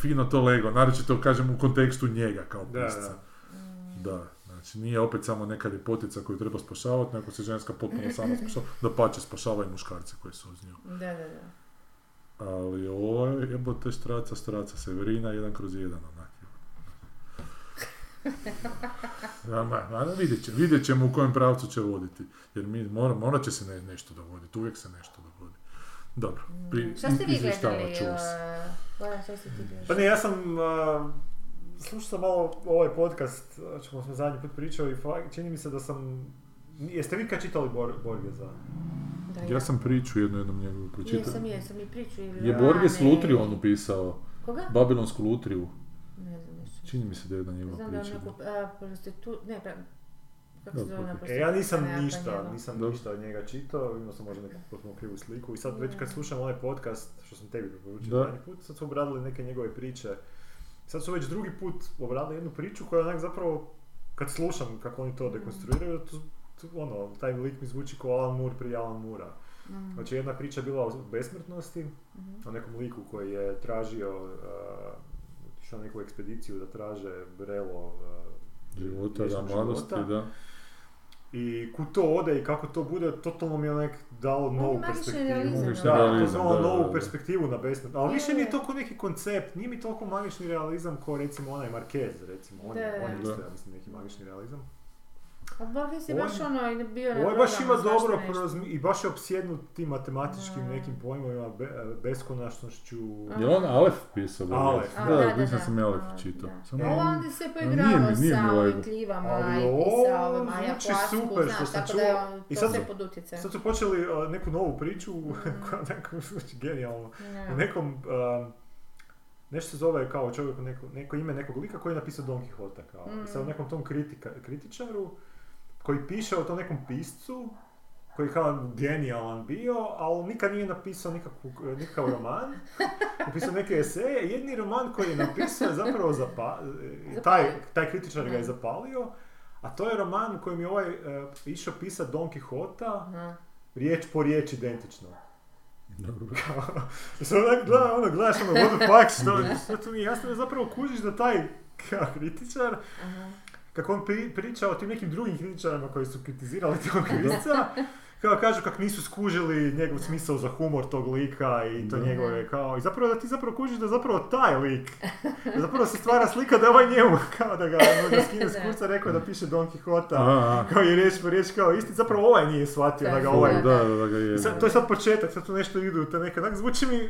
[SPEAKER 1] fino to lego, naročito kažem u kontekstu njega kao
[SPEAKER 3] Da,
[SPEAKER 1] pisca.
[SPEAKER 3] da.
[SPEAKER 2] Mm.
[SPEAKER 1] Da, znači nije opet samo neka ljepotica koju treba spašavati, nego se ženska potpuno sama spašava, da pače spašava i muškarce koji su uz nju.
[SPEAKER 2] Da, da, da.
[SPEAKER 1] Ali ovo je jebote štraca, štraca, Severina, jedan kroz jedan onak. Ja, ma, ma, vidjet, će, vidjet ćemo u kojem pravcu će voditi, jer mi mora, morat će se ne, nešto dogoditi, uvijek se nešto dogodi. Dobro, pri,
[SPEAKER 2] Mm. Šta ste vi
[SPEAKER 1] izvještava,
[SPEAKER 2] gledali?
[SPEAKER 1] čuo se.
[SPEAKER 2] eh, Bora, šta si ti gledali?
[SPEAKER 3] Pa ne, ja sam, a, slušao sam malo ovaj podcast, o čemu smo zadnji put pričali, i fa- čini mi se da sam, jeste vi kad čitali Bor, Borgeza?
[SPEAKER 2] Da,
[SPEAKER 1] Ja sam priču jednu jednom njegovu pročitao.
[SPEAKER 2] Jesam, jesam i priču ili
[SPEAKER 1] Je Borges Lutriju on upisao,
[SPEAKER 2] Koga?
[SPEAKER 1] Babilonsku Lutriju.
[SPEAKER 2] Ne znam ništa.
[SPEAKER 1] Čini mi se da je jedna njegova
[SPEAKER 2] Znam da on
[SPEAKER 1] priča.
[SPEAKER 2] neku a, prostitu... e, Ne, pra... Kako se
[SPEAKER 1] Da,
[SPEAKER 2] zove ona
[SPEAKER 1] protiv-
[SPEAKER 3] E, ja nisam
[SPEAKER 2] prostitutka,
[SPEAKER 3] ništa,
[SPEAKER 2] nekakva
[SPEAKER 3] nisam
[SPEAKER 1] Dobro.
[SPEAKER 3] ništa od njega čitao, imao sam možda neku potpuno krivu sliku i sad već kad
[SPEAKER 2] Mm.
[SPEAKER 3] slušam onaj podcast, što sam tebi preporučio
[SPEAKER 1] Da.
[SPEAKER 3] zadnji put, sad su obradili neke njegove priče. Sad su već drugi put obradili jednu priču koja onak zapravo, kad slušam kako oni to dekonstruiraju, to, to- ono, taj lik mi zvuči kao Alan Moore prije Alan Moora.
[SPEAKER 2] njegova. Mm,
[SPEAKER 3] Znači jedna priča je bila o besmrtnosti,
[SPEAKER 2] mhm.
[SPEAKER 3] o nekom liku koji je tražio, uh, išao na neku ekspediciju da traže brelo uh,
[SPEAKER 1] Života, da,
[SPEAKER 3] vječnog
[SPEAKER 1] mladosti,
[SPEAKER 3] života.
[SPEAKER 1] da.
[SPEAKER 3] I kud to ode i kako to bude, totalno mi je onak dalo novu
[SPEAKER 2] magični
[SPEAKER 3] perspektivu.
[SPEAKER 2] realizam,
[SPEAKER 1] Magični
[SPEAKER 3] Da, to
[SPEAKER 1] realizam,
[SPEAKER 3] znalo
[SPEAKER 1] da, da,
[SPEAKER 3] novu
[SPEAKER 1] da.
[SPEAKER 3] perspektivu na besmet. Ali
[SPEAKER 2] Je,
[SPEAKER 3] više
[SPEAKER 2] je.
[SPEAKER 3] nije toliko neki koncept, nije mi toliko magični realizam kao recimo onaj Marquez, recimo. On, je-
[SPEAKER 2] Da.
[SPEAKER 3] on je isto,
[SPEAKER 1] Da.
[SPEAKER 3] ja mislim, neki magični realizam.
[SPEAKER 2] A Borges je
[SPEAKER 3] Ovo
[SPEAKER 2] baš
[SPEAKER 3] je-
[SPEAKER 2] ono i bio na
[SPEAKER 3] Ovo je baš
[SPEAKER 2] drogama, svašta
[SPEAKER 3] ima dobro
[SPEAKER 2] nešto.
[SPEAKER 3] porazmi- i baš je opsjednut tim matematičkim
[SPEAKER 2] Da.
[SPEAKER 3] nekim pojmovima, be- e, beskonačnošću.
[SPEAKER 2] A.
[SPEAKER 1] Je on Alef pisao?
[SPEAKER 3] Alef,
[SPEAKER 1] Da,
[SPEAKER 2] A, da,
[SPEAKER 1] da,
[SPEAKER 2] da,
[SPEAKER 1] mislim
[SPEAKER 2] da,
[SPEAKER 1] sam ja Alef
[SPEAKER 2] da,
[SPEAKER 1] čitao.
[SPEAKER 2] da.
[SPEAKER 3] E,
[SPEAKER 1] Samo
[SPEAKER 2] Ovo
[SPEAKER 1] on-
[SPEAKER 2] onda se
[SPEAKER 1] nije
[SPEAKER 2] poigravao
[SPEAKER 1] mi- nije mi
[SPEAKER 2] sa
[SPEAKER 1] lajgo.
[SPEAKER 2] ovim klivama
[SPEAKER 3] Ali
[SPEAKER 2] i
[SPEAKER 3] ovo
[SPEAKER 2] sa ovom
[SPEAKER 3] zvuči
[SPEAKER 2] ajahuasku,
[SPEAKER 3] super što
[SPEAKER 2] znaš,
[SPEAKER 3] sam
[SPEAKER 2] tako da je
[SPEAKER 3] čuo.
[SPEAKER 2] on-
[SPEAKER 3] I
[SPEAKER 2] to
[SPEAKER 3] sad-
[SPEAKER 2] sve pod utjecajem.
[SPEAKER 3] Sad su počeli a, neku novu priču koja onako zvuči genijalno.
[SPEAKER 2] Ne.
[SPEAKER 3] U nekom, um, nešto se zove kao čovjek, neko, neko ime nekog lika koji je napisao Don Quixota kao. I sad u nekom tom kritika, kritičaru koji piše o tom nekom piscu koji je kao genijalan bio, ali nikad nije napisao nikakvu, nikakav roman. Napisao neke eseje. Jedni roman koji je napisao je zapravo zapa, e, taj, taj kritičar ga je zapalio. A to je roman u kojem je ovaj e, išao pisati Don Quixota
[SPEAKER 2] Aha.
[SPEAKER 3] riječ po riječ identično.
[SPEAKER 1] Dobro.
[SPEAKER 3] Sad onak gleda, ono, gledaš ono, what the fuck, što, što tu nije jasno, jer zapravo kužiš da taj kao kritičar
[SPEAKER 2] Aha.
[SPEAKER 3] kako on pri- priča o tim nekim drugim kritičarima koji su kritizirali tog krivca, kao kažu kako nisu skužili njegov smisao za humor tog lika i to
[SPEAKER 1] Da.
[SPEAKER 3] njegove kao... I zapravo da ti zapravo kužiš da zapravo taj lik, da zapravo se stvara slika da je ovaj njemu, kao da ga ono, da skine s
[SPEAKER 2] Da.
[SPEAKER 3] kurca rekao da piše Don Quixota,
[SPEAKER 1] Aha.
[SPEAKER 3] kao je riječ po riječ kao isti, zapravo ovaj nije shvatio da ga ovaj...
[SPEAKER 2] Da,
[SPEAKER 1] da, da, da ga je.
[SPEAKER 3] I sad, to je sad početak, sad tu nešto idu, te neke, onak zvuči mi...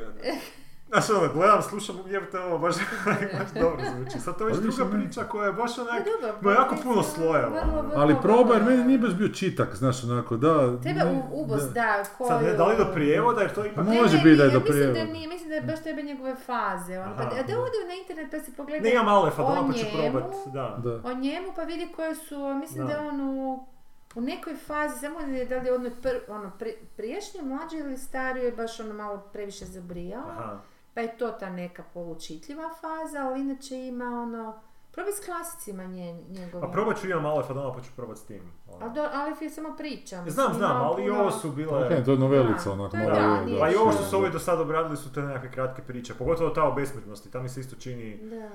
[SPEAKER 3] Znaš, ono, gledam, slušam, jebate ovo, baš, baš dobro zvuči. Sad to je već
[SPEAKER 1] Ali
[SPEAKER 3] druga
[SPEAKER 1] mislim,
[SPEAKER 3] priča koja je baš onak...
[SPEAKER 2] Pa dobro,
[SPEAKER 3] Ima jako
[SPEAKER 2] pa,
[SPEAKER 3] puno
[SPEAKER 2] mislim,
[SPEAKER 3] slojeva.
[SPEAKER 2] vrlo, vrlo,
[SPEAKER 1] Ali
[SPEAKER 2] vrlo,
[SPEAKER 1] proba, jer
[SPEAKER 2] vrlo.
[SPEAKER 1] meni nije baš bio čitak, znaš, onako, da.
[SPEAKER 2] Treba
[SPEAKER 1] ne-
[SPEAKER 2] u, ubos, da, koju...
[SPEAKER 3] Sad ne, da li do prijevoda, jer to
[SPEAKER 1] Pa
[SPEAKER 3] ipak...
[SPEAKER 1] ne,
[SPEAKER 2] Ne,
[SPEAKER 1] Može
[SPEAKER 2] ne,
[SPEAKER 1] biti da je
[SPEAKER 2] nije,
[SPEAKER 1] do
[SPEAKER 2] mislim da
[SPEAKER 1] prijevoda.
[SPEAKER 2] nije, mislim da je baš tebe njegove faze. Ono, pa
[SPEAKER 3] Aha,
[SPEAKER 2] da, da
[SPEAKER 3] da.
[SPEAKER 2] ode na internet pa si pogleda
[SPEAKER 3] Ne, imam Alefa
[SPEAKER 2] o
[SPEAKER 3] doma, pa ću
[SPEAKER 2] njemu.
[SPEAKER 3] probat, da.
[SPEAKER 1] Da.
[SPEAKER 2] o njemu pa vidi koje su, mislim da,
[SPEAKER 3] Da.
[SPEAKER 2] je on u, u nekoj fazi, samo ne da li je ono, pr, ono pri- prijašnje mlađe ili starije je baš ono malo previše zabrijao.
[SPEAKER 3] Aha.
[SPEAKER 2] Pa je to ta neka polučitljiva faza, ali inače ima ono, probaj s klasicima nje, njegovim.
[SPEAKER 3] Pa probat ću imam Alefa doma, pa ću probat s tim. ono.
[SPEAKER 2] Ali do, Alef je samo priča. mislim,
[SPEAKER 3] Znam, znam,
[SPEAKER 2] ima
[SPEAKER 3] ali i
[SPEAKER 2] puno-
[SPEAKER 3] ovo su bile...
[SPEAKER 1] Ok, to je novelica,
[SPEAKER 2] Ono Da,
[SPEAKER 1] onako,
[SPEAKER 2] to je
[SPEAKER 1] malo
[SPEAKER 2] da,
[SPEAKER 1] je,
[SPEAKER 2] nije ono
[SPEAKER 3] Pa i ovo što
[SPEAKER 2] da.
[SPEAKER 3] su ovi do sada obradili su te nekakve kratke priče, pogotovo ta o besmrtnosti, tam mi se isto čini...
[SPEAKER 2] Da.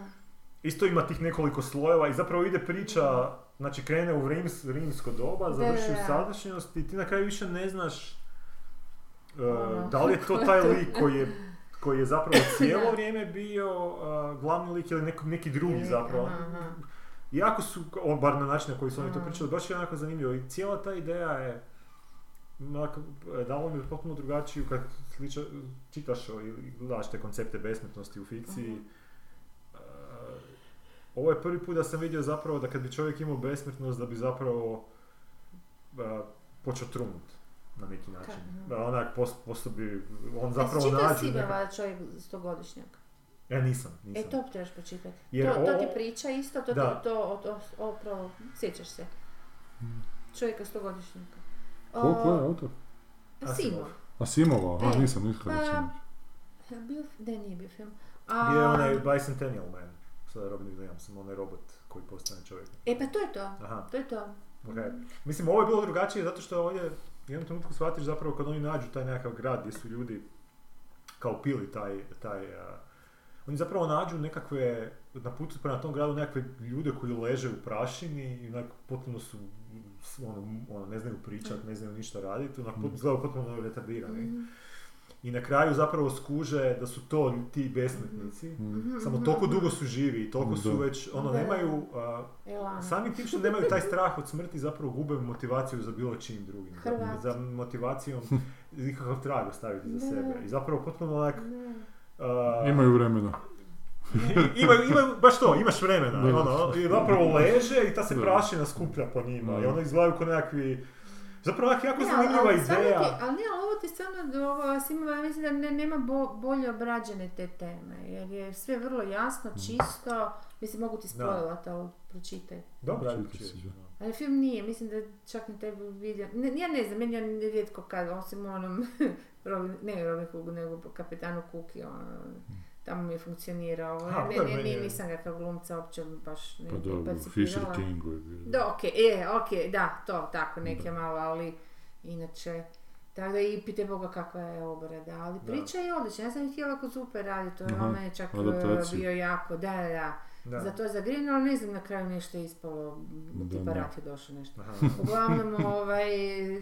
[SPEAKER 3] isto ima tih nekoliko slojeva i zapravo ide priča, znači krene u rims, rimsko doba,
[SPEAKER 2] Da,
[SPEAKER 3] završi
[SPEAKER 2] da,
[SPEAKER 3] u
[SPEAKER 2] da.
[SPEAKER 3] sadašnjosti i ti na kraju više ne znaš e,
[SPEAKER 2] Ono.
[SPEAKER 3] da li je to taj lik koji je, koji je zapravo
[SPEAKER 2] Da.
[SPEAKER 3] cijelo vrijeme bio e, glavni lik ili neko- neki drugi zapravo.
[SPEAKER 2] Aha, aha. E,
[SPEAKER 3] Jako su, o, bar na način na koji su oni to
[SPEAKER 2] Mm.
[SPEAKER 3] pričali, baš je onako zanimljivo i cijela ta ideja je onako, e, dalo mi je potpuno drugačiju kad sliča, čitaš o- ili gledaš te koncepte besmrtnosti u fikciji.
[SPEAKER 2] Mhm.
[SPEAKER 3] E, Ovo je prvi put da sam vidio zapravo da kad bi čovjek imao besmrtnost da bi zapravo e, počeo trunut na neki način.
[SPEAKER 2] Ka-
[SPEAKER 3] Da onak pos, posto bi, on
[SPEAKER 2] A si
[SPEAKER 3] zapravo
[SPEAKER 2] čitao
[SPEAKER 3] nađe
[SPEAKER 2] Sibava,
[SPEAKER 3] neka...
[SPEAKER 2] čovjek stogodišnjak.
[SPEAKER 3] Ja nisam, nisam.
[SPEAKER 2] E, to trebaš počitati.
[SPEAKER 3] Jer
[SPEAKER 2] to, to ti
[SPEAKER 3] ovo-
[SPEAKER 2] priča isto, to,
[SPEAKER 3] Da.
[SPEAKER 2] ti, to o, o, opravo, sjećaš se.
[SPEAKER 3] Mm.
[SPEAKER 2] Čovjeka stogodišnjaka. O, pa
[SPEAKER 1] Ko, ko je autor?
[SPEAKER 2] Asimov.
[SPEAKER 1] Asimova, aha,
[SPEAKER 2] E,
[SPEAKER 1] nisam, nisam
[SPEAKER 2] pa-
[SPEAKER 1] nisam.
[SPEAKER 2] Je li Bio, ne, nije bio film.
[SPEAKER 3] Bio je
[SPEAKER 2] A,
[SPEAKER 3] onaj Bicentennial Man, sada Robin Williams, onaj robot koji postane čovjek.
[SPEAKER 2] E, pa to je to.
[SPEAKER 3] Aha,
[SPEAKER 2] To je to.
[SPEAKER 3] ok. Mislim, ovo je bilo drugačije zato što ovdje u jednom trenutku shvatiš zapravo kad oni nađu taj nekakav grad gdje su ljudi kao pili taj, taj a, oni zapravo nađu nekakve, na putu prema tom gradu nekakve ljude koji leže u prašini i onak potpuno su s- ono, ono, ne znaju pričat, ne znaju ništa raditi, onak pot- izgledaju potpuno retardirani.
[SPEAKER 2] Mm. Mhm.
[SPEAKER 3] I na kraju zapravo skuže da su to ti besmetnici, Mm.
[SPEAKER 2] Mhm,
[SPEAKER 3] samo toliko dugo su živi i toliko su
[SPEAKER 1] Da.
[SPEAKER 3] već, ono,
[SPEAKER 2] Da.
[SPEAKER 3] nemaju, a,
[SPEAKER 2] Elana.
[SPEAKER 3] Samim tim što nemaju taj strah od smrti zapravo gube motivaciju za bilo čim drugim. Za-
[SPEAKER 2] Hrvati.
[SPEAKER 3] Za motivacijom nikakav trag ostaviti
[SPEAKER 2] Da.
[SPEAKER 3] za sebe. I zapravo potpuno onak...
[SPEAKER 2] Ne.
[SPEAKER 3] a,
[SPEAKER 2] Pa-
[SPEAKER 1] Imaju vremena.
[SPEAKER 3] imaju, imaju, baš to, imaš vremena.
[SPEAKER 1] Da.
[SPEAKER 3] Ono, I zapravo leže i ta se
[SPEAKER 1] Da.
[SPEAKER 3] prašina skuplja po njima. I
[SPEAKER 1] Da.
[SPEAKER 3] onda izgledaju kao nekakvi... Zapravo onak jako
[SPEAKER 2] Ne, ali-
[SPEAKER 3] zanimljiva
[SPEAKER 2] ali stvarno
[SPEAKER 3] ideja.
[SPEAKER 2] ti- ali ne, ali ovo ti stvarno, do- ovo, Asimova, ja mislim da ne, nema bo, bolje obrađene te teme, jer je sve vrlo
[SPEAKER 3] Mm.
[SPEAKER 2] jasno, čisto, mislim mogu ti spojila to, pročitaj.
[SPEAKER 3] Dobro, ajde,
[SPEAKER 1] Čuti
[SPEAKER 3] čuješ,
[SPEAKER 1] se, da.
[SPEAKER 3] ono.
[SPEAKER 2] Ali film nije, mislim da čak ni taj video, ne, ja ne znam, meni on rijetko kad, osim onom, Robin, ne Robin Hoodu, nego kapetanu Kuki, on, tamo mi je funkcionirao, ovo,
[SPEAKER 3] Ha,
[SPEAKER 2] ne,
[SPEAKER 3] dobro,
[SPEAKER 2] ne,
[SPEAKER 3] meni je-
[SPEAKER 2] ne, nisam ga kao glumca uopće baš ne
[SPEAKER 1] Pa da, u Fisher
[SPEAKER 2] percipirala.
[SPEAKER 1] Kingu je bio.
[SPEAKER 2] Da, okej, je, okej, da, to, tako, neke malo, ali inače, tako da i pite Boga kakva je obrada, ali
[SPEAKER 3] Da.
[SPEAKER 2] priča je odlična, ja sam je htjela kod Zupe raditi, to je
[SPEAKER 1] Aha,
[SPEAKER 2] mene čak e,
[SPEAKER 1] adaptaciju.
[SPEAKER 2] bio jako, da, da, da,
[SPEAKER 3] Da.
[SPEAKER 2] za to je zagrijano, ali ne znam, na kraju nešto je ispalo,
[SPEAKER 1] Da,
[SPEAKER 2] tipa
[SPEAKER 1] da.
[SPEAKER 2] rat je došao nešto.
[SPEAKER 3] Aha.
[SPEAKER 2] Uglavnom, ovaj,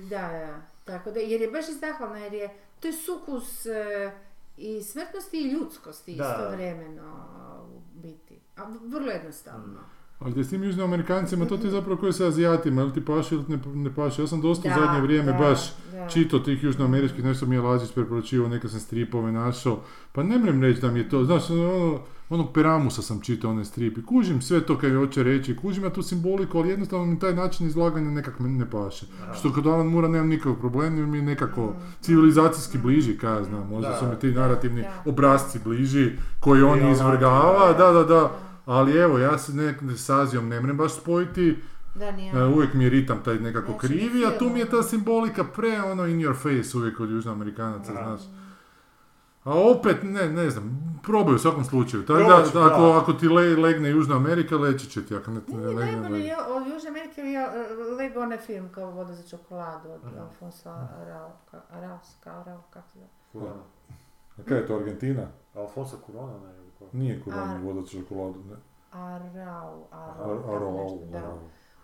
[SPEAKER 2] da, da, tako da, jer je baš i zahvalna, jer je, to je sukus e, i smrtnosti i ljudskosti
[SPEAKER 3] Da.
[SPEAKER 2] istovremeno u biti, a v- vrlo jednostavno.
[SPEAKER 1] Ali te s tim južnoamerikancima, to ti
[SPEAKER 2] Mm-hmm.
[SPEAKER 1] je zapravo koji sa Azijatima, ili ti paše ili ne, ne paše. Ja sam dosta u zadnje vrijeme
[SPEAKER 2] da,
[SPEAKER 1] baš
[SPEAKER 2] da.
[SPEAKER 1] čitao tih južnoameričkih, nešto mi je Lazić preporučio, neke sam stripove našao. Pa ne mrem reći da mi je to, znaš, ono, onog Peramusa sam čitao onaj strip i kužim sve to kaj hoće reći, kužim ja tu simboliku, ali jednostavno mi taj način izlaganja nekak me ne paše.
[SPEAKER 3] Aha.
[SPEAKER 1] Što kod Alan Mura nemam nikakav problem, jer mi je nekako civilizacijski bliži, kaj ja znam, možda
[SPEAKER 3] Da.
[SPEAKER 1] su mi ti narativni
[SPEAKER 2] Da.
[SPEAKER 1] obrazci bliži, koji on
[SPEAKER 3] Realno,
[SPEAKER 1] izvrgava,
[SPEAKER 3] da.
[SPEAKER 1] da, da, da. Ali evo, ja se nek s Azijom ne mrem baš spojiti,
[SPEAKER 2] Da, nije.
[SPEAKER 1] e, uvijek mi je ritam taj nekako
[SPEAKER 2] Znači,
[SPEAKER 1] krivi, a tu mi je ta
[SPEAKER 2] film.
[SPEAKER 1] simbolika pre ono in your face uvijek od južnoamerikanaca,
[SPEAKER 3] Da.
[SPEAKER 1] znaš. A opet, ne, ne znam, probaj u svakom slučaju. Tako da,
[SPEAKER 3] Probat ću,
[SPEAKER 1] ako,
[SPEAKER 3] da.
[SPEAKER 1] ako ti le- legne Južna Amerika, leći će ti, ako ne, ne
[SPEAKER 2] Meni je
[SPEAKER 1] legne,
[SPEAKER 2] najbolji
[SPEAKER 1] legne.
[SPEAKER 2] je od Južne Amerike je e, Lego onaj film kao Voda za čokoladu od
[SPEAKER 3] Aha.
[SPEAKER 2] Alfonso Arauca, Arauska, Arau, kako se zove?
[SPEAKER 3] Kurona.
[SPEAKER 1] A kaj je to, Argentina?
[SPEAKER 3] Alfonso Kurona, ne, ili ko?
[SPEAKER 1] Nije
[SPEAKER 2] Kurani A.
[SPEAKER 1] voda čokoladu, ne.
[SPEAKER 2] Arau, Arau,
[SPEAKER 4] Ar-
[SPEAKER 2] tako
[SPEAKER 4] Arau,
[SPEAKER 2] nešto, da.
[SPEAKER 4] Arau.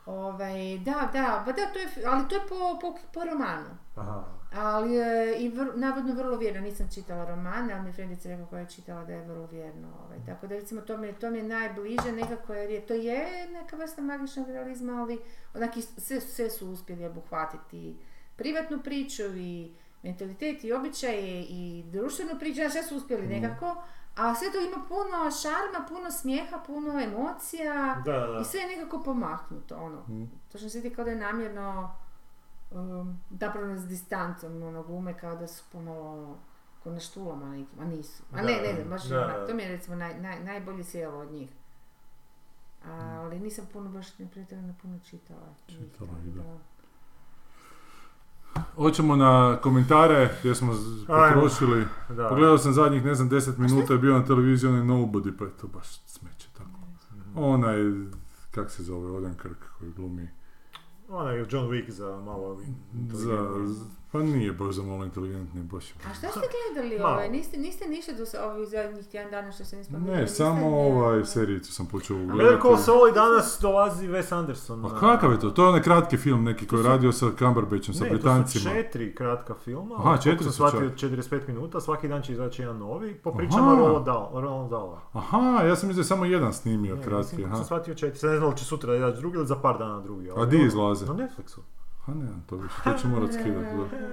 [SPEAKER 2] Ovaj, da, da, pa da, to je, ali to je po, po, po romanu.
[SPEAKER 3] Aha.
[SPEAKER 2] Ali je i vr- navodno vrlo vjerno, nisam čitala roman, ali mi je friendica rekla koja je čitala da je vrlo vjerno. Ovaj. Tako da recimo to mi, je- to mi je najbliže nekako jer je, to je neka vrsta magičnog realizma, ali onaki s- sve, sve su uspjeli obuhvatiti i privatnu priču i mentalitet i običaje i društvenu priču, znači sve su uspjeli nekako. A sve to ima puno šarma, puno smijeha, puno emocija
[SPEAKER 3] Da, da, da.
[SPEAKER 2] i sve je nekako pomaknuto, ono.
[SPEAKER 1] Mm.
[SPEAKER 2] To što se vidi kao da je namjerno um, napravljeno s distancom, ono, glume kao da su pomalo ko na štulama nekim, a nisu. A ne,
[SPEAKER 3] Da,
[SPEAKER 2] ne znam, baš
[SPEAKER 3] da,
[SPEAKER 2] onak,
[SPEAKER 3] da.
[SPEAKER 2] to mi je recimo naj, naj, najbolje sjelo od njih.
[SPEAKER 3] Mm.
[SPEAKER 2] Ali nisam puno, baš ne pretjerano puno čitala.
[SPEAKER 4] Čitala,
[SPEAKER 2] Njih,
[SPEAKER 4] da.
[SPEAKER 2] da.
[SPEAKER 1] Hoćemo na komentare jer smo z-
[SPEAKER 3] Ajmo.
[SPEAKER 1] potrošili.
[SPEAKER 3] Da.
[SPEAKER 1] Pogledao sam zadnjih, ne znam, 10 minuta je bio na televiziji onaj Nobody, pa je to baš smeće tako.
[SPEAKER 3] Mhm.
[SPEAKER 1] Onaj, kak se zove, Odan Krk koji glumi.
[SPEAKER 3] Ona je John Wick za malo...
[SPEAKER 1] Za, pa nije baš za malo inteligentni, baš
[SPEAKER 3] Pa
[SPEAKER 1] je.
[SPEAKER 2] A šta ste gledali
[SPEAKER 3] Malo.
[SPEAKER 2] ove? Niste, niste ništa do sa- ovih zadnjih tjedan dana što se nismo
[SPEAKER 1] Ne, samo ovaj serijicu sam počeo
[SPEAKER 3] Better Call
[SPEAKER 1] gledati.
[SPEAKER 3] Saul i danas dolazi Wes Anderson.
[SPEAKER 1] Pa
[SPEAKER 3] na-
[SPEAKER 1] kakav je to? To je onaj kratki film neki koji je
[SPEAKER 3] To su-
[SPEAKER 1] radio sa Cumberbatchom, sa
[SPEAKER 3] ne,
[SPEAKER 1] Britancima.
[SPEAKER 3] to su četiri kratka filma.
[SPEAKER 1] Aha, četiri
[SPEAKER 3] koliko sam
[SPEAKER 1] su
[SPEAKER 3] shvatio, 45 minuta, svaki dan će izaći jedan novi. Po pričama
[SPEAKER 1] Aha.
[SPEAKER 3] Roald Dahl- Roald Dahla.
[SPEAKER 1] Aha, ja sam mislio da je samo jedan snimio
[SPEAKER 3] Ne,
[SPEAKER 1] kratki,
[SPEAKER 3] mislim,
[SPEAKER 1] aha.
[SPEAKER 3] Sam shvatio četiri, sad ne znam li će sutra izaći drugi ili za par dana drugi. ali- ono,
[SPEAKER 1] A di izlaze?
[SPEAKER 3] Na Netflixu.
[SPEAKER 1] A ne, to više, to ću morat skidati.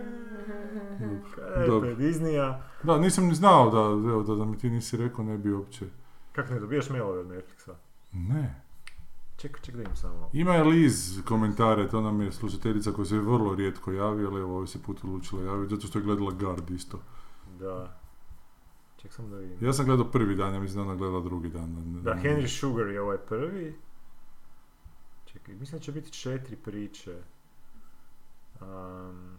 [SPEAKER 1] Da.
[SPEAKER 3] Eto
[SPEAKER 1] Dobro.
[SPEAKER 3] E, je Disneya.
[SPEAKER 1] da, nisam ni znao da, evo, da, da mi ti nisi rekao, ne bi uopće.
[SPEAKER 3] Kako ne dobijaš mailove od Netflixa?
[SPEAKER 1] Ne.
[SPEAKER 3] Čekaj, čekaj da im samo.
[SPEAKER 1] Ima je Liz komentare, to nam je slušateljica koja se vrlo rijetko javi, ali evo ovaj se put odlučila javiti, zato što je gledala Guard isto.
[SPEAKER 3] Da. Ček samo da vidim.
[SPEAKER 1] Ja sam gledao prvi dan, ja mislim da je ona gledala drugi dan. Ne- ne-
[SPEAKER 3] Da,
[SPEAKER 1] ne-
[SPEAKER 3] Henry Sugar je ovaj prvi. Čekaj, mislim da će biti četiri priče. Um,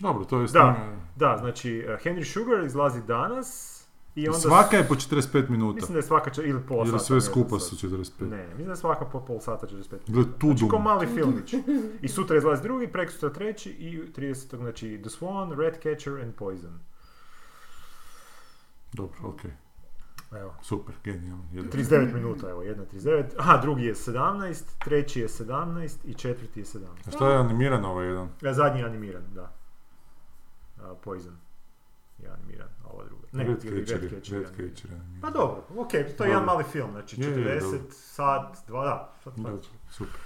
[SPEAKER 1] Dobro, to je
[SPEAKER 3] Da.
[SPEAKER 1] snimljeno.
[SPEAKER 3] da, znači, eh, Henry Sugar izlazi danas. I onda
[SPEAKER 1] Svaka je po 45 minuta.
[SPEAKER 3] Mislim da je svaka ča- ili pola
[SPEAKER 1] Jer
[SPEAKER 3] sata.
[SPEAKER 1] sve
[SPEAKER 3] ne znam
[SPEAKER 1] skupa
[SPEAKER 3] sad.
[SPEAKER 1] su 45.
[SPEAKER 3] Ne, mislim da je svaka po pol sata 45
[SPEAKER 1] Gle,
[SPEAKER 3] Znači,
[SPEAKER 1] Tudum.
[SPEAKER 3] ko mali filmić. I sutra izlazi drugi, preksutra treći i 30. znači The Swan, Red Catcher and Poison.
[SPEAKER 1] Dobro, okej.
[SPEAKER 3] Evo.
[SPEAKER 1] Super, genijalno. jedno.
[SPEAKER 3] 39 minuta, evo, jedna 39. Aha, drugi je 17, treći je 17 i četvrti je 17.
[SPEAKER 1] A šta je animiran ovaj jedan?
[SPEAKER 3] E, zadnji je animiran, da. A, Poison je animiran, a ova druga. Ne,
[SPEAKER 1] Red Catcher.
[SPEAKER 3] ili
[SPEAKER 1] je-
[SPEAKER 3] je
[SPEAKER 1] Red
[SPEAKER 3] animiran.
[SPEAKER 1] Catcher je animiran.
[SPEAKER 3] Pa dobro, ok, to je jedan mali film, znači
[SPEAKER 1] Je, je,
[SPEAKER 3] 40,
[SPEAKER 1] dobro.
[SPEAKER 3] sat, dva, da. sad
[SPEAKER 1] Da,
[SPEAKER 3] pazi.
[SPEAKER 1] super.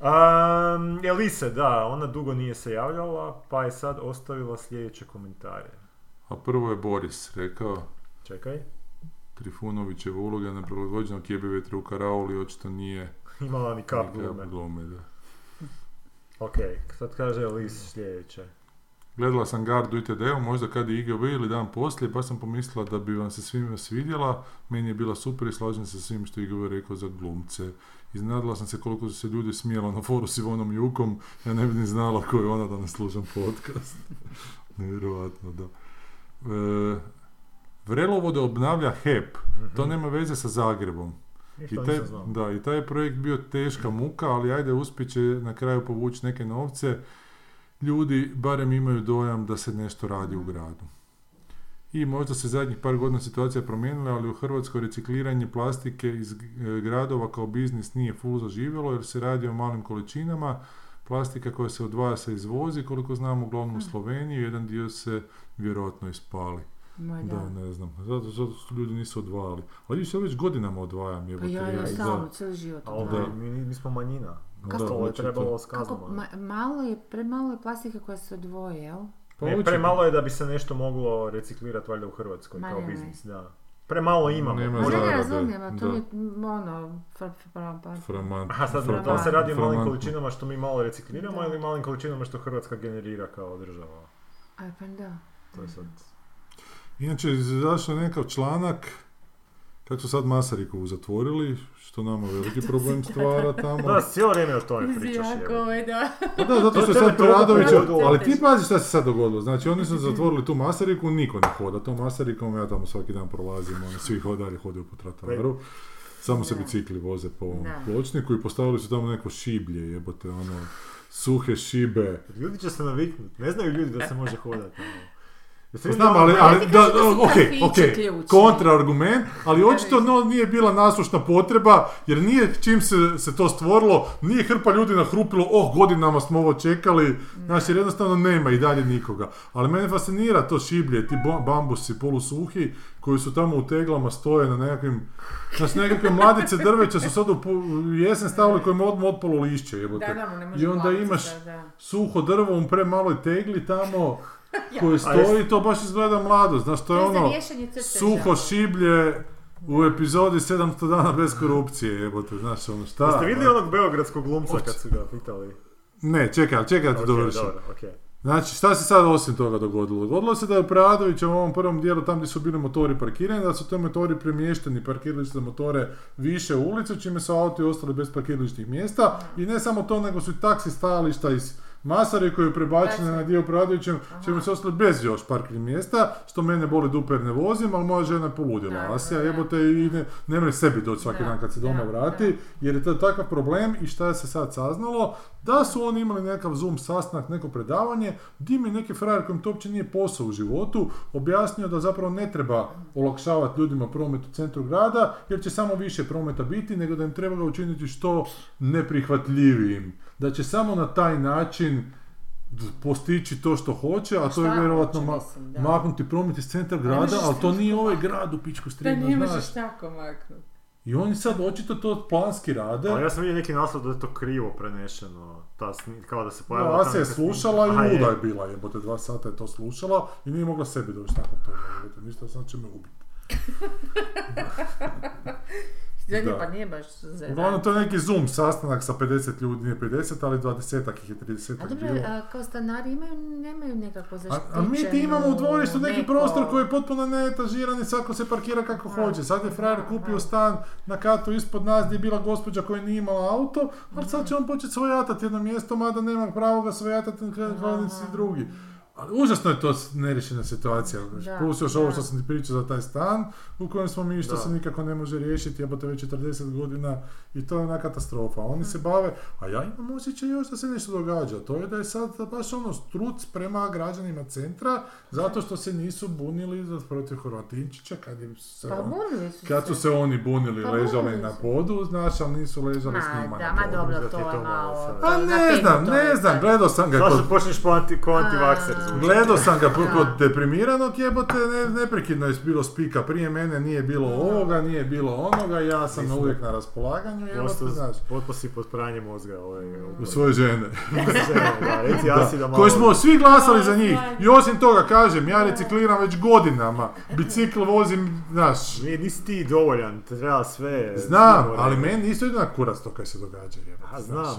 [SPEAKER 3] Um, Elise, da, ona dugo nije se javljala, pa je sad ostavila sljedeće komentare.
[SPEAKER 1] A prvo je Boris rekao,
[SPEAKER 3] Čekaj,
[SPEAKER 1] Trifunovićeva uloga neprilagođena kjebe vetre u Karauli očito nije
[SPEAKER 3] imala ni kap
[SPEAKER 1] nikakav
[SPEAKER 3] glume.
[SPEAKER 1] glume, da.
[SPEAKER 3] Ok, sad kaže Elise sljedeće.
[SPEAKER 1] Gledala sam Gardu i TD-u, možda kad je IGB ili dan poslije, pa sam pomislila da bi vam se svima svidjela. Meni je bila super i slažem se sa svim što je IGB rekao za glumce. Iznadila sam se koliko su se ljudi smijela na foru s Ivonom Jukom, ja ne bi ni znala ko je ona da ne slušam podcast. Nevjerojatno, da. E, Vrelovode obnavlja HEP,
[SPEAKER 3] Mm.
[SPEAKER 1] to nema veze sa Zagrebom. I
[SPEAKER 3] Mhm. Ništa
[SPEAKER 1] taj,
[SPEAKER 3] nisam znao.
[SPEAKER 1] da, I taj je projekt bio teška muka, ali ajde uspjet će na kraju povući neke novce. Ljudi barem imaju dojam da se nešto radi u gradu. I možda se zadnjih par godina situacija promijenila, ali u Hrvatskoj recikliranje plastike iz g- e, gradova kao biznis nije full zaživjelo jer se radi o malim količinama. Plastika koja se odvaja se izvozi, koliko znam, uglavnom u Sloveniju, jedan dio se vjerojatno ispali.
[SPEAKER 2] Ma
[SPEAKER 1] Da, ne znam. Zato, zato što ljudi nisu odvajali. Ali više ja već godinama odvajam.
[SPEAKER 2] Pa
[SPEAKER 1] jebote,
[SPEAKER 2] ja, ja
[SPEAKER 1] da.
[SPEAKER 2] stalno, cijeli život.
[SPEAKER 3] A
[SPEAKER 2] odvajam.
[SPEAKER 3] ovdje, mi, mi smo manjina.
[SPEAKER 1] Da,
[SPEAKER 3] Kako ovo je
[SPEAKER 1] očito.
[SPEAKER 3] trebalo s
[SPEAKER 2] Kako,
[SPEAKER 3] kaznama.
[SPEAKER 2] ma- malo je, premalo je plastike koja se odvoji, jel?
[SPEAKER 1] Pa
[SPEAKER 3] ne,
[SPEAKER 1] očito.
[SPEAKER 3] premalo je da bi se nešto moglo reciklirati valjda u Hrvatskoj
[SPEAKER 2] Ma
[SPEAKER 3] kao
[SPEAKER 2] ne, ne.
[SPEAKER 3] biznis, da. Premalo imamo.
[SPEAKER 1] Nema
[SPEAKER 2] Ma
[SPEAKER 1] Možda
[SPEAKER 2] ne,
[SPEAKER 1] zarade,
[SPEAKER 2] ne razumijem, a to
[SPEAKER 1] da.
[SPEAKER 2] mi je m, ono, fra- fra- fra- pa-
[SPEAKER 1] Framan.
[SPEAKER 3] Aha, sad
[SPEAKER 1] Framan-
[SPEAKER 3] da li se radi o malim
[SPEAKER 1] framan-
[SPEAKER 3] količinama što mi malo recikliramo
[SPEAKER 2] Da.
[SPEAKER 3] ili malim količinama što Hrvatska generira kao država.
[SPEAKER 2] Aj, pa da.
[SPEAKER 3] To je sad...
[SPEAKER 1] Inače, izašao je nekakav članak kako su sad Masarikovu zatvorili, što nama veliki problem stvara tamo.
[SPEAKER 3] Da, cijelo vrijeme o tome pričaš.
[SPEAKER 2] Jako
[SPEAKER 3] jebote.
[SPEAKER 2] je, ovaj, da.
[SPEAKER 1] Pa da, zato što je
[SPEAKER 3] To je
[SPEAKER 1] sad
[SPEAKER 3] metoda
[SPEAKER 1] Preradovića,
[SPEAKER 3] koju
[SPEAKER 1] ali
[SPEAKER 2] dođeš.
[SPEAKER 1] ti pazi šta se sad dogodilo. Znači, oni su zatvorili tu Masariku, niko ne hoda tom Masarikom, ja tamo svaki dan prolazim, ono, svi hodari hodaju po Trataru. Samo se
[SPEAKER 2] Da.
[SPEAKER 1] bicikli voze po ovom
[SPEAKER 2] Da.
[SPEAKER 1] pločniku i postavili su tamo neko šiblje, jebote, ono, suhe šibe.
[SPEAKER 3] Ljudi će se naviknuti, ne znaju ljudi da se može hodati. ono. Jeste vidjeli
[SPEAKER 1] Znam,
[SPEAKER 3] ono-
[SPEAKER 1] ali,
[SPEAKER 2] Ma,
[SPEAKER 1] ali
[SPEAKER 2] ti
[SPEAKER 1] da,
[SPEAKER 2] kažu da su
[SPEAKER 1] ok,
[SPEAKER 2] kafići
[SPEAKER 1] ok,
[SPEAKER 2] ključni.
[SPEAKER 1] kontraargument, ali očito
[SPEAKER 2] veze.
[SPEAKER 1] no, nije bila nasušna potreba, jer nije čim se, se to stvorilo, nije hrpa ljudi nahrupilo, oh, godinama smo ovo čekali, znači jer jednostavno nema i dalje nikoga. Ali mene fascinira to šiblje, ti bo- bambusi polusuhi, koji su tamo u teglama stoje na nekakvim, znači nekakve mladice drveća su sad u po- u jesen stavili kojima odmah otpalo lišće, jebote.
[SPEAKER 2] Da, da, mu ne može
[SPEAKER 1] I onda
[SPEAKER 2] platiti,
[SPEAKER 1] imaš
[SPEAKER 2] da, da.
[SPEAKER 1] suho drvo u premaloj tegli tamo
[SPEAKER 2] Ja.
[SPEAKER 1] koji
[SPEAKER 3] A jest-
[SPEAKER 1] stoji, to baš izgleda mlado, znaš, to je
[SPEAKER 2] To je za
[SPEAKER 1] ono
[SPEAKER 2] riješenje crteža.
[SPEAKER 1] suho šiblje u epizodi 700 dana bez korupcije, jebote, znaš, ono šta?
[SPEAKER 3] Jeste vidjeli
[SPEAKER 1] ono?
[SPEAKER 3] onog beogradskog glumca kad su ga pitali?
[SPEAKER 1] Ne, čekaj, čekaj da ti
[SPEAKER 3] Ok,
[SPEAKER 1] dovršim.
[SPEAKER 3] dobro, okej.
[SPEAKER 1] Znači, šta se sad osim toga dogodilo? Dogodilo se da je u Preradovićem u ovom prvom dijelu, tam gdje su bili motori parkirani, da su te motori premješteni, parkiralište za motore više u ulicu, čime su auti ostali bez parkirališnih mjesta. I ne samo to, nego su i taksi stajališta iz Masari koji je prebačena
[SPEAKER 2] Taksi.
[SPEAKER 1] na dio Preradovićem, čime su ostali bez još parkirnih mjesta, što mene boli duper ne vozim, ali moja žena je poludjela.
[SPEAKER 2] Da, da,
[SPEAKER 1] Asija
[SPEAKER 2] da.
[SPEAKER 1] jebote i ne, ne mre sebi doći svaki
[SPEAKER 2] Da,
[SPEAKER 1] dan kad se doma
[SPEAKER 2] da,
[SPEAKER 1] vrati, jer je to takav problem i šta je se sad saznalo, da su oni imali nekakav Zoom sastanak, neko predavanje, di mi neki frajer kojem to uopće nije posao u životu, objasnio da zapravo ne treba olakšavati ljudima promet u centru grada, jer će samo više prometa biti, nego da im treba ga učiniti što neprihvatljivijim. Da će samo na taj način d- postići to što hoće, a to je
[SPEAKER 2] Šta
[SPEAKER 1] vjerovatno
[SPEAKER 2] hoće,
[SPEAKER 1] ma-
[SPEAKER 2] mislim, da.
[SPEAKER 1] maknuti promet iz centra
[SPEAKER 2] ne
[SPEAKER 1] grada,
[SPEAKER 2] možeš
[SPEAKER 1] ali to
[SPEAKER 2] s tim
[SPEAKER 1] nije ovaj grad u pičku
[SPEAKER 2] Da
[SPEAKER 1] strinu,
[SPEAKER 2] ne
[SPEAKER 1] znaš.
[SPEAKER 2] možeš tako maknuti.
[SPEAKER 1] I oni sad očito to planski rade.
[SPEAKER 3] Ali ja sam vidio neki naslov da je to krivo prenešeno, ta sni- kao da se pojavila...
[SPEAKER 1] Ja,
[SPEAKER 3] ta
[SPEAKER 1] se je
[SPEAKER 3] neka snimka.
[SPEAKER 1] slušala i
[SPEAKER 3] Aha,
[SPEAKER 1] luda je bila, jebote, dva sata je to slušala i nije mogla sebi doći nakon toga, jebote, ništa, sad će me ubiti. Da.
[SPEAKER 2] Da. Pa nije baš za...
[SPEAKER 1] Uglavnom, to je neki Zoom sastanak sa 50 ljudi, nije 50, ali 20 ih je 30
[SPEAKER 2] A
[SPEAKER 1] bilo.
[SPEAKER 2] dobro, a kao stanari imaju, nemaju nekako
[SPEAKER 1] A,
[SPEAKER 2] zaštićenu...
[SPEAKER 1] a mi ti imamo u dvorištu neki
[SPEAKER 2] ono, neko-
[SPEAKER 1] prostor koji je potpuno neetažiran i svako se parkira kako
[SPEAKER 2] Da.
[SPEAKER 1] hoće. Sad je frajer
[SPEAKER 2] Da,
[SPEAKER 1] kupio
[SPEAKER 2] da.
[SPEAKER 1] stan na katu ispod nas gdje je bila gospođa koja nije imala auto, ali sad će on početi svojatati jedno mjesto, mada nema pravo ga svojatati kao ni svi drugi. Ali užasno je to s- nerješena situacija. znaš.
[SPEAKER 2] Da,
[SPEAKER 1] Plus još ovo
[SPEAKER 2] da.
[SPEAKER 1] što sam ti pričao za taj stan u kojem smo mi što se nikako ne može riješiti, jebote već 40 godina i to je ona katastrofa. Oni se bave, a ja imam osjećaj još da se nešto događa. To je da je sad baš ono struc prema građanima centra zato što se nisu bunili za- protiv Horvatinčića kad im se
[SPEAKER 2] Pa
[SPEAKER 1] on-
[SPEAKER 2] bunili su
[SPEAKER 1] Kad su se oni bunili,
[SPEAKER 2] Pa
[SPEAKER 1] ležali
[SPEAKER 2] bunili
[SPEAKER 1] na
[SPEAKER 2] su.
[SPEAKER 1] podu, znaš, ali nisu ležali s
[SPEAKER 2] Ma,
[SPEAKER 1] njima
[SPEAKER 2] da,
[SPEAKER 1] na
[SPEAKER 2] ma
[SPEAKER 1] podu.
[SPEAKER 2] dobro,
[SPEAKER 3] Zato
[SPEAKER 2] to
[SPEAKER 3] je
[SPEAKER 2] je
[SPEAKER 3] to malo
[SPEAKER 2] malo...
[SPEAKER 3] sad.
[SPEAKER 1] Pa ne znam, ne znam, gledao sam ga
[SPEAKER 3] Sad
[SPEAKER 1] kod
[SPEAKER 3] se počneš ko anti, ko antivakser
[SPEAKER 2] A.
[SPEAKER 3] zvuči.
[SPEAKER 1] Gledao sam ga
[SPEAKER 2] Da.
[SPEAKER 1] kod deprimiranog jebote, ne, neprekidno je bilo spika, prije mene nije bilo ovoga, nije bilo onoga, ja sam
[SPEAKER 3] Mislim
[SPEAKER 1] uvijek na raspolaganju, jebote,
[SPEAKER 3] Prosto
[SPEAKER 1] znaš.
[SPEAKER 3] potpasi pod pranje mozga ovaj... ovaj-
[SPEAKER 1] Svoje žene.
[SPEAKER 3] da, reci Asi da malo...
[SPEAKER 1] Mm. Koji smo svi glasali za
[SPEAKER 2] Da,
[SPEAKER 1] njih.
[SPEAKER 2] stvarno.
[SPEAKER 1] I osim toga, kažem, ja recikliram već godinama. Bicikl vozim, znaš.
[SPEAKER 3] Nije, nisi ti dovoljan, treba sve...
[SPEAKER 1] Znam,
[SPEAKER 3] sve mora-
[SPEAKER 1] ali meni isto ide na kurac to kaj se događa,
[SPEAKER 3] A,
[SPEAKER 1] jebote.
[SPEAKER 3] znam.
[SPEAKER 1] Znaš,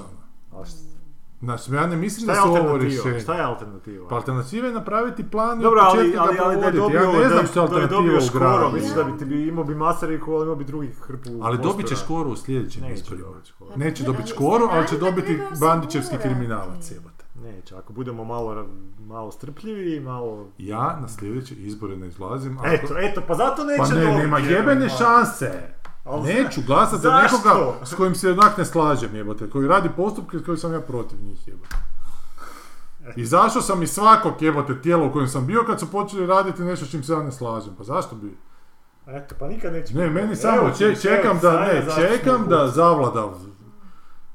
[SPEAKER 1] ono.
[SPEAKER 3] A šta-
[SPEAKER 1] Znaš, ja ne mislim
[SPEAKER 3] Šta
[SPEAKER 1] da
[SPEAKER 3] je
[SPEAKER 1] su ovo
[SPEAKER 3] alternativa?
[SPEAKER 1] rješenje.
[SPEAKER 3] Šta je alternativa?
[SPEAKER 1] Pa alternativa je napraviti plan i od
[SPEAKER 3] Dobro, ali,
[SPEAKER 1] početka
[SPEAKER 3] ali,
[SPEAKER 1] ga
[SPEAKER 3] ali da je
[SPEAKER 1] provoditi.
[SPEAKER 3] dobio,
[SPEAKER 1] Ja ne
[SPEAKER 3] da,
[SPEAKER 1] znam
[SPEAKER 3] je-
[SPEAKER 1] što
[SPEAKER 3] da je dobio
[SPEAKER 1] alternativa u
[SPEAKER 3] škoro,
[SPEAKER 1] gradu.
[SPEAKER 3] misliš da bi ti bi, imao bi Masariku, ali imao bi drugih hrpu
[SPEAKER 1] Ali
[SPEAKER 3] prostora.
[SPEAKER 1] dobit će škoru u sljedećim
[SPEAKER 3] Neće
[SPEAKER 1] izborima.
[SPEAKER 3] dobiti škoro.
[SPEAKER 1] Neće
[SPEAKER 2] Ali
[SPEAKER 1] dobiti škoru, ali će
[SPEAKER 2] stanarima
[SPEAKER 1] dobiti
[SPEAKER 2] treba osigurati.
[SPEAKER 1] bandićevski kriminalac, jebote.
[SPEAKER 3] Neće, ako budemo malo, ra- malo strpljivi, malo...
[SPEAKER 1] Ja na sljedeće izbore ne izlazim. Ako...
[SPEAKER 3] Eto, eto, pa zato neće
[SPEAKER 1] pa ne,
[SPEAKER 3] dobiti,
[SPEAKER 1] nema
[SPEAKER 3] jebote.
[SPEAKER 1] jebene šanse.
[SPEAKER 3] Ali zna-
[SPEAKER 1] Neću glasati za
[SPEAKER 3] Zašto?
[SPEAKER 1] nekoga s kojim se onak ne slažem, jebote, koji radi postupke s kojim sam ja protiv njih, jebote.
[SPEAKER 3] E.
[SPEAKER 1] Izašao sam iz svakog jebote tijela u kojem sam bio kad su počeli raditi nešto s čim se ja ne slažem. Pa zašto bi?
[SPEAKER 3] Eto, pa nikad neće
[SPEAKER 1] Ne,
[SPEAKER 3] biti.
[SPEAKER 1] meni
[SPEAKER 3] Evo
[SPEAKER 1] samo
[SPEAKER 3] ti,
[SPEAKER 1] če-
[SPEAKER 3] evo
[SPEAKER 1] čekam
[SPEAKER 3] ti,
[SPEAKER 1] da
[SPEAKER 3] Sanja,
[SPEAKER 1] ne,
[SPEAKER 3] zašto
[SPEAKER 1] čekam
[SPEAKER 3] smo
[SPEAKER 1] da
[SPEAKER 3] kupili?
[SPEAKER 1] zavlada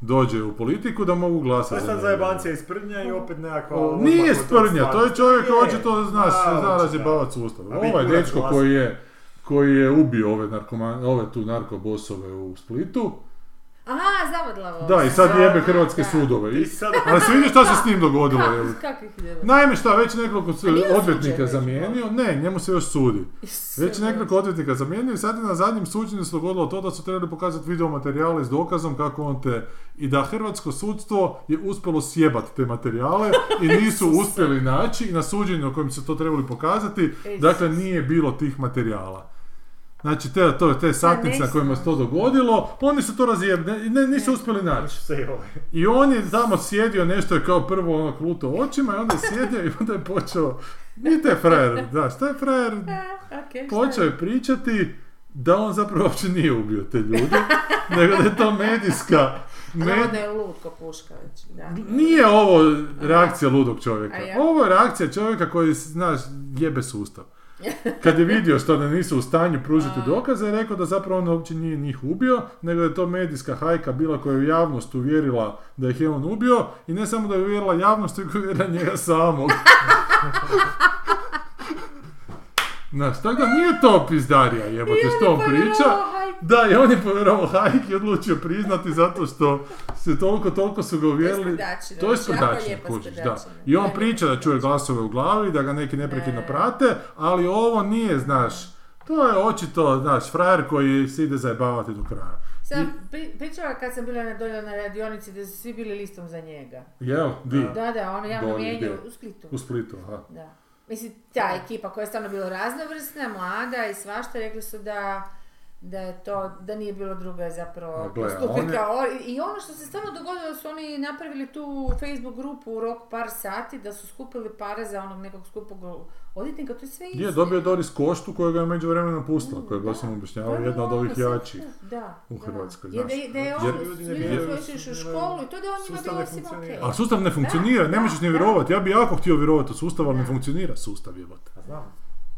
[SPEAKER 1] dođe u politiku da mogu
[SPEAKER 3] To je
[SPEAKER 1] glasati.
[SPEAKER 3] sad
[SPEAKER 1] njega.
[SPEAKER 3] zajebancija iz sprdnja i opet nekakva...
[SPEAKER 1] O,
[SPEAKER 3] odmah
[SPEAKER 1] Nije
[SPEAKER 3] od tog
[SPEAKER 1] sprnja, to je
[SPEAKER 3] stvarnosti.
[SPEAKER 1] čovjek koji
[SPEAKER 3] Je,
[SPEAKER 1] očito znaš,
[SPEAKER 3] malo
[SPEAKER 1] zna
[SPEAKER 3] će,
[SPEAKER 1] razjebavati sustav.
[SPEAKER 3] A vi
[SPEAKER 1] Ovaj
[SPEAKER 3] kurac
[SPEAKER 1] dečko
[SPEAKER 3] glasate.
[SPEAKER 1] koji je, koji je ubio ove, narkoma- ove tu narkobosove u Splitu,
[SPEAKER 2] Aha, zavodlavo.
[SPEAKER 1] da, i sad
[SPEAKER 2] Da,
[SPEAKER 1] jebe hrvatske
[SPEAKER 2] da.
[SPEAKER 3] da.
[SPEAKER 1] sudove.
[SPEAKER 3] Ti
[SPEAKER 1] I,
[SPEAKER 3] si sad...
[SPEAKER 1] ali se vidi šta se s njim dogodilo.
[SPEAKER 2] Kako-
[SPEAKER 1] jel?
[SPEAKER 2] Kakvih ljeva?
[SPEAKER 1] Naime šta, već nekoliko su-
[SPEAKER 2] A nije
[SPEAKER 1] odvjetnika
[SPEAKER 2] osuđen već,
[SPEAKER 1] zamijenio, ne, njemu se još sudi. Već nekoliko odvjetnika zamijenio i sad je na zadnjem suđenju se dogodilo to da su trebali pokazati video materijale s dokazom kako on te... I da hrvatsko sudstvo je uspjelo sjebat te materijale i nisu uspjeli naći i na suđenju na kojem su to trebali pokazati, dakle nije bilo tih materijala. Znači, te, to, te satnice na kojima se to dogodilo, oni su to razjebne, ne, nisu uspjeli naći.
[SPEAKER 3] Što je ovaj?
[SPEAKER 1] I on je tamo sjedio, nešto je kao prvo ono kluto očima i onda je sjedio i onda je počeo... Nije te frajer, da, šta je frajer,
[SPEAKER 2] Okay,
[SPEAKER 1] počeo je pričati da on zapravo uopće nije ubio te ljude, nego da je to medijska
[SPEAKER 2] A navodno je lutko puška već, da.
[SPEAKER 1] Nije ovo reakcija ludog čovjeka.
[SPEAKER 2] A ja?
[SPEAKER 1] Ovo je reakcija čovjeka koji, znaš, jebe sustav. Kad je vidio što da nisu u stanju pružiti dokaze, je rekao da zapravo on uopće nije njih ubio, nego da je to medijska hajka bila koja je javnost uvjerila da ih je on ubio i ne samo da je uvjerila javnost, nego je uvjerila njega samog. Znaš, tako da nije to pizdarija jebote
[SPEAKER 2] I
[SPEAKER 1] što on
[SPEAKER 2] onda
[SPEAKER 1] priča.
[SPEAKER 2] povjerovao hajku.
[SPEAKER 1] Da, i on je povjerovao hajk i odlučio priznati zato što se toliko, toliko su ga uvjerili.
[SPEAKER 2] sprdačina,
[SPEAKER 1] To je
[SPEAKER 2] znači, jako
[SPEAKER 1] sprdačina,
[SPEAKER 2] lijepa
[SPEAKER 1] kužiš, da.
[SPEAKER 2] sprdačina.
[SPEAKER 1] I on
[SPEAKER 2] Jako
[SPEAKER 1] priča da čuje glasove u glavi, da ga neki
[SPEAKER 2] E.
[SPEAKER 1] neprekidno prate, ali ovo nije, znaš, to je očito, znaš, frajer koji se ide zajebavati do kraja.
[SPEAKER 2] Sam pri, pričala kad sam bila na dolje na radionici da su svi bili listom za njega.
[SPEAKER 1] Jel, di?
[SPEAKER 2] Da, da, ono javno
[SPEAKER 1] Dolje,
[SPEAKER 2] mijenje
[SPEAKER 1] gdje?
[SPEAKER 2] u Splitu.
[SPEAKER 1] U Splitu, aha.
[SPEAKER 2] Da. Mislim, ta ekipa koja je stvarno bila raznovrsna, mlada i svašta, rekli su da da je to, da nije bilo druga zapravo
[SPEAKER 1] Ma gle, a
[SPEAKER 2] postupka.
[SPEAKER 1] on je-
[SPEAKER 2] kao on- I ono što se stvarno dogodilo, da su oni napravili tu Facebook grupu u roku par sati, da su skupili pare za onog nekog skupog odvjetnika, to je sve
[SPEAKER 1] Gdje
[SPEAKER 2] isto.
[SPEAKER 1] je dobio Doris Koštu koja ga je međuvremeno napustila, koja je baš sam objašnjavao
[SPEAKER 2] Da,
[SPEAKER 1] jedna od
[SPEAKER 2] da,
[SPEAKER 1] ovih
[SPEAKER 2] da, sve
[SPEAKER 1] jačih.
[SPEAKER 2] to, da,
[SPEAKER 1] u
[SPEAKER 2] da.
[SPEAKER 1] Hrvatskoj,
[SPEAKER 2] Je,
[SPEAKER 1] znaš.
[SPEAKER 2] da, je- da je
[SPEAKER 1] Jer
[SPEAKER 2] ono,
[SPEAKER 3] ljudi ne
[SPEAKER 2] ljudi
[SPEAKER 3] vjeruju,
[SPEAKER 2] koji su išli u školu i to da je on njima
[SPEAKER 3] sustav
[SPEAKER 2] bilo
[SPEAKER 3] ne
[SPEAKER 2] svima okej.
[SPEAKER 3] funkcionira.
[SPEAKER 1] A sustav ne funkcionira, ne
[SPEAKER 2] da,
[SPEAKER 1] možeš ni
[SPEAKER 2] da.
[SPEAKER 1] vjerovati. Ja bi jako htio vjerovati u sustav, ali ne funkcionira sustav, jebote.
[SPEAKER 3] A
[SPEAKER 6] znam.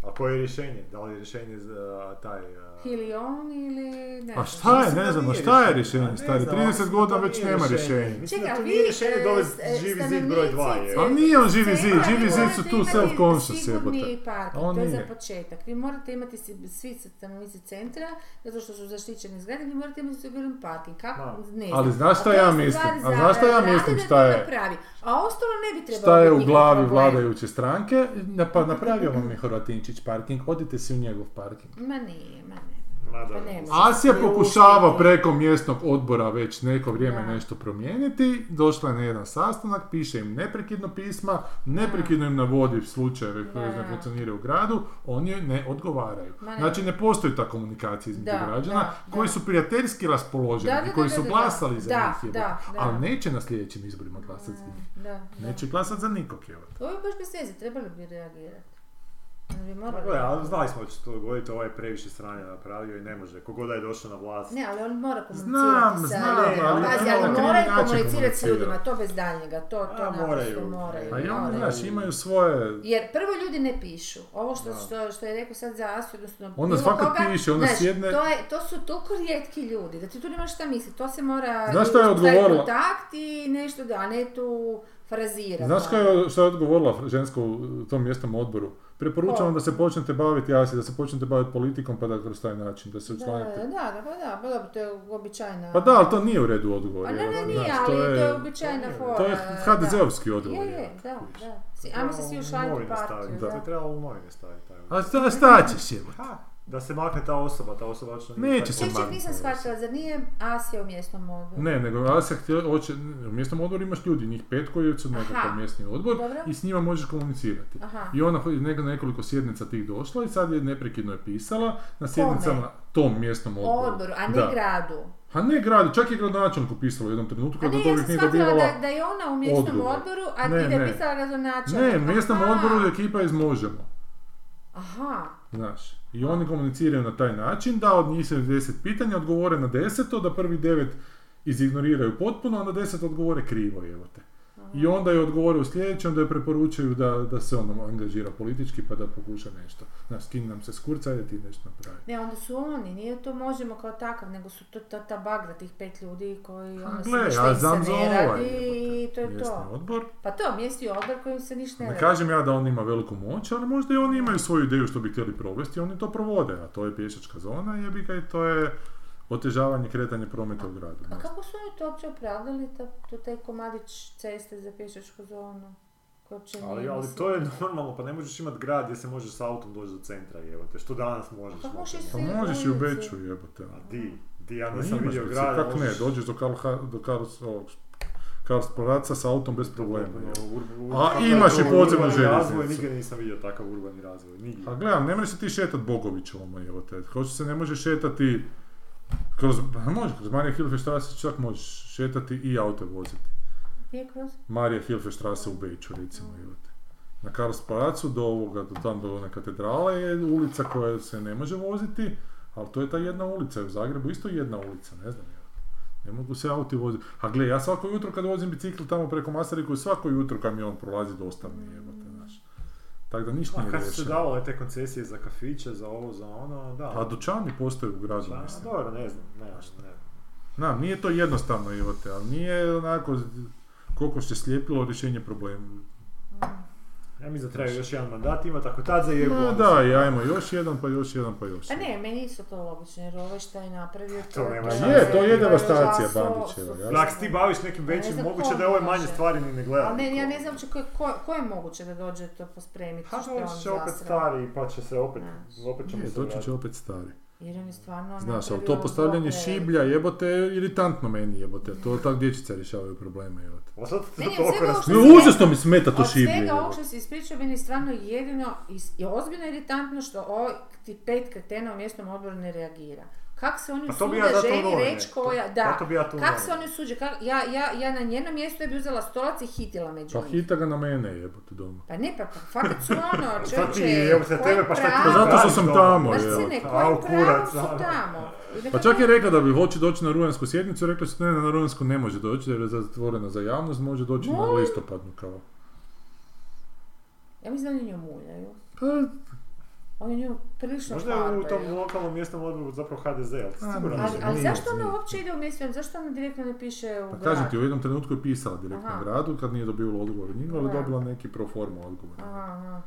[SPEAKER 3] Pa A koje je rješenje? Da li je rješenje za taj... a,
[SPEAKER 2] Ili on, ili ne
[SPEAKER 1] A
[SPEAKER 2] znam.
[SPEAKER 1] šta je,
[SPEAKER 3] Mislim da
[SPEAKER 1] ne znam, a
[SPEAKER 3] nije
[SPEAKER 1] šta je
[SPEAKER 3] rješenje.
[SPEAKER 1] rješenje,
[SPEAKER 3] Ne
[SPEAKER 1] stari?
[SPEAKER 3] znam,
[SPEAKER 1] 30
[SPEAKER 3] mislim
[SPEAKER 1] godina
[SPEAKER 3] da
[SPEAKER 1] već
[SPEAKER 3] nije
[SPEAKER 1] nema rješenja.
[SPEAKER 3] Mislim
[SPEAKER 2] Čekaj,
[SPEAKER 3] da
[SPEAKER 2] a
[SPEAKER 3] to
[SPEAKER 2] vi,
[SPEAKER 3] nije rješenje
[SPEAKER 2] e,
[SPEAKER 3] dovesti
[SPEAKER 2] e,
[SPEAKER 3] živi zid broj 2,
[SPEAKER 2] stanovnici
[SPEAKER 3] je.
[SPEAKER 1] A Pa nije on živi zid,
[SPEAKER 2] Centra,
[SPEAKER 1] živi
[SPEAKER 2] vi
[SPEAKER 1] zid su
[SPEAKER 2] morate
[SPEAKER 1] tu
[SPEAKER 2] imati
[SPEAKER 1] self-conscious jebote.
[SPEAKER 2] Sigurni parking,
[SPEAKER 1] A on
[SPEAKER 2] to je
[SPEAKER 1] nije.
[SPEAKER 2] za početak. Vi morate imati si- svi stanovnici centra, zato što su zaštićeni zgrade, vi morate imati siguran parking. Kako? Ne znam.
[SPEAKER 1] Ali znaš
[SPEAKER 2] A
[SPEAKER 1] šta
[SPEAKER 2] to
[SPEAKER 1] ja
[SPEAKER 2] su
[SPEAKER 1] mislim?
[SPEAKER 2] stvari
[SPEAKER 1] A
[SPEAKER 2] za
[SPEAKER 1] znaš šta ja
[SPEAKER 2] razrede
[SPEAKER 1] mislim
[SPEAKER 2] da
[SPEAKER 1] šta
[SPEAKER 2] to
[SPEAKER 1] je?
[SPEAKER 2] napravi. A ostalo ne bi trebalo
[SPEAKER 1] Šta je
[SPEAKER 2] biti
[SPEAKER 1] u
[SPEAKER 2] nikakav
[SPEAKER 1] glavi
[SPEAKER 2] problem.
[SPEAKER 1] vladajuće stranke? Na- Pa napravio vam je Horvatinčić parking, odite si u njegov parking.
[SPEAKER 2] Ma nije, ma ne.
[SPEAKER 3] Ma
[SPEAKER 2] Pa
[SPEAKER 3] da.
[SPEAKER 2] ne može.
[SPEAKER 1] Asija
[SPEAKER 2] Nije
[SPEAKER 1] pokušava
[SPEAKER 2] uspjeti.
[SPEAKER 1] preko mjesnog odbora već neko vrijeme
[SPEAKER 2] Da.
[SPEAKER 1] nešto promijeniti, došla je na jedan sastanak, piše im neprekidno pisma, neprekidno im navodi slučajeve koji ne
[SPEAKER 2] Da.
[SPEAKER 1] funkcioniraju u gradu, oni joj ne odgovaraju.
[SPEAKER 2] Ma ne.
[SPEAKER 1] Znači ne postoji ta komunikacija između
[SPEAKER 2] Da,
[SPEAKER 1] građana
[SPEAKER 2] da,
[SPEAKER 1] koji
[SPEAKER 2] da.
[SPEAKER 1] su prijateljski raspoloženi,
[SPEAKER 2] Da, da, da,
[SPEAKER 1] koji
[SPEAKER 2] da,
[SPEAKER 1] su
[SPEAKER 2] da, da.
[SPEAKER 1] glasali za
[SPEAKER 2] Da,
[SPEAKER 1] njih, jebote.
[SPEAKER 2] da, da.
[SPEAKER 1] ali neće na sljedećim izborima glasati za njih.
[SPEAKER 2] Da, da.
[SPEAKER 1] Neće glasati za nikog, jebote.
[SPEAKER 2] Pa Ovo je baš bez veze, trebali bi reagirati. Ono bi
[SPEAKER 3] Ma
[SPEAKER 2] morali
[SPEAKER 3] gle, Pa ali znali smo da će to dogoditi, ovaj je previše sranja napravio i ne može. Kogod da je došao na vlast,
[SPEAKER 2] Ne, ali on mora komunicirati
[SPEAKER 1] Znam,
[SPEAKER 2] sa
[SPEAKER 1] znam,
[SPEAKER 2] ljudima.
[SPEAKER 3] ali
[SPEAKER 2] Pazi,
[SPEAKER 3] treba
[SPEAKER 2] ali
[SPEAKER 3] na
[SPEAKER 2] moraju
[SPEAKER 1] krivi način
[SPEAKER 2] komunicirati s ljudima,
[SPEAKER 1] komunicirati.
[SPEAKER 2] to bez daljnjega, to, to
[SPEAKER 3] A,
[SPEAKER 2] naprosto
[SPEAKER 3] moraju.
[SPEAKER 2] moraju.
[SPEAKER 1] Pa i oni,
[SPEAKER 2] moraju.
[SPEAKER 1] znaš, imaju svoje
[SPEAKER 2] Jer prvo ljudi ne pišu. Ovo što, što, što je rekao sad za Asiju, odnosno
[SPEAKER 1] Onda
[SPEAKER 2] bilo
[SPEAKER 1] svako
[SPEAKER 2] koga,
[SPEAKER 1] piše, onda
[SPEAKER 2] znaš,
[SPEAKER 1] sjedne-
[SPEAKER 2] To, je, to su toliko rijetki ljudi, da ti tu nemaš šta misliti. To se mora...
[SPEAKER 1] Znaš šta je
[SPEAKER 2] taj
[SPEAKER 1] odgovorila?
[SPEAKER 2] kontakt i nešto da, a ne tu frazirati.
[SPEAKER 1] Znaš što je, što je odgovorila žensko u tom mjestom odboru? Preporučam vam da se počnete baviti asi, da se počnete baviti politikom pa da kroz taj način, da se
[SPEAKER 2] Da, da,
[SPEAKER 1] učlanite.
[SPEAKER 2] da, da, pa da, pa dobro, to je uobičajena...
[SPEAKER 1] Pa da, ali to nije u redu odgovor.
[SPEAKER 2] Pa ne,
[SPEAKER 1] jebote,
[SPEAKER 2] ne, nije,
[SPEAKER 1] znaš,
[SPEAKER 2] ali to je
[SPEAKER 3] to
[SPEAKER 2] uobičajena
[SPEAKER 3] je-
[SPEAKER 2] fora.
[SPEAKER 1] To je
[SPEAKER 2] da.
[SPEAKER 1] HDZ-ovski odgovor.
[SPEAKER 2] Je, je,
[SPEAKER 1] jebote.
[SPEAKER 2] da, da. Si- Ajmo se svi
[SPEAKER 3] u
[SPEAKER 2] učlaniti u
[SPEAKER 3] novine
[SPEAKER 2] partiju.
[SPEAKER 3] staviti.
[SPEAKER 2] Da.
[SPEAKER 3] To je trebalo u novine staviti. taj
[SPEAKER 1] A šta, šta ćeš jebote?
[SPEAKER 3] Ha, da se makne ta osoba, ta osoba što nije
[SPEAKER 1] Neće
[SPEAKER 3] taj-
[SPEAKER 1] se
[SPEAKER 2] Ček, ček,
[SPEAKER 1] maknuti.
[SPEAKER 2] nisam shvatila, zar nije Asija u mjesnom odboru?
[SPEAKER 1] Ne, nego Asja htjela, hoće, u mjesnom odboru imaš ljudi, njih pet koji su nekakav
[SPEAKER 2] Aha.
[SPEAKER 1] mjesni odbor
[SPEAKER 2] Dobro.
[SPEAKER 1] i s njima možeš komunicirati.
[SPEAKER 2] Aha.
[SPEAKER 1] I ona je nek- nekoliko sjednica tih došla i sad je neprekidno je pisala na sjednicama tom mjesnom
[SPEAKER 2] O
[SPEAKER 1] odboru.
[SPEAKER 2] odboru, a ne
[SPEAKER 1] Da.
[SPEAKER 2] gradu.
[SPEAKER 1] A ne gradu, čak je gradonačelniku pisalo u jednom trenutku
[SPEAKER 2] A
[SPEAKER 1] kada
[SPEAKER 2] ne,
[SPEAKER 1] od
[SPEAKER 2] ja
[SPEAKER 1] ovih
[SPEAKER 2] sam
[SPEAKER 1] nije
[SPEAKER 2] shvatila
[SPEAKER 1] dobivala...
[SPEAKER 2] da, da je ona u mjesnom
[SPEAKER 1] odgovor.
[SPEAKER 2] odboru, a
[SPEAKER 1] Ne,
[SPEAKER 2] ti da
[SPEAKER 1] ne.
[SPEAKER 2] je pisala gradonačelnik.
[SPEAKER 1] Ne, mjesnom
[SPEAKER 2] Aha.
[SPEAKER 1] odboru je ekipa iz Možemo,
[SPEAKER 2] Aha,
[SPEAKER 1] znaš. I oni komuniciraju na taj način da od njih se 10 pitanja odgovore na 10, da prvi 9 izignoriraju potpuno, a na 10 odgovore krivo, evo te. I onda je odgovore u sljedećem da je preporučuju da, da se ono angažira politički pa da pokuša nešto. Znaš, skini nam se s kurca, ajde ti nešto napravi.
[SPEAKER 2] ne, onda su oni, nije to možemo kao takav, nego su to ta, ta bagra tih pet ljudi koji
[SPEAKER 1] Pa
[SPEAKER 2] ono, se
[SPEAKER 1] gle,
[SPEAKER 2] ništa
[SPEAKER 1] a
[SPEAKER 2] im se
[SPEAKER 1] znam
[SPEAKER 2] ne
[SPEAKER 1] za ovaj,
[SPEAKER 2] radi
[SPEAKER 1] jebote,
[SPEAKER 2] i to je
[SPEAKER 1] Mjesni
[SPEAKER 2] to.
[SPEAKER 1] odbor,
[SPEAKER 2] Pa to, mjesni odbor kojim se ništa ne
[SPEAKER 1] Ne
[SPEAKER 2] radi.
[SPEAKER 1] kažem ja da on ima veliku moć, ali možda i oni imaju svoju ideju što bi htjeli provesti i oni to provode, a to je pješačka zona jebi ga i to je otežavanje kretanja prometa u gradu.
[SPEAKER 2] A
[SPEAKER 1] ne znam.
[SPEAKER 2] Pa kako su oni to uopće opravdali, ta, to taj komadić ceste za pješačku zonu? Ko uopće
[SPEAKER 3] Ali,
[SPEAKER 2] nije
[SPEAKER 3] ali
[SPEAKER 2] mislim.
[SPEAKER 3] to je normalno, pa ne možeš imati grad gdje se možeš s autom doći do centra, evo te, što danas možeš.
[SPEAKER 2] Pa možeš
[SPEAKER 3] malte ne.
[SPEAKER 2] i
[SPEAKER 1] Pa
[SPEAKER 2] Sve
[SPEAKER 1] možeš i u
[SPEAKER 2] ulice.
[SPEAKER 1] Beču jebote.
[SPEAKER 3] A di, di, ja
[SPEAKER 1] Pa
[SPEAKER 3] nisam
[SPEAKER 1] imaš
[SPEAKER 3] vidio
[SPEAKER 1] bicikl,
[SPEAKER 3] grad.
[SPEAKER 1] Kako ne, dođeš do Karl, do Karl, ovog, Karls Plaza sa autom bez problema. jebote. A imaš i podzemnu željeznicu.
[SPEAKER 3] Razvoj, nigdje nisam vidio takav urbani razvoj, nigdje.
[SPEAKER 1] A gledam, ne možeš se ti šetat Bogovićovom jebote. Hoće se ne može šetati kroz, pa možeš, kroz Marija Hilfeštrase čak možeš šetati i auto voziti.
[SPEAKER 2] Je kroz?
[SPEAKER 1] Marija Hilfeštrase u Beču, recimo, jebote. Na Karlsparacu do ovoga, do tam do one katedrale je ulica koja se ne može voziti, ali to je ta jedna ulica, u Zagrebu isto jedna ulica, ne znam, jebote. Ne mogu se auti voziti. A gle, ja svako jutro kad vozim bicikl tamo preko Masariku, svako jutro kamion prolazi dosta mi jebote, znaš. Tako da ništa
[SPEAKER 3] A
[SPEAKER 1] nije
[SPEAKER 3] kad su se
[SPEAKER 1] rešeno.
[SPEAKER 3] davale te koncesije za kafiće, za ovo, za ono, da.
[SPEAKER 1] A Pa dućani postoje u gradu,
[SPEAKER 3] Da,
[SPEAKER 1] Pa, mislim.
[SPEAKER 3] Pa, dobro, ne znam, ne znam, ne znam.
[SPEAKER 1] Znam, nije to jednostavno, jebote, ali nije onako koliko se slijepilo rješenje problema.
[SPEAKER 3] Ja mislim da treba još jedan mandat imati, ako tad za
[SPEAKER 1] No, Pa da, i ajmo još jedan, pa još jedan, pa još
[SPEAKER 2] A
[SPEAKER 1] jedan.
[SPEAKER 2] ne, meni isto to logično, jer ovo šta je napravio...
[SPEAKER 3] To nema
[SPEAKER 2] je-
[SPEAKER 3] šanse. Je, to
[SPEAKER 1] je devastacija
[SPEAKER 2] žaso-
[SPEAKER 1] Bandićeva,
[SPEAKER 2] su-
[SPEAKER 1] ja.
[SPEAKER 3] Da, ako se ti baviš nekim
[SPEAKER 2] ne
[SPEAKER 3] većim,
[SPEAKER 2] znam
[SPEAKER 3] moguće
[SPEAKER 2] ko
[SPEAKER 3] da je ove
[SPEAKER 2] može.
[SPEAKER 3] manje stvari ni ne gledam.
[SPEAKER 2] Ali ne, ja ne znam uopće ko, je- ko, ko je moguće da dođe to pospremiti.
[SPEAKER 3] Ha,
[SPEAKER 2] što je on
[SPEAKER 3] će opet
[SPEAKER 2] zasrao.
[SPEAKER 3] stari, pa će se opet,
[SPEAKER 2] Da.
[SPEAKER 3] opet ćemo
[SPEAKER 1] Ne,
[SPEAKER 3] se
[SPEAKER 1] E, doći
[SPEAKER 3] vratiti.
[SPEAKER 1] će opet stari.
[SPEAKER 2] Jer on je e. stvarno...
[SPEAKER 1] Znaš, ali
[SPEAKER 2] napravio
[SPEAKER 1] to postavljanje
[SPEAKER 2] zlo veliko.
[SPEAKER 1] šiblja jebote je iritantno meni jebote. To tako dječica rješavaju probleme jebote.
[SPEAKER 3] A sad
[SPEAKER 2] Ne,
[SPEAKER 3] to
[SPEAKER 2] ne,
[SPEAKER 3] toliko
[SPEAKER 2] sve
[SPEAKER 3] nas...
[SPEAKER 2] ovo
[SPEAKER 1] No, užasno mi smeta to
[SPEAKER 2] Od
[SPEAKER 1] šiblje.
[SPEAKER 2] svega ovog
[SPEAKER 1] jebote.
[SPEAKER 2] što si ispričao, meni je stvarno jedino is- i ozbiljno iritantno što ovo ti pet kretena u mjesnom odboru ne reagira. Kak se oni
[SPEAKER 3] Pa to bi
[SPEAKER 2] usude
[SPEAKER 3] ja zato
[SPEAKER 2] ženi
[SPEAKER 3] novinar.
[SPEAKER 2] reći koja,
[SPEAKER 3] To-
[SPEAKER 2] da,
[SPEAKER 3] zato bi ja to
[SPEAKER 2] kak se
[SPEAKER 3] novinar.
[SPEAKER 2] oni usuđe, kak- ja, ja, ja na njenom mjestu ja bi uzela stolac i hitila među
[SPEAKER 1] Pa
[SPEAKER 2] njih.
[SPEAKER 1] hita ga na mene jebote doma.
[SPEAKER 2] Pa ne, pa, pa fakat su ono,
[SPEAKER 3] ti,
[SPEAKER 2] čovječe,
[SPEAKER 3] evo se
[SPEAKER 2] kojim
[SPEAKER 3] tebe, pa šta ti- Pa
[SPEAKER 1] Pa
[SPEAKER 2] pravom-
[SPEAKER 1] zato što sam
[SPEAKER 3] Doma.
[SPEAKER 1] tamo
[SPEAKER 2] Znaš,
[SPEAKER 1] jebote.
[SPEAKER 2] sine, kojim
[SPEAKER 3] Au,
[SPEAKER 2] pravom
[SPEAKER 3] kurac,
[SPEAKER 2] su
[SPEAKER 3] a.
[SPEAKER 2] tamo? I
[SPEAKER 1] Pa
[SPEAKER 2] nekako-
[SPEAKER 1] čak je rekla da bi hoće doći na rujansku sjednicu, rekli su ne, na rujansku ne može doći jer je zatvorena za javnost, može doći na
[SPEAKER 2] Molim?
[SPEAKER 1] listopadnu kao.
[SPEAKER 2] Ja mislim da oni nju muljaju.
[SPEAKER 1] Pa,
[SPEAKER 2] Oni nju prilično
[SPEAKER 3] Možda je u
[SPEAKER 2] farbaju.
[SPEAKER 3] tom lokalnom mjesnom odboru zapravo HDZ, ali
[SPEAKER 1] A,
[SPEAKER 3] siguran
[SPEAKER 1] možda.
[SPEAKER 2] Ali,
[SPEAKER 3] sam.
[SPEAKER 2] ali
[SPEAKER 1] Nije,
[SPEAKER 2] zašto ona
[SPEAKER 1] nije.
[SPEAKER 2] uopće ide u mjesto, zašto ona direktno ne piše u
[SPEAKER 1] pa
[SPEAKER 2] grad?
[SPEAKER 1] kažem ti, u jednom trenutku je pisala direktno
[SPEAKER 2] Aha.
[SPEAKER 1] gradu kad nije dobila odgovor od njega, ali
[SPEAKER 2] Da.
[SPEAKER 1] dobila neki pro forma odgovor.
[SPEAKER 2] Aha, aha.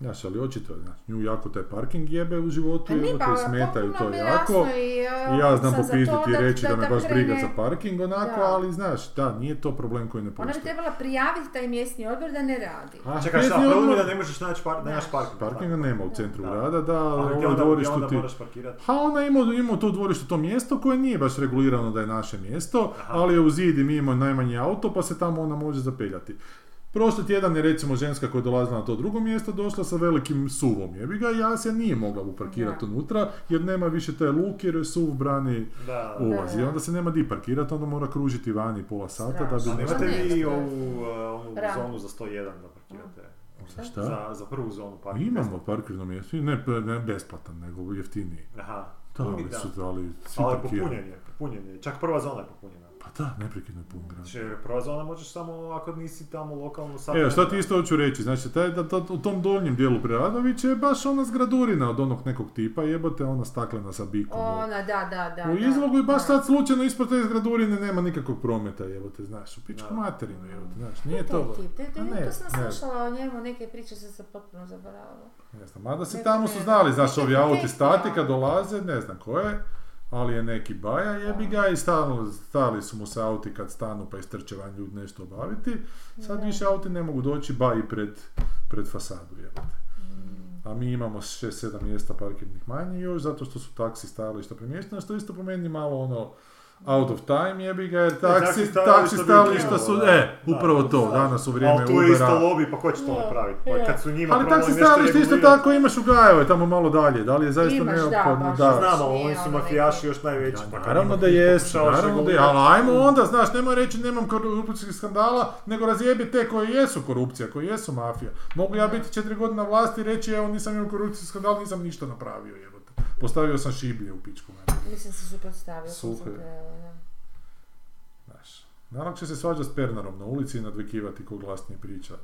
[SPEAKER 1] Znaš, ali očito je, znaš, nju jako taj parking jebe u životu,
[SPEAKER 2] Pa nije,
[SPEAKER 1] jebote,
[SPEAKER 2] pa
[SPEAKER 1] smetaju to
[SPEAKER 2] potpuno mi je
[SPEAKER 1] jako.
[SPEAKER 2] jasno i, e,
[SPEAKER 1] I ja znam
[SPEAKER 2] sam za to
[SPEAKER 1] popizditi i
[SPEAKER 2] da-
[SPEAKER 1] reći da,
[SPEAKER 2] da-
[SPEAKER 1] me
[SPEAKER 2] da
[SPEAKER 1] baš briga
[SPEAKER 2] krene-
[SPEAKER 1] za parking onako,
[SPEAKER 2] Da.
[SPEAKER 1] ali znaš, da, nije to problem koji ne
[SPEAKER 2] Ona bi
[SPEAKER 1] postoji.
[SPEAKER 2] trebala prijaviti taj mjesni odbor da ne radi.
[SPEAKER 1] A,
[SPEAKER 3] Čekaj, šta,
[SPEAKER 1] pet je
[SPEAKER 3] problem je
[SPEAKER 1] odmor-
[SPEAKER 3] da ne možeš naći par, da nemaš parking.
[SPEAKER 1] ono- Parkinga nema u centru
[SPEAKER 3] Da.
[SPEAKER 1] grada, da, ali
[SPEAKER 3] Ali ti
[SPEAKER 1] ovo
[SPEAKER 3] onda, ti
[SPEAKER 1] dvorištu
[SPEAKER 3] onda
[SPEAKER 1] ti...
[SPEAKER 3] moraš parkirati.
[SPEAKER 1] Ha, ona ima, ima tu dvorištu to mjesto koje nije baš regulirano da je naše mjesto,
[SPEAKER 3] Aha.
[SPEAKER 1] ali je u zidi mi imamo najmanji auto pa se tamo ona može zapeljati. Prošli tjedan je recimo ženska koja je dolazila na to drugo mjesto došla sa velikim suvom jebi ga i ja se nije mogla uparkirati
[SPEAKER 2] Da.
[SPEAKER 1] unutra jer nema više te luke jer joj suv brani
[SPEAKER 3] Da, da.
[SPEAKER 1] ulaz i onda se nema di parkirati, onda mora kružiti vani pola sata da
[SPEAKER 2] Strašno.
[SPEAKER 1] bi...
[SPEAKER 3] A
[SPEAKER 2] nema
[SPEAKER 3] nemate
[SPEAKER 2] Ne,
[SPEAKER 3] vi
[SPEAKER 2] ne.
[SPEAKER 3] ovu, uh, onu
[SPEAKER 2] Rano.
[SPEAKER 3] zonu za 101 da parkirate?
[SPEAKER 1] Za Šta?
[SPEAKER 3] Za, za prvu zonu parking.
[SPEAKER 1] Imamo parkirno mjesto, i ne, ne besplatan, nego jeftiniji.
[SPEAKER 3] Aha.
[SPEAKER 1] Da,
[SPEAKER 3] Puni,
[SPEAKER 1] ali su, ali svi
[SPEAKER 3] Ali
[SPEAKER 1] parkiraju.
[SPEAKER 3] popunjen je, popunjen je. Čak prva zona je popunjena.
[SPEAKER 1] Pa da, neprekidno je pun grad.
[SPEAKER 3] Znači, prva zona možeš samo ako nisi tamo lokalno sad.
[SPEAKER 1] Evo, šta E, ti isto hoću reći, znači taj, da, to- u tom donjem dijelu Preradovića je baš ona zgradurina od onog nekog tipa, jebote ona staklena sa bikom. u-
[SPEAKER 2] Ona, da, da, da.
[SPEAKER 1] u
[SPEAKER 2] da,
[SPEAKER 1] izlogu i baš
[SPEAKER 2] da.
[SPEAKER 1] sad slučajno ispod te zgradurine nema nikakvog prometa, jebote, znaš, u pičku
[SPEAKER 3] Da.
[SPEAKER 1] materinu, jebote, znaš, nije
[SPEAKER 2] Taj
[SPEAKER 1] to...
[SPEAKER 2] tip, to-
[SPEAKER 1] A
[SPEAKER 2] to-
[SPEAKER 1] ne,
[SPEAKER 2] to sam
[SPEAKER 1] ne.
[SPEAKER 2] slušala o njemu, neke priče sam se potpuno zaboravila.
[SPEAKER 1] Ne znam, mada se
[SPEAKER 2] Ne,
[SPEAKER 1] tamo
[SPEAKER 2] ne,
[SPEAKER 1] su
[SPEAKER 2] ne,
[SPEAKER 1] znali,
[SPEAKER 2] ne,
[SPEAKER 1] znaš,
[SPEAKER 2] ne,
[SPEAKER 1] ovi
[SPEAKER 2] ne,
[SPEAKER 1] auti
[SPEAKER 2] ne,
[SPEAKER 1] statika
[SPEAKER 2] ne.
[SPEAKER 1] dolaze, ne znam ko je, ali je neki baja jebi ga i stanu, stali su mu se auti kad stanu pa istrče van ljudi nešto obaviti. Sad
[SPEAKER 2] Da.
[SPEAKER 1] više auti ne mogu doći baji pred, pred fasadu, jebote.
[SPEAKER 2] Mm.
[SPEAKER 1] A mi imamo 6-7 mjesta parkirnih manje još, zato što su taksi stajališta premještena, što je isto po meni malo ono out of time jebi ga, jer
[SPEAKER 3] taksi
[SPEAKER 1] taksi, taksi
[SPEAKER 3] stajališta bi
[SPEAKER 1] stajališta
[SPEAKER 3] ukinulo,
[SPEAKER 1] su,
[SPEAKER 3] da.
[SPEAKER 1] e,
[SPEAKER 3] Da.
[SPEAKER 1] upravo to, danas u vrijeme
[SPEAKER 3] Ali tu je isto
[SPEAKER 1] Ubera.
[SPEAKER 3] lobby, pa ko će to
[SPEAKER 2] Je,
[SPEAKER 3] napraviti? Pa
[SPEAKER 2] je.
[SPEAKER 3] kad su njima
[SPEAKER 1] Ali
[SPEAKER 3] problem
[SPEAKER 1] taksi
[SPEAKER 3] nešto
[SPEAKER 1] stajalište isto
[SPEAKER 3] regulirati-
[SPEAKER 1] tako imaš u Gajevoj, tamo malo dalje. Da li je zaista
[SPEAKER 2] Imaš, da,
[SPEAKER 1] neophodno?
[SPEAKER 2] baš.
[SPEAKER 1] Da,
[SPEAKER 3] Znamo,
[SPEAKER 2] Nije
[SPEAKER 3] oni su
[SPEAKER 2] ono
[SPEAKER 3] mafijaši
[SPEAKER 2] neki-
[SPEAKER 3] još najveći. pa kad
[SPEAKER 1] Naravno
[SPEAKER 3] njima
[SPEAKER 1] da jesu,
[SPEAKER 3] pokušavaš
[SPEAKER 1] naravno da je,
[SPEAKER 3] regulirati-
[SPEAKER 1] ali ajmo onda, znaš, nemoj reći nemam korupcijskih skandala, nego razjebi te koji jesu korupcija, koji jesu mafija. Mogu ja biti četiri godine na vlasti i reći, evo nisam imao korupcijski skandal, nisam ništa napravio, jebote. Postavio sam šiblje u pičku, mene,
[SPEAKER 2] Mislim se suprotstavio. sam
[SPEAKER 1] Suhe.
[SPEAKER 2] se krenula, da.
[SPEAKER 1] znaš. Naravno će se svađati s Pernarom na ulici i nadvikivati ko glasnije priča.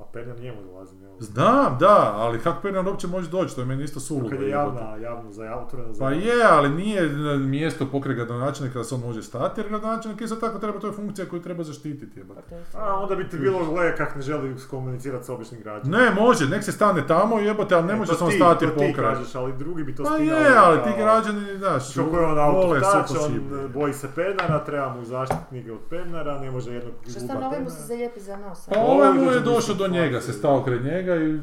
[SPEAKER 3] A Pernar njemu dolazi. njemu.
[SPEAKER 1] Znam, da, ali kako Pernar uopće može doći, to je meni isto suludo.
[SPEAKER 3] Kad je
[SPEAKER 1] jebote.
[SPEAKER 3] javna, javno za javno, otvoreno za
[SPEAKER 1] Pa
[SPEAKER 3] javno.
[SPEAKER 1] je, ali nije e, mjesto pokraj gradonačelnika da se on može stati, jer gradonačelnik isto tako treba, to je funkcija koju treba zaštititi.
[SPEAKER 2] Pa
[SPEAKER 1] jebote.
[SPEAKER 2] to je
[SPEAKER 3] A onda bi ti bilo gle kak ne želi komunicirati s običnim građanima.
[SPEAKER 1] Ne, može, nek se stane tamo, jebote, ali ne može se on stati
[SPEAKER 3] E, to ti
[SPEAKER 1] pokraj.
[SPEAKER 3] kažeš, ali drugi bi to
[SPEAKER 1] Pa
[SPEAKER 3] spinali
[SPEAKER 1] je, ali ti
[SPEAKER 3] kao-
[SPEAKER 1] građani, znaš,
[SPEAKER 3] Kako je on auto
[SPEAKER 1] vole
[SPEAKER 3] tač,
[SPEAKER 1] suho šiblje.
[SPEAKER 3] on boji se Pernara, treba mu zaštitnik od Pernara, ne može jednog
[SPEAKER 2] Što
[SPEAKER 3] kluba
[SPEAKER 2] stan ovaj mu se
[SPEAKER 3] Pernara.
[SPEAKER 2] zalijepi za nos, a?
[SPEAKER 1] Pa ovaj mu
[SPEAKER 3] Ovo
[SPEAKER 1] je
[SPEAKER 3] je
[SPEAKER 1] došao do
[SPEAKER 3] došao
[SPEAKER 1] njega,
[SPEAKER 3] do
[SPEAKER 1] se stao kraj njega i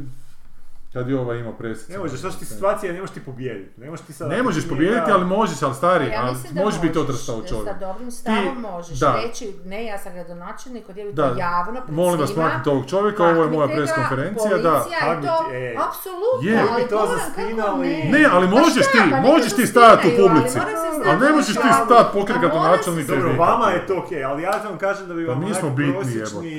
[SPEAKER 1] kad je ova ima presicu.
[SPEAKER 3] Ne možeš, što ti situacija, ne možeš ti pobijediti. Ne možeš ti sad...
[SPEAKER 1] Ne možeš
[SPEAKER 3] Nije
[SPEAKER 1] pobijediti,
[SPEAKER 3] da-
[SPEAKER 1] ali možeš, ali stari,
[SPEAKER 2] Pa Ja
[SPEAKER 1] ali
[SPEAKER 2] mislim da
[SPEAKER 1] možeš biti
[SPEAKER 2] možeš,
[SPEAKER 1] odrastao čovjek.
[SPEAKER 2] Sa dobrim stavom
[SPEAKER 1] Ti-
[SPEAKER 2] možeš
[SPEAKER 1] da.
[SPEAKER 2] reći, ne, ja sam gradonačelnik, odjeli
[SPEAKER 1] Da,
[SPEAKER 2] to javno pred
[SPEAKER 1] Molim vas,
[SPEAKER 2] svima.
[SPEAKER 1] smaknite ovog čovjeka, ovo je moja
[SPEAKER 2] Maknite ga,
[SPEAKER 1] preskonferencija, da.
[SPEAKER 2] Policija je
[SPEAKER 3] Maknite,
[SPEAKER 2] to,
[SPEAKER 3] ej.
[SPEAKER 2] apsolutno,
[SPEAKER 1] Je.
[SPEAKER 2] ali
[SPEAKER 3] Bi to
[SPEAKER 2] Goran, kako
[SPEAKER 3] zaspinali.
[SPEAKER 2] ne?
[SPEAKER 1] Ne, ali
[SPEAKER 2] Pa
[SPEAKER 1] možeš
[SPEAKER 2] šta,
[SPEAKER 1] ti,
[SPEAKER 2] pa neka
[SPEAKER 1] možeš
[SPEAKER 2] to
[SPEAKER 1] ti stajati u
[SPEAKER 2] spinaju, ali
[SPEAKER 1] publici.
[SPEAKER 2] mora se
[SPEAKER 1] A
[SPEAKER 2] znati
[SPEAKER 1] ne možeš ti
[SPEAKER 2] šta.
[SPEAKER 1] stat pokraj
[SPEAKER 2] A mora se
[SPEAKER 1] gradonačelnika.
[SPEAKER 3] Dobro,
[SPEAKER 1] i
[SPEAKER 3] vama je to okej, ali ja vam kažem da bi
[SPEAKER 1] Pa
[SPEAKER 3] vam
[SPEAKER 1] mi smo
[SPEAKER 3] onak
[SPEAKER 1] bitni,
[SPEAKER 3] prosječni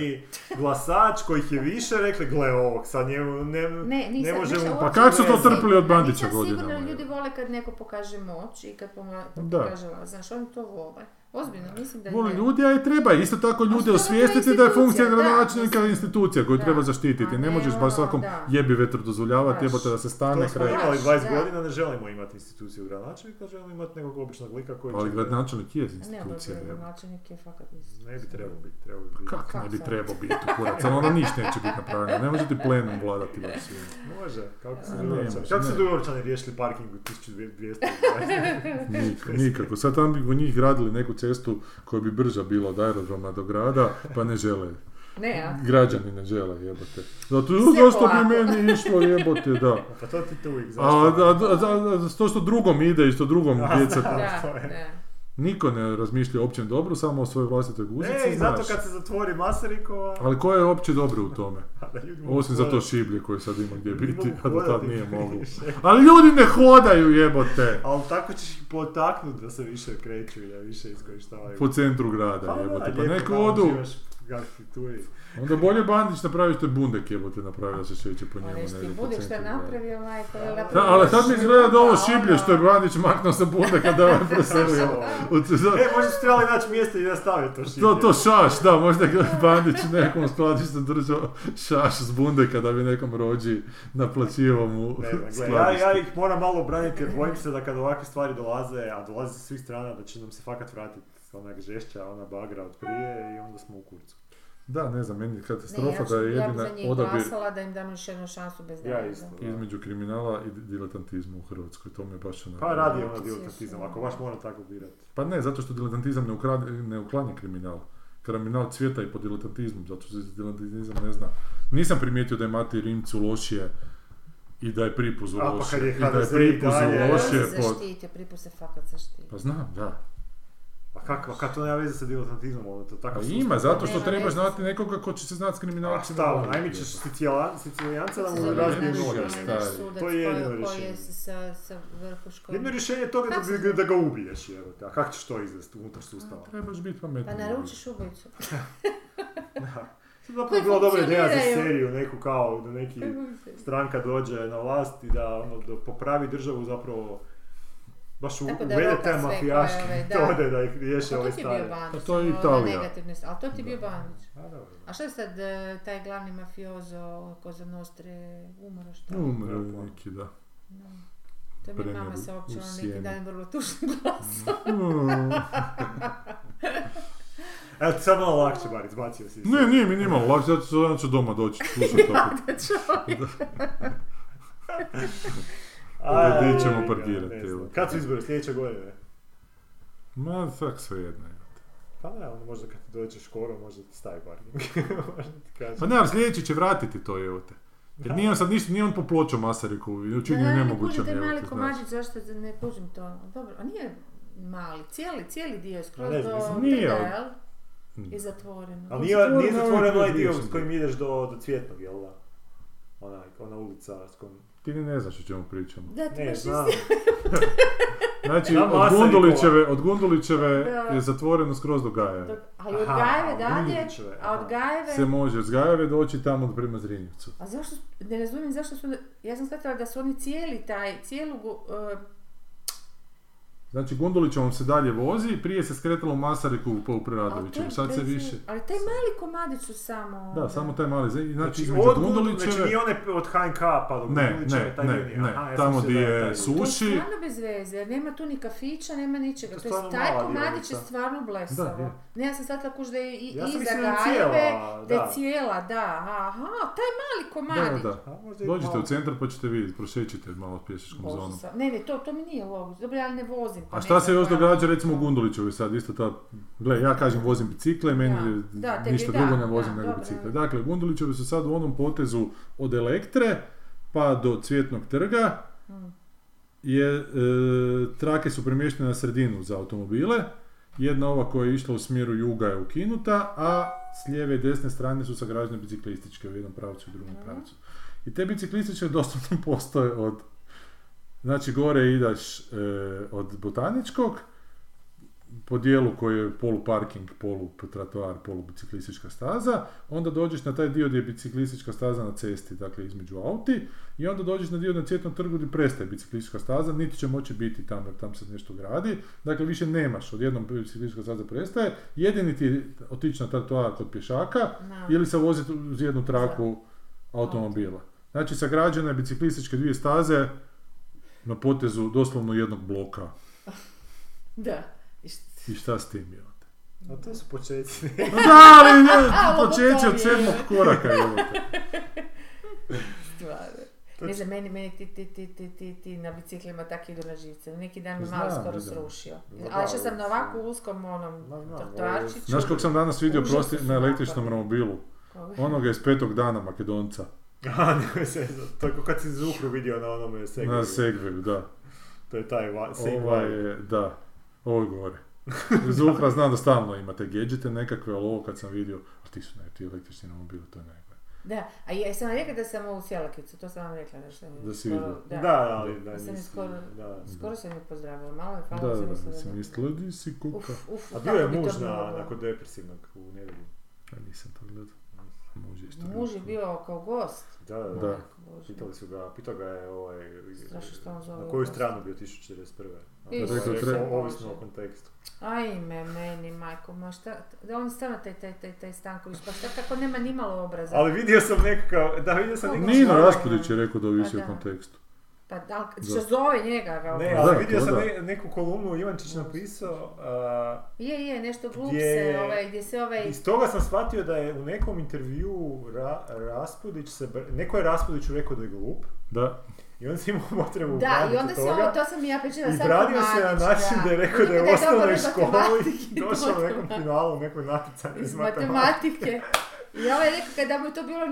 [SPEAKER 3] glasač kojih je više rekli, gle ovog, sad njemu ne,
[SPEAKER 2] Ne, nisam nisam-
[SPEAKER 3] Ne možemo-
[SPEAKER 2] nisam
[SPEAKER 3] pa
[SPEAKER 2] uopće
[SPEAKER 1] kak su to
[SPEAKER 2] uvjerena.
[SPEAKER 1] trpili od Bandića
[SPEAKER 2] Nisam
[SPEAKER 1] godinama,
[SPEAKER 2] sigurna,
[SPEAKER 1] je.
[SPEAKER 2] ljudi vole kad neko pokaže moć i kad pomo-
[SPEAKER 1] Da.
[SPEAKER 2] pokaže vlast. Znaš, oni to vole. Ozbiljno, mislim da
[SPEAKER 1] Voli
[SPEAKER 2] je.
[SPEAKER 1] ljudi, a i treba isto tako ljude
[SPEAKER 2] što je to
[SPEAKER 1] osvijestiti da je funkcija
[SPEAKER 2] institucija, da,
[SPEAKER 1] gradonačelnika
[SPEAKER 2] mislim.
[SPEAKER 1] institucija koju
[SPEAKER 2] Da.
[SPEAKER 1] treba zaštititi.
[SPEAKER 2] A
[SPEAKER 1] Ne
[SPEAKER 2] ne
[SPEAKER 1] možeš baš
[SPEAKER 2] ono,
[SPEAKER 1] svakom
[SPEAKER 2] da.
[SPEAKER 1] jebi vetru dozvoljavati,
[SPEAKER 2] Baš.
[SPEAKER 1] jebote da se stane
[SPEAKER 3] To smo
[SPEAKER 1] kraj.
[SPEAKER 2] kraj.
[SPEAKER 3] imali 20
[SPEAKER 2] Da.
[SPEAKER 3] godina, ne želimo imati instituciju gradonačelnika, želimo imati nekog običnog lika koji
[SPEAKER 1] Ali
[SPEAKER 3] će...
[SPEAKER 1] gradonačelnik je
[SPEAKER 2] Ne, dobro,
[SPEAKER 1] institucija. jebote.
[SPEAKER 2] gradonačelnik je fakat mislim.
[SPEAKER 3] Ne bi trebao biti, trebao bi biti.
[SPEAKER 1] Kak ne bi
[SPEAKER 2] Kako?
[SPEAKER 1] trebao biti kurac, ali ono ništa neće biti napravljeno, ne može ti plenum vladati baš svim.
[SPEAKER 3] Znači, Može, kako su
[SPEAKER 1] A, ne
[SPEAKER 3] Dubrovčani,
[SPEAKER 1] može,
[SPEAKER 3] kako su
[SPEAKER 1] ne.
[SPEAKER 3] Dubrovčani riješili parking u 1200
[SPEAKER 1] Nik- nikako, sad tam bi u njih gradili neku cestu koja bi brža bila od aerodroma do grada, pa ne žele,
[SPEAKER 2] Ne, a?
[SPEAKER 1] građani ne žele jebote. Zato, "U,
[SPEAKER 2] Sve
[SPEAKER 1] zašto bi
[SPEAKER 2] polako."
[SPEAKER 1] meni išlo jebote, da.
[SPEAKER 3] Pa to ti to uvijek
[SPEAKER 1] A,
[SPEAKER 3] zašto?
[SPEAKER 1] a, a- a- a- to što drugom ide i što drugom djeca,
[SPEAKER 2] Da,
[SPEAKER 3] to je.
[SPEAKER 2] da.
[SPEAKER 1] niko ne razmišlja o općem dobru, samo o svojoj vlastitoj guzici,
[SPEAKER 3] Ne, i zato
[SPEAKER 1] znaš.
[SPEAKER 3] kad se zatvori Maserikova,
[SPEAKER 1] Ali koje je opće dobro u tome?
[SPEAKER 3] a da ljudi mogu
[SPEAKER 1] Osim za to
[SPEAKER 3] hodati.
[SPEAKER 1] šiblje koje sad ima gdje
[SPEAKER 3] Ljudi
[SPEAKER 1] biti,
[SPEAKER 3] mogu
[SPEAKER 1] a do tad
[SPEAKER 3] hodati
[SPEAKER 1] nije
[SPEAKER 3] više.
[SPEAKER 1] mogu. Ali ljudi ne hodaju jebote!
[SPEAKER 3] Ali tako ćeš ih potaknuti da se više kreću i da više iskorištavaju.
[SPEAKER 1] Po centru grada
[SPEAKER 3] da,
[SPEAKER 1] jebote, pa
[SPEAKER 3] lijepo
[SPEAKER 1] nek
[SPEAKER 3] tamo
[SPEAKER 1] odu.
[SPEAKER 3] živaš u arhitekturi.
[SPEAKER 1] Onda bolje Bandić napravi što je bundek jebote napravio da se šeće po
[SPEAKER 2] Pa
[SPEAKER 1] njemu
[SPEAKER 2] nešto
[SPEAKER 1] negdje
[SPEAKER 2] ti
[SPEAKER 1] po
[SPEAKER 2] bude šta
[SPEAKER 1] centru grada.
[SPEAKER 2] napravio, majko, je
[SPEAKER 1] Da,
[SPEAKER 2] napravio
[SPEAKER 1] ali sad mi izgleda da ovo
[SPEAKER 2] šiblja,
[SPEAKER 1] šiblje što je Bandić maknuo sa bundeka da je ovaj preselio. u- za-
[SPEAKER 3] E, možda su trebali naći mjesto i da stave to šiblje.
[SPEAKER 1] To, to šaš, da, možda je Bandić u nekom skladištu držao šaš s bundeka da bi nekom rođi naplaćivao mu
[SPEAKER 3] Ne, znam, gle, ja,
[SPEAKER 1] skladište.
[SPEAKER 3] ja ih moram malo braniti jer bojim se da kad ovakve stvari dolaze, a dolaze sa svih strana, da će nam se fakat vratiti onak žešća, ona bagra od prije i onda smo u kurcu.
[SPEAKER 1] Da, ne znam, meni je
[SPEAKER 2] Ne, ja
[SPEAKER 1] katastrofa
[SPEAKER 2] ću-
[SPEAKER 1] da je
[SPEAKER 2] ja bi
[SPEAKER 1] jedina
[SPEAKER 2] za njih
[SPEAKER 1] odabir
[SPEAKER 2] glasala da im dam još jednu šansu bez
[SPEAKER 3] Ja
[SPEAKER 2] daljnjega.
[SPEAKER 3] isto, da.
[SPEAKER 1] između kriminala i diletantizma u Hrvatskoj. To mi je baš onako...
[SPEAKER 3] Pa radi ono diletantizam, ako baš mora tako birati.
[SPEAKER 1] Pa ne, zato što diletantizam ne, ukrade, ne uklanja kriminal. Kriminal cvjeta i po diletantizmu, zato što se diletantizam ne zna. Nisam primijetio da je Mati Rimcu lošije i da je pripuzu
[SPEAKER 3] A, pa
[SPEAKER 1] loše.
[SPEAKER 3] kad je
[SPEAKER 1] I da je
[SPEAKER 3] HDZ i
[SPEAKER 1] pripuzu
[SPEAKER 3] dalje-
[SPEAKER 2] Oni
[SPEAKER 1] lošije
[SPEAKER 2] se
[SPEAKER 1] pod...
[SPEAKER 2] zaštite, pripu se fakat zaštite.
[SPEAKER 1] Pa znam, da.
[SPEAKER 3] A kako, a kad to nema veze sa diletantizmom, onda to
[SPEAKER 1] Pa
[SPEAKER 3] tako...
[SPEAKER 1] ima, zato što
[SPEAKER 2] Nema
[SPEAKER 1] trebaš
[SPEAKER 2] veze.
[SPEAKER 1] znati nekoga ko će se znati s
[SPEAKER 3] A
[SPEAKER 1] kriminalcima.
[SPEAKER 3] šta,
[SPEAKER 1] boriti.
[SPEAKER 3] najmićeš Sicilijan- Sicilijanca da
[SPEAKER 2] Kako se
[SPEAKER 3] mu
[SPEAKER 2] zove
[SPEAKER 3] razbije
[SPEAKER 2] naš-
[SPEAKER 3] noge.
[SPEAKER 1] stari.
[SPEAKER 2] naš sudac
[SPEAKER 3] To je jedino
[SPEAKER 2] koji- koji je
[SPEAKER 3] rješenje.
[SPEAKER 2] sa, sa vrhuškom?
[SPEAKER 3] Jedno rješenje toga
[SPEAKER 2] Kako
[SPEAKER 3] da,
[SPEAKER 2] se
[SPEAKER 3] bi,
[SPEAKER 2] zove?
[SPEAKER 3] da ga ubiješ, evo A kako ćeš to izvesti unutar sustava?
[SPEAKER 1] Trebaš biti pametni.
[SPEAKER 2] Pa naručiš ubojicu.
[SPEAKER 3] To bi zapravo
[SPEAKER 2] Koji
[SPEAKER 3] bila dobra ideja za
[SPEAKER 2] funkcioniraju.
[SPEAKER 3] seriju, neku kao da neki stranka dođe na vlast i da, ono, da popravi državu zapravo baš u,
[SPEAKER 2] Tako da
[SPEAKER 3] uvede
[SPEAKER 2] roka
[SPEAKER 3] te
[SPEAKER 2] sve
[SPEAKER 3] mafijaške
[SPEAKER 2] koje, ovaj, da.
[SPEAKER 3] metode da ih riješe
[SPEAKER 2] Pa to
[SPEAKER 3] ove
[SPEAKER 2] ti je bio
[SPEAKER 3] stare.
[SPEAKER 2] Bandić.
[SPEAKER 1] Pa to je
[SPEAKER 2] ono,
[SPEAKER 1] Italija.
[SPEAKER 2] negativne st- ali to ti je bio Bandić.
[SPEAKER 3] A, dobro.
[SPEAKER 2] A šta je sad e, taj glavni mafiozo Koza Nostre umro šta?
[SPEAKER 1] Umro je neki, da.
[SPEAKER 2] No. To mi je
[SPEAKER 1] Premijer
[SPEAKER 2] mama se
[SPEAKER 1] u- u
[SPEAKER 2] općela
[SPEAKER 1] sjeni.
[SPEAKER 2] neki dan vrlo tužno glasom.
[SPEAKER 1] Mm.
[SPEAKER 3] Evo ti sad malo lakše bar, izbacio si.
[SPEAKER 1] Ne, nije mi nimalo lakše, zato što ja ću doma doći slušati opet.
[SPEAKER 3] A,
[SPEAKER 1] Gdje ćemo
[SPEAKER 3] ne znam.
[SPEAKER 1] parkirati, evo.
[SPEAKER 3] Kad su izbori, sljedeće godine?
[SPEAKER 1] Ma, tak svejedno je.
[SPEAKER 3] Pa ne, ono možda kad ti dođe škoro, možda ti stavi parking. možda ti kaže.
[SPEAKER 1] Pa ne, ali sljedeći će vratiti to, evo te. Jer nije on sad ništa, nije on popločao Masariku i učinio
[SPEAKER 2] Ne, ne kužim
[SPEAKER 1] nemogućem,
[SPEAKER 2] taj
[SPEAKER 1] evo
[SPEAKER 2] mali
[SPEAKER 1] te, znaš.
[SPEAKER 2] komadić, zašto ne kužim to. Dobro, a nije mali, cijeli, cijeli dio je skroz
[SPEAKER 3] Ne
[SPEAKER 2] do
[SPEAKER 3] znam, mislim,
[SPEAKER 1] nije, ali-
[SPEAKER 2] Trda, jel?
[SPEAKER 1] Mm.
[SPEAKER 2] I zatvoreno.
[SPEAKER 3] Ali nije, nije
[SPEAKER 1] Zatvoreno je ovaj
[SPEAKER 3] zatvoren onaj
[SPEAKER 1] uvijek
[SPEAKER 3] dio
[SPEAKER 1] riješen
[SPEAKER 3] s kojim ideš do, do Cvjetnog, jel da? Ona, ona ulica s kojom...
[SPEAKER 1] Ti ni ne znaš o čemu pričamo.
[SPEAKER 2] Da, ti
[SPEAKER 3] Ne,
[SPEAKER 2] baš
[SPEAKER 3] znam.
[SPEAKER 2] nisi-
[SPEAKER 1] Znači,
[SPEAKER 3] Da,
[SPEAKER 1] od
[SPEAKER 3] Masarikova.
[SPEAKER 1] Gundulićeve, od Gundulićeve
[SPEAKER 2] Da.
[SPEAKER 1] je zatvoreno skroz do Gajeve.
[SPEAKER 2] Dok- Ali od
[SPEAKER 3] Aha,
[SPEAKER 2] Gajeve dalje,
[SPEAKER 3] Gundulićeve,
[SPEAKER 2] a
[SPEAKER 3] aha.
[SPEAKER 2] od Gajeve...
[SPEAKER 1] Se može s Gajeve doći tamo prema Zrinjevcu.
[SPEAKER 2] A zašto, su- ne razumijem zašto su, ja sam shvatila da su oni cijeli taj, cijelu, gu- e,
[SPEAKER 1] Znači, Gundulićevom se dalje vozi, prije se skretalo u Masariku pa u
[SPEAKER 2] ali to je
[SPEAKER 1] Preradovićem, sad se
[SPEAKER 2] benzin.
[SPEAKER 1] više...
[SPEAKER 2] Ali taj mali komadić su samo...
[SPEAKER 1] Da, samo taj mali, znači, znači
[SPEAKER 3] Znači,
[SPEAKER 1] između
[SPEAKER 3] od Gundulićeve... Znači,
[SPEAKER 1] Gundulićeve...
[SPEAKER 3] nije one od HNK pa do
[SPEAKER 1] Ne,
[SPEAKER 3] Gundulićeve,
[SPEAKER 1] ne,
[SPEAKER 3] taj dio
[SPEAKER 1] ne,
[SPEAKER 3] nije. Aha,
[SPEAKER 1] ne,
[SPEAKER 3] ja sam
[SPEAKER 1] tamo
[SPEAKER 3] mislio
[SPEAKER 1] gdje
[SPEAKER 3] da taj dio.
[SPEAKER 1] je
[SPEAKER 2] To je
[SPEAKER 1] suši,
[SPEAKER 2] stvarno bez veze, jer nema tu ni kafića, nema ničega.
[SPEAKER 3] To
[SPEAKER 2] To je
[SPEAKER 3] stvarno
[SPEAKER 2] taj
[SPEAKER 3] mala
[SPEAKER 2] komadić je
[SPEAKER 3] dionica.
[SPEAKER 2] stvarno blesavo.
[SPEAKER 1] Da, je.
[SPEAKER 2] ne, ja sam shvatila kuš da je i,
[SPEAKER 3] Ja
[SPEAKER 2] iza
[SPEAKER 3] sam mislio da je
[SPEAKER 2] Gajeve,
[SPEAKER 3] cijela,
[SPEAKER 2] da je
[SPEAKER 3] da.
[SPEAKER 2] cijela, da. Aha, taj mali komadić.
[SPEAKER 1] da, da.
[SPEAKER 3] A, možda i
[SPEAKER 1] Dođite
[SPEAKER 3] malo.
[SPEAKER 1] u centar pa ćete vidjeti, prošećite malo pješačkom
[SPEAKER 2] Bože,
[SPEAKER 1] zonom.
[SPEAKER 2] sa- Ne, ne, to, to mi nije logično. Dobro, ja ne vozim. pa
[SPEAKER 1] A
[SPEAKER 2] ne
[SPEAKER 1] šta se
[SPEAKER 2] znam
[SPEAKER 1] još
[SPEAKER 2] koja-
[SPEAKER 1] događa recimo u Gundulićevoj sad, isto ta, gle, ja kažem vozim bicikle, meni
[SPEAKER 2] Da, da, tebi
[SPEAKER 1] ništa
[SPEAKER 2] da,
[SPEAKER 1] drugo ne
[SPEAKER 2] da,
[SPEAKER 1] vozim nego
[SPEAKER 2] dobro,
[SPEAKER 1] bicikle.
[SPEAKER 2] da.
[SPEAKER 1] Dakle, Gundulićevi su sad u onom potezu od Elektre pa do Cvjetnog trga,
[SPEAKER 2] Mm.
[SPEAKER 1] je, e, trake su premještene na sredinu za automobile, jedna ova koja je išla u smjeru juga je ukinuta, a s lijeve i desne strane su sagrađene biciklističke u jednom pravcu i u drugom
[SPEAKER 2] Mhm.
[SPEAKER 1] pravcu. I te biciklističke doslovno postoje od Znači, gore ideš e, od Botaničkog, po dijelu koji je polu parking, polu tratoar, polu biciklistička staza, onda dođeš na taj dio gdje je biciklistička staza na cesti, dakle između auti, i onda dođeš na dio na cjetnom trgu gdje prestaje biciklistička staza, niti će moći biti tamo jer tam se nešto gradi, dakle više nemaš, odjednom biciklistička staza prestaje, jedini ti je otići na tratoar kod pješaka
[SPEAKER 2] Na.
[SPEAKER 1] ili se voziti uz jednu traku automobila. Znači sagrađene biciklističke dvije staze na potezu doslovno jednog bloka.
[SPEAKER 2] Da. I št-
[SPEAKER 1] I šta s tim je?
[SPEAKER 3] A to su početci.
[SPEAKER 1] Da, ali ne,
[SPEAKER 2] Alo,
[SPEAKER 1] počeće
[SPEAKER 2] Bogovi,
[SPEAKER 1] od sedmog koraka. jebote.
[SPEAKER 2] stvarno. Ne znam, meni, meni ti, ti, ti, ti, ti, ti na biciklima tako idu na živce. Neki dan me malo
[SPEAKER 1] Znam,
[SPEAKER 2] skoro
[SPEAKER 1] znam.
[SPEAKER 2] srušio.
[SPEAKER 3] Ma
[SPEAKER 2] Ali
[SPEAKER 3] da,
[SPEAKER 2] što sam na
[SPEAKER 3] ovo
[SPEAKER 2] ovako
[SPEAKER 3] su-
[SPEAKER 2] uskom onom
[SPEAKER 3] Ma znam,
[SPEAKER 2] trotoarčiću.
[SPEAKER 1] Znaš kog sam danas vidio
[SPEAKER 2] Užasno
[SPEAKER 1] prosti,
[SPEAKER 2] su
[SPEAKER 1] na električnom
[SPEAKER 2] napadni.
[SPEAKER 1] romobilu?
[SPEAKER 2] Koga?
[SPEAKER 1] Onoga iz petog dana Makedonca.
[SPEAKER 3] A, nemoj se, zezat. to je ko kad si Zuhru vidio na onome segmentu.
[SPEAKER 1] Na Ovaj- Segveju, da.
[SPEAKER 3] To je taj va, same
[SPEAKER 1] Ovo
[SPEAKER 3] vibe.
[SPEAKER 1] je, da. Ovo je gore. Zuhra znam da stalno ima te gadgete nekakve, ali ovo kad sam vidio, a ti su ne, ti električni romobili, to je najgore.
[SPEAKER 2] Da, a ja sam rekla da sam ovu sjelakicu, to sam vam rekla. Da, sam
[SPEAKER 1] Da si
[SPEAKER 2] skoro-
[SPEAKER 1] vidjela.
[SPEAKER 3] Da,
[SPEAKER 2] Da,
[SPEAKER 3] ali da
[SPEAKER 2] Ja sam je
[SPEAKER 3] nisi-
[SPEAKER 2] skoro-
[SPEAKER 3] da.
[SPEAKER 2] Skoro sam ju pozdravila, malo je hvala,
[SPEAKER 1] Da,
[SPEAKER 2] sam
[SPEAKER 1] da,
[SPEAKER 2] mislila
[SPEAKER 1] da, sam mislila, di si
[SPEAKER 2] Uf,
[SPEAKER 1] kuka.
[SPEAKER 2] uf,
[SPEAKER 3] A bio je
[SPEAKER 2] kako bi to
[SPEAKER 3] muž na,
[SPEAKER 2] moglo.
[SPEAKER 3] nakon depresivnog u nedjelju.
[SPEAKER 1] A Pa nisam to gledao. Muž je isto
[SPEAKER 2] Muž je
[SPEAKER 1] gledao.
[SPEAKER 2] bio kao gost.
[SPEAKER 3] Da, da,
[SPEAKER 1] Da.
[SPEAKER 3] da.
[SPEAKER 2] Majko Božja.
[SPEAKER 3] Pitali su ga, pitao ga je ovaj,
[SPEAKER 2] Strašno što on zove
[SPEAKER 3] na koju
[SPEAKER 2] gost.
[SPEAKER 3] stranu bio 1041. A
[SPEAKER 2] Isuse
[SPEAKER 3] rekao, Dakle, je
[SPEAKER 1] Bože.
[SPEAKER 3] rekao, ovisno o kontekstu.
[SPEAKER 2] Ajme, meni, majko, ma šta, da on stvarno taj, taj, taj, taj Stanković, pa šta kako nema ni malo obraza.
[SPEAKER 3] Ali vidio sam nekakav, da vidio sam
[SPEAKER 2] Kako?
[SPEAKER 3] nekakav
[SPEAKER 1] Nino
[SPEAKER 2] Članak,
[SPEAKER 1] Raspudić je rekao da ovisi
[SPEAKER 2] Pa
[SPEAKER 1] o
[SPEAKER 2] da.
[SPEAKER 1] kontekstu.
[SPEAKER 2] Pa da, li- što zove njega kao?
[SPEAKER 3] Ne,
[SPEAKER 1] Da,
[SPEAKER 3] ali
[SPEAKER 1] to
[SPEAKER 3] vidio sam
[SPEAKER 1] da.
[SPEAKER 3] ne- neku kolumnu Ivančić napisao, a,
[SPEAKER 2] Je, je, nešto glup
[SPEAKER 3] Gdje
[SPEAKER 2] se,
[SPEAKER 3] je-
[SPEAKER 2] ovaj, gdje se ovaj...
[SPEAKER 3] iz toga sam shvatio da je u nekom intervju Ra- Raspudić se, br- neko je Raspudiću rekao da je glup,
[SPEAKER 1] Da.
[SPEAKER 3] i on se imao potrebu
[SPEAKER 2] Da, i
[SPEAKER 3] obraditi
[SPEAKER 2] onda se
[SPEAKER 3] toga.
[SPEAKER 2] ovo, to sam i ja pričala
[SPEAKER 3] I
[SPEAKER 2] sad
[SPEAKER 3] bradio
[SPEAKER 2] kod
[SPEAKER 3] se na
[SPEAKER 2] Marića,
[SPEAKER 3] način da je rekao da je u
[SPEAKER 2] dobar
[SPEAKER 3] osnovnoj
[SPEAKER 2] iz
[SPEAKER 3] školi
[SPEAKER 2] matematike,
[SPEAKER 3] i došao u
[SPEAKER 2] dobar
[SPEAKER 3] nekom finalu, u nekoj natjecanju
[SPEAKER 2] iz
[SPEAKER 3] iz matematike.
[SPEAKER 2] matematike. I ovaj je rekao kada mu je to bilo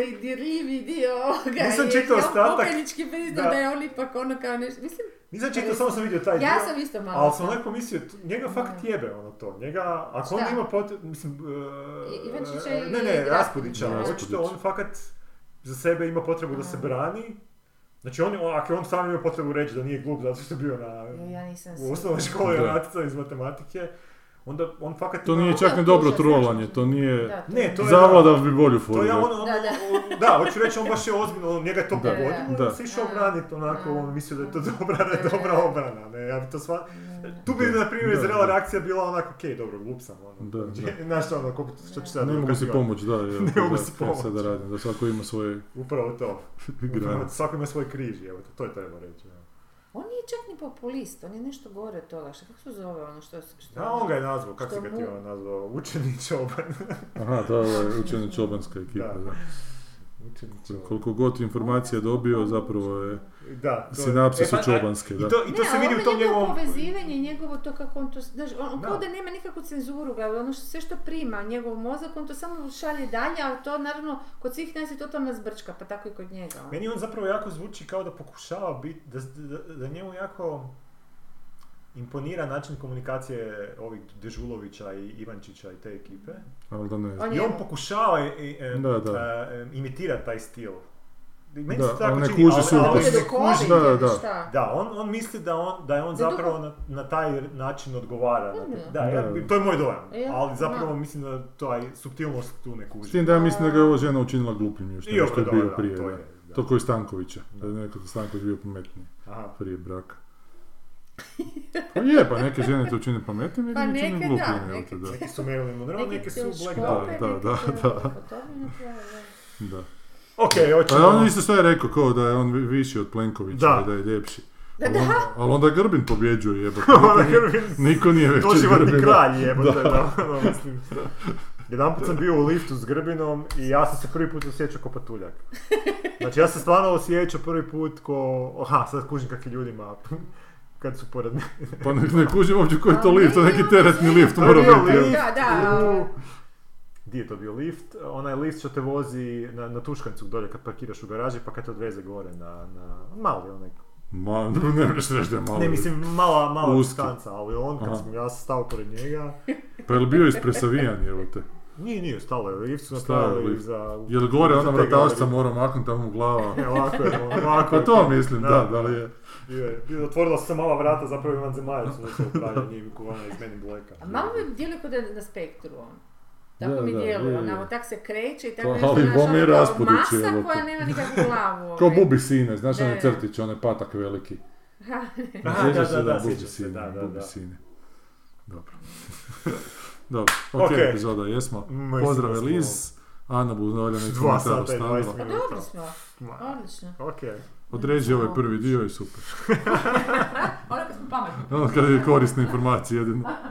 [SPEAKER 2] najdirljiviji dio ovoga.
[SPEAKER 3] Nisam
[SPEAKER 2] jer
[SPEAKER 3] čitao
[SPEAKER 2] je on
[SPEAKER 3] ostatak.
[SPEAKER 2] pokajnički priznao
[SPEAKER 3] Da.
[SPEAKER 2] da je on ipak ono kao nešto, mislim,
[SPEAKER 3] Nisam čitao, samo sam vidio taj dio.
[SPEAKER 2] ja sam isto malo.
[SPEAKER 3] Ali sam
[SPEAKER 2] tako.
[SPEAKER 3] onako mislio, t- njega fakt
[SPEAKER 2] Pa Da.
[SPEAKER 3] jebe ono to, njega, ako
[SPEAKER 2] Šta?
[SPEAKER 3] on ima pot... mislim... e,
[SPEAKER 2] I- Ivančića
[SPEAKER 3] e,
[SPEAKER 2] i
[SPEAKER 3] Ne, ne, Raspudića,
[SPEAKER 2] Raspudića.
[SPEAKER 3] očito on fakat za sebe ima potrebu da se
[SPEAKER 2] Aha.
[SPEAKER 3] brani. Znači on, on- ako je on sam ima potrebu reći da nije glup zato što je bio na,
[SPEAKER 2] E, Ja nisam
[SPEAKER 3] u
[SPEAKER 2] sigurna.
[SPEAKER 3] osnovnoj školi
[SPEAKER 1] Da.
[SPEAKER 3] na natjecanju iz matematike, onda on fakat
[SPEAKER 1] To
[SPEAKER 3] ima-
[SPEAKER 1] nije čak ni dobro trolanje, to nije...
[SPEAKER 2] Da, to
[SPEAKER 3] Ne, to je...
[SPEAKER 1] Zavladav bi bolju
[SPEAKER 3] To
[SPEAKER 1] foru.
[SPEAKER 3] ja
[SPEAKER 1] rekao.
[SPEAKER 3] ono, ono,
[SPEAKER 2] Da, da.
[SPEAKER 3] o- da, hoću reći, on baš je ozbiljno, ono, njega je to
[SPEAKER 1] Da,
[SPEAKER 3] pogodilo,
[SPEAKER 1] da.
[SPEAKER 3] da. se išao
[SPEAKER 2] Da.
[SPEAKER 3] obraniti onako, on mislio da je to dobra, da je
[SPEAKER 2] Da.
[SPEAKER 3] dobra obrana, ne, ja bi to sva...
[SPEAKER 2] Ne.
[SPEAKER 3] Tu bi, na primjer,
[SPEAKER 1] Da, da.
[SPEAKER 3] zrela reakcija bila onako, okej, dobro, glup sam, ono,
[SPEAKER 1] Da, da.
[SPEAKER 3] znaš ono, kako, što ću sad
[SPEAKER 1] Ne mogu si
[SPEAKER 3] dokazivati?
[SPEAKER 1] pomoć, da. Je,
[SPEAKER 3] Ne mogu si
[SPEAKER 1] Kaj sad da
[SPEAKER 3] pomoć.
[SPEAKER 1] radim, da svako ima svoje
[SPEAKER 3] Upravo to,
[SPEAKER 1] grane.
[SPEAKER 3] Upravo, svako ima svoj križ, evo, to je treba reći, evo.
[SPEAKER 2] On nije čak ni populist, on je nešto gore od toga. Šta, kako se zove ono što... što
[SPEAKER 3] A on ga je nazvao, kako si
[SPEAKER 2] Što
[SPEAKER 3] ga
[SPEAKER 2] mu-
[SPEAKER 3] ti ono nazvao, učenić oban,
[SPEAKER 1] Aha, to je učenje čobanska ekipa,
[SPEAKER 3] Da.
[SPEAKER 1] da.
[SPEAKER 3] učenić oban.
[SPEAKER 1] Koliko god informacija dobio, zapravo je
[SPEAKER 3] Da, to je-
[SPEAKER 1] sinapse
[SPEAKER 3] E,
[SPEAKER 1] su
[SPEAKER 3] pa, a-
[SPEAKER 1] čobanske,
[SPEAKER 3] I
[SPEAKER 1] da.
[SPEAKER 3] to, i to
[SPEAKER 2] ne,
[SPEAKER 3] se
[SPEAKER 2] ali
[SPEAKER 3] vidi
[SPEAKER 2] ono
[SPEAKER 3] u tom
[SPEAKER 2] njegovo
[SPEAKER 3] njegovom...
[SPEAKER 2] povezivanje, njegovo to kako on to... Znaš, on, on
[SPEAKER 3] Da.
[SPEAKER 2] kao da nema nikakvu cenzuru, ga, ono što, sve što prima, njegov mozak, on to samo šalje dalje, ali to naravno kod svih nas je totalna zbrčka, pa tako i kod njega. ono.
[SPEAKER 3] Meni on zapravo jako zvuči kao da pokušava biti, da, da, da njemu jako imponira način komunikacije ovih Dežulovića i Ivančića i te ekipe.
[SPEAKER 1] Ali da ne znam.
[SPEAKER 2] On
[SPEAKER 3] I
[SPEAKER 2] je,
[SPEAKER 3] on pokušava e, e,
[SPEAKER 1] Da, da.
[SPEAKER 3] e, imitirati taj stil. I Meni
[SPEAKER 1] Da,
[SPEAKER 3] se tako
[SPEAKER 1] ali ne
[SPEAKER 3] čini,
[SPEAKER 1] kuži
[SPEAKER 3] ali-
[SPEAKER 1] sukus.
[SPEAKER 2] on je
[SPEAKER 3] ali ne
[SPEAKER 2] duhovit
[SPEAKER 3] kuži.
[SPEAKER 1] da, da,
[SPEAKER 2] ili
[SPEAKER 1] da.
[SPEAKER 2] šta?
[SPEAKER 3] Da, on, on misli da on, da je on
[SPEAKER 2] Da je
[SPEAKER 3] zapravo na, na taj način odgovara. na te- Da,
[SPEAKER 1] Da,
[SPEAKER 3] ja-
[SPEAKER 1] da.
[SPEAKER 3] to je moj dojam.
[SPEAKER 2] Ja,
[SPEAKER 3] ali zapravo
[SPEAKER 2] da.
[SPEAKER 3] mislim da taj suptilnost tu ne kuži.
[SPEAKER 1] S tim da ja mislim da ga je ova žena učinila glupljim još
[SPEAKER 3] I
[SPEAKER 1] nego
[SPEAKER 3] ovo,
[SPEAKER 1] što je
[SPEAKER 3] da,
[SPEAKER 1] bio
[SPEAKER 3] da,
[SPEAKER 1] prije.
[SPEAKER 3] to
[SPEAKER 1] da.
[SPEAKER 3] je, da.
[SPEAKER 1] To koji Stankovića, da je nekako Stanković bio pametniji
[SPEAKER 3] Aha.
[SPEAKER 1] prije braka. Pa je, pa neke žene te učine pametnim,
[SPEAKER 2] Pa
[SPEAKER 1] neke učine
[SPEAKER 2] neke da,
[SPEAKER 1] glupljim, jel
[SPEAKER 2] neke
[SPEAKER 1] te, da.
[SPEAKER 3] Neki su Marilyn Monroe,
[SPEAKER 2] Neki
[SPEAKER 3] neki
[SPEAKER 2] te
[SPEAKER 3] su Black
[SPEAKER 2] škope,
[SPEAKER 1] Da,
[SPEAKER 3] Dahlia.
[SPEAKER 1] da,
[SPEAKER 2] neki
[SPEAKER 1] da,
[SPEAKER 2] te-
[SPEAKER 1] da.
[SPEAKER 2] po tome je napravljeno.
[SPEAKER 1] da.
[SPEAKER 3] Ok,
[SPEAKER 1] Pa on
[SPEAKER 3] hoćemo.
[SPEAKER 1] isto što je rekao, kao da je on vi- viši od Plenkovića,
[SPEAKER 3] Da.
[SPEAKER 1] da, je ljepši.
[SPEAKER 2] Da,
[SPEAKER 1] Ali onda, ali onda Grbin pobjeđuje, jebote.
[SPEAKER 3] Ono, Grbin,
[SPEAKER 1] Niko nije veći od
[SPEAKER 3] Doživotni
[SPEAKER 1] Grbina.
[SPEAKER 3] kralj jebote, da. ono, mislim. Jedan put sam bio u liftu s Grbinom i ja sam se prvi put osjećao ko patuljak. Znači ja sam stvarno osjećao prvi put ko... Aha, sad kužim kak je ljudima kad su pored mene.
[SPEAKER 1] Pa ne, ne kužim uopće koji je to
[SPEAKER 2] A
[SPEAKER 1] lift, to je
[SPEAKER 2] ne,
[SPEAKER 1] neki
[SPEAKER 2] ono
[SPEAKER 1] teretni
[SPEAKER 2] sve.
[SPEAKER 1] lift
[SPEAKER 2] To
[SPEAKER 1] mora
[SPEAKER 3] je bio
[SPEAKER 1] biti. jel?
[SPEAKER 3] lift.
[SPEAKER 2] Da, da.
[SPEAKER 3] U- Di je to bio lift? Onaj lift što te vozi na, na Tuškancu dolje kad parkiraš u garaži pa kad te odveze gore na... na mali onaj
[SPEAKER 1] Ma, ne možeš reći da je malo.
[SPEAKER 3] Ne, mislim, mala, mala
[SPEAKER 1] Uski.
[SPEAKER 3] distanca, ali on, kad
[SPEAKER 1] Aha.
[SPEAKER 3] sam ja stao pored njega,
[SPEAKER 1] Pa je li bio ispresavijan, evo te?
[SPEAKER 3] Nije, nije, stalo je. Ivcu
[SPEAKER 1] Stalo je
[SPEAKER 3] napravili
[SPEAKER 1] lift.
[SPEAKER 3] za...
[SPEAKER 1] Jel gore ono,
[SPEAKER 3] za
[SPEAKER 1] ona
[SPEAKER 3] te
[SPEAKER 1] vratašca
[SPEAKER 3] galerije.
[SPEAKER 1] mora maknuti tamo glava?
[SPEAKER 3] E, Ovako je, ovako
[SPEAKER 1] Pa
[SPEAKER 3] je.
[SPEAKER 1] to mislim, da, da li je.
[SPEAKER 3] Bio je- bio- Otvorila su se mala vrata, zapravo Ivan Zemaljac unutra upravlja njim, kuvana iz meni Blacka.
[SPEAKER 2] A malo mi djeluje kod da je na spektru on. Tako
[SPEAKER 1] Da,
[SPEAKER 2] mi
[SPEAKER 1] da,
[SPEAKER 2] djeluje,
[SPEAKER 1] je, je.
[SPEAKER 2] onako, tak se kreće i
[SPEAKER 1] Pa,
[SPEAKER 2] tako nešto,
[SPEAKER 1] ali
[SPEAKER 2] znaš,
[SPEAKER 1] bome i
[SPEAKER 2] ono kao
[SPEAKER 1] Raspudić je
[SPEAKER 2] masa
[SPEAKER 1] ovako.
[SPEAKER 2] koja nema nikakvu glavu.
[SPEAKER 1] Ko
[SPEAKER 2] ovaj.
[SPEAKER 1] Bubi Sine, znaš
[SPEAKER 2] Da,
[SPEAKER 1] onaj
[SPEAKER 2] da.
[SPEAKER 1] crtić, onaj patak veliki.
[SPEAKER 2] Ha,
[SPEAKER 3] Da,
[SPEAKER 1] Sjećaš
[SPEAKER 3] da,
[SPEAKER 1] se
[SPEAKER 3] da, da,
[SPEAKER 1] Bubi
[SPEAKER 3] sjećam se,
[SPEAKER 1] Sine,
[SPEAKER 3] da, da,
[SPEAKER 1] Bubi
[SPEAKER 3] da.
[SPEAKER 1] Sine. Dobro. Dobro, ok,
[SPEAKER 3] Ok.
[SPEAKER 1] epizoda, jesmo.
[SPEAKER 3] Mislim
[SPEAKER 1] Pozdrav
[SPEAKER 3] da smo-
[SPEAKER 1] Eliz, Ana Budoljan je
[SPEAKER 3] Dva
[SPEAKER 1] komentar
[SPEAKER 3] sata i
[SPEAKER 1] ostavila.
[SPEAKER 3] 20
[SPEAKER 2] Pa
[SPEAKER 3] minuta.
[SPEAKER 2] dobro smo, odlično.
[SPEAKER 3] Ok.
[SPEAKER 1] Određi ovaj prvi dio i super.
[SPEAKER 2] Ono kad smo pametni.
[SPEAKER 1] Ono kada je korisna informacija jedino.